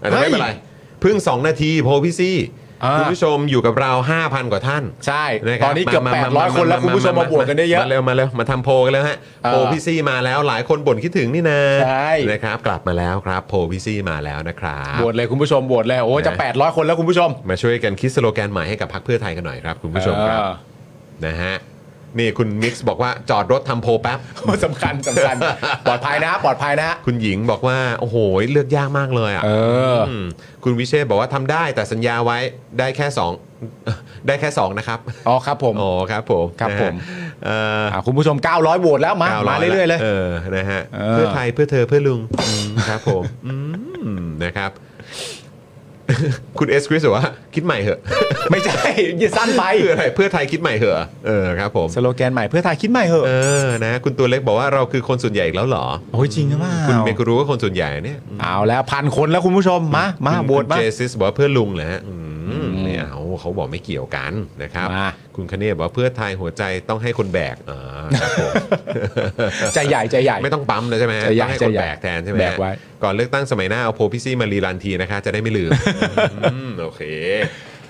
Speaker 1: อาจจะ
Speaker 2: เฮ้
Speaker 1: ไม่
Speaker 2: ย
Speaker 1: เป็นไร เพิ่ง 2 นาทีโพลพี่ซี่
Speaker 2: อ่า
Speaker 1: คุณผู้ชมอยู่กับเรา 5,000 กว่าท่าน
Speaker 2: ใช่
Speaker 1: ะครั
Speaker 2: ตอนนี้เกือบ
Speaker 1: มามา
Speaker 2: 800 คนแล้วคุณผู้ชมมาบวกกันได้เยอะ
Speaker 1: มาเร็วมาเร็วมาทำโพลกันแล้วฮะ
Speaker 2: เออ
Speaker 1: โพลพี่ซี่มาแล้วหลายคนบ่นคิดถึงนี่นะ
Speaker 2: ใช่
Speaker 1: นะครับ กลับมาแล้วครับ โพลพี่ซี่มาแล้วนะครับ
Speaker 2: โหวตเลยคุณผู้ชมโหวตเลยโอ้จะ
Speaker 1: นะ
Speaker 2: 800 คนแล้วคุณผู้ชม
Speaker 1: มาช่วยกันคิดสโลแกนใหม่ให้กับพรรคเพื่อไทยกันหน่อยครับ คุณผู้ชมครับ
Speaker 2: เออ
Speaker 1: นะฮะนี่คุณมิกซ์บอกว่าจอดรถทำโพลแป๊บ
Speaker 2: โอ้ สำคัญสำคั ญ ปลอดภัยนะ ปลอดภัยนะ
Speaker 1: คุณหญิงบอกว่าโอ้โหเลือกยากมากเลยอ่ะ
Speaker 2: เออ
Speaker 1: มคุณวิเชษบอกว่าทำได้แต่สัญญาไว้ได้แค่ 2 ได้แค่ 2 นะครับ
Speaker 2: อ๋อครับผม
Speaker 1: อ๋อครับผม
Speaker 2: ครับผม
Speaker 1: นะฮะเอ่อ
Speaker 2: อ่ะคุณผู้ชม 900โหวตแล้วมา
Speaker 1: 900
Speaker 2: มาเรื่อยๆเลย
Speaker 1: เออนะฮะ
Speaker 2: เออ
Speaker 1: เพื่อไทยเพื่อเธอเพื่อลุงอืมครับ ผมอืมนะครับ คุณเอสคริสบอกว่าคิดใหม่เหอะ
Speaker 2: ไม่ใช่อย่าสั้นไป
Speaker 1: คืออะไรเพื่อไทยคิดใหม่เหอะเออครับผม
Speaker 2: สโลแกนใหม่เพื่อไทยคิดใหม่เหอะ
Speaker 1: เออนะ คุณตัวเล็กบอกว่าเราคือคนส่วนใหญ่อีกแล้วเหรอ
Speaker 2: โอ้ยจริงหรือเปล่า
Speaker 1: คุณเมกุรู้ว่าคนส่วนใหญ่เนี่ย
Speaker 2: เอาแล้วพันคนแล้วคุณผู้ชมมามา
Speaker 1: คุณ
Speaker 2: โหวตมา
Speaker 1: เจซิสบอกว่าเพื่อลุงเหรอฮะอืม มไม่เอาเขาบอกไม่เกี่ยวกันนะครับ
Speaker 2: มา
Speaker 1: คุณคเนศบอกว่าเพื่อไทยหัวใจต้องให้คนแบกอ่าครับผม
Speaker 2: ใจใหญ่ใจใหญ่
Speaker 1: ไม่ต้องปั๊มเลยใช่ไหมฮะ
Speaker 2: ใจใหญ่
Speaker 1: ต้องให้คน
Speaker 2: ใจใหญ่
Speaker 1: แบกแทนใช่ไหมฮะ
Speaker 2: แบกไว้
Speaker 1: ก่อนเลือกตั้งสมัยหน้าเอาโพลพี่ซี่มารีรันทีนะคะ จะได้ไม่ ลืม อืมโอเค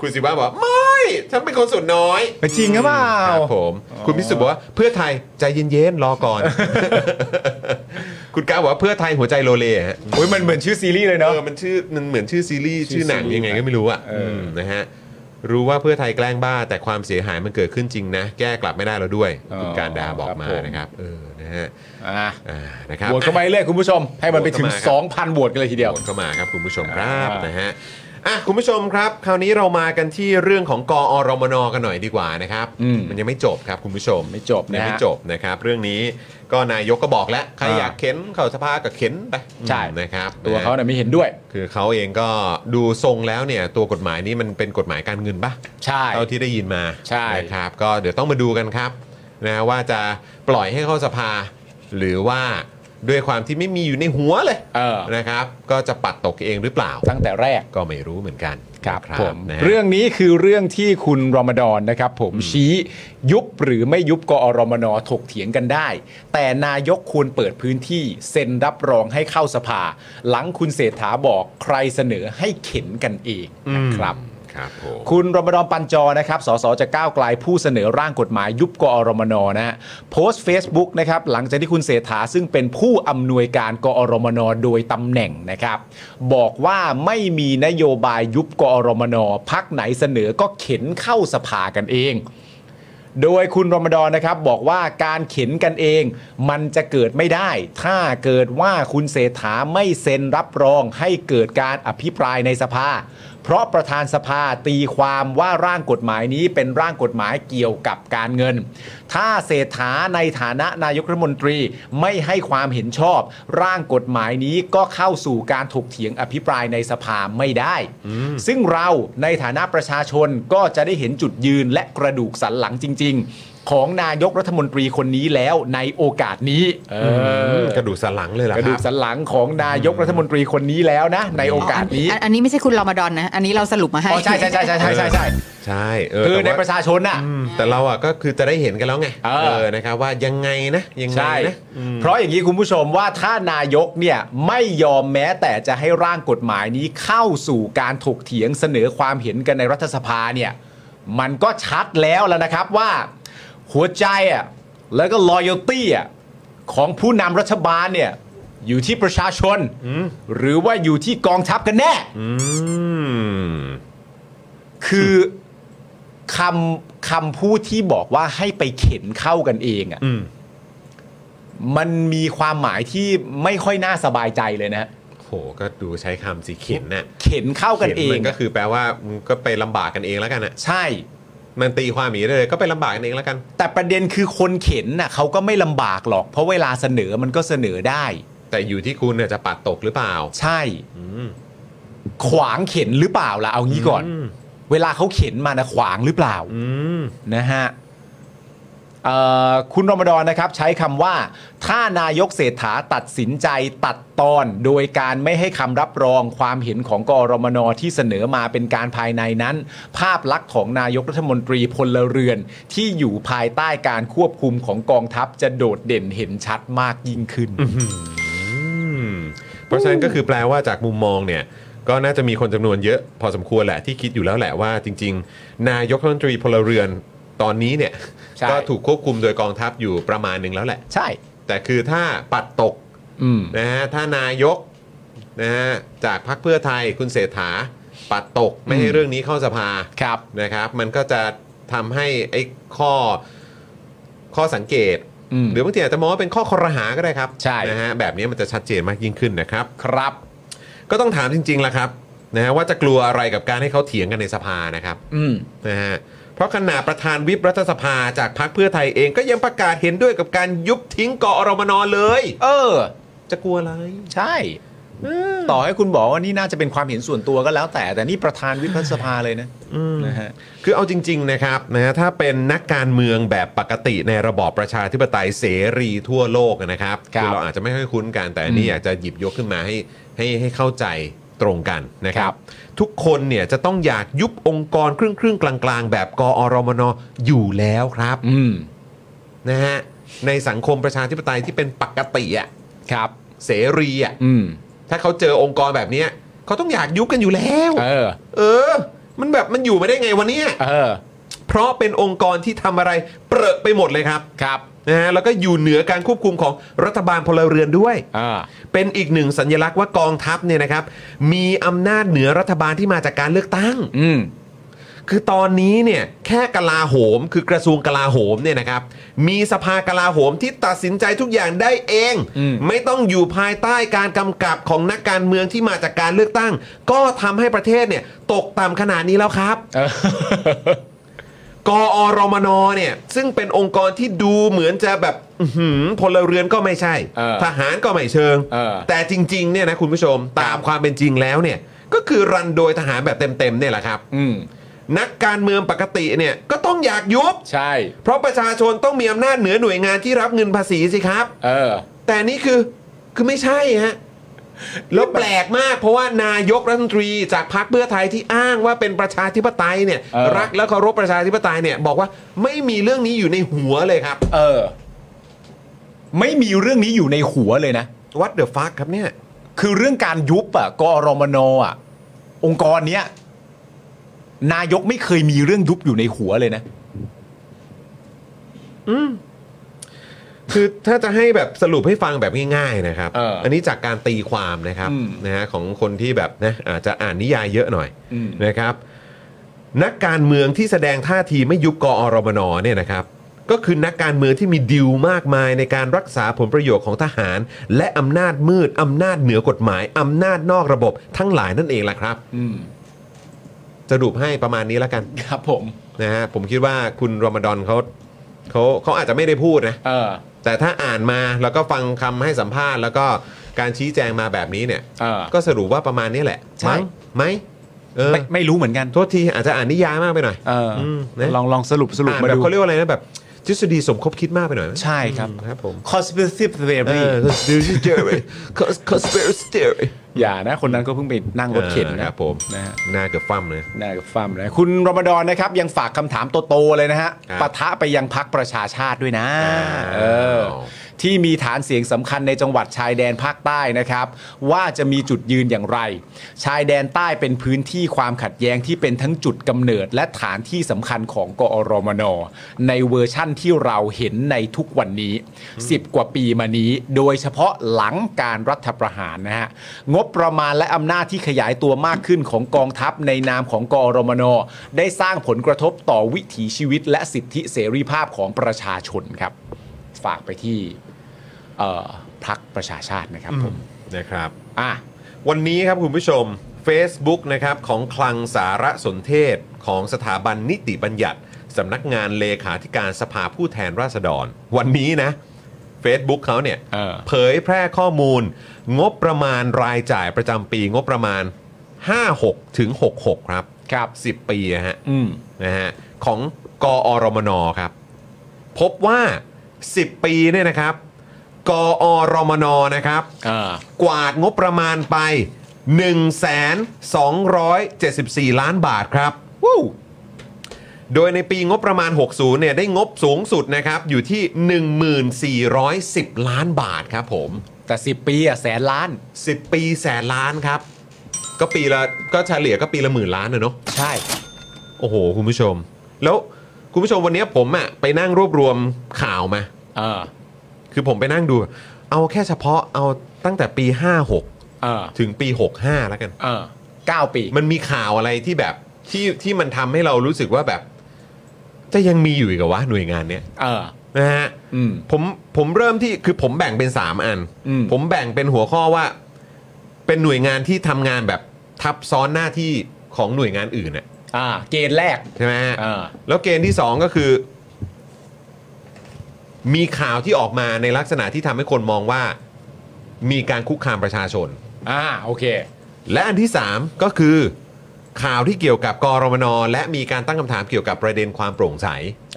Speaker 1: คุณสิว่าบอกว่าไม่ฉันเป็นคนส่วนน้อย
Speaker 2: จริงหรือเปล่า
Speaker 1: ครับผม คุณพิสุทธิ์บอกว่าเพื่อไทยใจเย็นๆรอก่อน คุณก้าวบอกว่าเพื่อไทยหัวใจโลเลฮะ
Speaker 2: โอ้ยมันเหมือนชื่อซีรีส์เลย
Speaker 1: เอ
Speaker 2: เนาะ
Speaker 1: อ มันชื่อ มันเหมือนชื่อซีรีส์
Speaker 2: ชื่
Speaker 1: ชื่อ
Speaker 2: อ
Speaker 1: หนัง
Speaker 2: ซีรีส์
Speaker 1: ยังไงก็ไม่รู้อ่ะ
Speaker 2: เอออื
Speaker 1: มนะฮะ รู้ว่าเพื่อไทยแกล้งบ้า แต่ความเสียหายมันเกิดขึ้นจริงนะ แก้กลับไม่ได้แล้วด้วย คุณการดาบอกมานะครับ เออ นะฮะ
Speaker 2: อ่ะ
Speaker 1: อ่า นะครับ
Speaker 2: โหวตเข้ามาเรื่อยๆคุณผู้ชม ให้มันไปถึง
Speaker 1: โหวตเข้ามาครับ
Speaker 2: 2,000โหวตกันเลยทีเดียว
Speaker 1: กดเข้ามาครับคุณผู้ชมครับ
Speaker 2: อ่าน
Speaker 1: นะฮะอ่ะคุณผู้ชมครับ คราวนี้เรามากันที่เรื่องของกอรมนกันหน่อยดีกว่านะครับมันยังไม่จบครับคุณผู้ชม
Speaker 2: ไม่จบ
Speaker 1: ยั
Speaker 2: นะ
Speaker 1: ง
Speaker 2: ฮะ
Speaker 1: ไม่จบนะครับเรื่องนี้ก็นายกก็บอกแล้วใคร
Speaker 2: อ่า
Speaker 1: อยากเข็นเข้าสภาก็เข็นไป
Speaker 2: ใช่
Speaker 1: นะครับ
Speaker 2: ตัวเขาเนี่ยไม่เห็นด้วย
Speaker 1: คือเขาเองก็ดูทรงแล้วเนี่ยตัวกฎหมายนี้มันเป็นกฎหมายการเงินปะ
Speaker 2: ใช่
Speaker 1: เท่าที่ได้ยินมา
Speaker 2: ใช่
Speaker 1: นะครับ ก็เดี๋ยวต้องมาดูกันครับนะว่าจะปล่อยให้เข้าสภา หรือว่าด้วยความที่ไม่มีอยู่ในหัวเลย
Speaker 2: เออ
Speaker 1: นะครับ ก็จะปัดตกเองหรือเปล่า
Speaker 2: ตั้งแต่แรก
Speaker 1: ก็ไม่รู้เหมือนกัน
Speaker 2: ครับ
Speaker 1: นะ
Speaker 2: ผม
Speaker 1: นะ
Speaker 2: เรื่องนี้คือเรื่องที่คุณรอมฎอนนะครับ ผมชี้ยุบหรือไม่ยุบกอรมนถกเถียงกันได้ แต่นายกควรเปิดพื้นที่เซ็นรับรองให้เข้าสภา หลังคุณเศรษฐาบอกใครเสนอให้เข็นกันเองนะครับ
Speaker 1: ครับผม
Speaker 2: คุณรมดอนปัญจอนะครับ สสจากก้าวไกลผู้เสนอร่างกฎหมายยุบกอรมนนะฮะโพสต์ Facebook นะครับ หลังจากที่คุณเศรษฐาซึ่งเป็นผู้อำนวยการกอรมนโดยตำแหน่งนะครับ บอกว่าไม่มีนโยบายยุบกอรมนพักไหนเสนอก็เข็นเข้าสภากันเอง โดยคุณรมดอนนะครับบอกว่าการเข็นกันเอง มันจะเกิดไม่ได้ ถ้าเกิดว่าคุณเศรษฐาไม่เซ็นรับรองให้เกิดการอภิปรายในสภา เพราะประธานสภาตีความว่าร่างกฎหมายนี้เป็นร่างกฎหมายเกี่ยวกับการเงิน ถ้าเศรษฐาในฐานะนายกรัฐมนตรีไม่ให้ความเห็นชอบ ร่างกฎหมายนี้ก็เข้าสู่การถกเถียงอภิปรายในสภาไม่ได้ ซึ่งเราในฐานะประชาชนก็จะได้เห็นจุดยืนและกระดูกสันหลังจริง ๆ ของนายกรัฐมนตรีคนนี้แล้วในโอกาสนี้เออก
Speaker 1: ระดูกสันหลังเลยเหรอก
Speaker 2: ระ
Speaker 1: ค
Speaker 2: ดู
Speaker 1: รั
Speaker 2: ก
Speaker 1: บ
Speaker 2: สันหลังของนายกรัฐมนตรีคนนี้แล้วนะ ในโอกาสนี้
Speaker 5: อันอันนี้ไม่ใช่คุณรอมฎอนนะ อันนี้เราสรุปมาให้
Speaker 2: อ๋อใช่ใช่ใช่ใช่ใช่ใช่ใช่
Speaker 1: ใช่เอ
Speaker 2: คือใน
Speaker 1: แต่ว่า
Speaker 2: ประชาชนน่ะ
Speaker 1: อืมแต่เราอ่ะก็คือจะได้เห็นกันแล้วไง
Speaker 2: เออ
Speaker 1: นะครับว่ายังไงนะยังไง
Speaker 2: ใช่
Speaker 1: นะอืม
Speaker 2: เพราะอย่างนี้คุณผู้ชมว่าถ้านายกเนี่ยไม่ยอมแม้แต่จะให้ร่างกฎหมายนี้เข้าสู่การถกเถียงเสนอความเห็นกันในรัฐสภาเนี่ยมันก็ชัดแล้วแล้วนะครับว่า หัวใจอ่ะแล้วก็ loyalty อ่ะของผู้นำรัฐบาลเนี่ยอยู่ที่ประชาชน หรือว่าอยู่ที่กองทัพกันแน่
Speaker 1: อืม
Speaker 2: คือคำคำพูดที่บอกว่าให้ไปเข็นเข้ากันเองอ่ะ
Speaker 1: อืม
Speaker 2: มันมีความหมายที่ไม่ค่อยน่าสบายใจเลยนะ
Speaker 1: โหก็ดูใช้คำสีเข็นน่ะ
Speaker 2: เข็นเข้ากันเอ
Speaker 1: ข็มั
Speaker 2: ง
Speaker 1: ก็คือแปลว่ามึงก็ไปลำบากกันเองแล้วกันน่ะ
Speaker 2: ใช่
Speaker 1: มันตีความหมีได้เลยก็ไปลำบากกันเองแล้วกัน
Speaker 2: แต่ประเด็นคือคนเข็นน่ะเขาก็ไม่ลำบากหรอก เพราะเวลาเสนอมันก็เสนอได้
Speaker 1: แต่อยู่ที่คุณเนี่ยจะปัดตกหรือเปล่า
Speaker 2: ใช่
Speaker 1: อืม
Speaker 2: ขวางเข็นหรือเปล่าล่ะเอางี้ก่อน
Speaker 1: อืม
Speaker 2: เวลาเขาเข็นมานะขวางหรือเปล่า
Speaker 1: อืม
Speaker 2: นะฮะเอ่อคุณรมดอนนะครับใช้คำว่า ถ้านายกเศรษฐาตัดสินใจตัดตอน โดยการไม่ให้คำรับรองความเห็นของกอรมนที่เสนอมาเป็นการภายในนั้น ภาพลักษณ์ของนายกรัฐมนตรีพลเรือน ที่อยู่ภายใต้การควบคุมของกองทัพจะโดดเด่นเห็นชัดมากยิ่งขึ้น
Speaker 1: อืมเพราะฉะนั้นก็คือแปลว่าจากมุมมองเนี่ย ก็น่าจะมีคนจำนวนเยอะพอสมควรแหละที่คิดอยู่แล้วแหละว่าจริง ๆ นายกรัฐมนตรีพลเรือนตอนนี้เนี่ย
Speaker 2: ใช่
Speaker 1: ก็ถูกควบคุมโดยกองทัพอยู่ประมาณหนึ่งแล้วแหละ
Speaker 2: ใช่
Speaker 1: แต่คือถ้าปัดตก
Speaker 2: อืม
Speaker 1: นะฮะถ้านายกนะฮะจากพรรคเพื่อไทยคุณเศรษฐา ปัดตกไม่ให้
Speaker 2: อืม
Speaker 1: เรื่องนี้เข้าสภา
Speaker 2: ครับ
Speaker 1: นะครับ มันก็จะทำให้ไอ้ข้อข้อสังเกต
Speaker 2: อืม
Speaker 1: หรือบางทีอาจจะมองว่าเป็นข้อคอรหาก็ได้ครับ
Speaker 2: ใช่
Speaker 1: นะฮะแบบนี้มันจะชัดเจนมากยิ่งขึ้นนะครับ
Speaker 2: ครับ
Speaker 1: ก็ต้องถามจริงๆล่ะครับนะฮะว่าจะกลัวอะไรกับการให้เขาเถียงกันในสภานะครับ
Speaker 2: อืม
Speaker 1: นะฮะเพราะขณะประธานวิปรัฐสภาจากพรรคเพื่อไทยเองก็ยังประกาศเห็นด้วยกับการยุบทิ้งกอรมนเลย
Speaker 2: เออ
Speaker 1: จะกลัวอะไร
Speaker 2: ใช่ ต่อให้คุณบอกว่านี่น่าจะเป็นความเห็นส่วนตัวก็แล้วแต่ แต่นี่ประธานวิพัสภาเลยนะนะฮะ
Speaker 1: คือเอาจริง ๆ นะครับนะฮะถ้าเป็นนักการเมืองแบบปกติในระบอบประชาธิปไตยเสรีทั่วโลกนะครับ
Speaker 2: ครับ
Speaker 1: อเราอาจจะไม่ค่อยคุ้นกันแต่อันนี่
Speaker 2: อืม
Speaker 1: อยากจะหยิบยกขึ้นมาให้ให้ให้เข้าใจต
Speaker 5: ตรงกันนะครับ ทุกคนเนี่ยจะต้องอยากยุบองค์กรครึ่งครึ่งๆกลาง ๆ แบบกอรมนอยู่แล้วครับ
Speaker 2: อืม
Speaker 5: นะฮะในสังคมประชาธิปไตยที่เป็นปกติอ่ะ
Speaker 2: ครับ
Speaker 5: เสรีอ่ะ
Speaker 2: อืม
Speaker 5: ถ้าเขาเจอองค์กรแบบเนี้ยเขาต้องอยากยุบกันอยู่แล้ว
Speaker 2: เออ
Speaker 5: เออ มันแบบมันอยู่ไม่ได้ไงวันนี้
Speaker 2: เออ
Speaker 5: เพราะเป็นองค์กรที่ทำอะไรเปรอะไปหมดเลยครับ
Speaker 2: ครับ
Speaker 5: นะฮะแล้วก็อยู่เหนือการควบคุมของรัฐบาลพลเรือนด้วย
Speaker 2: อ่า
Speaker 5: เป็นอีกหนึ่งสัญลักษณ์ว่ากองทัพเนี่ยนะครับ มีอำนาจเหนือรัฐบาลที่มาจากการเลือกตั้ง
Speaker 2: อืม
Speaker 5: คือตอนนี้เนี่ยแค่กลาโหม คือกระทรวงกลาโหมเนี่ยนะครับ มีสภากลาโหมที่ตัดสินใจทุกอย่างได้เอง
Speaker 2: อืม
Speaker 5: ไม่ต้องอยู่ภายใต้การกำกับของนักการเมืองที่มาจากการเลือกตั้ง ก็ทำให้ประเทศเนี่ยตกต่ำขนาดนี้แล้วครับ
Speaker 2: เออ
Speaker 5: กอรมนเนี่ยซึ่งเป็นองค์กรที่ดูเหมือนจะแบบอื้อหือพลเรือนก็ไม่ใช่
Speaker 2: เออ
Speaker 5: ทหารก็ไม่เชิง
Speaker 2: เออ
Speaker 5: แต่จริงๆเนี่ยนะคุณผู้ชมตามความเป็นจริงแล้วเนี่ยก็คือรันโดยทหารแบบเต็มๆเนี่ยแหละครับ
Speaker 2: อืม
Speaker 5: นักการเมืองปกติเนี่ยก็ต้องอยากยุบ
Speaker 2: ใช่
Speaker 5: เพราะประชาชนต้องมีอำนาจเหนือหน่วยงานที่รับเงินภาษีสิครับ
Speaker 2: เออ
Speaker 5: แต่นี่คือคือไม่ใช่ฮะแล้วแปลกมากเพราะว่านายกรัฐมนตรีจากพรรคเพื่อไทยที่อ้างว่าเป็นประชาธิปไตยเนี่ย
Speaker 2: เออ
Speaker 5: รักและเคารพประชาธิปไตยเนี่ยบอกว่าไม่มีเรื่องนี้อยู่ในหัวเลยครับ
Speaker 2: เออ ไม่มีเรื่องนี้อยู่ในหัวเลยนะ
Speaker 5: What the fuck ครับเนี่ย
Speaker 2: คือเรื่องการยุบอ่ะกอรมนอ่ะ องค์กรเนี้ยนายกไม่เคยมีเรื่องยุบอยู่ในหัวเลยนะ
Speaker 5: คือถ้าจะให้แบบสรุปให้ฟังแบบง่ายๆนะครับ
Speaker 2: เอออั
Speaker 5: นนี้จากการตีความนะครับ
Speaker 2: อืม
Speaker 5: นะฮะของคนที่แบบนะอาจจะอ่านนิยายเยอะหน่อย
Speaker 2: อืม
Speaker 5: นะครับ นักการเมืองที่แสดงท่าทีไม่ยุบกอรมนเนี่ยนะครับ ก็คือนักการเมืองที่มีดิวมากมายในการรักษาผลประโยชน์ของทหาร และอำนาจมืด อำนาจเหนือกฎหมาย อำนาจนอกระบบทั้งหลายนั่นเองล่ะครับ
Speaker 2: อืม
Speaker 5: สรุปให้ประมาณนี้แล้วกัน
Speaker 2: ครับผม
Speaker 5: นะฮะผมคิดว่าคุณรอมฎอนเขาเขาเขาอาจจะไม่ได้พูดนะ
Speaker 2: เออ
Speaker 5: แต่ถ้าอ่านมาแล้วก็ฟังคำให้สัมภาษณ์ แล้วก็การชี้แจงมาแบบนี้เนี่ย
Speaker 2: เออ
Speaker 5: ก็สรุปว่าประมาณนี้แหละ
Speaker 2: ใช่
Speaker 5: มั้งไหมเออ
Speaker 2: ไม่ไม่รู้เหมือนกัน
Speaker 5: โทษทีอาจจะอ่านนิยายมากไปหน่อย
Speaker 2: เอออ
Speaker 5: มนะ
Speaker 2: ลองลองสรุปสรุป
Speaker 5: อ่น
Speaker 2: มา
Speaker 5: แบบ
Speaker 2: ดู
Speaker 5: เขาเรียกว่าอะไรนะแบบทฤษฎีสมคบคิดมากไปหน่อยไหม
Speaker 2: ใช่ครับ
Speaker 5: อืมครับผม
Speaker 2: conspiracy
Speaker 5: เอ
Speaker 2: theory
Speaker 5: อ conspiracy theory Cons- conspiracy theory
Speaker 2: อย่านะ คนนั้นก็เพิ่งไปนั่งรถเข็น
Speaker 5: ออ
Speaker 2: นะครับ
Speaker 5: ผม
Speaker 2: นะฮะ
Speaker 5: หน้าเกือบฟั่มเลย
Speaker 2: น่ากับฟัมนะคุณรมดอนนะครับ ยังฝากคำถามโตๆเลยนะฮะ
Speaker 5: ครับ
Speaker 2: ปะทะไปยังพักประชาชาติด้วยนะ
Speaker 5: าว
Speaker 2: เออที่มีฐานเสียงสำคัญในจังหวัดชายแดนภาคใต้นะครับ ว่าจะมีจุดยืนอย่างไร ชายแดนใต้เป็นพื้นที่ความขัดแย้งที่เป็นทั้งจุดกำเนิด และฐานที่สำคัญของกอรมน ในเวอร์ชั่นที่เราเห็นในทุกวันนี้ 10 กว่าปีมานี้ โดยเฉพาะหลังการรัฐประหารนะฮะ งบประมาณและอำนาจที่ขยายตัวมากขึ้นของกองทัพในนามของกอรมน ได้สร้างผลกระทบต่อวิถีชีวิตและสิทธิเสรีภาพของประชาชนครับ ฝากไปที่เอ่อพักประชาชาตินะครับผม
Speaker 5: นะครับ
Speaker 2: อ่ะ
Speaker 5: วันนี้ครับคุณผู้ชม Facebook นะครับของคลังสารสนเทศของสถาบันนิติบัญญัติสำนักงานเลขาธิการสภาผู้แทนราษฎร วันนี้นะ Facebook เขาเนี่ย
Speaker 2: เออ
Speaker 5: เผยแพร่ข้อมูล งบประมาณรายจ่ายประจำปีงบประมาณ 56 ถึง 66 ครับ
Speaker 2: ครับ
Speaker 5: 10 ปีอะฮะ
Speaker 2: อืม
Speaker 5: นะฮะของกอรมนครับ พบว่า 10 ปีเนี่ยนะครับ กอรมนนะครับ
Speaker 2: อ่าก
Speaker 5: วาดงบประมาณไป 1,274 ล้านบาทครับ
Speaker 2: วู้
Speaker 5: โดยในปีงบประมาณ 60เนี่ยได้งบสูงสุดนะครับ อยู่ที่ 1,410 ล้านบาทครับผม
Speaker 2: แต่ 10 ปีอ่ะแสนล้าน
Speaker 5: 10 ปีแสนล้านครับ ก็ปีละก็เฉลี่ยก็ปีละหมื่นล้านนะเนาะ
Speaker 2: ใช่
Speaker 5: โอ้โห คุณผู้ชม แล้วคุณผู้ชมวันเนี้ยผมอะไปนั่งรวบรวมข่าวมา
Speaker 2: เออ
Speaker 5: คือผมไปนั่งดู เอาแค่เฉพาะเอาตั้งแต่ปี
Speaker 2: เออ
Speaker 5: 56 ถึงปี 65 แล้วกัน
Speaker 2: เออเก้าปี
Speaker 5: มันมีข่าวอะไรที่แบบที่ที่มันทำให้เรารู้สึกว่าแบบ จะยังมีอยู่อีกเหรอวะหน่วยงานเนี้ย
Speaker 2: เออ
Speaker 5: นะฮะ
Speaker 2: อืม
Speaker 5: ผมผมเริ่มที่คือผมแบ่งเป็น 3 อัน
Speaker 2: อืม
Speaker 5: ผมแบ่งเป็นหัวข้อว่า เป็นหน่วยงานที่ทำงานแบบทับซ้อนหน้าที่ของหน่วยงานอื่นน่ะ
Speaker 2: อ่า เกณฑ์แรก
Speaker 5: ใช่ไหมฮะ
Speaker 2: เออ
Speaker 5: แล้วเกณฑ์ที่ 2 ก็คือ มีข่าวที่ออกมาในลักษณะที่ทำให้คนมองว่า มีการคุกคามประชาชน
Speaker 2: อ่า โอเค
Speaker 5: และอันที่ 3 ก็คือ ข่าวที่เกี่ยวกับกรมนและมีการตั้งคำถามเกี่ยวกับประเด็นความโปร่งใส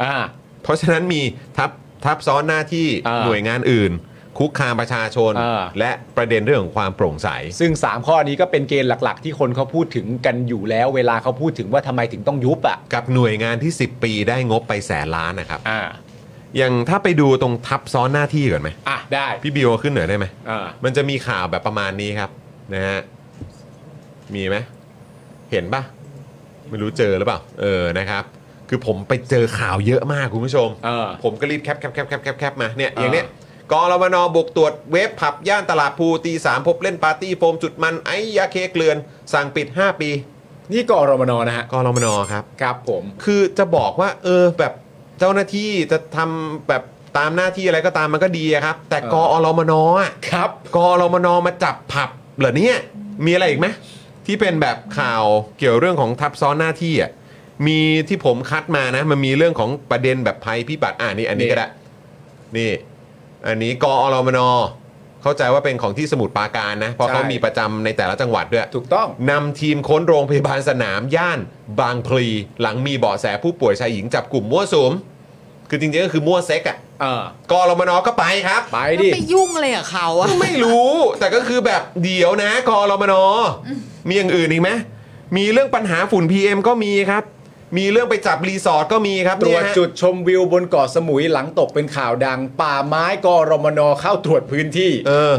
Speaker 2: อ่า
Speaker 5: เพราะฉะนั้นมีทับทับซ้อนหน้าที่
Speaker 2: อ่า
Speaker 5: หน่วยงานอื่น คุกคามประชาชน
Speaker 2: เออ
Speaker 5: และประเด็นเรื่องของความโปร่งใส
Speaker 2: ซึ่ง 3 ข้อนี้ก็เป็นเกณฑ์หลัก ๆ ที่คนเขาพูดถึงกันอยู่แล้ว เวลาเขาพูดถึงว่าทำไมถึงต้องยุบอ่ะ
Speaker 5: กับหน่วยงานที่ 10 ปีได้งบไปแสนล้านนะครับ
Speaker 2: อ่า
Speaker 5: อย่างถ้าไปดูตรงทับซ้อนหน้าที่ก่อนไหม
Speaker 2: อ่ะได้
Speaker 5: พี่บิวเอาขึ้นหน่อยได้ไหม
Speaker 2: อ่า
Speaker 5: มันจะมีข่าวแบบประมาณนี้ครับนะฮะมีไหมเห็นปะไม่รู้เจอหรือเปล่า เออนะครับ คือผมไปเจอข่าวเยอะมากคุณผู้ชม
Speaker 2: เออ
Speaker 5: ผมก็รีบแคปแคปแคปแคปแคปแคปมาเนี่ย
Speaker 2: อ่า
Speaker 5: อย่างเนี้ยกอรมนบุกตรวจเว็บผับย่านตลาดภูตีสามพบเล่นปาร์ตี้โฟมจุดมันไอ้ยาเคเกลือน สั่งปิด 5 ปี
Speaker 2: นี่กอรมนนะฮะ
Speaker 5: กอรมนครับ
Speaker 2: ครับผม
Speaker 5: คือจะบอกว่า เออแบบเจ้าหน้าที่จะทำแบบตามหน้าที่อะไรก็ตามมันก็ดีอะครับ แต่
Speaker 2: เออ
Speaker 5: กอรมนอ่ะ
Speaker 2: ครับ
Speaker 5: กอรมนมาจับผับเหรอเนี่ย มีอะไรอีกไหมที่เป็นแบบข่าวเกี่ยวเรื่องของทับซ้อนหน้าที่อ่ะมีที่ผมคัดมานะ มันมีเรื่องของประเด็นแบบภัยพิบัติอ่านี่อันนี้
Speaker 2: นี่
Speaker 5: ก็ได้นี่ อันนี้กอรมนเข้าใจว่าเป็นของที่สมุทรปราการนะ เพราะเขามีประจำในแต่ละจังหวัดด้วย
Speaker 2: ถูกต้อง
Speaker 5: นำทีมค้นโรงพยาบาลสนามย่านบางพลี หลังมีเบาะแสผู้ป่วยชายหญิงจับกลุ่มมั่วสุม คือจริงๆก็คือมั่วเซ็กอะ
Speaker 2: เออก
Speaker 5: อรมนก็ไปครับ
Speaker 2: ไป
Speaker 4: แล้ว
Speaker 2: ดิ
Speaker 4: ไปยุ่งเลยกับเขาอะ
Speaker 5: ไม่รู้ แต่ก็คือแบบเดี๋ยวนะกอรมนมีอย่างอื่นอีกไหมมีเรื่องปัญหาฝุ่น PM ก็มีครับ มีเรื่องไปจับรีสอร์ทก็มีครับ
Speaker 2: ตร
Speaker 5: เนี่
Speaker 2: วย จ
Speaker 5: ฮะ
Speaker 2: จุดชมวิวบนเกาะสมุยหลังตกเป็นข่าวดัง ป่าไม้กอรมนเข้าตรวจพื้นที่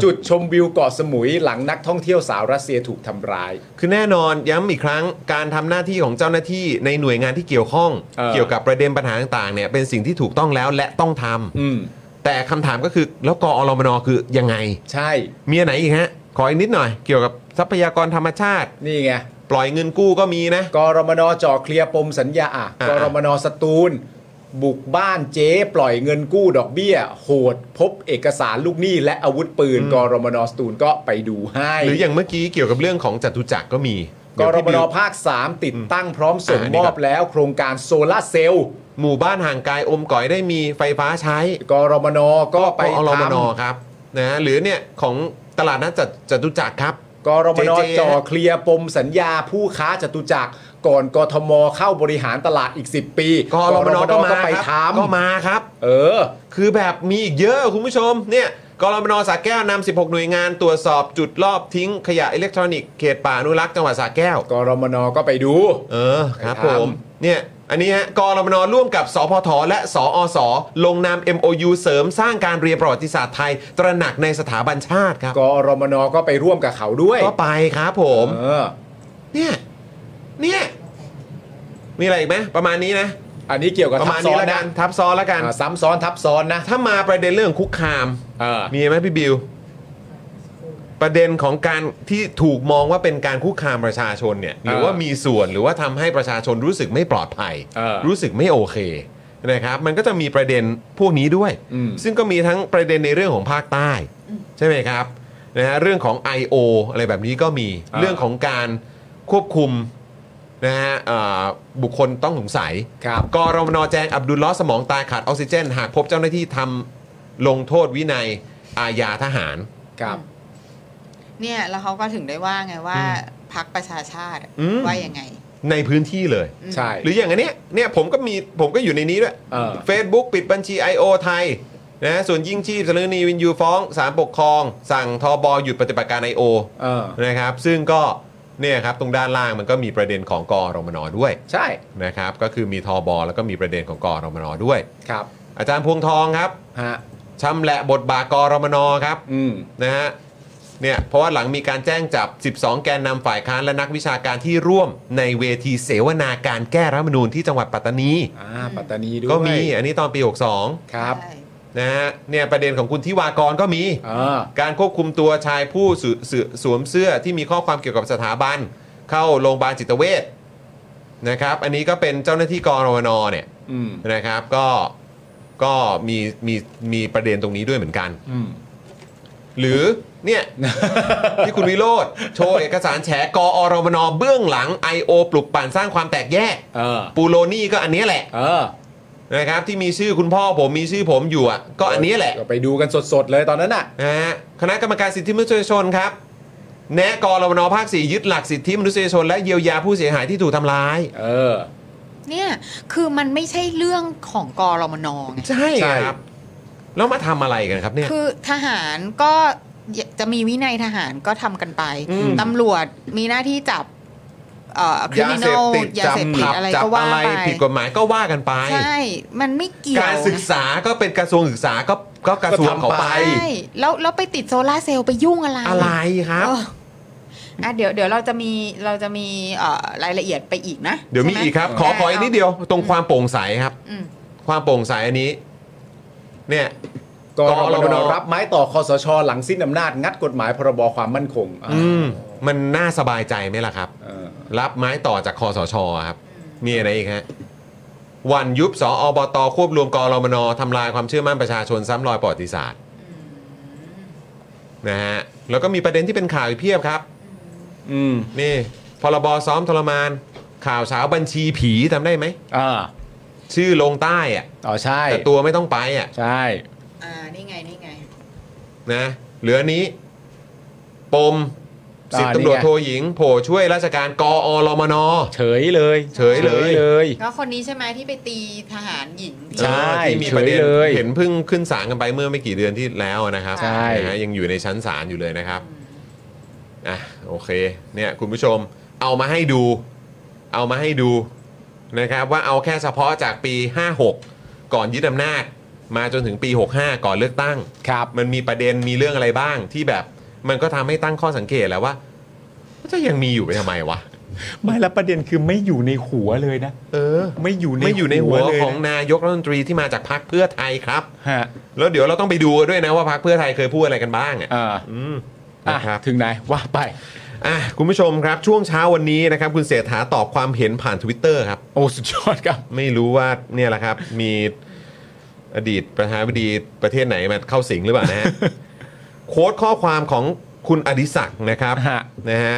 Speaker 2: จุดชมวิวเกาะสมุยหลังนักท่องเที่ยวสาวรัสเซียถูกทำร้าย
Speaker 5: คือแน่นอนย้ำอีกครั้งการทำหน้าที่ของเจ้าหน้าที่ในหน่วยงานที่เกี่ยวข้อง
Speaker 2: เออ
Speaker 5: เกี่ยวกับประเด็นปัญหาต่างๆเนี่ยเป็นสิ่งที่ถูกต้องแล้วและต้องทำ
Speaker 2: อืม
Speaker 5: แต่คำถามก็คือแล้วกอรมนคือยังไง
Speaker 2: ใช่
Speaker 5: มีอันไหนอีกฮะ ขออีกนิดหน่อย เกี่ยวกับทรัพยากรธรรมชาติ
Speaker 2: นี่ไง
Speaker 5: ปล่อยเงินกู้ก็มีนะ
Speaker 2: กรมนจ่อเคลียร์ปมสัญญาอ่ะ
Speaker 5: อ่าก ก
Speaker 2: รมนสตูล บุกบ้านเจ๊ ปล่อยเงินกู้ดอกเบี้ย โหด พบเอกสารลูกหนี้และอาวุธปืน กรมนสตูลก็ไปดูให้
Speaker 5: หรืออย่างเมื่อกี้เกี่ยวกับเรื่องของจตุจักรก็มี
Speaker 2: ก
Speaker 5: เดี๋ยว
Speaker 2: ร
Speaker 5: พี่
Speaker 2: มน
Speaker 5: บิว
Speaker 2: ภาค 3 ติดตั้งพร้อมส่ง
Speaker 5: อ่านี่
Speaker 2: ม
Speaker 5: ก่
Speaker 2: อ
Speaker 5: อน
Speaker 2: บแล้ว โครงการโซลาร์เซลล์
Speaker 5: หมู่บ้านห่างไกลอมก่อยได้มีไฟฟ้าใช้
Speaker 2: กรมนก็ไป
Speaker 5: ก็อร
Speaker 2: ท
Speaker 5: มนครับนะหรือเนี่ยของตลาดนัดจตจตุจักรครับ
Speaker 2: ำกรมน
Speaker 5: เจ๊ๆ
Speaker 2: จ่อเคลียร์ปมสัญญาผู้ค้าจตุจักรก่อนกทมเข้าบริหารตลาดอีก 10 ปี
Speaker 5: กอรมนก็มา
Speaker 2: ไป
Speaker 5: ครั
Speaker 2: ทำ
Speaker 5: บก็มาครับ
Speaker 2: เออ
Speaker 5: คือแบบมีอีกเยอะคุณผู้ชมเนี่ยกรมนสาแก้วนำ16 หน่วยงานตรวจสอบจุดรอบทิ้งขยะอิเล็กทรอนิกส์เขตป่าอนุรักษ์จังหวัดสาแก้ว
Speaker 2: กรมนก็ไปดู
Speaker 5: เออครับ
Speaker 2: ไป
Speaker 5: ผ
Speaker 2: ทำ
Speaker 5: มเนี่ยอันนี้ฮะกรมนร่วมกับสพทและสอสลงนาม MOU เสริมสร้างการเรียนประวัติศาสตร์ไทย ตระหนักในสถาบันชาติครับ
Speaker 2: กอรมนก็ไปร่วมกับเขาด้วย
Speaker 5: ก็ไปครับผม
Speaker 2: เออ
Speaker 5: เนี่ยเนี่ยมีอะไรอีกไหมประมาณนี้นะ
Speaker 2: อันนี้เกี่ยวกับ
Speaker 5: ประ
Speaker 2: ทั
Speaker 5: มาณ
Speaker 2: ซ้
Speaker 5: นี้
Speaker 2: อน
Speaker 5: ละกั
Speaker 2: นะ
Speaker 5: นทับซ้อนละกัน
Speaker 2: อ่าซ้ำซ้อนทับซ้อนนะ
Speaker 5: ถ้ามาประเด็นเรื่องคุกคาม
Speaker 2: เออ
Speaker 5: มีไหมพี่บิว ประเด็นของการที่ถูกมองว่าเป็นการคุกคามประชาชนเนี่ย หรือว่ามีส่วนหรือว่าทำให้ประชาชนรู้สึกไม่ปลอดภัย
Speaker 2: เออ
Speaker 5: รู้สึกไม่โอเคนะครับ มันก็จะมีประเด็นพวกนี้ด้วย
Speaker 2: อืม
Speaker 5: ซึ่งก็มีทั้งประเด็นในเรื่องของภาคใต้ ใช่ไหมครับนะฮะเรื่องของ I.O. อะไรแบบนี้ก็มีเรื่องของการควบคุมนะฮะเอ่อบุคคลต้องสงสัย
Speaker 2: ครับ
Speaker 5: กรมนแจ้งอับดุลลอฮ์สมองตายขาดออกซิเจน หากพบเจ้าหน้าที่ทำลงโทษวินัยอาญาทหาร
Speaker 2: ครับ
Speaker 4: เนี่ยแล้วเขาก็ถึงได้ว่าไงว่าพักประชาชาติ
Speaker 5: อืม
Speaker 4: ว่ายังไง
Speaker 5: ในพื้นที่เลย
Speaker 2: ใช่
Speaker 5: หรืออย่างอันเนี้ยเนี่ยผมก็มีผมก็อยู่ในนี้ด้วย
Speaker 2: เออ
Speaker 5: Facebook ปิดบัญชี I.O. ไทยนะส่วนยิ่งชีพสลือนีวินยูฟ้องสารปกครอง สั่งทบหยุดปฏิบัติการ I.O.
Speaker 2: เออ
Speaker 5: นะครับซึ่งก็เนี่ยครับตรงด้านล่างมันก็มีประเด็นของกอรมนด้วย
Speaker 2: ใช่
Speaker 5: นะครับก็คือมีทบแล้วก็มีประเด็นของกอรมนด้วย
Speaker 2: ครับ
Speaker 5: อาจารย์พวงทองครับ
Speaker 2: ฮะ
Speaker 5: ชำแหละบทบาทกอรมนครับ
Speaker 2: อืม
Speaker 5: นะฮะเนี่ยเพราะว่าหลังมีการแจ้งจับ 12 แกนนำฝ่ายค้านและนักวิชาการที่ร่วมในเวทีเสวนาการแก้รัฐธรรมนูญที่จังหวัดปัตตานี
Speaker 2: อ่าปัตตานีด้วย
Speaker 5: ก็มีอันนี้ตอนปี
Speaker 2: ครับ
Speaker 4: ใช่
Speaker 5: 62 นะฮะเนี่ยประเด็นของคุณทิวากรก็มี
Speaker 2: เออ
Speaker 5: การควบคุมตัวชายผู้สสสวมเสื้อที่มีข้อความเกี่ยวกับสถาบัน เข้าโรงพยาบาลจิตเวชนะครับ อันนี้ก็เป็นเจ้าหน้าที่กรวนเนี่ย
Speaker 2: อืม
Speaker 5: นะครับก็ก็มีมีมีประเด็นตรงนี้ด้วยเหมือนกัน
Speaker 2: อืม
Speaker 5: หรือเนี่ย ที่คุณวิโรธโชว์เอกสารแฉกอรมนเบื้องหลัง I.O. ปลุกปั่นสร้างความแตกแยก
Speaker 2: เออ
Speaker 5: ปูโรนี่ก็อันเนี้ยแหละ
Speaker 2: เออ
Speaker 5: นะครับที่มีชื่อคุณพ่อผมมีชื่อผมอยู่อ่ะก็อันเนี้ยแหละ
Speaker 2: ก็ไปดูกันสดๆเลยตอนนั้นน่ะ
Speaker 5: นะฮะคณะกรรมการสิทธิมนุษยชนครับ แนะกรมนภาคสี่ยึดหลักสิทธิมนุษยชน และเยียวยาผู้เสียหายที่ถูกทำร้าย
Speaker 2: เออ
Speaker 4: เนี่ยคือมันไม่ใช่เรื่องของกรมนไง
Speaker 5: ใช่
Speaker 2: ใช่
Speaker 5: ครับ
Speaker 1: แล้วมาทำอะไรกันครับเนี่ย
Speaker 5: คือทหารก็จะมีวินัยทหารก็ทำกันไป
Speaker 1: อืม
Speaker 5: ตำรวจมีหน้าที่จับเอ่อคริ
Speaker 1: ยา
Speaker 5: มิน
Speaker 1: เสพ
Speaker 5: อล
Speaker 1: ติด
Speaker 5: ยา
Speaker 1: จับ
Speaker 5: เสพติด
Speaker 1: ผับ
Speaker 5: อะไร
Speaker 1: จับ
Speaker 5: ก็ว่า
Speaker 1: อะไร
Speaker 5: ไป
Speaker 1: ผิดกฎหมายก็ว่ากันไป
Speaker 5: ใช่ มันไม่เกี่ยว
Speaker 1: การศึกษาก็เป็นกระทรวงศึกษาก็ก็กระทรวงเขาไป
Speaker 5: ใช่แล้วแล้วไปติดโซลาร์เซลล์ไปยุ่งอะไร
Speaker 1: อะไรครับ
Speaker 5: เอออ่ะเดี๋ยวเดี๋ยวเราจะมีเราจะมีเอ่อรายละเอียดไปอีกนะ
Speaker 1: เดี๋ยวมี
Speaker 5: ใช่ไห
Speaker 1: อีกครับ ขอ
Speaker 5: ได้
Speaker 1: ขออีกนิดเดียวตรงความโปร่งใสครับ
Speaker 5: อืม
Speaker 1: ความโปร่งใสอันนี้ เนี่ย
Speaker 2: ก
Speaker 1: ก
Speaker 2: ร
Speaker 1: ร
Speaker 2: ร
Speaker 1: มน
Speaker 2: นรับไม้ต่อคอสช หลังสิ้นอำนาจงัดกฎหมายพรบความมั่นคงอ่า
Speaker 1: อืมมันน่าสบายใจไหมล่ะครับ
Speaker 2: เออ
Speaker 1: รับไม้ต่อจากคอสชครับ มีอะไรอีกฮะ วันยุบสออบตควบรวมกรมนทำลายความเชื่อมั่นประชาชนซ้ำรอยประวัติศาสตร์นะฮะแล้วก็มีประเด็นที่เป็นข่าวอีกเพียบครับ
Speaker 2: อืม
Speaker 1: นี่พรบซ้อมทรมาน ข่าวเช้าบัญชีผีจำได้ไหม
Speaker 2: อ่า
Speaker 1: ชื่อลงใต้อะ
Speaker 2: อ๋อใช่
Speaker 1: แต่ตัวไม่ต้องไปอะ
Speaker 2: ใช่
Speaker 5: อ่า นี่ไง นี่ไง
Speaker 1: นะเหลือนี้ ปมสิบตำรวจโทหญิง โผช่วยราชการกอรมน
Speaker 2: เฉยเลย
Speaker 1: เฉยเลย
Speaker 2: เลย
Speaker 5: ก็คนนี้ใช่ไหมที่ไปตีทหารหญิงที่
Speaker 2: ใช่
Speaker 1: ที่มีประเด็น
Speaker 2: เฉยเลย
Speaker 1: เห็นเพิ่งขึ้นศาลกันไปเมื่อไม่กี่เดือนที่แล้วนะครับ
Speaker 2: ใช่
Speaker 1: นะฮะยังอยู่ในชั้นศาลอยู่เลยนะครับอ่ะโอเค เนี่ยคุณผู้ชมเอามาให้ดู เอามาให้ดูนะครับ ว่าเอาแค่เฉพาะจากปี 56 ก่อนยึดอำนาจ มาจนถึงปี 65 ก่อนเลือกตั้ง
Speaker 2: ครับ
Speaker 1: มันมีประเด็นมีเรื่องอะไรบ้างที่แบบ มันก็ทำให้ตั้งข้อสังเกตแหล้วว่าจะยังมีอยู่ไปทำไมวะ
Speaker 2: ไม่แล้วประเด็นคือไม่อยู่ในหัวเลยนะ
Speaker 1: เออ
Speaker 2: ไม่อยู่ใน
Speaker 1: ไม่อยู่ในหัว
Speaker 2: เลย
Speaker 1: ของนายกรัฐมนตรีที่มาจากพรรคเพื่อไทยครับ
Speaker 2: ฮะ
Speaker 1: แล้วเดี๋ยวเราต้องไปดูกันด้วยนะว่าพรรคเพื่อไทยเคยพูดอะไรกันบ้างอ่ะ
Speaker 2: อ่า
Speaker 1: อืม
Speaker 2: อ่ะ
Speaker 1: นะครับ
Speaker 2: ถึงไหนว่าไป
Speaker 1: อ่ะคุณผู้ชมครับ ช่วงเช้าวันนี้นะครับ คุณเสถาตอบความเห็นผ่าน Twitter ครับ
Speaker 2: โอ้สุดยอดครับ
Speaker 1: ไม่รู้ว่าเนี่ยแหละครับ มีอดีตประธานาธิบดีประเทศไหนมาเข้าสิงหรือเปล่า นะฮะ โค้ดข้อความของคุณอดิศักดิ์นะครับ
Speaker 2: ฮะ
Speaker 1: นะฮะ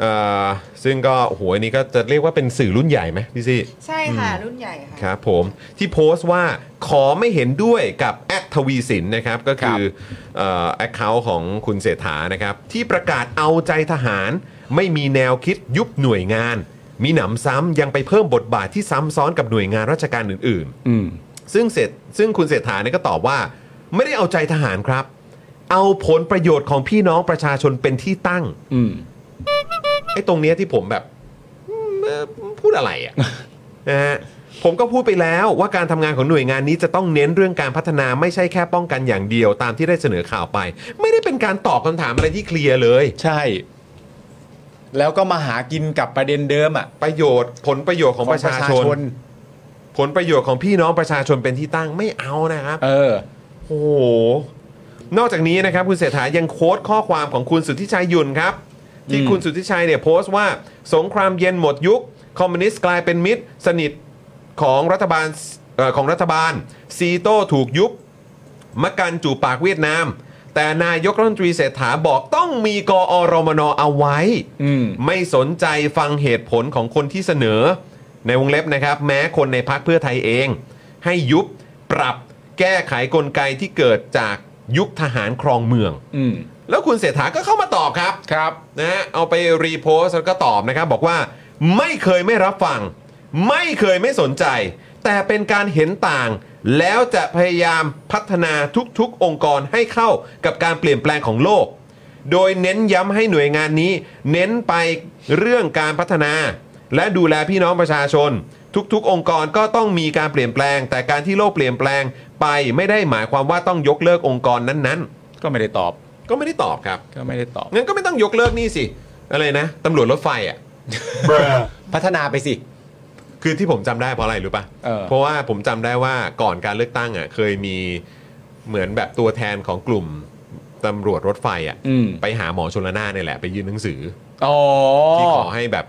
Speaker 1: เอ่อซึ่งก็โอ้โหอันนี้ก็จะเรียกว่าเป็นสื่อรุ่นใหญ่ไหมพี่ซี่
Speaker 4: ใช่ค่ะ รุ่นใหญ่ค่ะ
Speaker 1: ครับผมที่โพสต์ว่าขอไม่เห็นด้วยกับแอดทวีสินนะครับ ก็คือแอคเคาท์ของคุณเศรษฐานะครับ ที่ประกาศเอาใจทหาร ไม่มีแนวคิดยุบหน่วยงาน มีหนำซ้ำยังไปเพิ่มบทบาทที่ซ้ำซ้อนกับหน่วยงานราชการอื่น ๆ
Speaker 2: อืม
Speaker 1: ซึ่งเสร็จซึ่งคุณเศรษฐาเนี่ยก็ตอบว่า ไม่ได้เอาใจทหารครับ เอาผลประโยชน์ของพี่น้องประชาชนเป็นที่ตั้ง
Speaker 2: อืม
Speaker 1: ไอ้ตรงเนี้ยที่ผมแบบอืมเอ่อพูดอะไรอะ นะฮะผมก็พูดไปแล้วว่าการทำงานของหน่วยงานนี้จะต้องเน้นเรื่องการพัฒนาไม่ใช่แค่ป้องกันอย่างเดียวตามที่ได้เสนอข่าวไป ไม่ได้เป็นการตอบคำถามอะไรที่เคลียร์เลย
Speaker 2: ใช่ แล้วก็มาหากินกับประเด็นเดิมอ่ะ
Speaker 1: ประโยชน์ผลประโยชน์ของประชาชน ผลประโยชน์ของพี่น้องประชาชนเป็นที่ตั้งไม่เอานะครับ
Speaker 2: เออ
Speaker 1: โอ้โห นอกจากนี้นะครับคุณเศรษฐายังโค้ดข้อความของคุณสุทธิชัยหยุ่นครับ ที่
Speaker 2: อืม
Speaker 1: คุณสุทธิชัยเนี่ยโพสต์ว่า สงครามเย็นหมดยุค คอมมิวนิสต์กลายเป็นมิตร สนิทของรัฐบาลเอ่อของรัฐบาล ซีโต้ถูกยุบมะกันจูปากเวียดนาม แต่นายกรัฐมนตรีเศรษฐาบอกต้องมีกอรมนเอาไว้
Speaker 2: อืม
Speaker 1: ไม่สนใจฟังเหตุผลของคนที่เสนอ ในวงเล็บนะครับ แม้คนในพักเพื่อไทยเอง ให้ยุบปรับแก้ไขกลไกที่เกิดจากยุคทหารครองเมือง
Speaker 2: อืม
Speaker 1: แล้วคุณเศรษฐาก็เข้ามาตอบครับ
Speaker 2: ครับ
Speaker 1: นะฮะเอาไปรีโพสต์แล้วก็ตอบนะครับ บอกว่าไม่เคยไม่รับฟัง ไม่เคยไม่สนใจ แต่เป็นการเห็นต่าง แล้วจะพยายามพัฒนาทุกๆ องค์กรให้เข้ากับการเปลี่ยนแปลงของโลก โดยเน้นย้ำให้หน่วยงานนี้ เน้นไปเรื่องการพัฒนา และดูแลพี่น้องประชาชน ทุกๆ องค์กรก็ต้องมีการเปลี่ยนแปลง แต่การที่โลกเปลี่ยนแปลงไปไม่ได้หมายความว่าต้องยกเลิกองค์กรนั้น
Speaker 2: ก็ไม่ได้ตอบ
Speaker 1: ๆ ก็ไม่ได้ตอบครับ
Speaker 2: ก็ไม่ได้ตอบ
Speaker 1: งั้นก็ไม่ต้องยกเลิกนี่สิ อะไรนะตำรวจรถไฟอ่ะ
Speaker 2: พัฒนาไปสิ
Speaker 1: คือที่ผมจำได้เพราะอะไรรู้ปะ
Speaker 2: เออ
Speaker 1: เพราะว่าผมจำได้ว่าก่อนการเลือกตั้งอ่ะเคยมีเหมือนแบบตัวแทนของกลุ่มตำรวจรถไฟอ่ะ
Speaker 2: อืม
Speaker 1: ไปหาหมอชนละนานเนี่ยแหละไปยื่นหนังสือ
Speaker 2: อ๋อ
Speaker 1: อที่ขอให้แบบ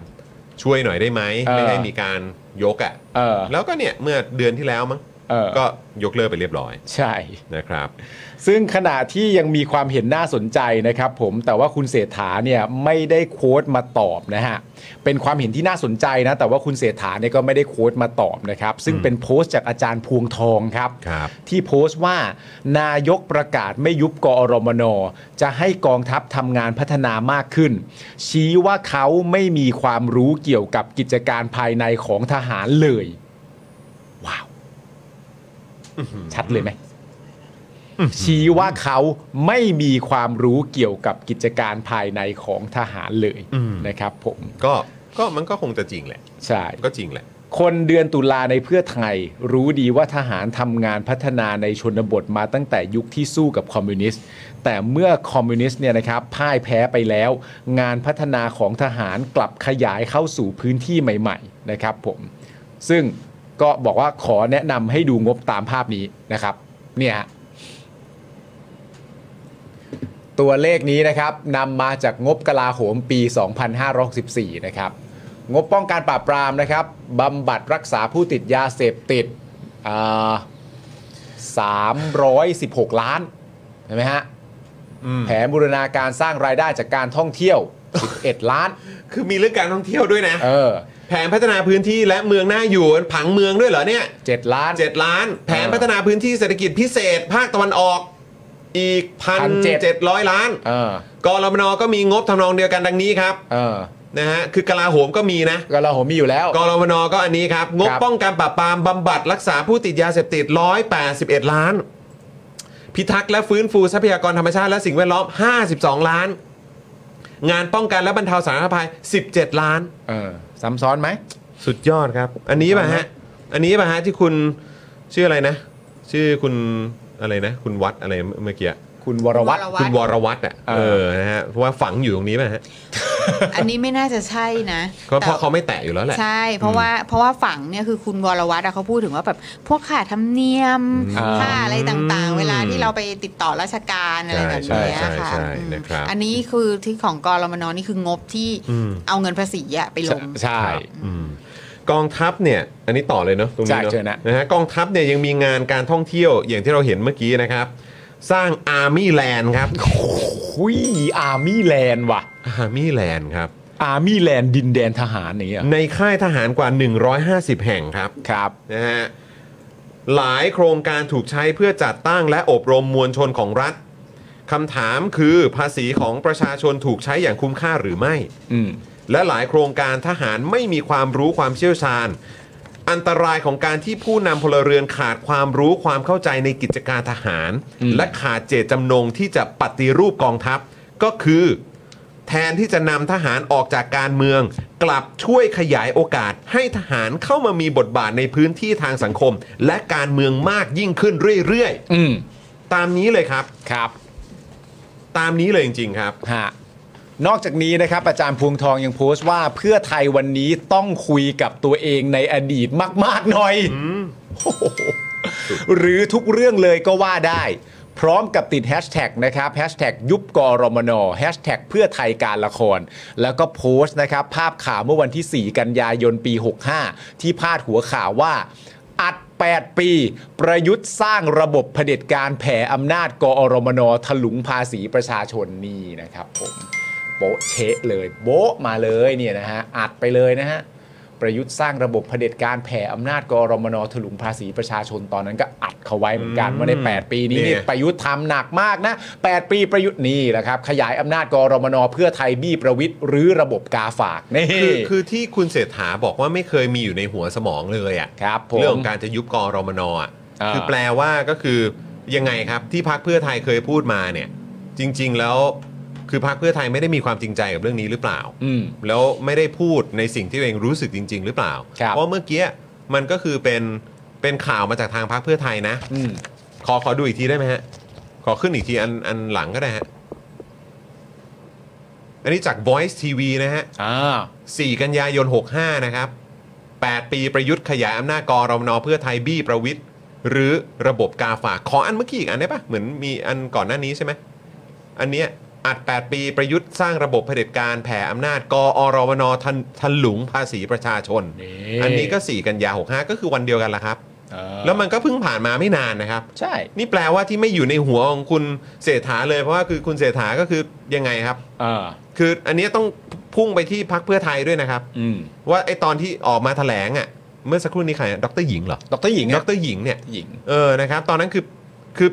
Speaker 1: ช่วยหน่อยได้ไหม
Speaker 2: เออ
Speaker 1: ไม่ให้มีการยกอ่ะ
Speaker 2: เออ
Speaker 1: แล้วก็เนี่ยเมื่อเดือนที่แล้วมั้ง
Speaker 2: เออ
Speaker 1: ก็ยกเลิกไปเรียบร้อย
Speaker 2: ใช่
Speaker 1: นะครับ
Speaker 2: ซึ่งขณะที่ยังมีความเห็นน่าสนใจนะครับผมแต่ว่าคุณเศรษฐาเนี่ยไม่ได้โค้ดมาตอบนะฮะเป็นความเห็นที่น่าสนใจนะ แต่ว่าคุณเศรษฐาเนี่ยก็ไม่ได้โค้ดมาตอบนะครับ ซึ่งเป็นโพสต์จากอาจารย์พวงทองครับ
Speaker 1: ครับ
Speaker 2: ที่โพสต์ว่านายกประกาศไม่ยุบกอรมน จะให้กองทัพทำงานพัฒนามากขึ้น ชี้ว่าเขาไม่มีความรู้เกี่ยวกับกิจการภายในของทหารเลย ว้าว ชัดเลยไหม ชี้ว่าเขาไม่มีความรู้เกี่ยวกับกิจการภายในของทหารเลย
Speaker 5: อืม
Speaker 2: นะครับผม
Speaker 5: ก็ก็มันก็คงจะจริงแหละ
Speaker 2: ใช่
Speaker 5: ก็จริงแหละ
Speaker 2: คนเดือนตุลาในเพื่อไทย รู้ดีว่าทหารทำงานพัฒนาในชนบทมาตั้งแต่ยุคที่สู้กับคอมมิวนิสต์ แต่เมื่อคอมมิวนิสต์เนี่ยนะครับพ่ายแพ้ไปแล้ว งานพัฒนาของทหารกลับขยายเข้าสู่พื้นที่ใหม่ ๆ นะครับผม ซึ่งก็บอกว่าขอแนะนำให้ดูงบตามภาพนี้นะครับ เนี่ยฮะ ตัวเลขนี้นะครับนำมาจากงบกลาโหมปี 2564 นะครับ งบป้องกันปราบปรามนะครับบำบัดรักษาผู้ติดยาเสพติดอ่า316 ล้านเห็นไหมฮะแผนบูรณาการสร้างรายได้จากการท่องเที่ยว 11 ล้าน
Speaker 5: คือมีเรื่องการท่องเที่ยวด้วยนะ
Speaker 2: เออ
Speaker 5: แผนพัฒนาพื้นที่และเมืองหน้าอยู่ผังเมืองด้วยเหรอเนี่ย
Speaker 2: 7 ล้าน
Speaker 5: 7 ล้าน แผนพัฒนาพื้นที่เศรษฐกิจพิเศษ ภาคตะวันออกอีกพันเจ็ดร้อยล้าน
Speaker 2: เออก
Speaker 5: รมนก็มีงบทำนองเดียวกันดังนี้ครับ
Speaker 2: เออ
Speaker 5: นะฮะคือกลาโหมก็มีนะ
Speaker 2: กลาโหมมีอยู่แล้ว
Speaker 5: กรมนก็อันนี้ครับ งบ
Speaker 2: ครับ
Speaker 5: ป้องกันปราบปรามบำบัดรักษาผู้ติดยาเสพติด 181 ล้าน พิทักษ์และฟื้นฟูทรัพยากรธรรมชาติและสิ่งแวดล้อม 52 ล้าน งานป้องกันและบรรเทาสาธารณภัย 17 ล้าน
Speaker 2: เออซ้ำซ้อนไหม
Speaker 5: สุดยอดครับ อันนี้ป่ะฮะ อันนี้ป่ะฮะที่คุณชื่ออะไรนะ ชื่อคุณอะไรนะ คุณวัดอะไรเมื่อกี้อะ
Speaker 2: คุณวรวัตร
Speaker 4: วรวัตร
Speaker 5: คุณวรวัตรอ่ะ
Speaker 2: เออ
Speaker 5: เออนะฮะเพราะว่าฝังอยู่ตรงนี้ป่ะฮะ
Speaker 4: อันนี้ไม่น่าจะใช่นะ
Speaker 5: ก็เพราะ
Speaker 4: แต่
Speaker 5: เขาไม่แตะอยู่แล้วแหละ
Speaker 4: ใช่ เพราะว่าเพราะว่าฝั่งเนี่ยคือคุณวรวัตรอะเขาพูดถึงว่าแบบพวกค่าธรรมเนียม
Speaker 2: อ่า
Speaker 4: ค่าอะไรต่างๆ เวลาที่เราไปติดต่อราชการอะไรแบบเนี้ย
Speaker 5: ใช่ใช่
Speaker 4: ค่ะ
Speaker 5: ใช่
Speaker 4: อืม
Speaker 5: นะครับ
Speaker 4: อันนี้คือที่ของกรมนนี่คืองบที่
Speaker 5: อืม
Speaker 4: เอาเงินภาษีอะไปลง
Speaker 2: ใช่
Speaker 5: อืมกองทัพเนี่ยอันนี้ต่อเลยเนาะตรงนี้
Speaker 2: ใช่
Speaker 5: เนาะ
Speaker 2: เชิญนะ
Speaker 5: นะฮะกองทัพเนี่ยยังมีงานการท่องเที่ยวอย่างที่เราเห็นเมื่อกี้นะครับ สร้าง Army Land ครับ
Speaker 2: คุยอาร์มี่แลนด์ว่ะ
Speaker 5: Army Land ครับ
Speaker 2: อาร์มี่แลนด์ดินแดนทหารอย่างเงี้ย
Speaker 5: ในค่ายทหารกว่า 150 แห่งครับ
Speaker 2: ครับ
Speaker 5: นะฮะหลายโครงการถูกใช้เพื่อจัดตั้งและอบรมมวลชนของรัฐคำถามคือภาษีของประชาชนถูกใช้อย่างคุ้มค่าหรือไม่
Speaker 2: อืม
Speaker 5: และหลายโครงการทหารไม่มีความรู้ความเชี่ยวชาญ อันตรายของการที่ผู้นำพลเรือนขาดความรู้ความเข้าใจในกิจการทหาร
Speaker 2: อืม
Speaker 5: และขาดเจตจำนงที่จะปฏิรูปกองทัพ ก็คือ แทนที่จะนำทหารออกจากการเมือง กลับช่วยขยายโอกาส ให้ทหารเข้ามามีบทบาทในพื้นที่ทางสังคม และการเมืองมากยิ่งขึ้นเรื่อย
Speaker 2: อืม
Speaker 5: ๆ ตามนี้เลยครับ
Speaker 2: ครับ
Speaker 5: ตามนี้เลยจริงๆครับ
Speaker 2: ฮะ นอกจากนี้นะครับ อาจารย์พวงทองยังโพสต์ว่าเพื่อไทยวันนี้ต้องคุยกับตัวเองในอดีตมาก ๆ หน่อยโอ้โหหรือทุกเรื่องเลยก็ว่าได้ พร้อมกับติดแฮชแท็กนะครับแฮชแท็กยุบกรมนแฮชแท็กเพื่อไทยการละคร แล้วก็โพสต์นะครับ ภาพข่าวเมื่อวันที่ 4 กันยายนปี 65 ที่พาดหัวข่าวว่า อัด 8 ปี ประยุทธ์สร้างระบบเผด็จการแผ่อำนาจกอรมนถลุงภาษีประชาชนนี่นะครับผมโบ๊ะเชะเลยโบ๊ะมาเลยเนี่ยนะฮะอัดไปเลยนะฮะประยุทธ์สร้างระบบเผด็จการแผ่อำนาจกอรมนถลุงภาษีประชาชนตอนนั้นก็อัดเขาไว้เหมือนกันว่าใน 8 ปีนี้
Speaker 5: เนี่ย
Speaker 2: นี่ประยุทธ์ทำหนักมากนะ 8 ปีประยุทธ์นี่แหละครับขยายอำนาจกอรมนเพื่อไทยบี้ประวิทย์หรือระบบกาฝากนี่
Speaker 5: คือคือที่คุณเศรษฐาบอกว่าไม่เคยมีอยู่ในหัวสมองเลยอ่ะ
Speaker 2: ครับผม
Speaker 5: เรื่องของการจะยุบกรมนอ่ะ
Speaker 2: อ่า
Speaker 5: คือแปลว่าก็คือยังไงครับที่พักเพื่อไทยเคยพูดมาเนี่ย จริง ๆ แล้วคือพักเพื่อไทยไม่ได้มีความจริงใจกับเรื่องนี้หรือเปล่า
Speaker 2: อืม
Speaker 5: แล้วไม่ได้พูดในสิ่งที่ตัวเองรู้สึกจริง ๆ หรือเปล่า
Speaker 2: ครับ
Speaker 5: เพราะเมื่อกี้มันก็คือเป็นเป็นข่าวมาจากทางพักเพื่อไทยนะ
Speaker 2: อืม
Speaker 5: ขอขอดูอีกทีได้ไหมฮะ ขอขึ้นอีกทีอันอันหลังก็ได้ฮะ อันนี้จาก Voice TV นะฮะ
Speaker 2: อ่า
Speaker 5: 4 กันยายน 65 นะครับ 8 ปีประยุทธ์ขยายอำนาจกรมนเพื่อไทยบี้ประวิทย์หรือระบบกาฝาก ขออันเมื่อกี้อีกอันได้ปะเหมือนมีอันก่อนหน้านี้ใช่ไหม อันเนี้ยอัด 8 ปีประยุทธ์สร้างระบบเผด็จการแผ่อำนาจกอรมนทันทันหลุงภาษีประชาชน
Speaker 2: นี่
Speaker 5: อันนี้ก็ 4 กันยา 65 ก็คือวันเดียวกันละครับ
Speaker 2: เออ
Speaker 5: แล้วมันก็เพิ่งผ่านมาไม่นานนะครับ
Speaker 2: ใช่
Speaker 5: นี่แปลว่าที่ไม่อยู่ในหัวของคุณเศรษฐาเลยเพราะว่าคือคุณเศรษฐาก็คือยังไงครับ
Speaker 2: เออ
Speaker 5: คืออันเนี้ยต้องพุ่งไปที่พักเพื่อไทยด้วยนะครับ
Speaker 2: อืม
Speaker 5: ว่าไอตอนที่ออกมาแถลงอ่ะเมื่อสักครู่นี้ใครดรหญิงเหรอ
Speaker 2: ดรหญิง
Speaker 5: ด
Speaker 2: อะ
Speaker 5: รหญิงเนี่ย
Speaker 2: หญิง
Speaker 5: เออนะครับ ตอนนั้นคือคือ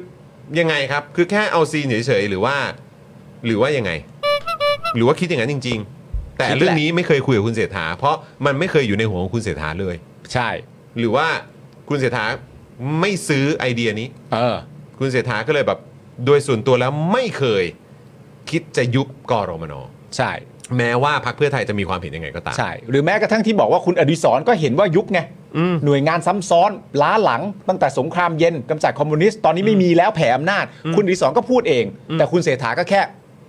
Speaker 5: ยังไงครับ คือแค่เอาซีนเฉยๆหรือว่า หรือว่ายังไง หรือว่าคิดอย่างนั้นจริง ๆ แต่
Speaker 2: คิดแหละ
Speaker 5: เรื่องนี้ไม่เคยคุยกับคุณเศรษฐา เพราะมันไม่เคยอยู่ในหัวของคุณเศรษฐาเลย
Speaker 2: ใช่
Speaker 5: หรือว่าคุณเศรษฐาไม่ซื้อไอเดียนี้
Speaker 2: เออ
Speaker 1: คุณเศรษฐาก็เลยแบบโดยส่วนตัวแล้วไม่เคยคิดจะยุบกรมน
Speaker 2: ใช่
Speaker 1: แม้ว่าพรรคเพื่อไทยจะมีความเห็นยังไงก็ตาม
Speaker 2: ใช่ หรือแม้กระทั่งที่บอกว่าคุณอดิศรก็เห็นว่ายุบไงหน่วยงานซ้ำซ้อนล้าหลังตั้งแต่สงครามเย็นกำจัดคอมมิวนิสต์ตอนนี้ไม่มีแล้วแผ่อำนาจ คุณอดิศรก็พูดเอง แต่คุณเศรษฐาก็แค่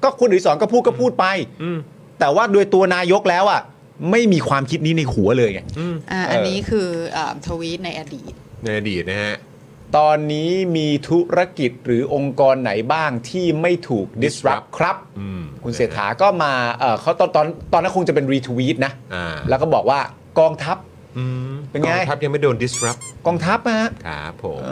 Speaker 2: ก็คุณอดิศรก็พูดก็พูดไปแต่ว่าโดยตัวนายกแล้วอ่ะไม่มีความคิดนี้ในหัวเลยไง
Speaker 4: อ่า
Speaker 2: เอออั
Speaker 4: อันนี้คือเอ่อทวีตในอดีต
Speaker 1: ในอดีตนะฮะ
Speaker 2: ตอนนี้มีธุรกิจหรือองค์กรไหนบ้างที่ไม่ถูก disrupt ครับ
Speaker 1: อืม
Speaker 2: คุณเศรษฐาก็มาเอ่อเขาตอนตอนตอนนั้นคงจะเป็นรีทวีตนะ
Speaker 1: อ่า
Speaker 2: แล้วก็บอกว่ากองทัพ
Speaker 1: อืม
Speaker 2: เป็นไง
Speaker 1: กองทัพยังไม่โดน disrupt
Speaker 2: กองทัพนะฮะ
Speaker 1: ครับผม
Speaker 2: เอ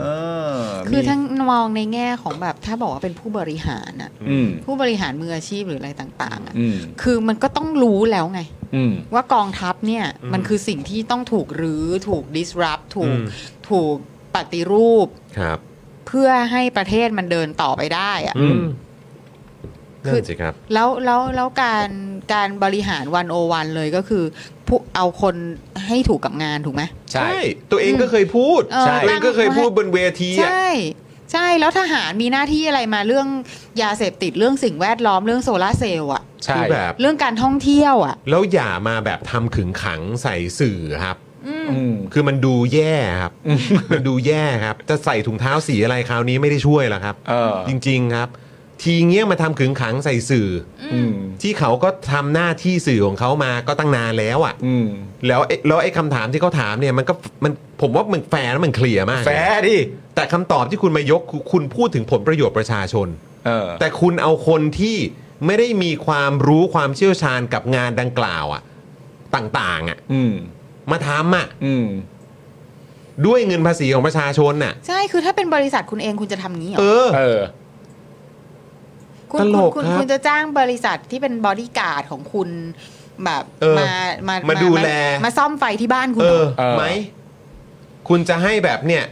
Speaker 2: อ
Speaker 4: คือ
Speaker 2: มี
Speaker 4: ทั้งมองในแง่ของแบบถ้าบอกว่าเป็นผู้บริหารอะ
Speaker 2: อืม
Speaker 4: ผู้บริหารมืออาชีพหรืออะไรต่างๆอะ
Speaker 2: อืม
Speaker 4: คือมันก็ต้องรู้แล้วไง
Speaker 2: อืม
Speaker 4: ว่ากองทัพเนี่ยมันคือสิ่งที่ต้องถูกรื้อถูก disrupt ถู
Speaker 1: อื
Speaker 4: ก
Speaker 1: ม
Speaker 4: ถูกปฏิรูป
Speaker 1: ครับ
Speaker 4: เพื่อให้ประเทศมันเดินต่อไปได้อะ
Speaker 1: อืม
Speaker 4: คื
Speaker 1: นั่
Speaker 4: อ
Speaker 1: นสิครับ
Speaker 4: แล้วแล้วแล้วการการบริหารวันโอวันเลยก็คือผู้เอาคนให้ถูกกับงานถูกไหม
Speaker 2: ใช่
Speaker 1: ใช่ ตัวเองก็เคยพูด
Speaker 4: เออ
Speaker 1: ตัวเองก็เคยพูดบนเวที
Speaker 4: ใช
Speaker 1: อ่ะ
Speaker 4: ่ ใช่แล้วทหารมีหน้าที่อะไรมาเรื่องยาเสพติดเรื่องสิ่งแวดล้อมเรื่องโซลาร์เซลล์อะ
Speaker 2: ใช่
Speaker 1: คือแบบ
Speaker 4: เรื่องการท่องเที่ยวอะ
Speaker 1: แล้วอย่ามาแบบทำขึงขังใส่สื่อครับ
Speaker 2: อืม
Speaker 1: คือมันดูแย่ครับ มันดูแย่ครับ จะใส่ถุงเท้าสีอะไรคราวนี้ไม่ได้ช่วยหรอกครับ
Speaker 2: เออ
Speaker 1: จริง ๆครับ ทีเงี้ยมาทำขึงขังใส่สื่ออ
Speaker 2: อืม
Speaker 1: ที่เขาก็ทำหน้าที่สื่อของเขามาก็ตั้งนานแล้วอ่ะ
Speaker 2: อืม
Speaker 1: แล้วไอ้แล้วไอ้คำถามที่เขาถามเนี่ยมันก็มันผมว่ามันแฟร์และมันเคลียร์มาก
Speaker 2: แฟร์ดิ
Speaker 1: แต่คำตอบที่คุณมายกคือคุณพูดถึงผลประโยชน์ประชาชน
Speaker 2: เออ
Speaker 1: แต่คุณเอาคนที่ไม่ได้มีความรู้ความเชี่ยวชาญกับงานดังกล่าวอะต่างๆอะ
Speaker 2: อืม
Speaker 1: มาทำอะ
Speaker 2: อืม
Speaker 1: ด้วยเงินภาษีของประชาชนน่ะ
Speaker 4: ใช่คือถ้าเป็นบริษัทคุณเองคุณจะทำงี้เหร
Speaker 1: เอ
Speaker 4: อ
Speaker 1: อ
Speaker 2: เออ
Speaker 4: คุณ
Speaker 1: ตลก
Speaker 4: คุณ
Speaker 1: ครับ
Speaker 4: คุณจะจ้างบริษัทที่เป็นบอดี้การ์ดของคุณแบบ
Speaker 1: เออ
Speaker 4: มามา
Speaker 1: มา
Speaker 4: มา
Speaker 1: ดูแล
Speaker 4: มาซ่อมไฟที่บ้านคุณ
Speaker 1: เอ
Speaker 4: เหร
Speaker 1: อ
Speaker 4: อ
Speaker 2: เออ
Speaker 1: ไหม คุณจะให้แบบเนี่ย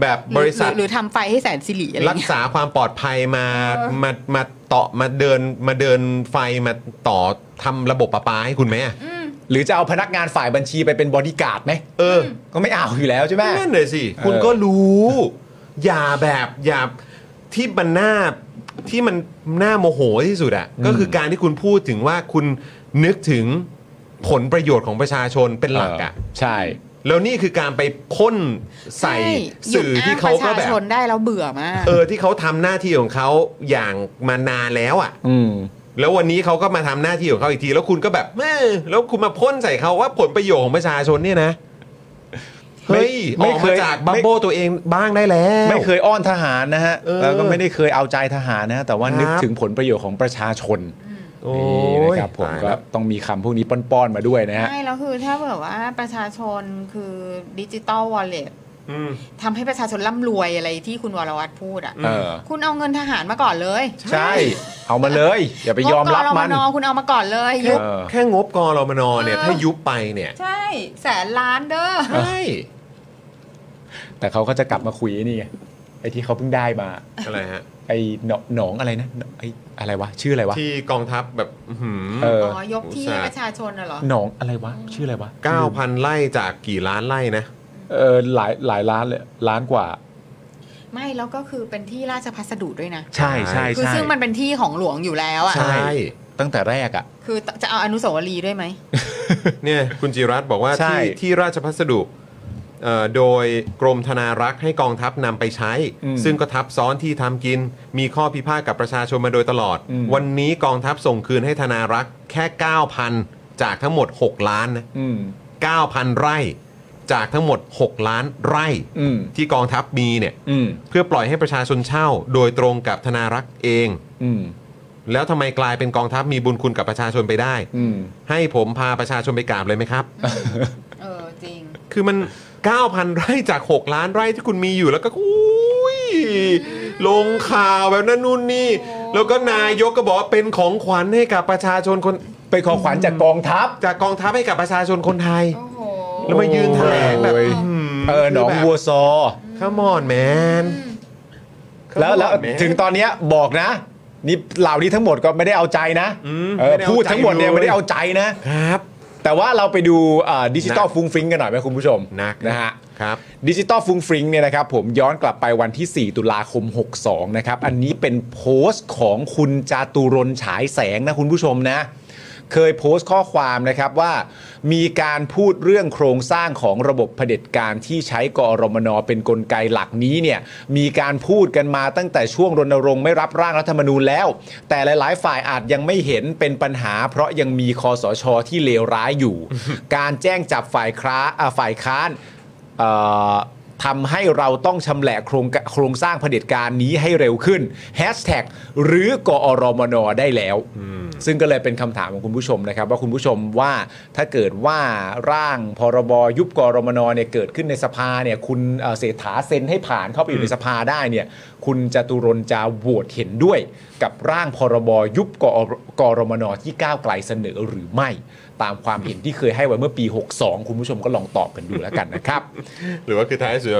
Speaker 1: แบบ
Speaker 4: หอบ
Speaker 1: ริษัท
Speaker 4: หอหรือทำไฟให้แสนสิริอะไร
Speaker 1: รัก
Speaker 4: เงี้ย
Speaker 1: ษาความปลอดภัยมามามาต่อมาเดินมาเดินไฟมาต่อทำระบบประปาให้คุณไหมอะ
Speaker 2: หรือจะเอาพนักงานฝ่ายบัญชีไปเป็นบอดี้การ์ดไหม
Speaker 1: เออ
Speaker 2: ก็ไม่เอาอยู่แล้วใช่ไหม
Speaker 1: นั่นเลยสิ คุณ
Speaker 2: เออ
Speaker 1: ก็รู้ อย่าแบบอย่าที่มันหน้าที่มันหน้าโมโหที่สุดอะก็คือการที่คุณพูดถึงว่าคุณนึกถึงผลประโยชน์ของประชาชนเป็นหลักอะ
Speaker 2: เใช่
Speaker 1: แล้วนี่คือการไปพ่นใส่
Speaker 4: หยุ
Speaker 1: สื่
Speaker 4: ด
Speaker 1: อ
Speaker 4: อ้า
Speaker 1: ที่
Speaker 4: งป
Speaker 1: เขา
Speaker 4: ระ
Speaker 1: ก็
Speaker 4: ชา
Speaker 1: แบบ
Speaker 4: ชนได้แล้วเบื่อมาก
Speaker 1: เออที่เขาทำหน้าที่ของเขาอย่างมานานแล้วอะ
Speaker 2: อืม
Speaker 1: แล้ววันนี้เขาก็มาทำหน้าที่ของเขาอีกที แล้วคุณก็แบบแม่แล้วคุณมาพ่นใส่เขาว่าผลประโยชน์ของประชาชนเนี่ยนะ
Speaker 2: ไม่
Speaker 1: เฮ้ยอ
Speaker 2: ไม่
Speaker 1: อก
Speaker 2: เค
Speaker 1: มาย จากบัม
Speaker 2: ไม่
Speaker 1: โบตัวเองบ้างได้แล้ว
Speaker 2: ไม่เคยอ้อนทหารนะฮะ
Speaker 1: เออ
Speaker 2: แล้วก็ไม่ได้เคยเอาใจทหารนะฮะแต่ว่านึก
Speaker 1: ครับ
Speaker 2: ถึงผลประโยชน์ของประชาชน
Speaker 1: โอ้ย
Speaker 2: นี่นะครับผม
Speaker 1: ตาย
Speaker 2: ก็
Speaker 1: แล้ว
Speaker 2: ต้องมีคำพวกนี้ป้อนๆมาด้วยนะฮะ
Speaker 4: ใช่แล้วคือถ้าแบบว่าประชาชนคือดิจิตอลวอลเล็ต
Speaker 1: อืม
Speaker 4: ทำให้ประชาชนร่ำรวยอะไรที่คุณวรวัตรพูดอ่ะ
Speaker 2: เออ
Speaker 4: คุณเอาเงินทหารมาก่อนเลย
Speaker 2: ใช่ เอามาเลย อย่าไปยอมรับมัน
Speaker 4: งกรมนคุณเอามาก่อนเลยยุบ
Speaker 2: เออ
Speaker 1: แค่งบกรมนเนี่ย
Speaker 4: เออ
Speaker 1: ถ้ายุบไปเนี่ย
Speaker 4: ใช่แสนล้านเด้อ
Speaker 1: ใช่
Speaker 2: แต่เขาก็จะกลับมาคุยไอ้นี่ไงไอ้ที่เขาเพิ่งได้มา
Speaker 1: อะไรฮะ
Speaker 2: ไอ้หนหนองอะไรนะหนองไอ้อะไรวะ ชื่ออะไรวะ
Speaker 1: ที่กองทัพแบบอื้อหื
Speaker 2: เอ
Speaker 1: อ
Speaker 2: อ
Speaker 4: อ๋อยกที่ให้
Speaker 1: อุตส่าห์
Speaker 4: ประชาชนน่ะเหรอ
Speaker 2: หนองอะไรวะ ชื่ออะไรวะ
Speaker 1: 9,000 ไล่จากกี่ล้านไล่นะ
Speaker 2: เออหลายหลายล้านเลยล้านกว่า
Speaker 4: ไม่แล้วก็คือเป็นที่ราชพัสดุด้วยนะ
Speaker 2: ใช่ใช่
Speaker 4: คือ
Speaker 2: ใช่
Speaker 4: ซึ่งมันเป็นที่ของหลวงอยู่แล้วอ่ะ
Speaker 1: ใช่
Speaker 2: ตั้งแต่แรกอ่ะ
Speaker 4: คือจะเอาอนุสาวรีย์ด้วยไหม
Speaker 1: เนี่ย คุณจิรัตน์บอกว่า
Speaker 2: ใช่
Speaker 1: ที่ที่ราชพัสดุเอ่อโดยกรมธนารักษ์ให้กองทัพนำไปใช้ ซึ่งก็ทับซ้อนที่ทำกิน มีข้อพิพาทกับประชาชนมาโดยตลอด วันนี้กองทัพส่งคืนให้ธนารักษ์แค่ 9,000 จากทั้งหมด 6 ล้านนะ
Speaker 2: อืม
Speaker 1: 9,000 ไร่จากทั้งหมด 6 ล้านไร่
Speaker 2: อืม
Speaker 1: ที่กองทัพมีเนี่ย
Speaker 2: อืม
Speaker 1: เพื่อปล่อยให้ประชาชนเช่า โดยตรงกับธนารักษ์เอง
Speaker 2: อืม
Speaker 1: แล้วทำไมกลายเป็นกองทัพมีบุญคุณกับประชาชนไปได้
Speaker 2: อืม
Speaker 1: ให้ผมพาประชาชนไปกราบเลยไหมครับ
Speaker 4: เออจริง
Speaker 1: คือมัน 9,000 ไร่จาก 6 ล้านไร่ที่คุณมีอยู่แล้วก็อุ้ยลงข่าวแบบนั้นนู่นนี่ แล้วก็นายกก็บอกว่าเป็นของขวัญให้กับประชาชนคน
Speaker 2: ไปขอขวัญจากกองทัพ
Speaker 1: จากกองทัพให้กับประชาชนคนไทย
Speaker 4: โอ้โห
Speaker 1: แล้วมายืนแถลงแบบ
Speaker 2: โอ้ย
Speaker 1: หืม
Speaker 2: เออหนอง
Speaker 1: คืแบบ
Speaker 2: วัวซอ
Speaker 1: Come on man Come
Speaker 2: แล้ว
Speaker 1: on,
Speaker 2: แล้ว
Speaker 1: man
Speaker 2: ถึงตอนเนี้ยบอกนะ นี่เหล่านี้ทั้งหมดก็ไม่ได้เอาใจนะ
Speaker 1: อืม
Speaker 2: เออ
Speaker 1: ไม่ได้เอาใจ
Speaker 2: พูดทั้งหมดเนี่ย
Speaker 1: เลย
Speaker 2: ไม่ได้เอาใจนะ
Speaker 1: ครับ
Speaker 2: แต่ว่าเราไปดูดิจิตอลฟุ้งฟิ้งกันหน่อยไหมคุณผู้ชม
Speaker 1: หนัก
Speaker 2: นะฮะ
Speaker 1: ครับ
Speaker 2: ดิจิตอลฟุ้งฟริ้งเนี่ยนะครับผมย้อนกลับไปวันที่ 4 ตุลาคม 62 นะครับ อันนี้เป็นโพสต์ของคุณจาตุรนต์ฉายแสงนะคุณผู้ชมนะ เคยโพสต์ข้อความนะครับว่า มีการพูดเรื่องโครงสร้างของระบบเผด็จการที่ใช้กอรมนเป็นกลไกหลักนี้เนี่ยมีการพูดกันมาตั้งแต่ช่วงรณรงค์ไม่รับร่างรัฐธรรมนูญแล้ว แต่หลาย ๆ ฝ่ายอาจยังไม่เห็นเป็นปัญหา เพราะยังมีคอสชที่เลวร้ายอยู่ การแจ้งจับฝ่ายค้าอ่าฝ่ายค้าน เอ่อทำให้เราต้องชำแหละโครงโครงสร้างเผด็จการนี้ให้เร็วขึ้นแฮชแท็กหรือกอรมนได้แล้ว ซึ่งก็เลยเป็นคำถามของคุณผู้ชมนะครับ ว่าคุณผู้ชมว่าถ้าเกิดว่าร่างพรบยุบกอรมนเนี่ยเกิดขึ้นในสภาเนี่ยคุณเอ่อเศรษฐาเซ็นให้ผ่านเข้าไปอยู่ในสภาได้เนี่ยคุณจตุรนต์จะโหวตเห็นด้วย กับร่างพรบยุบกอกรมนที่ก้าวไกลเสนอหรือไม่ ตามความเห็นที่เคยให้ไว้เมื่อปี 62 คุณผู้ชมก็ลองตอบกันดูแล้วกันนะครับ
Speaker 1: หรือว่าคือท้ายสุด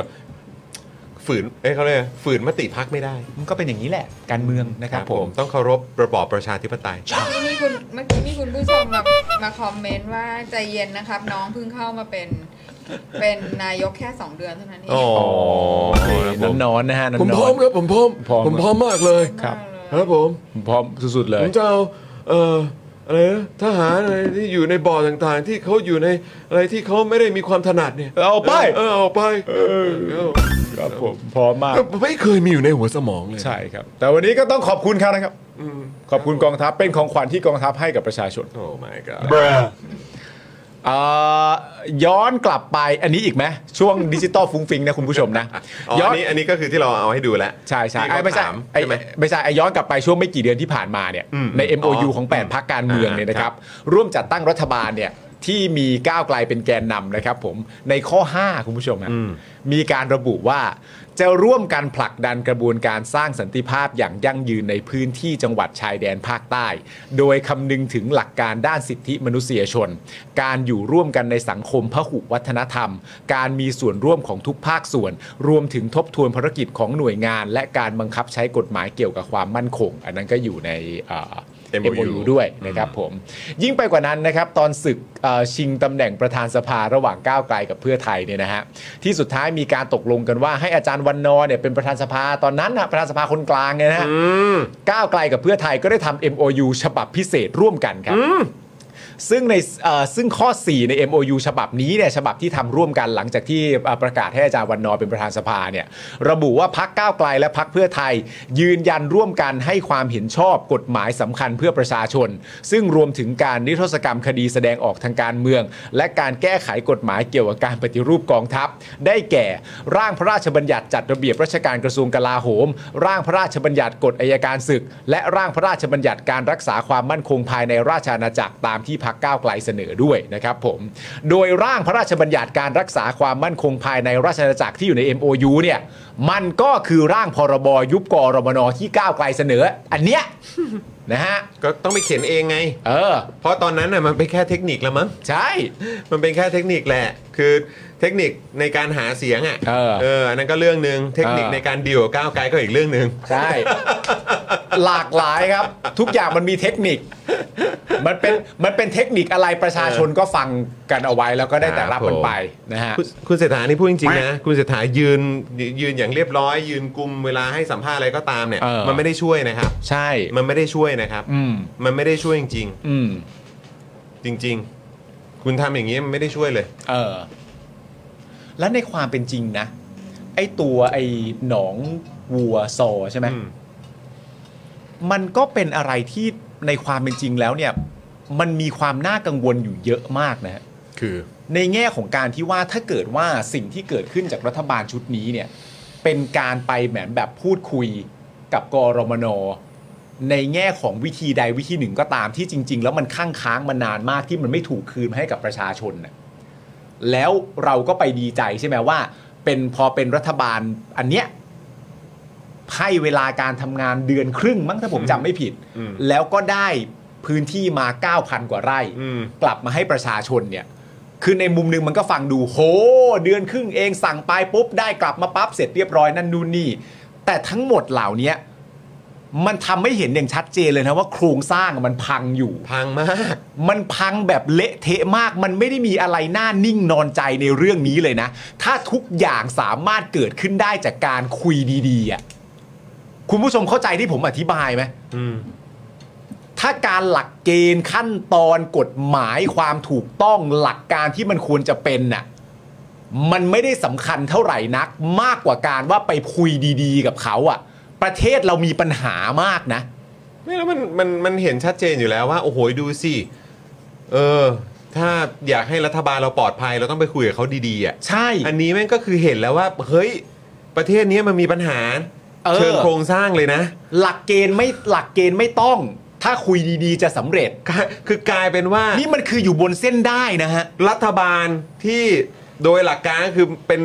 Speaker 1: ฝืนเอ้ยเขาเรียกอะไรฝืนมติพักไม่ได้
Speaker 2: มันก็เป็นอย่างนี้แหละ การเมืองนะครับผม
Speaker 1: ต้องเคารพระบอบประชาธิปไตย
Speaker 4: เมื่อกี้มีคุณเมื่อกี้มีคุณผู้ชมมามาคอมเมนต์ว่าใจเย็นนะครับ น้องเพิ่งเข้ามาเป็นเป็นนายกแค่สองเดือนเท่านั้นเอง
Speaker 1: อ๋อครับผม
Speaker 2: นอนๆนะฮะนอนๆ
Speaker 9: ผมพร้อมครับผมพร้อม
Speaker 2: พร้อม
Speaker 9: ผมพร้อมมากเลย
Speaker 2: ครับ
Speaker 9: ครับผม
Speaker 2: ผมพร้อมสุดๆเล
Speaker 9: ผ
Speaker 2: ย
Speaker 9: มจะเอาเอ่ออะไรนะทหารอะไรที่อยู่ในบอร์ดต่างๆ ที่เขาอยู่ในอะไรที่เขาไม่ได้มีความถนัดเนี่ย
Speaker 2: เอาไป
Speaker 9: เออเอาไปเออ
Speaker 2: ครับผมพร้อมมาก
Speaker 9: ไม่เคยมีอยู่ในหัวสมองเลย
Speaker 2: ใช่ครับ แต่วันนี้ก็ต้องขอบคุณเขานะครับขอบคุณกองทัพเป็นของขวัญที่กองทัพให้กับประชาชน
Speaker 1: โอ้ my god
Speaker 2: เอ่อย้อนกลับไปอันนี้อีกไหมช่วงดิจิตอลฟุ้งฟิงนะคุณผู้ชมนะ
Speaker 1: อ๋อ
Speaker 2: ย้อ
Speaker 1: อัน
Speaker 2: น
Speaker 1: นี้อันนี้ก็คือที่เราเอาให้ดูแล้ว
Speaker 2: ใช่ใช่
Speaker 1: ที่
Speaker 2: ไอ้
Speaker 1: เขา
Speaker 2: ไม่ใช่
Speaker 1: ถาม
Speaker 2: ไอ้
Speaker 1: ใช่ไหม
Speaker 2: ไม่ใช่ไอ้ย้อนกลับไปช่วงไม่กี่เดือนที่ผ่านมาเนี่ย
Speaker 1: อืม
Speaker 2: ใน
Speaker 1: อ๋
Speaker 2: MOU
Speaker 1: อ
Speaker 2: ของ 8พักการเมืองเนี่ยนะครับ ร่วมจัดตั้งรัฐบาลเนี่ยที่มีก้าวไกลเป็นแกนนำนะครับผมในข้อ 5 คุณผู้ชมฮะ
Speaker 1: อืม
Speaker 2: มีการระบุว่า จะร่วมกันผลักดันกระบวนการสร้างสันติภาพอย่างยั่งยืนในพื้นที่จังหวัดชายแดนภาคใต้ โดยคำนึงถึงหลักการด้านสิทธิมนุษยชน การอยู่ร่วมกันในสังคมพหุวัฒนธรรม การมีส่วนร่วมของทุกภาคส่วน รวมถึงทบทวนภารกิจของหน่วยงาน และการบังคับใช้กฎหมายเกี่ยวกับความมั่นคง อันนั้นก็อยู่ในเอ่อ
Speaker 1: MOU
Speaker 2: MOU ด้วยนะครับผม ยิ่งไปกว่านั้นนะครับ ตอนศึกเอ่อชิงตำแหน่งประธานสภาระหว่างก้าวไกลกับเพื่อไทยเนี่ยนะฮะที่สุดท้ายมีการตกลงกันว่าให้อาจารย์วันนอร์เนี่ยเป็นประธานสภาตอนนั้นนะประธานสภาคนกลางเนี่ยนะฮะ
Speaker 1: อืม
Speaker 2: ก้าวไกลกับเพื่อไทยก็ได้ทำ MOU ฉบับพิเศษร่วมกันครับ ซึ่งในเอ่อซึ่งข้อ 4 ใน MOU ฉบับนี้เนี่ยฉบับที่ทำร่วมกันหลังจากที่เอ่อประกาศให้อาจารย์วันนอร์เป็นประธานสภาเนี่ยระบุว่าพักก้าวไกลและพักเพื่อไทย ยืนยันร่วมกันให้ความเห็นชอบกฎหมายสำคัญเพื่อประชาชน ซึ่งรวมถึงการนิรโทษกรรมคดีแสดงออกทางการเมือง และการแก้ไขกฎหมายเกี่ยวกับการปฏิรูปกองทัพ ได้แก่ร่างพระราชบัญญัติจัดระเบียบราชการกระทรวงกลาโหม ร่างพระราชบัญญัติกฎอายการศึก และร่างพระราชบัญญัติการรักษาความมั่นคงภายในราชอาณาจักรตามที่พักก้าวไกลเสนอด้วยนะครับผมโดยร่างพระราชบัญญัติการรักษาความมั่นคงภายในราชอาณาจักรที่อยู่ใน MOU เนี่ยมันก็คือร่างพรบยุบกอรมนที่ก้าวไกลเสนอ อันเนี้ย นะฮะ
Speaker 1: ก็ต้องไปเขียนเองไง
Speaker 2: เออ
Speaker 1: เพราะตอนนั้นน่ะมันเป็นแค่เทคนิคละมั้ง
Speaker 2: ใช่
Speaker 1: มันเป็นแค่เทคนิคแหละ คือเทคนิคในการหาเสียงอ่ะ
Speaker 2: เออ
Speaker 1: อันนั้นก็เรื่องหนึ่งเทคนิค
Speaker 2: เออ
Speaker 1: ในการดีลกับก้าวไกลก็อีกเรื่องหนึ่ง
Speaker 2: ใช่ หลากหลายครับ ทุกอย่างมันมีเทคนิค มันเป็นมันเป็นเทคนิคอะไรประชาชนก็ฟังกันเอาไว้แล้วก็ได้แต่รับมันไปนะฮะ
Speaker 1: คุณคุณเศรษฐานี่พูดจริงๆนะ คุณเศรษฐายืนยืนอย่างเรียบร้อย ยืนกลุมเวลาให้สัมภาษณ์อะไรก็ตามเนี่ย
Speaker 2: เออ
Speaker 1: มันไม่ได้ช่วยนะครับ
Speaker 2: ใช่
Speaker 1: มันไม่ได้ช่วยนะครับ
Speaker 2: อืม
Speaker 1: มันไม่ได้ช่วยจริง
Speaker 2: อืม
Speaker 1: ๆ จริง ๆ คุณทำอย่างนี้มันไม่ได้ช่วยเลย
Speaker 2: เออ แล้วในความเป็นจริงนะ ไอ้ตัวไอ้หนองวัวซอใช่ไหม
Speaker 1: อืม
Speaker 2: มันก็เป็นอะไรที่ในความเป็นจริงแล้วเนี่ย มันมีความน่ากังวลอยู่เยอะมากนะฮะ
Speaker 1: คือ
Speaker 2: ในแง่ของการที่ว่าถ้าเกิดว่าสิ่งที่เกิดขึ้นจากรัฐบาลชุดนี้เนี่ย เป็นการไปแหมแบบพูดคุยกับกรมนในแง่ของวิธีใดวิธีหนึ่งก็ตามที่จริง ๆ แล้วมันค้างค้างมานานมากที่มันไม่ถูกคืนมาให้กับประชาชนน่ะแล้วเราก็ไปดีใจใช่ไหมว่า เป็นพอเป็นรัฐบาลอันเนี้ยให้เวลาการทำงานเดือนครึ่งมั้งถ้าผมจำไม่ผิด
Speaker 1: อืม
Speaker 2: แล้วก็ได้พื้นที่มา9,000กว่าไร่
Speaker 1: อืม
Speaker 2: กลับมาให้ประชาชนเนี่ย คือในมุมหนึ่งมันก็ฟังดู โห เดือนครึ่งเองสั่งไปปุ๊บ ได้กลับมาปั๊บเสร็จเรียบร้อยนั่นนู่นนี่ แต่ทั้งหมดเหล่าเนี้ย มันทำให้เห็นอย่างชัดเจนเลยนะว่าโครงสร้างอะมันพังอยู่
Speaker 1: พังมาก
Speaker 2: มันพังแบบเละเทะมาก มันไม่ได้มีอะไรน่านิ่งนอนใจในเรื่องนี้เลยนะ ถ้าทุกอย่างสามารถเกิดขึ้นได้จากการคุยดีๆอ่ะ คุณผู้ชมเข้าใจที่ผมอธิบายไหม
Speaker 1: อืม
Speaker 2: ถ้าการหลักเกณฑ์ขั้นตอนกฎหมายความถูกต้องหลักการที่มันควรจะเป็นน่ะมันไม่ได้สำคัญเท่าไหร่นัก มากกว่าการว่าไปคุยดีๆ กับเขาอะประเทศเรามีปัญหามากนะ
Speaker 1: ไม่แล้วมันมันมันเห็นชัดเจนอยู่แล้วว่า โอ้โหดูสิ เออ ถ้าอยากให้รัฐบาลเราปลอดภัย เราต้องไปคุยกับเขาดีๆอ่ะ
Speaker 2: ใช่
Speaker 1: อันนี้แม่งก็คือเห็นแล้วว่า เฮ้ย ประเทศนี้มันมีปัญหา
Speaker 2: เออ
Speaker 1: เชิงโครงสร้างเลยนะ
Speaker 2: หลักเกณฑ์ไม่หลักเกณฑ์ไม่ต้อง ถ้าคุยดีๆ จะสำเร็จ
Speaker 1: คือกลายเป็นว่า
Speaker 2: นี่มันคืออยู่บนเส้นได้นะฮะ
Speaker 1: รัฐบาลที่โดยหลักการก็คือเป็น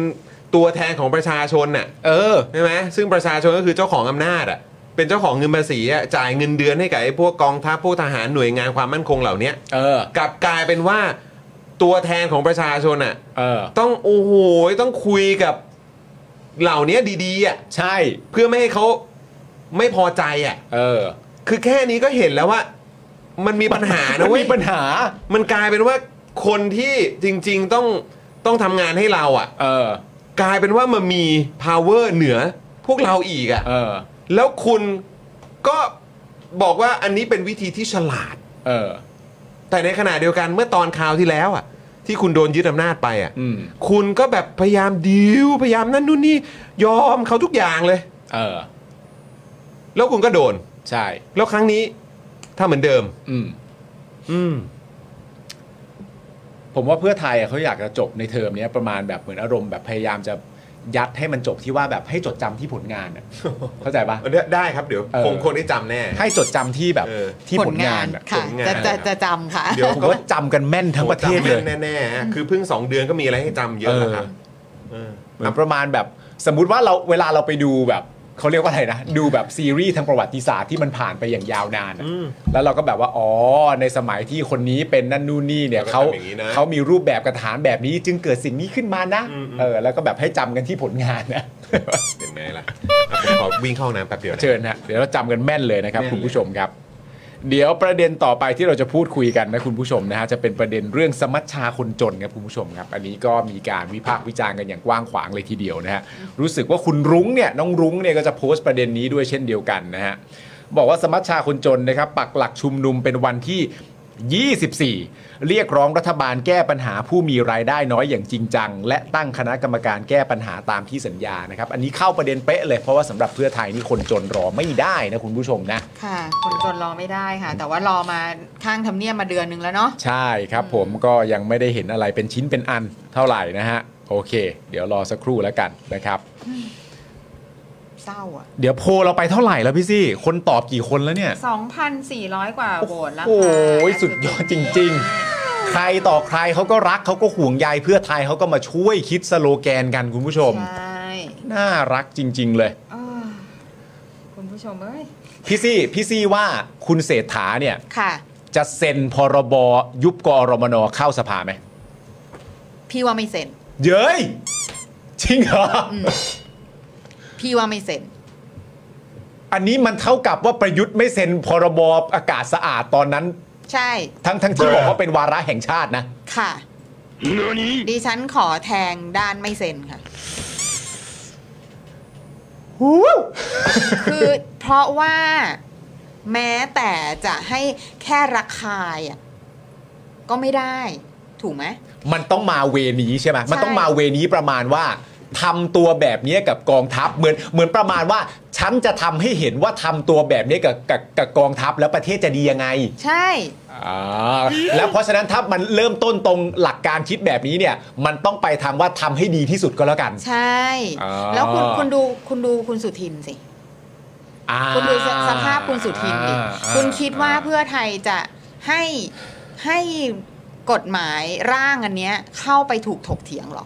Speaker 1: ตัวแทนของประชาชนน่ะ
Speaker 2: เออ
Speaker 1: ใช่ไหมซึ่งประชาชนก็คือเจ้าของอำนาจอ่ะเป็นเจ้าของเงินภาษีอ่ะจ่ายเงินเดือนให้กับไอ้พวกกองทัพพวกทหารหน่วยงานความมั่นคงเหล่าเนี้ย
Speaker 2: เออ
Speaker 1: กลับกลายเป็นว่าตัวแทนของประชาชนอ่ะ
Speaker 2: เออ
Speaker 1: ต้องโอ้โหต้องคุยกับเหล่านี้ดีๆอ่ะ
Speaker 2: ใช่
Speaker 1: เพื่อไม่ให้เขาไม่พอใจอ่ะ
Speaker 2: เออ
Speaker 1: คือแค่นี้ก็เห็นแล้วว่า มันมีปัญหานะ
Speaker 2: มั
Speaker 1: เว้ย
Speaker 2: มีปัญหา
Speaker 1: มันกลายเป็นว่าคนที่จริง ๆต้องต้องทำงานให้เราอะ่ะ
Speaker 2: เออ
Speaker 1: กลายเป็นว่ามันมี power เหนือพวกเราอีกอะ่ะ
Speaker 2: เออ
Speaker 1: แล้วคุณก็บอกว่าอันนี้เป็นวิธีที่ฉลาด
Speaker 2: เออ
Speaker 1: แต่ในขณะเดียวกันเมื่อตอนคราวที่แล้วอะ่ะ ที่คุณโดนยึดอำนาจไปอะ่ะ
Speaker 2: อืม
Speaker 1: คุณก็แบบพยายามดิวพยายามนั่นนู่นนี่ยอมเขาทุกอย่างเลย
Speaker 2: เออ
Speaker 1: แล้วคุณก็โดน
Speaker 2: ใช่
Speaker 1: แล้วครั้งนี้ถ้าเหมือนเดิม
Speaker 2: อืม
Speaker 1: อืม
Speaker 2: ผมว่าเพื่อไทยอะเขาอยากจะจบในเทอมเนี้ยประมาณแบบเหมือนอารมณ์แบบพยายามจะยัดให้มันจบที่ว่าแบบให้จดจำที่ผลงานอะ เข้าใจปะ
Speaker 1: ได้ครับเดี๋ยว
Speaker 2: เออ
Speaker 1: คงคนได้จำแน่
Speaker 2: ให้จดจำที่แบบ
Speaker 1: เออ
Speaker 2: ที่ผลงานอะ
Speaker 5: ค่ะ
Speaker 1: ผลงาน
Speaker 5: จะจะจะจำค่ะ
Speaker 1: เดี๋ยว
Speaker 2: ผม
Speaker 1: ก็
Speaker 2: ว่าจำกันแม่นทั้งประเทศเลย
Speaker 1: จำแม่นแน่ๆฮะคือเพิ่ง 2 เดือนก็มีอะไรให้จำเยอะแล้วครับเออ
Speaker 2: เหมือนประมาณแบบสมมุติว่าเราเวลาเราไปดูแบบเขาเรียกว่าอะไรนะ ดูแบบซีรีส์ทางประวัติศาสตร์ที่มันผ่านไปอย่างยาวนานอะแล้วเราก็แบบว่าอ๋อในสมัยที่คนนี้เป็นนั่นนู่นนี่เนี่ยเขาเขามีรูปแบบกระถานแบบนี้จึงเกิดสิ่งนี้ขึ้นมานะเออแล้วก็แบบให้จำกันที่ผลงานนะ
Speaker 1: เป็นไงล่ะอ่ะผมขอวิ่งเข้าห้องน้ำแป๊บเดียวนะ
Speaker 2: เชิญฮะเดี๋ยวเราจำกันแม่นเลยนะครับ
Speaker 1: แม่นเลย
Speaker 2: คุณผู้ชมครับ เดี๋ยวประเด็นต่อไปที่เราจะพูดคุยกันนะคุณผู้ชมนะฮะจะเป็นประเด็นเรื่องสมัชชาคนจนครับคุณผู้ชมครับ อันนี้ก็มีการวิพากษ์วิจารณ์กันอย่างกว้างขวางเลยทีเดียวนะฮะรู้สึกว่าคุณรุ้งเนี่ยน้องรุ้งเนี่ยก็จะโพสต์ประเด็นนี้ด้วยเช่นเดียวกันนะฮะบอกว่าสมัชชาคนจนนะครับปักหลักชุมนุมเป็นวันที่ 24 เรียกร้องรัฐบาลแก้ปัญหาผู้มีรายได้น้อยอย่างจริงจัง และตั้งคณะกรรมการแก้ปัญหาตามที่สัญญานะครับอันนี้เข้าประเด็นเป๊ะเลยเพราะว่าสำหรับเพื่อไทยนี่คนจนรอไม่ได้นะคุณผู้ชมนะ
Speaker 5: ค่ะ คนจนรอไม่ได้ค่ะ แต่ว่ารอมาข้างทำเนียบมาเดือนหนึงแล้วเนาะ
Speaker 2: ใช่ครับผมก็ยังไม่ได้เห็นอะไรเป็นชิ้นเป็นอันเท่าไหร่นะฮะ โอเค เดี๋ยวรอสักครู่แล้วกันนะครับ
Speaker 5: เศร้าอ่ะ
Speaker 2: เดี๋ยวโพลเราไปเท่าไหร่แล้วพี่ซี่ คนตอบกี่คนแล้วเนี่ย
Speaker 4: 2,400 กว่าโหวตแล้ว
Speaker 2: โอ้ย
Speaker 4: ค่ะ
Speaker 2: สุดยอดจริง ๆ ใครต่อใครเขาก็รักเขาก็ห่วงใยเพื่อไทยเขาก็มาช่วยคิดสโลแกนกันคุณผู้ชม
Speaker 4: ใช่
Speaker 2: น่ารักจริง ๆ เลย
Speaker 4: เออคุณผู้ชมเอ้ย
Speaker 2: พี่ซี่พี่ซี่ว่าคุณเศรษฐาเนี่ย
Speaker 5: ค่ะ
Speaker 2: จะเซ็นพรบยุบกอรมนเข้าสภาไหม
Speaker 5: พี่ว่าไม่เซ็น
Speaker 2: เย้ยจริงเหรอ
Speaker 5: พี่ว่าไม่เซ็น
Speaker 2: อันนี้มันเท่ากับว่าประยุทธ์ไม่เซ็นพรบอากาศสะอาดตอนนั้น
Speaker 5: ใช่
Speaker 2: ทั้งทั้งที่บอกว่าเป็นวาระแห่งชาตินะ
Speaker 5: ค่ะ ดิฉันขอแทงด้านไม่เซ็นค่ะ คือเพราะว่าแม้แต่จะให้แค่ระคายอ่ะก็ไม่ได้ ถูกไหม
Speaker 2: มันต้องมาเวนี้ใช่ไหมมัน
Speaker 5: ใช่
Speaker 2: ต้องมาเวนี้ประมาณว่าทำตัวแบบนี้กับกองทัพเหมือนเหมือนประมาณว่า ฉันจะทำให้เห็นว่าทำตัวแบบนี้กับกับกับกองทัพแล้วประเทศจะดียังไง
Speaker 5: ใช่
Speaker 2: อ่าแล้วเพราะฉะนั้นถ้ามันเริ่มต้นตรงหลักการคิดแบบนี้เนี่ย มันต้องไปทางว่าทำให้ดีที่สุดก็แล้วกัน
Speaker 5: ใช่
Speaker 2: อ่า
Speaker 5: แล้วคุณคุณดูคุณดูคุณสุทินสิ
Speaker 2: อ่า
Speaker 5: คุณดูสสภาพคุณสุทินดิ
Speaker 2: อ่าอ่า
Speaker 5: คุณคิดว่าเพื่อไทยจะให้ให้กฎหมายร่างอันเนี้ยเข้าไปถูกถกเถียงเหรอ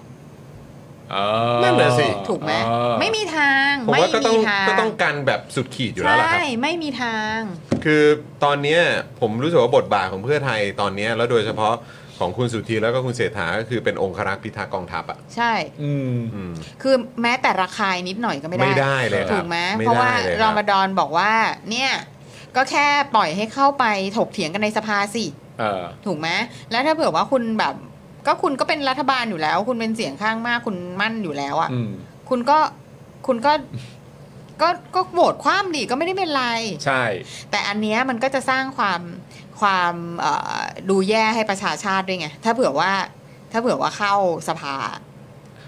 Speaker 2: เออ
Speaker 1: นั่นน่ะสิ
Speaker 5: ถูกไหม ไม่มีทาง
Speaker 1: ผม
Speaker 5: ไม่
Speaker 1: ว่าก็ต้อ
Speaker 5: มี
Speaker 1: ง
Speaker 5: ทาง
Speaker 1: ก็ต้องกันแบบสุดขีดอยู่
Speaker 5: ใช
Speaker 1: แล้วล่ะค่ รับ
Speaker 5: ไม่มีทาง
Speaker 1: คือตอนเนี้ยผมรู้สึกว่าบทบาทของเพื่อไทยตอนเนี้ยแล้วโดยเฉพาะ ของคุณสุธีแล้วก็คุณเศรษฐาก็คือเป็นองครักษ์พิทักษ์กองทัพอ่ะ
Speaker 4: ใช่
Speaker 2: อืม
Speaker 1: อืม
Speaker 4: คือแม้แต่ระคายนิดหน่อยก็ไม่ได้
Speaker 1: ไม่ได้เลยครับ
Speaker 4: ถูกไหม
Speaker 1: ไม่
Speaker 4: เพราะว่า
Speaker 1: ได้เลยครับ
Speaker 4: รอมฎอนบอกว่า เนี่ย ก็แค่ปล่อยให้เข้าไปถกเถียงกันในสภาสิ
Speaker 2: เออ
Speaker 4: ถูกไหมแล้วถ้าเผื่อว่าคุณแบบ ก็คุณก็เป็นรัฐบาลอยู่แล้ว คุณเป็นเสียงข้างมากคุณมั่นอยู่แล้วอ่ะ
Speaker 2: อืม
Speaker 4: คุณก็คุณก็ก็ก็โหวตความดีก็ไม่ได้เป็นไร
Speaker 2: ใช่
Speaker 4: แต่อันเนี้ยมันก็จะสร้างความความเอ่อดูแย่ให้ประชาชาติด้วยไง ถ้าเผื่อว่า ถ้าเผื่อว่าเข้าสภา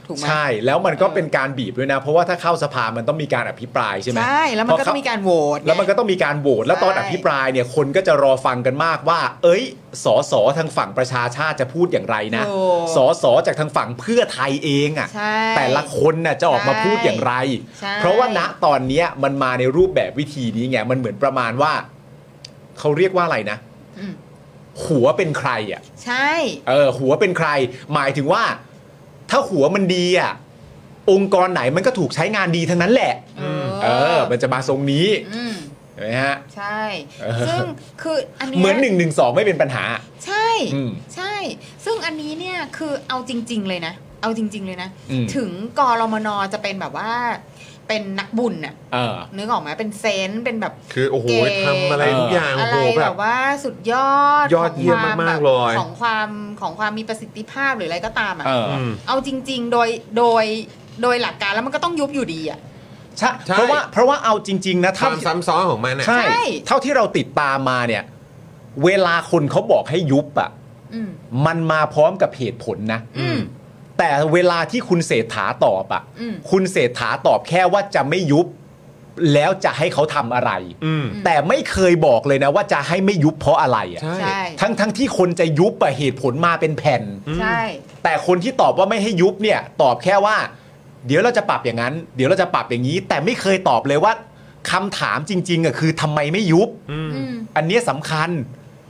Speaker 4: ถูกไหม
Speaker 2: ใช่ แล้วมันก็เป็นการบีบด้วยนะ เพราะว่าถ้าเข้าสภามันต้องมีการอภิปรายใช่ไหม
Speaker 4: ใช่แล้วมันก็
Speaker 2: พ
Speaker 4: ต้อ
Speaker 2: เข้
Speaker 4: งมีการโหวตไง
Speaker 2: แล้วมันก็ต้องมีการโหวต แล้วตอน
Speaker 4: ใช่
Speaker 2: อภิปรายเนี่ย คนก็จะรอฟังกันมากว่า เอ้ย สอสอทางฝั่งประชาชาติจะพูดอย่างไรนะ
Speaker 4: โอ้
Speaker 2: สอสอจากทางฝั่งเพื่อไทยเองอ่ะ
Speaker 4: ใช่
Speaker 2: แต่ละคนน่ะจะออกมาพูดอย่างไร
Speaker 4: ใช่
Speaker 2: เพราะว่าณตอนเนี้ยมันมาในรูปแบบวิธีนี้ไง มันเหมือนประมาณว่า เขาเรียกว่าอะไรนะ
Speaker 4: อืม
Speaker 2: หัวเป็นใครอ่ะ
Speaker 4: ใช่
Speaker 2: เออหัวเป็นใคร หมายถึงว่า ถ้าหัวมันดีอ่ะ องค์กรไหนมันก็ถูกใช้งานดีทั้งนั้นแหละ
Speaker 4: เออ
Speaker 2: เออ มันจะมาทรงนี้
Speaker 4: อืม
Speaker 2: เห็นไหมฮะ
Speaker 4: ใช่
Speaker 2: เออ
Speaker 4: ซึ่งคืออันเนี้ย
Speaker 2: เหมือนหนึ่งหนึ่งสองไม่เป็นปัญหา
Speaker 4: ใช่
Speaker 2: อืม
Speaker 4: ใช่ ซึ่งอันนี้เนี่ยคือเอาจริง ๆ เลยนะ เอาจริง ๆ เลยนะ
Speaker 2: อืม
Speaker 4: ถึงกรมนจะเป็นแบบว่าเป็นนักบุญน่ะ
Speaker 2: เออ
Speaker 4: นึกออกไหมเป็นเซนส์เป็นแบบ
Speaker 1: คือโอ้โห
Speaker 4: เก๋
Speaker 1: ทำอะไรทุกอย่าง
Speaker 4: อะ
Speaker 1: โอ้
Speaker 4: ไร
Speaker 1: โหแบ
Speaker 4: แบบ บว่าสุดยอด
Speaker 1: ยอดเยี่ยม
Speaker 4: ของคว
Speaker 1: มากๆ
Speaker 4: แบบ
Speaker 1: เลย
Speaker 4: ของความของความมีประสิทธิภาพหรืออะไรก็ตามอ่ะ
Speaker 2: เออ
Speaker 1: ม
Speaker 4: เอาจริง ๆ โดยโดยโดยหลักการแล้วมันก็ต้องยุบอยู่ดีอ่ะ
Speaker 2: ใช่
Speaker 1: ใช่
Speaker 2: เพราะว่าเพราะว่าเอาจริง ๆ นะ
Speaker 1: ค
Speaker 2: ถ้าว
Speaker 1: ามซ้ำซ้อนของมันน่ะ
Speaker 2: ใช่
Speaker 4: ใช่
Speaker 2: เท่าที่เราติดตามมาเนี่ย เวลาคนเขาบอกให้ยุบอ่ะ
Speaker 4: อืม
Speaker 2: มันมาพร้อมกับเหตุผลนะ
Speaker 4: อืม
Speaker 2: แต่เวลาที่คุณเศรษฐาตอบอ่ะ
Speaker 4: อืม
Speaker 2: คุณเศรษฐาตอบแค่ว่าจะไม่ยุบ แล้วจะให้เขาทำอะไร
Speaker 1: อืม
Speaker 2: แต่ไม่เคยบอกเลยนะว่าจะให้ไม่ยุบเพราะอะไรอ่ะ
Speaker 1: ใช่
Speaker 4: ใช่
Speaker 2: ทั้งทั้งที่คนจะยุบอะเหตุผลมาเป็นแผ่น
Speaker 4: ใช่
Speaker 2: แต่คนที่ตอบว่าไม่ให้ยุบเนี่ย ตอบแค่ว่า เดี๋ยวเราจะปรับอย่างนั้น เดี๋ยวเราจะปรับอย่างนี้ แต่ไม่เคยตอบเลยว่าคำถามจริงๆอะคือทำไมไม่ยุบ
Speaker 4: อืม
Speaker 2: อันเนี้ยสำคัญ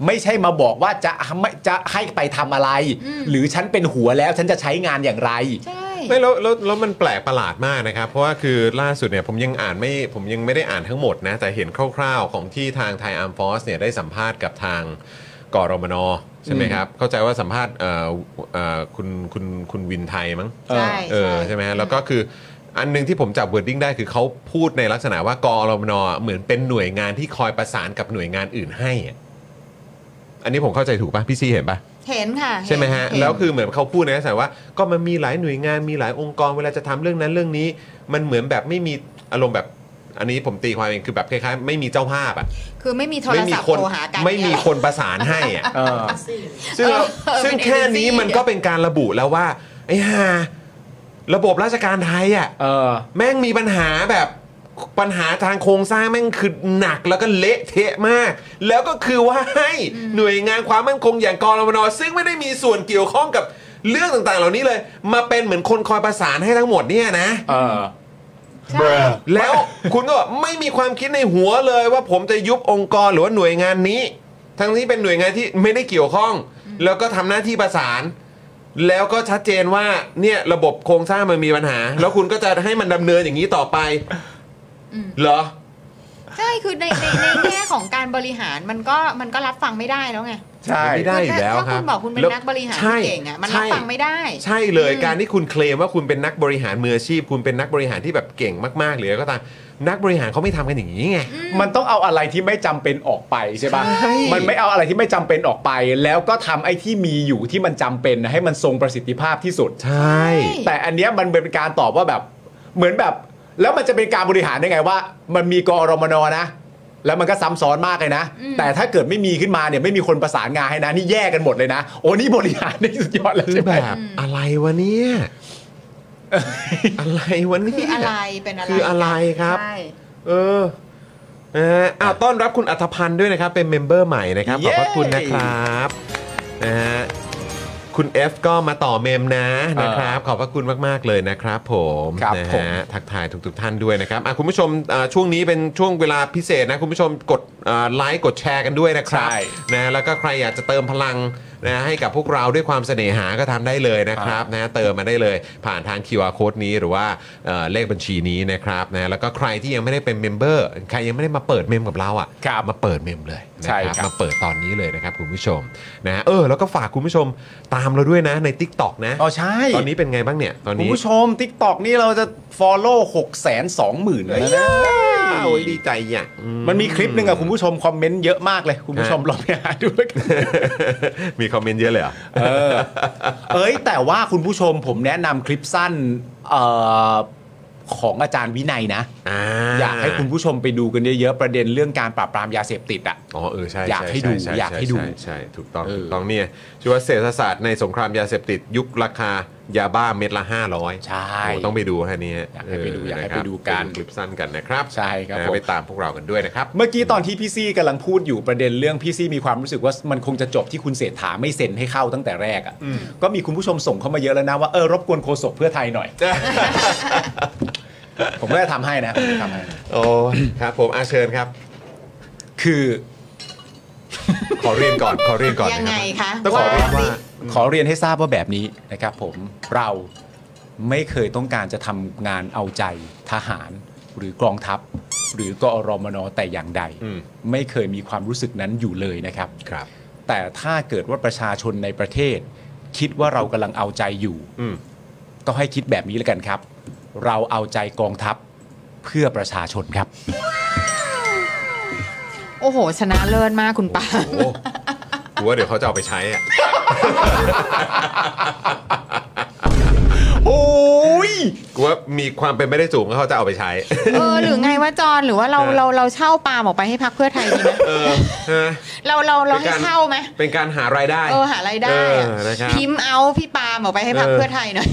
Speaker 2: ไม่ใช่มาบอกว่าจะไม่จะให้ไปทำอะไร
Speaker 4: อืม
Speaker 2: หรือฉันเป็นหัวแล้วฉันจะใช้งานอย่างไร
Speaker 4: ใช่
Speaker 1: ไม่แล้วแล้วแล้วมันแปลกประหลาดมากนะครับ เพราะว่าคือล่าสุดเนี่ยผมยังอ่านไม่ผมยังไม่ได้อ่านทั้งหมดนะ แต่เห็นคร่าวๆของที่ทางไทยอาร์มฟอสเนี่ยได้สัมภาษณ์กับทางกรมนใช่ไหมครับ เข้าใจว่าสัมภาษณ์เอ่อเอ่อคุณคุณคุณวินไทยมั้ง
Speaker 4: ใช่
Speaker 1: เออใช่ไหมฮะแล้วก็คืออันหนึงที่ผมจับ wording ได้คือเขาพูดในลักษณะว่ากอรมนเหมือนเป็นหน่วยงานที่คอยประสานกับหน่วยงานอื่นให้อะอันนี้ผมเข้าใจถูกป่ะพี่ซีเห็นป่ะ
Speaker 4: เห็นค่ะ
Speaker 1: ใช่ไหมฮะ
Speaker 4: เน
Speaker 1: แล้วคือเหมือนเขาพูดในลักษณะว่าก็มันมีหลายหน่วยงานมีหลายองค์กรเวลาจะทำเรื่องนั้นเรื่องนี้ มันเหมือนแบบไม่มีอารมณ์แบบ อันนี้ผมตีความเองคือแบบคล้ายๆ ไม่มีเจ้าภาพอ่ะ
Speaker 4: คือไม่มีโทร
Speaker 1: ไม่มี
Speaker 4: ศัพท์
Speaker 1: คน
Speaker 4: โทรหากัน
Speaker 1: ไม่มี
Speaker 4: เนี่ย
Speaker 1: คนประสานให้อ่ะ ซึ่งเรา
Speaker 4: เออ
Speaker 1: ซึ่ง
Speaker 4: เป็น
Speaker 1: แค่นี้
Speaker 4: agency
Speaker 1: มันก็เป็นการระบุแล้วว่าไอ้ห่าระบบราชการไทยอ่ะ
Speaker 2: เออ
Speaker 1: แม่งมีปัญหาแบบปัญหาทางโครงสร้างแม่งคือหนักแล้วก็เละเทะมาก แล้วก็คือว่าให้หน่วยงานความมั่นคงอย่างกรมนซึ่งไม่ได้มีส่วนเกี่ยวข้องกับเรื่องต่างๆ เหล่านี้เลย มาเป็นเหมือนคนคอยประสานให้ทั้งหมดเนี่ยนะ
Speaker 2: เออ
Speaker 4: ใช่
Speaker 1: แล้วคุณก็บอกไม่มีความคิดในหัวเลยว่าผมจะยุบองค์กรหรือว่าหน่วยงานนี้ ทั้งนี้เป็นหน่วยงานที่ไม่ได้เกี่ยวข้อง แล้วก็ทำหน้าที่ประสาน แล้วก็ชัดเจนว่าเนี่ยระบบโครงสร้างมันมีปัญหา แล้วคุณก็จะให้มันดำเนินอย่างนี้ต่อไปเหรอ
Speaker 4: ใช่คือในในในแง่ของการบริหารมันก็มันก็รับฟังไม่ได้แล้วไง
Speaker 2: ใช่
Speaker 1: ไม่ได้ อยู่แล้ว
Speaker 4: ถ้า
Speaker 1: ครั
Speaker 4: คุ
Speaker 1: บ
Speaker 4: ณบอกคุณเป็น
Speaker 1: แล้ว
Speaker 4: นักบริหาร
Speaker 1: ใช่
Speaker 4: ที่เก่งอ่ะมันรับ
Speaker 1: ใช่
Speaker 4: ฟังไม่ได้
Speaker 1: ใช่เลย
Speaker 4: อืม
Speaker 1: การที่คุณเคลมว่าคุณเป็นนักบริหารมืออาชีพ คุณเป็นนักบริหารที่แบบเก่งมากๆหรืออะไรก็ตามนักบริหารเขาไม่ทำกันอย่างนี้ไง
Speaker 2: มันต้องเอาอะไรที่ไม่จำเป็นออกไปใช่ปะ
Speaker 1: ใช่
Speaker 2: มันไม่เอาอะไรที่ไม่จำเป็นออกไป แล้วก็ทำไอ้ที่มีอยู่ที่มันจำเป็นนะให้มันทรงประสิทธิภาพที่สุด
Speaker 1: ใช่
Speaker 2: แต่อันเนี้ยมันเป็นการตอบว่าแบบเหมือนแบบ แล้วมันจะเป็นการบริหารยังไงว่า มันมีกอรมนนะ แล้วมันก็ซ้ำซ้อนมากเลยนะ แต่ถ้าเกิดไม่มีขึ้นมาเนี่ยไม่มีคนประสานงานให้นะ นี่แย่กันหมดเลยนะ โอ้นี่บริหารได้สุดยอดแล้ว
Speaker 1: คื
Speaker 2: ใช่
Speaker 1: อ
Speaker 2: ไหม
Speaker 1: แบบอะไรวะเนี่ย อะไรวะ
Speaker 4: คือ
Speaker 1: เนี่ย
Speaker 4: อะไรเป็นอะไร
Speaker 1: คืออะไรครับ
Speaker 4: ใช่
Speaker 1: เออนะฮะอ่ะต้อนรับคุณอัธพันธ์ด้วยนะครับ เป็นเมมเบอร์ใหม่นะครับ ข
Speaker 2: เย้
Speaker 1: อบพระคุณนะครับนะฮะคุณ F ก็มาต่อเมมนะนะครับ ขอบพระคุณมาก ๆ เลยนะครับผม
Speaker 2: ครับ
Speaker 1: นะ
Speaker 2: ผ
Speaker 1: ฮะ
Speaker 2: ม
Speaker 1: ทักทายทุกๆท่านด้วยนะครับอ่ะคุณผู้ชมอ่ะช่วงนี้เป็นช่วงเวลาพิเศษนะ คุณผู้ชมกด เอ่อไลค์กดแชร์กันด้วยนะครับ
Speaker 2: ใช่
Speaker 1: นะแล้วก็ใครอยากจะเติมพลังนะให้กับพวกเราด้วยความเสน่หาก็ทำได้เลยนะครับนะเติมมาได้เลยผ่านทาง QR code นี้หรือว่าเอ่อเลขบัญชีนี้นะครับนะแล้วก็ใครที่ยังไม่ได้เป็นเมมเบอร์ใครยังไม่ได้มาเปิดเมมกับเราอ่ะ
Speaker 2: ครับ
Speaker 1: มาเปิดเมมเลยนะ
Speaker 2: ใช่
Speaker 1: ครับ
Speaker 2: ครับ
Speaker 1: มาเปิดตอนนี้เลยนะครับคุณผู้ชมนะฮะเออแล้วก็ฝากคุณผู้ชมตามเราด้วยนะใน Tik t o อกนะ
Speaker 2: อ๋อใช่
Speaker 1: ตอนนี้เป็นไงบ้างเนี่ย ตอน
Speaker 2: คุณ
Speaker 1: นี้
Speaker 2: ผู้ชม TikTok นี่เราจะ Follow 6 2 0 0 0 0เลยนะ
Speaker 1: โอ้ยดีใจอย่าง
Speaker 2: มันมีคลิปหนึ่งอะคุณผู้ชมคอมเมนต์เยอะมากเลย คุณผู้ชมลองไปหาดูแล้วกัน
Speaker 1: มีคอมเมนต์เยอะเลยเหรอ่ะ
Speaker 2: เออเอ้ยแต่ว่าคุณผู้ชมผมแนะนำคลิปสั้นเอ่อของอาจารย์วินัยนะ อยากให้คุณผู้ชมไปดูกันเยอะๆประเด็นเรื่องการปราบปรามยาเสพติดอะ
Speaker 1: อ๋อเออใช่
Speaker 2: อยากให้ดู
Speaker 1: ช่
Speaker 2: อยากให้ดู
Speaker 1: ช่ช่ใช่ถูกต้อง
Speaker 2: เออ
Speaker 1: ถูกต้องเนี่ยชื่อว่าเศรษฐศาสตร์ในสงครามยาเสพติดยุคราคายาบ้าเม็ดละ 500
Speaker 2: ใช่
Speaker 1: โอ้ต้องไปดูฮะเนี่ย
Speaker 2: อยากให้ไปดูยากให้
Speaker 1: เนะค
Speaker 2: ไป
Speaker 1: รับ
Speaker 2: ดูกัน
Speaker 1: ไปคลิปสั้นกันนะครับ
Speaker 2: ใช่ครับ
Speaker 1: นะ
Speaker 2: ผม
Speaker 1: ไปตามพวกเรากันด้วยนะครับ
Speaker 2: เมื่อกี้ตอนที่พี่ซี่กำลังพูดอยู่ประเด็นเรื่องพี่ซี่มีความรู้สึกว่ามันคงจะจบที่คุณเศรษฐาไม่เซ็นให้เข้าตั้งแต่แรกอะ่ะก็มีคุณผู้ชมส่งเข้ามาเยอะแล้วนะว่าเออรบกวนโฆษกเพื่อไทยหน่อย ผมก็จะทำให้นะผมจะทำให้นะ
Speaker 1: โอ้ครับผมอาเชิญครับ
Speaker 2: คือ
Speaker 1: ขอเรียนก่อนขอเรียนก่อน
Speaker 5: ยั
Speaker 1: นะ
Speaker 5: ง
Speaker 1: ค
Speaker 5: ไง
Speaker 1: รับ
Speaker 5: คะ
Speaker 1: ต้องขอ
Speaker 5: ว่า
Speaker 1: เรียนว่า
Speaker 2: ขอเรียนให้ทราบว่าแบบนี้นะครับผมเราไม่เคยต้องการจะทำงานเอาใจทหารหรือกองทัพ หรือกอรมนแต่อย่างใด
Speaker 1: อืม
Speaker 2: ไม่เคยมีความรู้สึกนั้นอยู่เลยนะครับ
Speaker 1: ครับ
Speaker 2: แต่ถ้าเกิดว่าประชาชนในประเทศ คิดว่าเรากำลังเอาใจอยู่
Speaker 1: อืม
Speaker 2: ก็ให้คิดแบบนี้แล้วกันครับ เราเอาใจกองทัพเพื่อประชาชนครับ
Speaker 5: โอ้โห ชนะเลิศมากคุณปาล์ม
Speaker 1: โอ้กูว่าเดี๋ยวเขาจะเอาไปใช้อ่ะ
Speaker 2: โอ้ย
Speaker 1: กูว่ามีความเป็นไม่ได้สูงว่าเขาจะเอาไปใช้
Speaker 5: เออหรือไงว่าจอนหรือว่าเราเราเราเช่าปาล์มออกไปให้พักเพื่อไทยดีไหม
Speaker 1: เออใช่ไหม
Speaker 5: เราเราเราให้
Speaker 1: เป็นการ
Speaker 5: เช่าไหม
Speaker 1: เป็นการหารายได้
Speaker 5: เออหารายได้อะ
Speaker 1: เออนะครับ
Speaker 5: พิมพ์เอาพี่ปาล์มออกไปให้พัก
Speaker 1: เออ
Speaker 5: เพื่อไทยหน่อย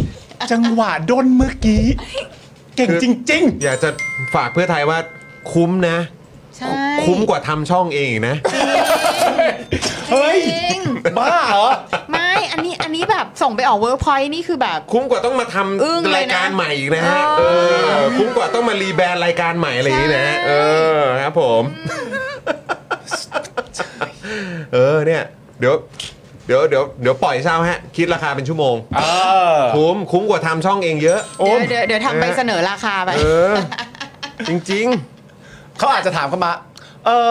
Speaker 2: จังหวะด้นเมื่อกี้ เก่งจริง ๆ
Speaker 1: อยากจะฝากเพื่อไทยว่าคุ้มนะ
Speaker 5: ใช่
Speaker 1: คุ้มกว่าทำช่องเองอีกนะ
Speaker 2: เฮ้ย
Speaker 5: จริง
Speaker 2: บ้าเหรอ
Speaker 5: ไม่อันนี้อันนี้แบบส่งไปออกเวิร์กพอยต์นี่คือแบบ
Speaker 1: คุ้มกว่าต้องมาท
Speaker 5: อึ้ง
Speaker 1: ำ
Speaker 5: เล
Speaker 1: ราย ย
Speaker 5: นะ
Speaker 1: การใหม่อีกนะฮะเอ
Speaker 5: เออ
Speaker 1: อคุ้มกว่าต้องมารีแบรนด์รายการใหม่อะไรอย่างนี้นะฮะ
Speaker 5: ใช่
Speaker 1: เออครับผม เออเนี่ย เดี๋ยวเดี๋ยวเดี๋ยวเดี๋ยวปล่อยเช่าฮะ คิดราคาเป็นชั่วโมง
Speaker 2: เออ
Speaker 1: คุ้มคุ้มกว่าทำช่องเองเยอะ
Speaker 5: เดี๋ยวเดี๋ยวเดี๋ยวทำไป
Speaker 1: เออ
Speaker 5: เสนอราคาไป
Speaker 1: เออ จริง
Speaker 2: เขาอาจจะถามเข้ามา เอ่อ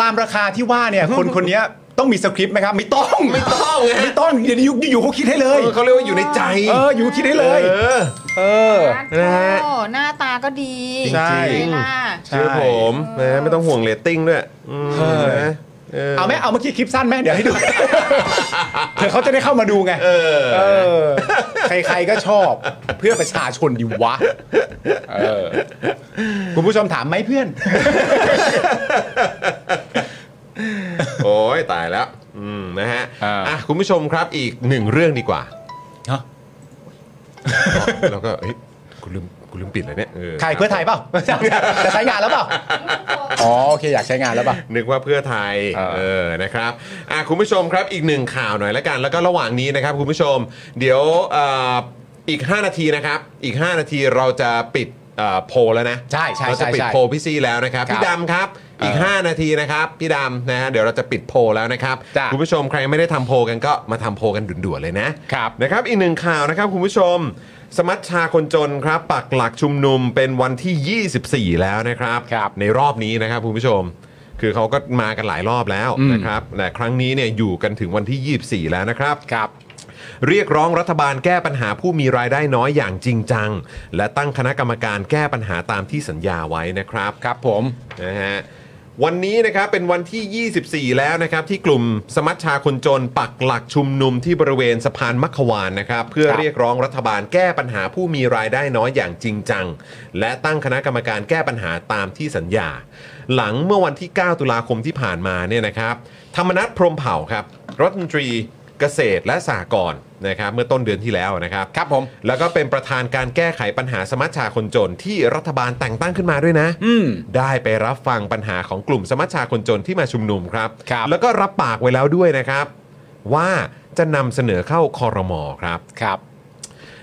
Speaker 2: ตามราคาที่ว่า เนี่ย คนคนเนี้ยต้องมีสคริปต์ไหมครับ ไม่ต้อง
Speaker 1: ไม่ต้องนะ
Speaker 2: ไม่ต้องอยู่อยู่อยู่เขาคิดให้เล
Speaker 1: ๆเอย อเขาเรียกว่าอยู่ในใจ
Speaker 2: เออ อยู่คิดให้เลย
Speaker 1: เออ
Speaker 2: เออ
Speaker 1: นะฮะ
Speaker 5: โอ้หน้าตาก็ดี
Speaker 1: ใช่
Speaker 5: ไหมล่ะ
Speaker 1: เชื่อผมนะฮะไม่ต้องห่วงเรตติ้งด้วยอืม
Speaker 2: เออ
Speaker 1: นะเออ
Speaker 2: เอาไหมเอาเมื่อกี้คลิปสั้นไหมเดี๋ย วให้ดู เผื่อเขาจะได้เข้ามาดูไง
Speaker 1: เออ
Speaker 2: เออ ใครๆก็ชอบ เพื่อประชาชนดิวะ เออ คุณผู้ชมถามไหมเพื่อน
Speaker 1: โอ้ยตายแล้ว อืมนะฮะ
Speaker 2: อ่า
Speaker 1: อ่ะคุณผู้ชมครับอีกหนึ่งเรื่องดีก ว่า
Speaker 2: ฮะ
Speaker 1: แล้วก็เอ้ยกูลืมกูลืมปิดเลยเนี่ยเออ
Speaker 2: ใครเพื่อไทยเปล่า จะใช้งานแล้วเปล่า อ๋อโอเคอยากใช้งานแล้วป่ะ
Speaker 1: นึกว่าเพื่อไทย
Speaker 2: เออ
Speaker 1: เออนะครับอ่ะคุณผู้ชมครับอีกหนึ่งข่าวหน่อยละกัน แล้วก็ระหว่างนี้นะครับคุณผู้ชม เดี๋ยวเอ่ออีก 5 นาทีนะครับอีก 5 นาทีเราจะปิดเอ่อโพลแล้วนะ
Speaker 2: ใช่ใช่
Speaker 1: เราจะ
Speaker 2: ใช่
Speaker 1: ปิด
Speaker 2: ใช่
Speaker 1: โพลพี่ซี่แล้วนะครับ
Speaker 2: ครับ
Speaker 1: พี่ดำครับอีก
Speaker 2: เออ
Speaker 1: 5 นาทีนะครับ พี่ดำนะฮะเดี๋ยวเราจะปิดโพลแล้วนะครับ
Speaker 2: จ้ะ
Speaker 1: คุณผู้ชมใครไม่ได้ทำโพลกันก็มาทำโพลกันด่วนๆเลยนะครับ นะครับอีกหนึ่งข่าวนะครับคุณผู้ชม สมัชชาคนจนครับ ปักหลักชุมนุมเป็นวันที่ 24 แล้วนะครับ
Speaker 2: ครับ
Speaker 1: ในรอบนี้นะครับคุณผู้ชม คือเขาก็มากันหลายรอบแล้ว
Speaker 2: อืม
Speaker 1: นะครับแต่ครั้งนี้เนี่ยอยู่กันถึงวันที่ 24 แล้วนะครับ
Speaker 2: ครับ
Speaker 1: เรียกร้องรัฐบาลแก้ปัญหาผู้มีรายได้น้อยอย่างจริงจัง และตั้งคณะกรรมการแก้ปัญหาตามที่สัญญาไว้นะครับ
Speaker 2: ครับผม
Speaker 1: นะฮะวันนี้นะครับเป็นวันที่ 24 แล้วนะครับ ที่กลุ่มสมัชชาคนจนปักหลักชุมนุมที่บริเวณสะพานมัขวานนะครับ เพื่อ
Speaker 2: ครับ
Speaker 1: เรียกร้องรัฐบาลแก้ปัญหาผู้มีรายได้น้อยอย่างจริงจัง และตั้งคณะกรรมการแก้ปัญหาตามที่สัญญา หลังเมื่อวันที่ 9 ตุลาคมที่ผ่านมาเนี่ยนะครับ ธรรมนัฐพรหมเผ่าครับรัฐมนตรีเกษตรและสหกรณ์นะครับเมื่อต้นเดือนที่แล้วนะครับ
Speaker 2: ครับผม
Speaker 1: แล้วก็เป็นประธานการแก้ไขปัญหาสมัชชาคนจนที่รัฐบาลแต่งตั้งขึ้นมาด้วยนะ
Speaker 2: อืม
Speaker 1: ได้ไปรับฟังปัญหาของกลุ่มสมัชชาคนจนที่มาชุมนุมครับ
Speaker 2: ครับ
Speaker 1: แล้วก็รับปากไว้แล้วด้วยนะครับ ว่าจะนำเสนอเข้าคอรมอครับ
Speaker 2: ครับ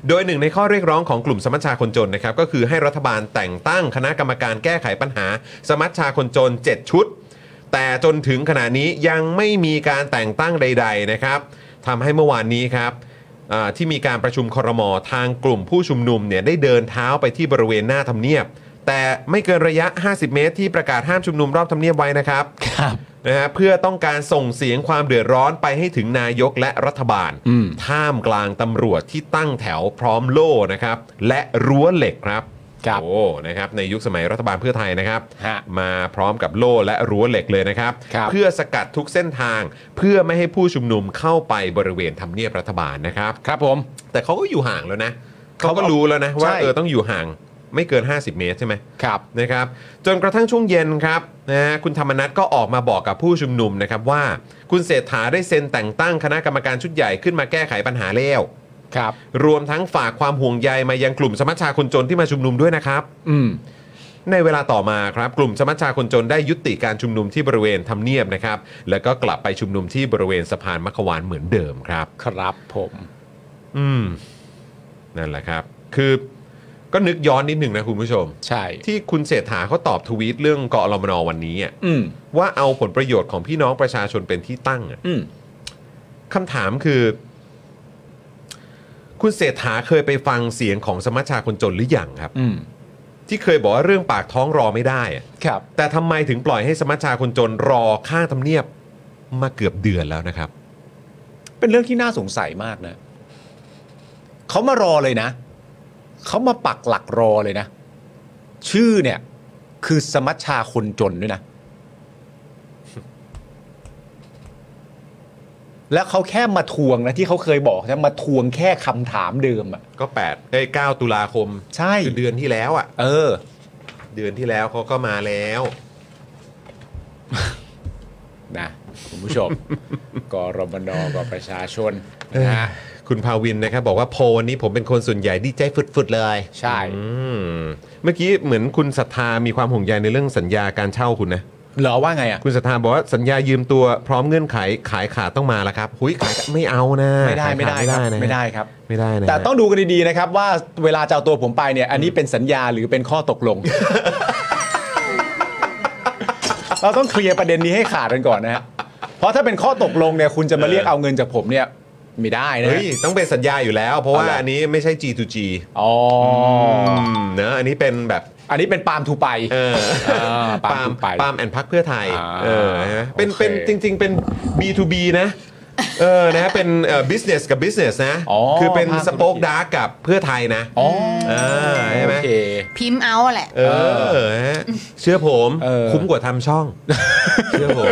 Speaker 1: โดยหนึ่งในข้อเรียกร้องของกลุ่มสมัชชาคนจนนะครับก็คือให้รัฐบาลแต่งตั้งคณะกรรมการแก้ไขปัญหา สมัชชาคนจน 7 ชุด แต่จนถึงขณะนี้ยังไม่มีการแต่งตั้งใด ๆ นะครับทำให้เมื่อวานนี้ครับอ่าที่มีการประชุมครมทางกลุ่มผู้ชุมนุมเนี่ยได้เดินเท้าไปที่บริเวณหน้าทำเนียบ แต่ไม่เกินระยะ 50 เมตร ที่ประกาศห้ามชุมนุมรอบทำเนียบไว้นะครับ
Speaker 2: ครับ
Speaker 1: นะฮะเพื่อต้องการส่งเสียงความเดือดร้อนไปให้ถึงนายกและรัฐบาล
Speaker 2: อืม
Speaker 1: ท่ามกลางตำรวจที่ตั้งแถวพร้อมโล่นะครับ และรั้วเหล็กครับ
Speaker 2: ครับ
Speaker 1: โอ้นะครับในยุคสมัยรัฐบาลเพื่อไทยนะครับ
Speaker 2: ฮะ
Speaker 1: มาพร้อมกับโล่และรั้วเหล็กเลยนะครับ
Speaker 2: ครับ
Speaker 1: เพื่อสกัดทุกเส้นทาง เพื่อไม่ให้ผู้ชุมนุมเข้าไปบริเวณทำเนียบรัฐบาลนะครับ
Speaker 2: ครับผม
Speaker 1: แต่เขาก็อยู่ห่างแล้วนะเขา
Speaker 2: เขาก็
Speaker 1: ก็รู้แล้วนะว่า
Speaker 2: ใช่
Speaker 1: เออต้องอยู่ห่างไม่เกิน 50 เมตรใช่ไหม
Speaker 2: ครับ
Speaker 1: นะครับจนกระทั่งช่วงเย็นครับนะฮะคุณธรรมนัทก็ออกมาบอกกับผู้ชุมนุมนะครับว่า คุณเศรษฐาได้เซ็นแต่งตั้งคณะกรรมการชุดใหญ่ขึ้นมาแก้ไขปัญหาแล้ว
Speaker 2: ครับ
Speaker 1: รวมทั้งฝากความห่วงใยมายังกลุ่มสมัชชาคนจนที่มาชุมนุมด้วยนะครับ
Speaker 2: อืม
Speaker 1: ในเวลาต่อมาครับกลุ่มสมัชชาคนจนได้ยุติการชุมนุมที่บริเวณทำเนียบนะครับ แล้วก็กลับไปชุมนุมที่บริเวณสะพานมัขวานเหมือนเดิมครับ
Speaker 2: ครับผม
Speaker 1: อืมนั่นแหละครับ คือก็นึกย้อนนิดหนึ่งนะคุณผู้ชม
Speaker 2: ใช่
Speaker 1: ที่คุณเศรษฐาเขาตอบทวีตเรื่องกอรมนวันนี้อะ
Speaker 2: อืม
Speaker 1: ว่าเอาผลประโยชน์ของพี่น้องประชาชนเป็นที่ตั้งอะ
Speaker 2: อืม
Speaker 1: คำถามคือ คุณเศรษฐาเคยไปฟังเสียงของสมัชชาคนจนหรือยังครับ
Speaker 2: อืม
Speaker 1: ที่เคยบอกว่าเรื่องปากท้องรอไม่ได้อะ
Speaker 2: ครับ
Speaker 1: แต่ทำไมถึงปล่อยให้สมัชชาคนจนรอข้างทำเนียบมาเกือบเดือนแล้วนะครับ
Speaker 2: เป็นเรื่องที่น่าสงสัยมากนะ เขามารอเลยนะ เขามาปักหลักรอเลยนะ ชื่อเนี่ย คือสมัชชาคนจนด้วยนะ และเขาแค่มาทวงนะที่เขาเคยบอกนะมาทวงแค่คำถามเดิมอะ
Speaker 1: ก็8เอ้ย9ตุลาคม
Speaker 2: ใช่
Speaker 1: คือเดือนที่แล้วอะ
Speaker 2: เออ
Speaker 1: เดือนที่แล้วเขาก็มาแล้ว
Speaker 2: นะคุณผู้ช ม กรมนกประชาชนนะฮะ
Speaker 1: คุณภาวินนะครับ บอกว่าโพลนี้ผมเป็นคนส่วนใหญ่ดีใจฟุดๆเลย
Speaker 2: ใช่
Speaker 1: อืมเมื่อกี้เหมือนคุณศรัทธามีความห่วงใยในเรื่องสัญญาการเช่าคุณนะ
Speaker 2: เหรอว่าไงอ่ะ
Speaker 1: คุณศรัทธาบอกว่าสัญญายืมตัวพร้อมเงื่อนไขขายขาดต้องมาแล้วครับหุยขายขาดไม่เอานะ
Speaker 2: ไม่ได้
Speaker 1: ขาย
Speaker 2: ไม่
Speaker 1: ขา
Speaker 2: ได้ครับ
Speaker 1: นะ
Speaker 2: ไม่ได้ครับ
Speaker 1: ไม่ได้นะ
Speaker 2: แต่ต้องดูกันดีๆนะครับว่าเวลาจะเอาตัวผมไปเนี่ย อันนี้เป็นสัญญาหรือเป็นข้อตกลง เราต้องเคลียร์ประเด็นนี้ให้ขาดกันก่อนนะฮะเพราะถ้าเป็นข้อตกลงเนี่ยคุณจะมาเรียกเอาเงินจากผมเนี่ยไม่ได้นะ
Speaker 1: เฮ้
Speaker 2: ฮะ
Speaker 1: ยต้องเป็นสัญญาอยู่แล้ว เพราะว่า
Speaker 2: เอาล่ะ
Speaker 1: อันนี้ไม่ใช่ G2G
Speaker 2: อ๋ออ
Speaker 1: มเนอะอันนี้เป็นแบบ
Speaker 2: อันนี้เป็นปาล์มทูไป
Speaker 1: เออ
Speaker 2: อปาล์มทูไป
Speaker 1: ปาล์มแอนพักเพื่อไทย
Speaker 2: อ่า
Speaker 1: เออนะเป็น
Speaker 2: โอเค
Speaker 1: เป็นจริง ๆเป็น B2B นะเออนะฮะเป็นเอ่อ business กับ business นะ
Speaker 2: อ๋อ
Speaker 1: คือเป็น
Speaker 2: ภาค
Speaker 1: ส
Speaker 2: ธุรกิจ
Speaker 1: ป็อกดาร์กกับเพื่อไทยนะ
Speaker 2: อ๋อ
Speaker 1: อ่าใช่ไหม
Speaker 2: โอเค
Speaker 5: พิมพ์เอาแหละ
Speaker 1: เออฮะเชื่อผม
Speaker 2: เออ
Speaker 1: คุ้มกว่าทำช่อง เชื่อผม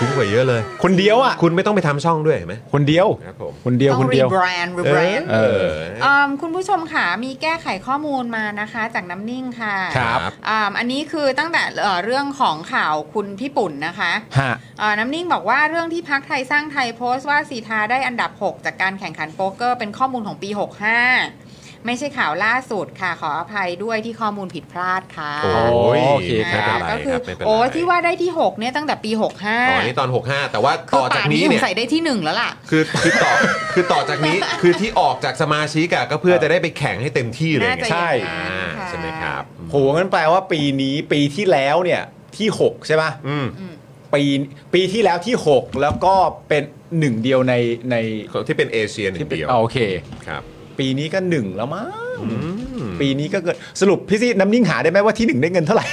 Speaker 1: คุ้มกว่าเยอะเลย
Speaker 2: คนเดียวอ่ะ
Speaker 1: คุณไม่ต้องไปทำช่องด้วยเห็นไหม
Speaker 2: คนเดียว
Speaker 1: ครับผม
Speaker 2: คนเดียว
Speaker 5: ต้อ
Speaker 2: ค
Speaker 5: ง
Speaker 2: น
Speaker 5: รี
Speaker 2: เดียว
Speaker 5: แบรนด์รีแบรนด์
Speaker 2: เออ
Speaker 1: เออ
Speaker 4: เอิ่มคุณผู้ชมค่ะมีแก้ไขข้อมูลมานะคะจากน้ำนิ่งค่ะ
Speaker 2: ครับ
Speaker 4: อ่าอันนี้คือตั้งแต่เอ่อเรื่องของข่าวคุณพี่ปุ่นนะคะ
Speaker 2: ฮะ
Speaker 4: เอ่อน้ำนิ่งบอกว่าเรื่องที่พักไทยสร้างไทยโพสต์ว่าสีทาได้อันดับ 6 จากการแข่งขันโป๊กเกอร์เป็นข้อมูลของปี 65 ไม่ใช่ข่าวล่าสุดค่ะ ขออภัยด้วยที่ข้อมูลผิดพลาดค่ะ
Speaker 1: โอ้ย
Speaker 2: โอเคครับ
Speaker 1: ไม่เป็นไร
Speaker 4: ก็คือ
Speaker 1: รับไม่เป็นไร
Speaker 4: โอ้ที่ว่าได้ที่ 6 เนี่ยตั้งแต่ปี 65
Speaker 1: ตอนนี้ตอน 65 แต่ว่า
Speaker 4: คื
Speaker 1: ต่
Speaker 4: อ
Speaker 1: อจา
Speaker 4: ป่าก นนี้
Speaker 1: นี้
Speaker 4: ส
Speaker 1: เนี่
Speaker 4: ง
Speaker 1: ย
Speaker 4: สัยได้ที่ 1 แล้ว ล่ะ
Speaker 1: คือคือต่อคือต่อจากนี้คือที่ออกจากสมาชิกอะก็เพื่อจะได้ไปแข่งให้เต็มที่เลย
Speaker 4: น่า
Speaker 1: ไง
Speaker 4: จะ
Speaker 2: ใช่
Speaker 4: อย่างนั้น
Speaker 1: อ่า
Speaker 4: ค่ะ
Speaker 1: ใช่ไหมครับ
Speaker 2: โหงั้นแปลว่าปีนี้ปีที่แล้วเนี่ยที่หกใช่ปะ
Speaker 1: อืม
Speaker 2: ปีปีที่แล้วที่ 6 แล้วก็เป็นหนึ่งเดียวในใน
Speaker 1: ที่เป็นเอเชียหนึ่
Speaker 2: ที่
Speaker 1: ง
Speaker 2: เป็น
Speaker 1: เดียว
Speaker 2: อ่าโอเค
Speaker 1: ครับ
Speaker 2: ปีนี้ก็หนึ่งแล้วมั้ง
Speaker 1: อืม
Speaker 2: ปีนี้ก็เกิดสรุปพี่ซีน้ำนิ่งหาได้ไหมว่าที่หนึ่งได้เงินเท่าไหร่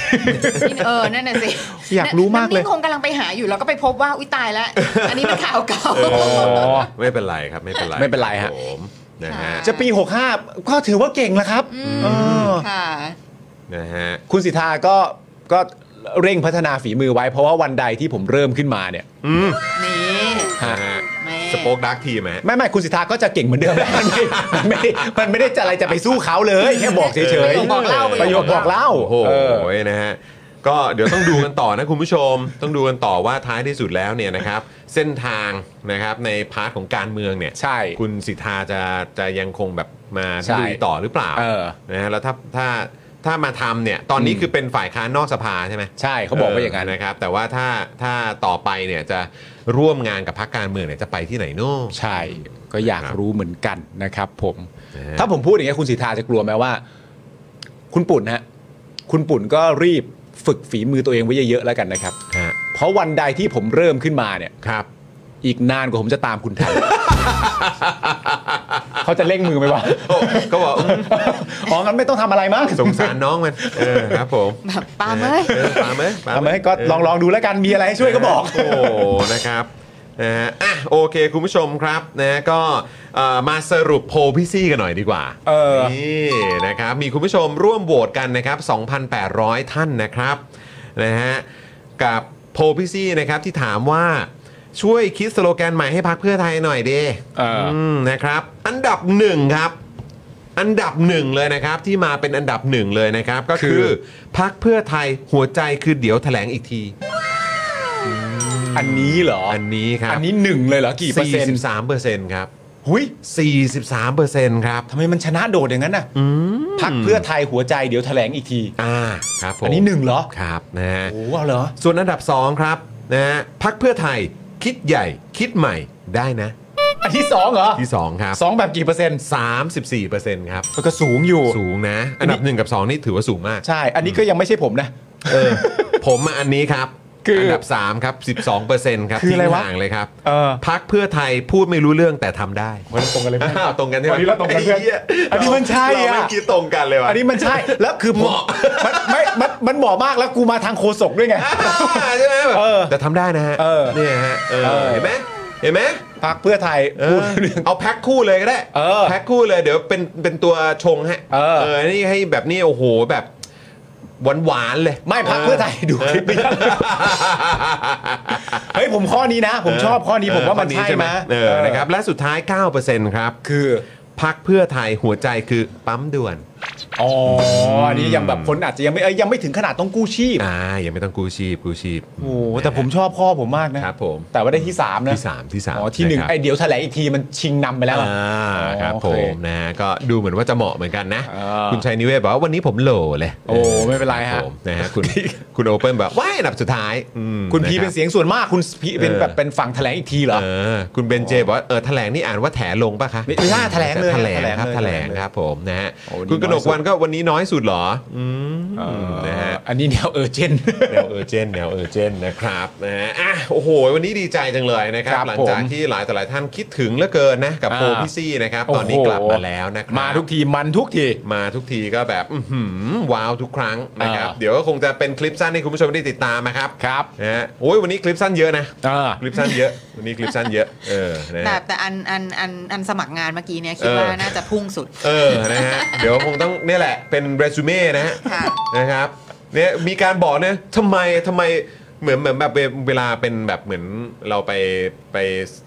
Speaker 4: ที่เออนั่นน่ะสิ
Speaker 2: อยากรู้มากเลย
Speaker 4: น้ำนิ่งคงกำลังไปหาอยู่แล้วก็ไปพบว่า อุ้ยตายแล้ว อันนี้เป็นข่าวเก่า
Speaker 1: โอ้ไม่เป็นไรครับไม่เป็นไร
Speaker 2: ไม่เป็นไรฮะ
Speaker 1: ผมนะฮะ
Speaker 4: ค่ะ
Speaker 2: จะปี 65 ก็ถือว่าเก่งแล้วครับเออ
Speaker 4: ค่ะ
Speaker 1: นะฮะ
Speaker 2: คุณสิทธาก็ก็เร่งพัฒนาฝีมือไว้เพราะว่าวันใดที่ผมเริ่มขึ้นมาเนี่ย
Speaker 4: นี่
Speaker 1: นะฮะ
Speaker 4: แม่
Speaker 1: สป็อกดักทีมฮะ
Speaker 2: ไม่ไม่คุณสิทธาก็จะเก่งเหมือนเดิมแหละ มันไม่มันไม่ได้มันไม่ได้จะอะไรจะไปสู้เขาเลย แค่บอกเฉ
Speaker 4: ป
Speaker 2: ย
Speaker 4: ระโยคบอกเล่า
Speaker 2: ๆประโยคบอกเล่า
Speaker 1: โอ้โห
Speaker 2: เออ
Speaker 1: นะฮะก็เดี๋ยวต้องดูกันต่อนะคุณผู้ชม ต้องดูกันต่อว่าท้ายที่สุดแล้วเนี่ยนะครับ เส้นทางนะครับในพาร์ทของการเมืองเนี่ย
Speaker 2: ใช่
Speaker 1: คุณสิทธาจะจะยังคงแบบมา
Speaker 2: ใช่
Speaker 1: ลุยต่อหรือเปล่า
Speaker 2: เออ
Speaker 1: นะฮะแล้วถ้าถ้าถ้ามาทำเนี่ยตอนนี้
Speaker 2: อืม
Speaker 1: คือเป็นฝ่ายค้านนอกสภาใช่ไหม
Speaker 2: ใช่เขาบอกว่าอย่างนั้น
Speaker 1: นะครับ แต่ว่าถ้าถ้าต่อไปเนี่ยจะร่วมงานกับพรรคการเมืองเนี่ยจะไปที่ไหนโน่
Speaker 2: ใช่ก็อยากรู้เหมือนกันนะครับผม
Speaker 1: นะฮะ
Speaker 2: ถ้าผมพูดอย่างนี้ยคุณสิทธาจะกลัวไหมว่า คุณปุ่นฮะ คุณปุ่นก็รีบฝึกฝีมือตัวเองไว้เยอะๆแล้วกันนะครับ
Speaker 1: ฮะ
Speaker 2: ผ เพราะวันใดที่ผมเริ่มขึ้นมาเนี่ย
Speaker 1: ครับ
Speaker 2: อีกนานกว่าผมจะตามคุณ ทัน เขาจะเร่งมือไหม วะ
Speaker 1: โอ้ก็บอกอืม
Speaker 2: อ๋องั้นไม่ต้องทำอะไรมั้ง
Speaker 1: สงสารน้องมันเออครับผม
Speaker 5: แบบปาเอ้ย
Speaker 1: เออปาล์มไหมปาล์
Speaker 2: ทำ
Speaker 1: ม
Speaker 2: ไม
Speaker 1: ไหม
Speaker 2: ก็ลองลองดูแล้วกันมีอะไรให้ช่วยก็บอก
Speaker 1: โอ้โหนะครับนะฮะอ่ะโอเค คุณผู้ชมครับนะก็เอ่อมาสรุปโพลพี่ซี่กันหน่อยดีกว่า
Speaker 2: เออ
Speaker 1: นี่นะครับมีคุณผู้ชมร่วมโหวตกันนะครับ 2,800 ท่านนะครับนะฮะกับโพลพี่ซี่นะครับที่ถามว่าช่วยคิดสโลแกนใหม่ให้พักเพื่อไทยหน่อยเด
Speaker 2: เอออ
Speaker 1: อืมนะครับอันดับหนึ่งครับ อันดับหนึ่งเลยนะครับที่มาเป็นอันดับหนึ่งเลยนะครับ ก็
Speaker 2: คื
Speaker 1: คือ
Speaker 2: อ
Speaker 1: พักเพื่อไทยหัวใจคือเดี๋ยวแถลงอีกที
Speaker 2: อันนี้เหรอ
Speaker 1: อันนี้ครับ
Speaker 2: อันนี้หนึ่งเลยเหรอกี่เปอร์เซ็นต์
Speaker 1: 43เปอร์เซ็นต์ครับ
Speaker 2: หุย
Speaker 1: 43เปอร์เซ็นต์ครับ
Speaker 2: ทำไมมันชนะโดดอย่างนั้นน่ะพักเพื่อไทยหัวใจเดี๋ยวแถลงอีกที
Speaker 1: อ่าครับผม
Speaker 2: อันนี้หนึ่งเหรอ
Speaker 1: ครับนะฮะ
Speaker 2: โอ้โหเอาเหรอ
Speaker 1: ส่วนอันดับ 2 ครับนะฮะพักเพื่อไทยคิดใหญ่คิดใหม่ได้นะ
Speaker 2: อันที่สองเหรอ
Speaker 1: ที่ 2 ครับ
Speaker 2: สองแบบกี่เปอร์เซ็นต์
Speaker 1: 34เปอร์เซ็นต์ครับ
Speaker 2: ก็สูงอยู่
Speaker 1: สูงนะ อันดับ 1 กับ 2 นี่ถือว่าสูงมาก
Speaker 2: ใช่ อันนี้ก็ยังไม่ใช่ผมนะ
Speaker 1: เออ ผมมาอันนี้ครับ
Speaker 2: คืออั
Speaker 1: นดับ 3 ครับ 12เปอร์เซ็นต์ครับ
Speaker 2: คืออะไร
Speaker 1: ทิ้ง
Speaker 2: วะ
Speaker 1: ห่างเลยครับ
Speaker 2: เออ
Speaker 1: พักเพื่อไทยพูดไม่รู้เรื่องแต่ทำได้
Speaker 2: วันนี้ตรงกันเลยเพื่อน
Speaker 1: อ้ าวตรงกันใช่ไหม
Speaker 2: วันนี้เราตรงกันเพื่อน
Speaker 1: ไหี้ย
Speaker 2: อันนี้มันใช่อะ
Speaker 1: เราไม่คิดตรงกันเลยว่ะ
Speaker 2: อันนี้ มันใช่ แล้วคือ
Speaker 1: เหมาะ
Speaker 2: มันไม่มันมันเหมาะมากแล้วกูมาทางโคศกด้วยไง
Speaker 1: อ่าใช่ไหมแบบ
Speaker 2: เออ
Speaker 1: แต่ทำได้นะฮะ
Speaker 2: เออ
Speaker 1: เนี่ยฮะเออ
Speaker 2: เออ
Speaker 1: เห็นไหมเห็นไหม
Speaker 2: พักเพื่อไทย
Speaker 1: เอ
Speaker 2: พู
Speaker 1: อ
Speaker 2: ดเรื่อง
Speaker 1: เอาแพ็คคู่เลยก็ได้
Speaker 2: เออ
Speaker 1: แพ็คคู่เลยเดี๋ยวเป็นเป็นตัวชงฮะ
Speaker 2: เออ
Speaker 1: นี่ให้แบบนี้โอ้โหแบบหวานหวานๆเลย
Speaker 2: ไม่พักเพื่อไทยดูคลิปนี้ยังเฮ้ยผมข้อนี้นะ ผมชอบข้อนี้ผมว่ามัน
Speaker 1: เออ
Speaker 2: ใช่
Speaker 1: ข้อ
Speaker 2: ไหม
Speaker 1: เออนะครับและสุดท้าย 9%ครับ
Speaker 2: คือ
Speaker 1: พักเพื่อไทยหัวใจคือปั๊มด่วน
Speaker 2: อ๋ออันนี้ยังแบบคนอาจจะยังไม่เอ้ยยังไม่ถึงขนาดต้องกู้ชีพ
Speaker 1: อ่ายังไม่ต้องกู้ชีพกู้ชีพ
Speaker 2: โอ้โหแต่ผมชอบข้อผมมากนะครับ
Speaker 1: ผม
Speaker 2: แต่ว่าได้ที่สามนะ
Speaker 1: ที่สามที่สาม
Speaker 2: อ๋อที่หนึ่ง
Speaker 1: ะครับ
Speaker 2: ไอเดี๋ยวแถลงอีกทีมันชิงนำไปแล้วอะ
Speaker 1: อ่าครับ
Speaker 2: อ๋อ
Speaker 1: ผ
Speaker 2: โอเค
Speaker 1: มนะฮะก็ดูเหมือนว่าจะเหมาะเหมือนกันนะ
Speaker 2: อ่า
Speaker 1: คุณชัยนิเวศบอกว่าวันนี้ผมโหลเลย
Speaker 2: โอ้ไม่เป็นไร
Speaker 1: ค
Speaker 2: ฮะ
Speaker 1: บผมนะฮะคุณ คุณโอเปิลแบบว้ายอันดับสุดท้ายอืม
Speaker 2: คุณพี
Speaker 1: ะรับ
Speaker 2: เป็นเสียงส่วนมากคุณพีเป็น
Speaker 1: เออ
Speaker 2: แบบเป็นฝั่งแถลงอีกทีเหรอ
Speaker 1: เออคุณเบนเจบอกว่าเออแถลงนี่อ่านว่าแถลงป่ะคะ
Speaker 2: ไม่ไม่ใช่แถลงเลย
Speaker 1: แถลงครับแถ
Speaker 2: แถ
Speaker 1: ล
Speaker 2: ล
Speaker 1: ง
Speaker 2: งเลย
Speaker 1: ครับผมนะฮะ
Speaker 2: โอ้นี่
Speaker 1: คุณกนกวัน
Speaker 2: น้อยสุด
Speaker 1: ก็วันนี้น้อยสุดเหรออืมนะฮะ
Speaker 2: อันนี้แนวเออเจน
Speaker 1: แนวเออร์เจนแนวเออร์เจนนะครับนะฮะอ่ะโอ้โห วันนี้ดีใจจังเลยนะครับ
Speaker 2: ครับ
Speaker 1: หลังจาก
Speaker 2: ผม
Speaker 1: ที่หลายแต่หลายท่านคิดถึงเหลือเกินนะ กับโพล
Speaker 2: อ่า
Speaker 1: พี่ซี่นะครับ ตอนนี้กลับมาแล้วนะครับ
Speaker 2: มาทุกทีมันทุกที
Speaker 1: มาทุกทีก็แบบอื้อหือว้าวทุกครั้งนะครับ
Speaker 2: อ่า
Speaker 1: เดี๋ยวก็คงจะเป็นคลิปสั้นให้คุณผู้ชมได้ติดตามนะครับ
Speaker 2: ครับ
Speaker 1: นะฮะโอ้ยวันนี้คลิปสั้นเยอะนะ
Speaker 2: เออ
Speaker 1: คลิปสั้นเยอะ วันนี้คลิปสั้นเยอะเออนะ
Speaker 5: แต่
Speaker 1: ฮะ
Speaker 5: แต่อันอันอันอันสมัครงานเมื่อกี้เนี่ยคิด
Speaker 1: เออ
Speaker 5: ว่าน่าจะพุ่งสุด
Speaker 1: เออนะฮะเดี๋ยวคงต้องเนี่ยแหละเป็นเรซูเม่นะฮะ
Speaker 5: ค่ะ
Speaker 1: นะครับเนี่ยมีการบอกเนี่ยทำไมทำไมเหมือนเหมือนแบบเวเวลาเป็นแบบเหมือนเราไปไป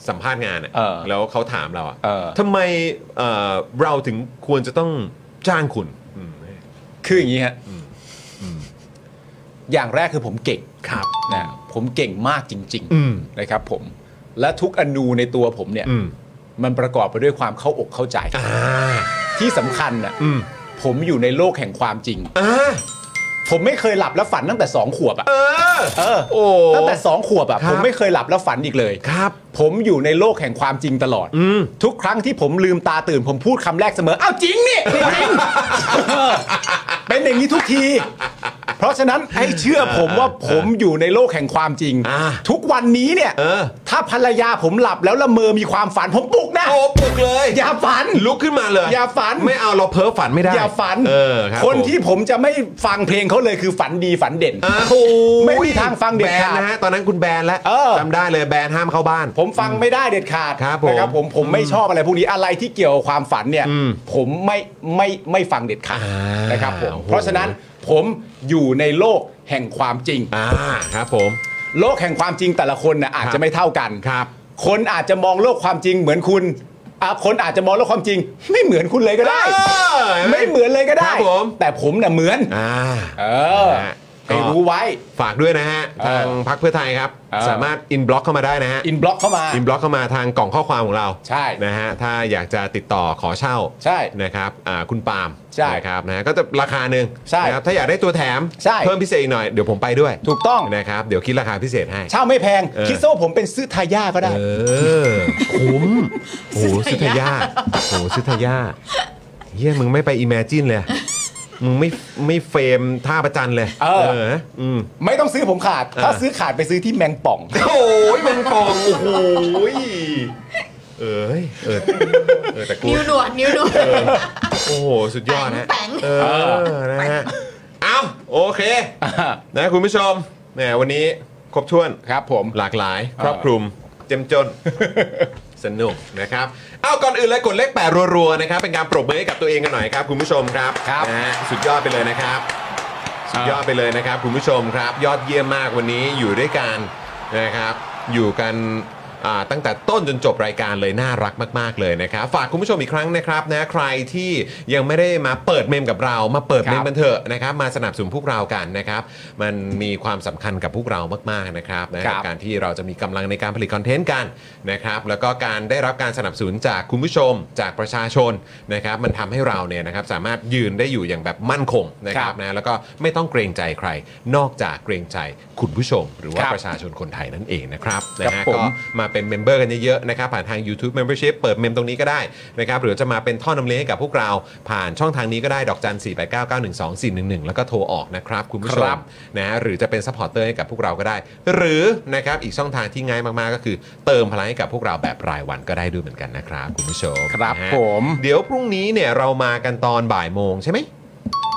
Speaker 1: สัมภาษณ์งานอะ
Speaker 2: เออ
Speaker 1: แล้วเขาถามเราอะ
Speaker 2: เออ
Speaker 1: ทำไมเอ่อเราถึงควรจะต้องจ้างคุณอืม
Speaker 2: คืออย่างนี้ฮะอย่างแรกคือผมเก่ง
Speaker 1: ครับ
Speaker 2: นะผมเก่งมากจริง
Speaker 1: อืม
Speaker 2: นะครับผม และทุกอนูในตัวผมเนี่ย
Speaker 1: อืม
Speaker 2: มันประกอบไปด้วยความเข้าอกเข้าใจ
Speaker 1: อ่า
Speaker 2: ที่สำคัญอ่ะ
Speaker 1: อืม
Speaker 2: ผมอยู่ในโลกแห่งความจริง
Speaker 1: อ่า
Speaker 2: ผมไม่เคยหลับแล้วฝันตั้งแต่สองขวบอ่ะ
Speaker 1: เออ
Speaker 2: เออ
Speaker 1: โอ้
Speaker 2: ตั้งแต่สองขวบอ่ะ
Speaker 1: ครับ
Speaker 2: ผมไม่เคยหลับแล้วฝันอีกเลย
Speaker 1: ครับ
Speaker 2: ผมอยู่ในโลกแห่งความจริงตลอด
Speaker 1: อืม
Speaker 2: ทุกครั้งที่ผมลืมตาตื่นผมพูดคำแรกเสมอ อ้าวจริงนี่จริง เออ เป็นอย่างนี้ทุกที เพราะฉะนั้นให้เชื่อผมว่าผมอยู่ในโลกแห่งความจริง
Speaker 1: อ่า
Speaker 2: ทุกวันนี้เนี่ย
Speaker 1: เออ
Speaker 2: ถ้าภรรยาผมหลับแล้วละเมอมีความฝันผมปลุกนะ
Speaker 1: โอ้ปลุกเลย
Speaker 2: อย่าฝัน
Speaker 1: ลุกขึ้นมาเลย
Speaker 2: อย่าฝัน
Speaker 1: ไม่เอาเราเพ้อฝันไม่ได้
Speaker 2: อย่าฝัน
Speaker 1: เออครับ
Speaker 2: คน
Speaker 1: ผม
Speaker 2: ที่ผมจะไม่ฟังเพลงเขาเลยคือฝันดีฝันเด่น
Speaker 1: อ้าว
Speaker 2: ไม่มีทางฟังเด็
Speaker 1: แบ
Speaker 2: ด
Speaker 1: น
Speaker 2: ขาด
Speaker 1: นะฮะตอนนั้นคุณแบนแล้ว
Speaker 2: เออ
Speaker 1: จำได้เลยแบนห้ามเข้าบ้าน
Speaker 2: ผมฟังไม่ได้เด็ดขาด
Speaker 1: ครับผม
Speaker 2: นะครับผมผมไม่ชอบอะไรพวกนี้อะไรที่เกี่ยวกับความฝันเนี่ย ผมไม่ไม่ไม่ฟังเด็ดขาด
Speaker 1: อ่าน
Speaker 2: นะครับผม
Speaker 1: โอ้โห
Speaker 2: เพราะฉะนั้นผมอยู่ในโลกแห่งความจริง
Speaker 1: อ่าครับผม
Speaker 2: โลกแห่งความจริงแต่ละคนนะอาจ
Speaker 1: ครับ
Speaker 2: จะไม่เท่ากัน
Speaker 1: ครับ
Speaker 2: คนอาจจะมองโลกความจริงเหมือนคุณอ่ะคนอาจจะมองโลกความจริง ไม่เหมือนคุณเลยก็ได้
Speaker 1: เออ
Speaker 2: ไม่เหมือนเลยก็ได้
Speaker 1: ครับผม
Speaker 2: แต่ผมน่ะเหมือน
Speaker 1: อ่า
Speaker 2: เออ
Speaker 1: นะฮะ
Speaker 2: ให้รู้ไว้
Speaker 1: ฝากด้วยนะฮะ
Speaker 2: เออ
Speaker 1: ทางพักเพื่อไทยครับ
Speaker 2: เออ
Speaker 1: สามารถอินบล็อกเข้ามาได้นะฮะ
Speaker 2: อินบล็อกเข้ามา
Speaker 1: อินบล็อกเข้ามาทางกล่องข้อความของเรา
Speaker 2: ใช่
Speaker 1: นะฮะถ้าอยากจะติดต่อขอเช่า
Speaker 2: ใช่
Speaker 1: นะครับอ่าคุณปาล์ม
Speaker 2: ใช่
Speaker 1: นะครับนะฮะก็จะราคาหนึ่ง
Speaker 2: ใช่
Speaker 1: นะครับถ้าอยากได้ตัวแถม
Speaker 2: ใช่
Speaker 1: เพิ่มพิเศษอีกหน่อยเดี๋ยวผมไปด้วย
Speaker 2: ถูกต้อง
Speaker 1: นะครับเดี๋ยวคิดราคาพิเศษให้
Speaker 2: เช่าไม่แพง
Speaker 1: เออ
Speaker 2: คิดซะว่าผมเป็นซื้อทายาก็ได้
Speaker 1: เออ คุ้มโหสุทธยาโหสุทธยาเฮียมึงไม่ไปอิมเมจินเลย มึงไม่ไม่เฟรมท่าประจันเลย
Speaker 2: เออ
Speaker 1: นะอืม
Speaker 2: ไม่ต้องซื้อผมขาด ถ้าซื้อขาดไปซื้อที่แมงป่อง
Speaker 1: โอ้ยมันโป่งโอ้โหยเอ้ยเออเออแต่กู
Speaker 5: นิ้วหนวดนิ้วหนวด
Speaker 1: โอ้โห สุดยอดนะ
Speaker 5: แปง
Speaker 1: เออนะฮะเอ้าโอเค นะคุณผู้ชมแหมวันนี้ครบถ้วน
Speaker 2: ครับผม
Speaker 1: หลากหลาย ครอบคลุม เจ้มจ น สนุกนะครับ เอาก่อนอื่นเลยกดเลขแปดรัวๆนะครับ เป็นการปรบมือให้กับตัวเองกันหน่อยครับ คุณผู้ชมครับ
Speaker 2: ครับ
Speaker 1: นะฮะสุดยอดไปเลยนะครับ สุดยอดไปเลยนะครับ คุณผู้ชมครับ ยอดเยี่ยมมากวันนี้อยู่ด้วยกันนะครับ อยู่กันอ่าตั้งแต่ต้นจนจบรายการเลยน่ารักมากๆเลยนะครับ ฝากคุณผู้ชมอีกครั้งนะครับนะใครที่ยังไม่ได้มาเปิดเมมกับเรา มาเปิดเมมกันเถอะนะครับ มาสนับสนุนพวกเรากันนะครับ มันมีความสำคัญกับพวกเรามากๆนะครับนะ
Speaker 2: ค
Speaker 1: กั
Speaker 2: รั
Speaker 1: บบ การ ในการที่เราจะมีกำลังในการผลิตคอนเทนต์กันนะครับแล้วก็การได้รับการสนับสนุนจากคุณผู้ชมจากประชาชนนะครับมันทำให้เราเนี่ยนะครับสามารถยืนได้อยู่อย่างแบบมั่นคงนะครับ
Speaker 2: ครับ
Speaker 1: นะแล้วก็ไม่ต้องเกรงใจใคร นอกจากเกรงใจคุณผู้ชม หรือว่า
Speaker 2: ครับ
Speaker 1: ประชาชนคนไทยนั่นเองนะครับ
Speaker 2: ครับ
Speaker 1: นะฮะ
Speaker 2: ผม
Speaker 1: ก็มาเป็นเมมเบอร์กันเยอะๆนะครับผ่านทาง YouTube Membership เปิดเมมตรงนี้ก็ได้นะครับหรือจะมาเป็นท่อนำเลี้ยงให้กับพวกเราผ่านช่องทางนี้ก็ได้ดอกจัน 4 8 9 9 1 2 4 1 1 แล้วก็โทรออกนะครับคุณผู้ช
Speaker 2: ครั
Speaker 1: ม
Speaker 2: บ
Speaker 1: นะฮะหรือจะเป็นซัพพอร์ตเตอร์ให้กับพวกเราก็ได้ หรือนะครับอีกช่องทางที่ง่ายมาก ๆ ก็คือ เติมพลังให้กับพวกเราแบบรายวันก็ได้ด้วยเหมือนกันนะครับ คุณผู้ชม
Speaker 2: ครับ
Speaker 1: นะฮะ
Speaker 2: ผม
Speaker 1: เดี๋ยวพรุ่งนี้เนี่ยเรามากันตอนบ่ายโมงใช่ไหม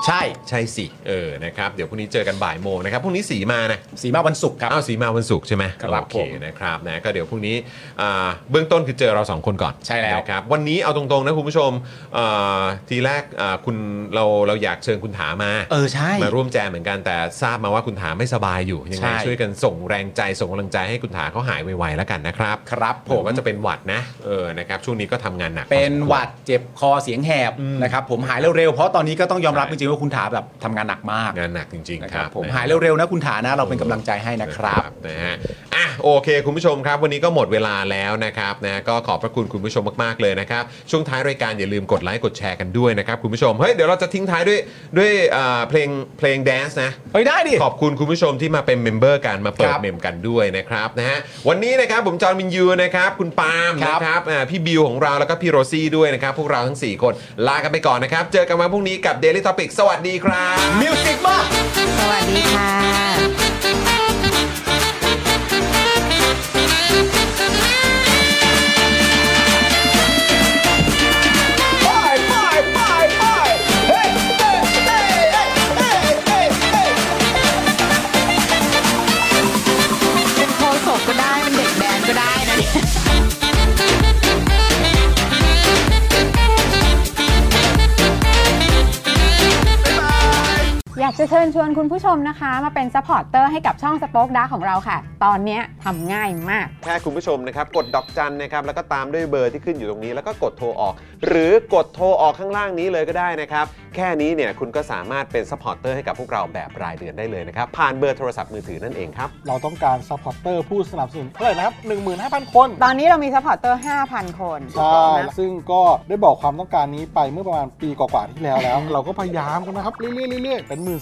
Speaker 2: ใช่
Speaker 1: ใช่สิเออนะครับเดี๋ยวพรุ่งนี้เจอกันบ่ายโมงนะครับพรุ่งนี้สีมานะ
Speaker 2: สีมาวันศุกร์ครับ
Speaker 1: เอาสีมาวันศุกร์ใช่ไหม
Speaker 2: ครับ
Speaker 1: โอเค
Speaker 2: ผม
Speaker 1: นะครับนะก็เดี๋ยวพรุ่งนี้อ่าเบื้องต้นคือเจอเราสองคนก่อน
Speaker 2: ใช่แล้ว
Speaker 1: นะครับวันนี้เอาตรงๆนะคุณผู้ชมอ่าทีแรกอ่าคุณเราเราอยากเชิญคุณถามา
Speaker 2: เออ ใช่
Speaker 1: มาร่วมแจมเหมือนกันแต่ทราบมาว่าคุณถาไม่สบายอยู่ ยังไง
Speaker 2: ใช่
Speaker 1: ช่วยกันส่งแรงใจส่งกำลังใจให้คุณถาเขาหายไวๆแล้วกันนะครับ
Speaker 2: ครับผ
Speaker 1: ผม
Speaker 2: ม
Speaker 1: ว่าจะเป็นหวัดนะเออนะครับช่วงนี้ก็ทำงานหนัก
Speaker 2: เป็นหวัดเจ็บคอเสียงแหบนะครับผมหายเร็วๆเพราะตอนนี้ก็ต้องยอมรับ
Speaker 1: ใช่
Speaker 2: จริงๆว่าคุณถาแบบทำงานหนักมาก
Speaker 1: งานหนักจริง
Speaker 2: นะ
Speaker 1: ๆ
Speaker 2: ค
Speaker 1: ค
Speaker 2: รั
Speaker 1: รั
Speaker 2: บบ ผม
Speaker 1: นะ
Speaker 2: หายเร็วๆนะคุณถานะเราเป็นกำลังใจให้นะครับ
Speaker 1: นะฮะอ่ะโอเค คุณผู้ชมครับ วันนี้ก็หมดเวลาแล้วนะครับนะก็ขอบพระคุณคุณผู้ชมมาก ๆ เลยนะครับ ช่วงท้ายรายการอย่าลืมกดไลค์กดแชร์กันด้วยนะครับ คุณผู้ชมเฮ้ยเดี๋ยวเราจะทิ้งท้ายด้วยด้วยเอ่อเพลงเพลงแดนซ์นะ
Speaker 2: เฮ้ยได้ดิ
Speaker 1: ขอบคุณคุณผู้ชมที่มาเป็นเมมเบอร์กันมาเปิด
Speaker 2: ครับ
Speaker 1: เมมกันด้วยนะครับนะฮะวันนี้นะครับผมจอห์นวินยูนะครับคุณปาล์ม
Speaker 2: ครั
Speaker 1: นะ
Speaker 2: บ
Speaker 1: ครับอ่าพี่บิวของเราแล้วก็พี่โรซี่ด้วยนะครับพวกเราทั้งสี่คนลากันไปก่อนนะครับเจอกันวันพรุ่งนี้กับ Daily Topic สวัสดีครับ
Speaker 2: มิวสิกมา
Speaker 5: สวัสดีค่ะ เป็นโคศกก็ได้ เป็นเด็กแบนก็ได้นะเนี่ย
Speaker 6: อยากจะเชิญชวนคุณผู้ชมนะคะ มาเป็นซัพพอร์ตเตอร์ให้กับช่องสป็อคดาของเราค่ะ ตอนเนี้ยทำง่ายมาก
Speaker 1: แค่คุณผู้ชมนะครับ กดดอกจันนะครับ แล้วก็ตามด้วยเบอร์ที่ขึ้นอยู่ตรงนี้แล้วก็กดโทรออก หรือกดโทรออกข้างล่างนี้เลยก็ได้นะครับ แค่นี้เนี่ยคุณก็สามารถเป็นซัพพอร์ตเตอร์ให้กับพวกเราแบบรายเดือนได้เลยนะครับ ผ่านเบอร์โทรศัพท์มือถือนั่นเองครับ
Speaker 10: เราต้องการซัพพอร์เตอร์ผู้สนับสนุนเท่าไหร่นะครับ 15,000 คน
Speaker 6: ตอนนี้เรามีซัพพอร์ตเตอร์ 5,000 คน
Speaker 10: ใช่ซึ่งก็ได้บอกความต้องการนี้ไปเมื่อประมาณปีกว่าๆที่แล้วแล้ว เราก็พยายามกันนะครับเรื่อยๆเรื่อยๆเป็น 1 3ื่น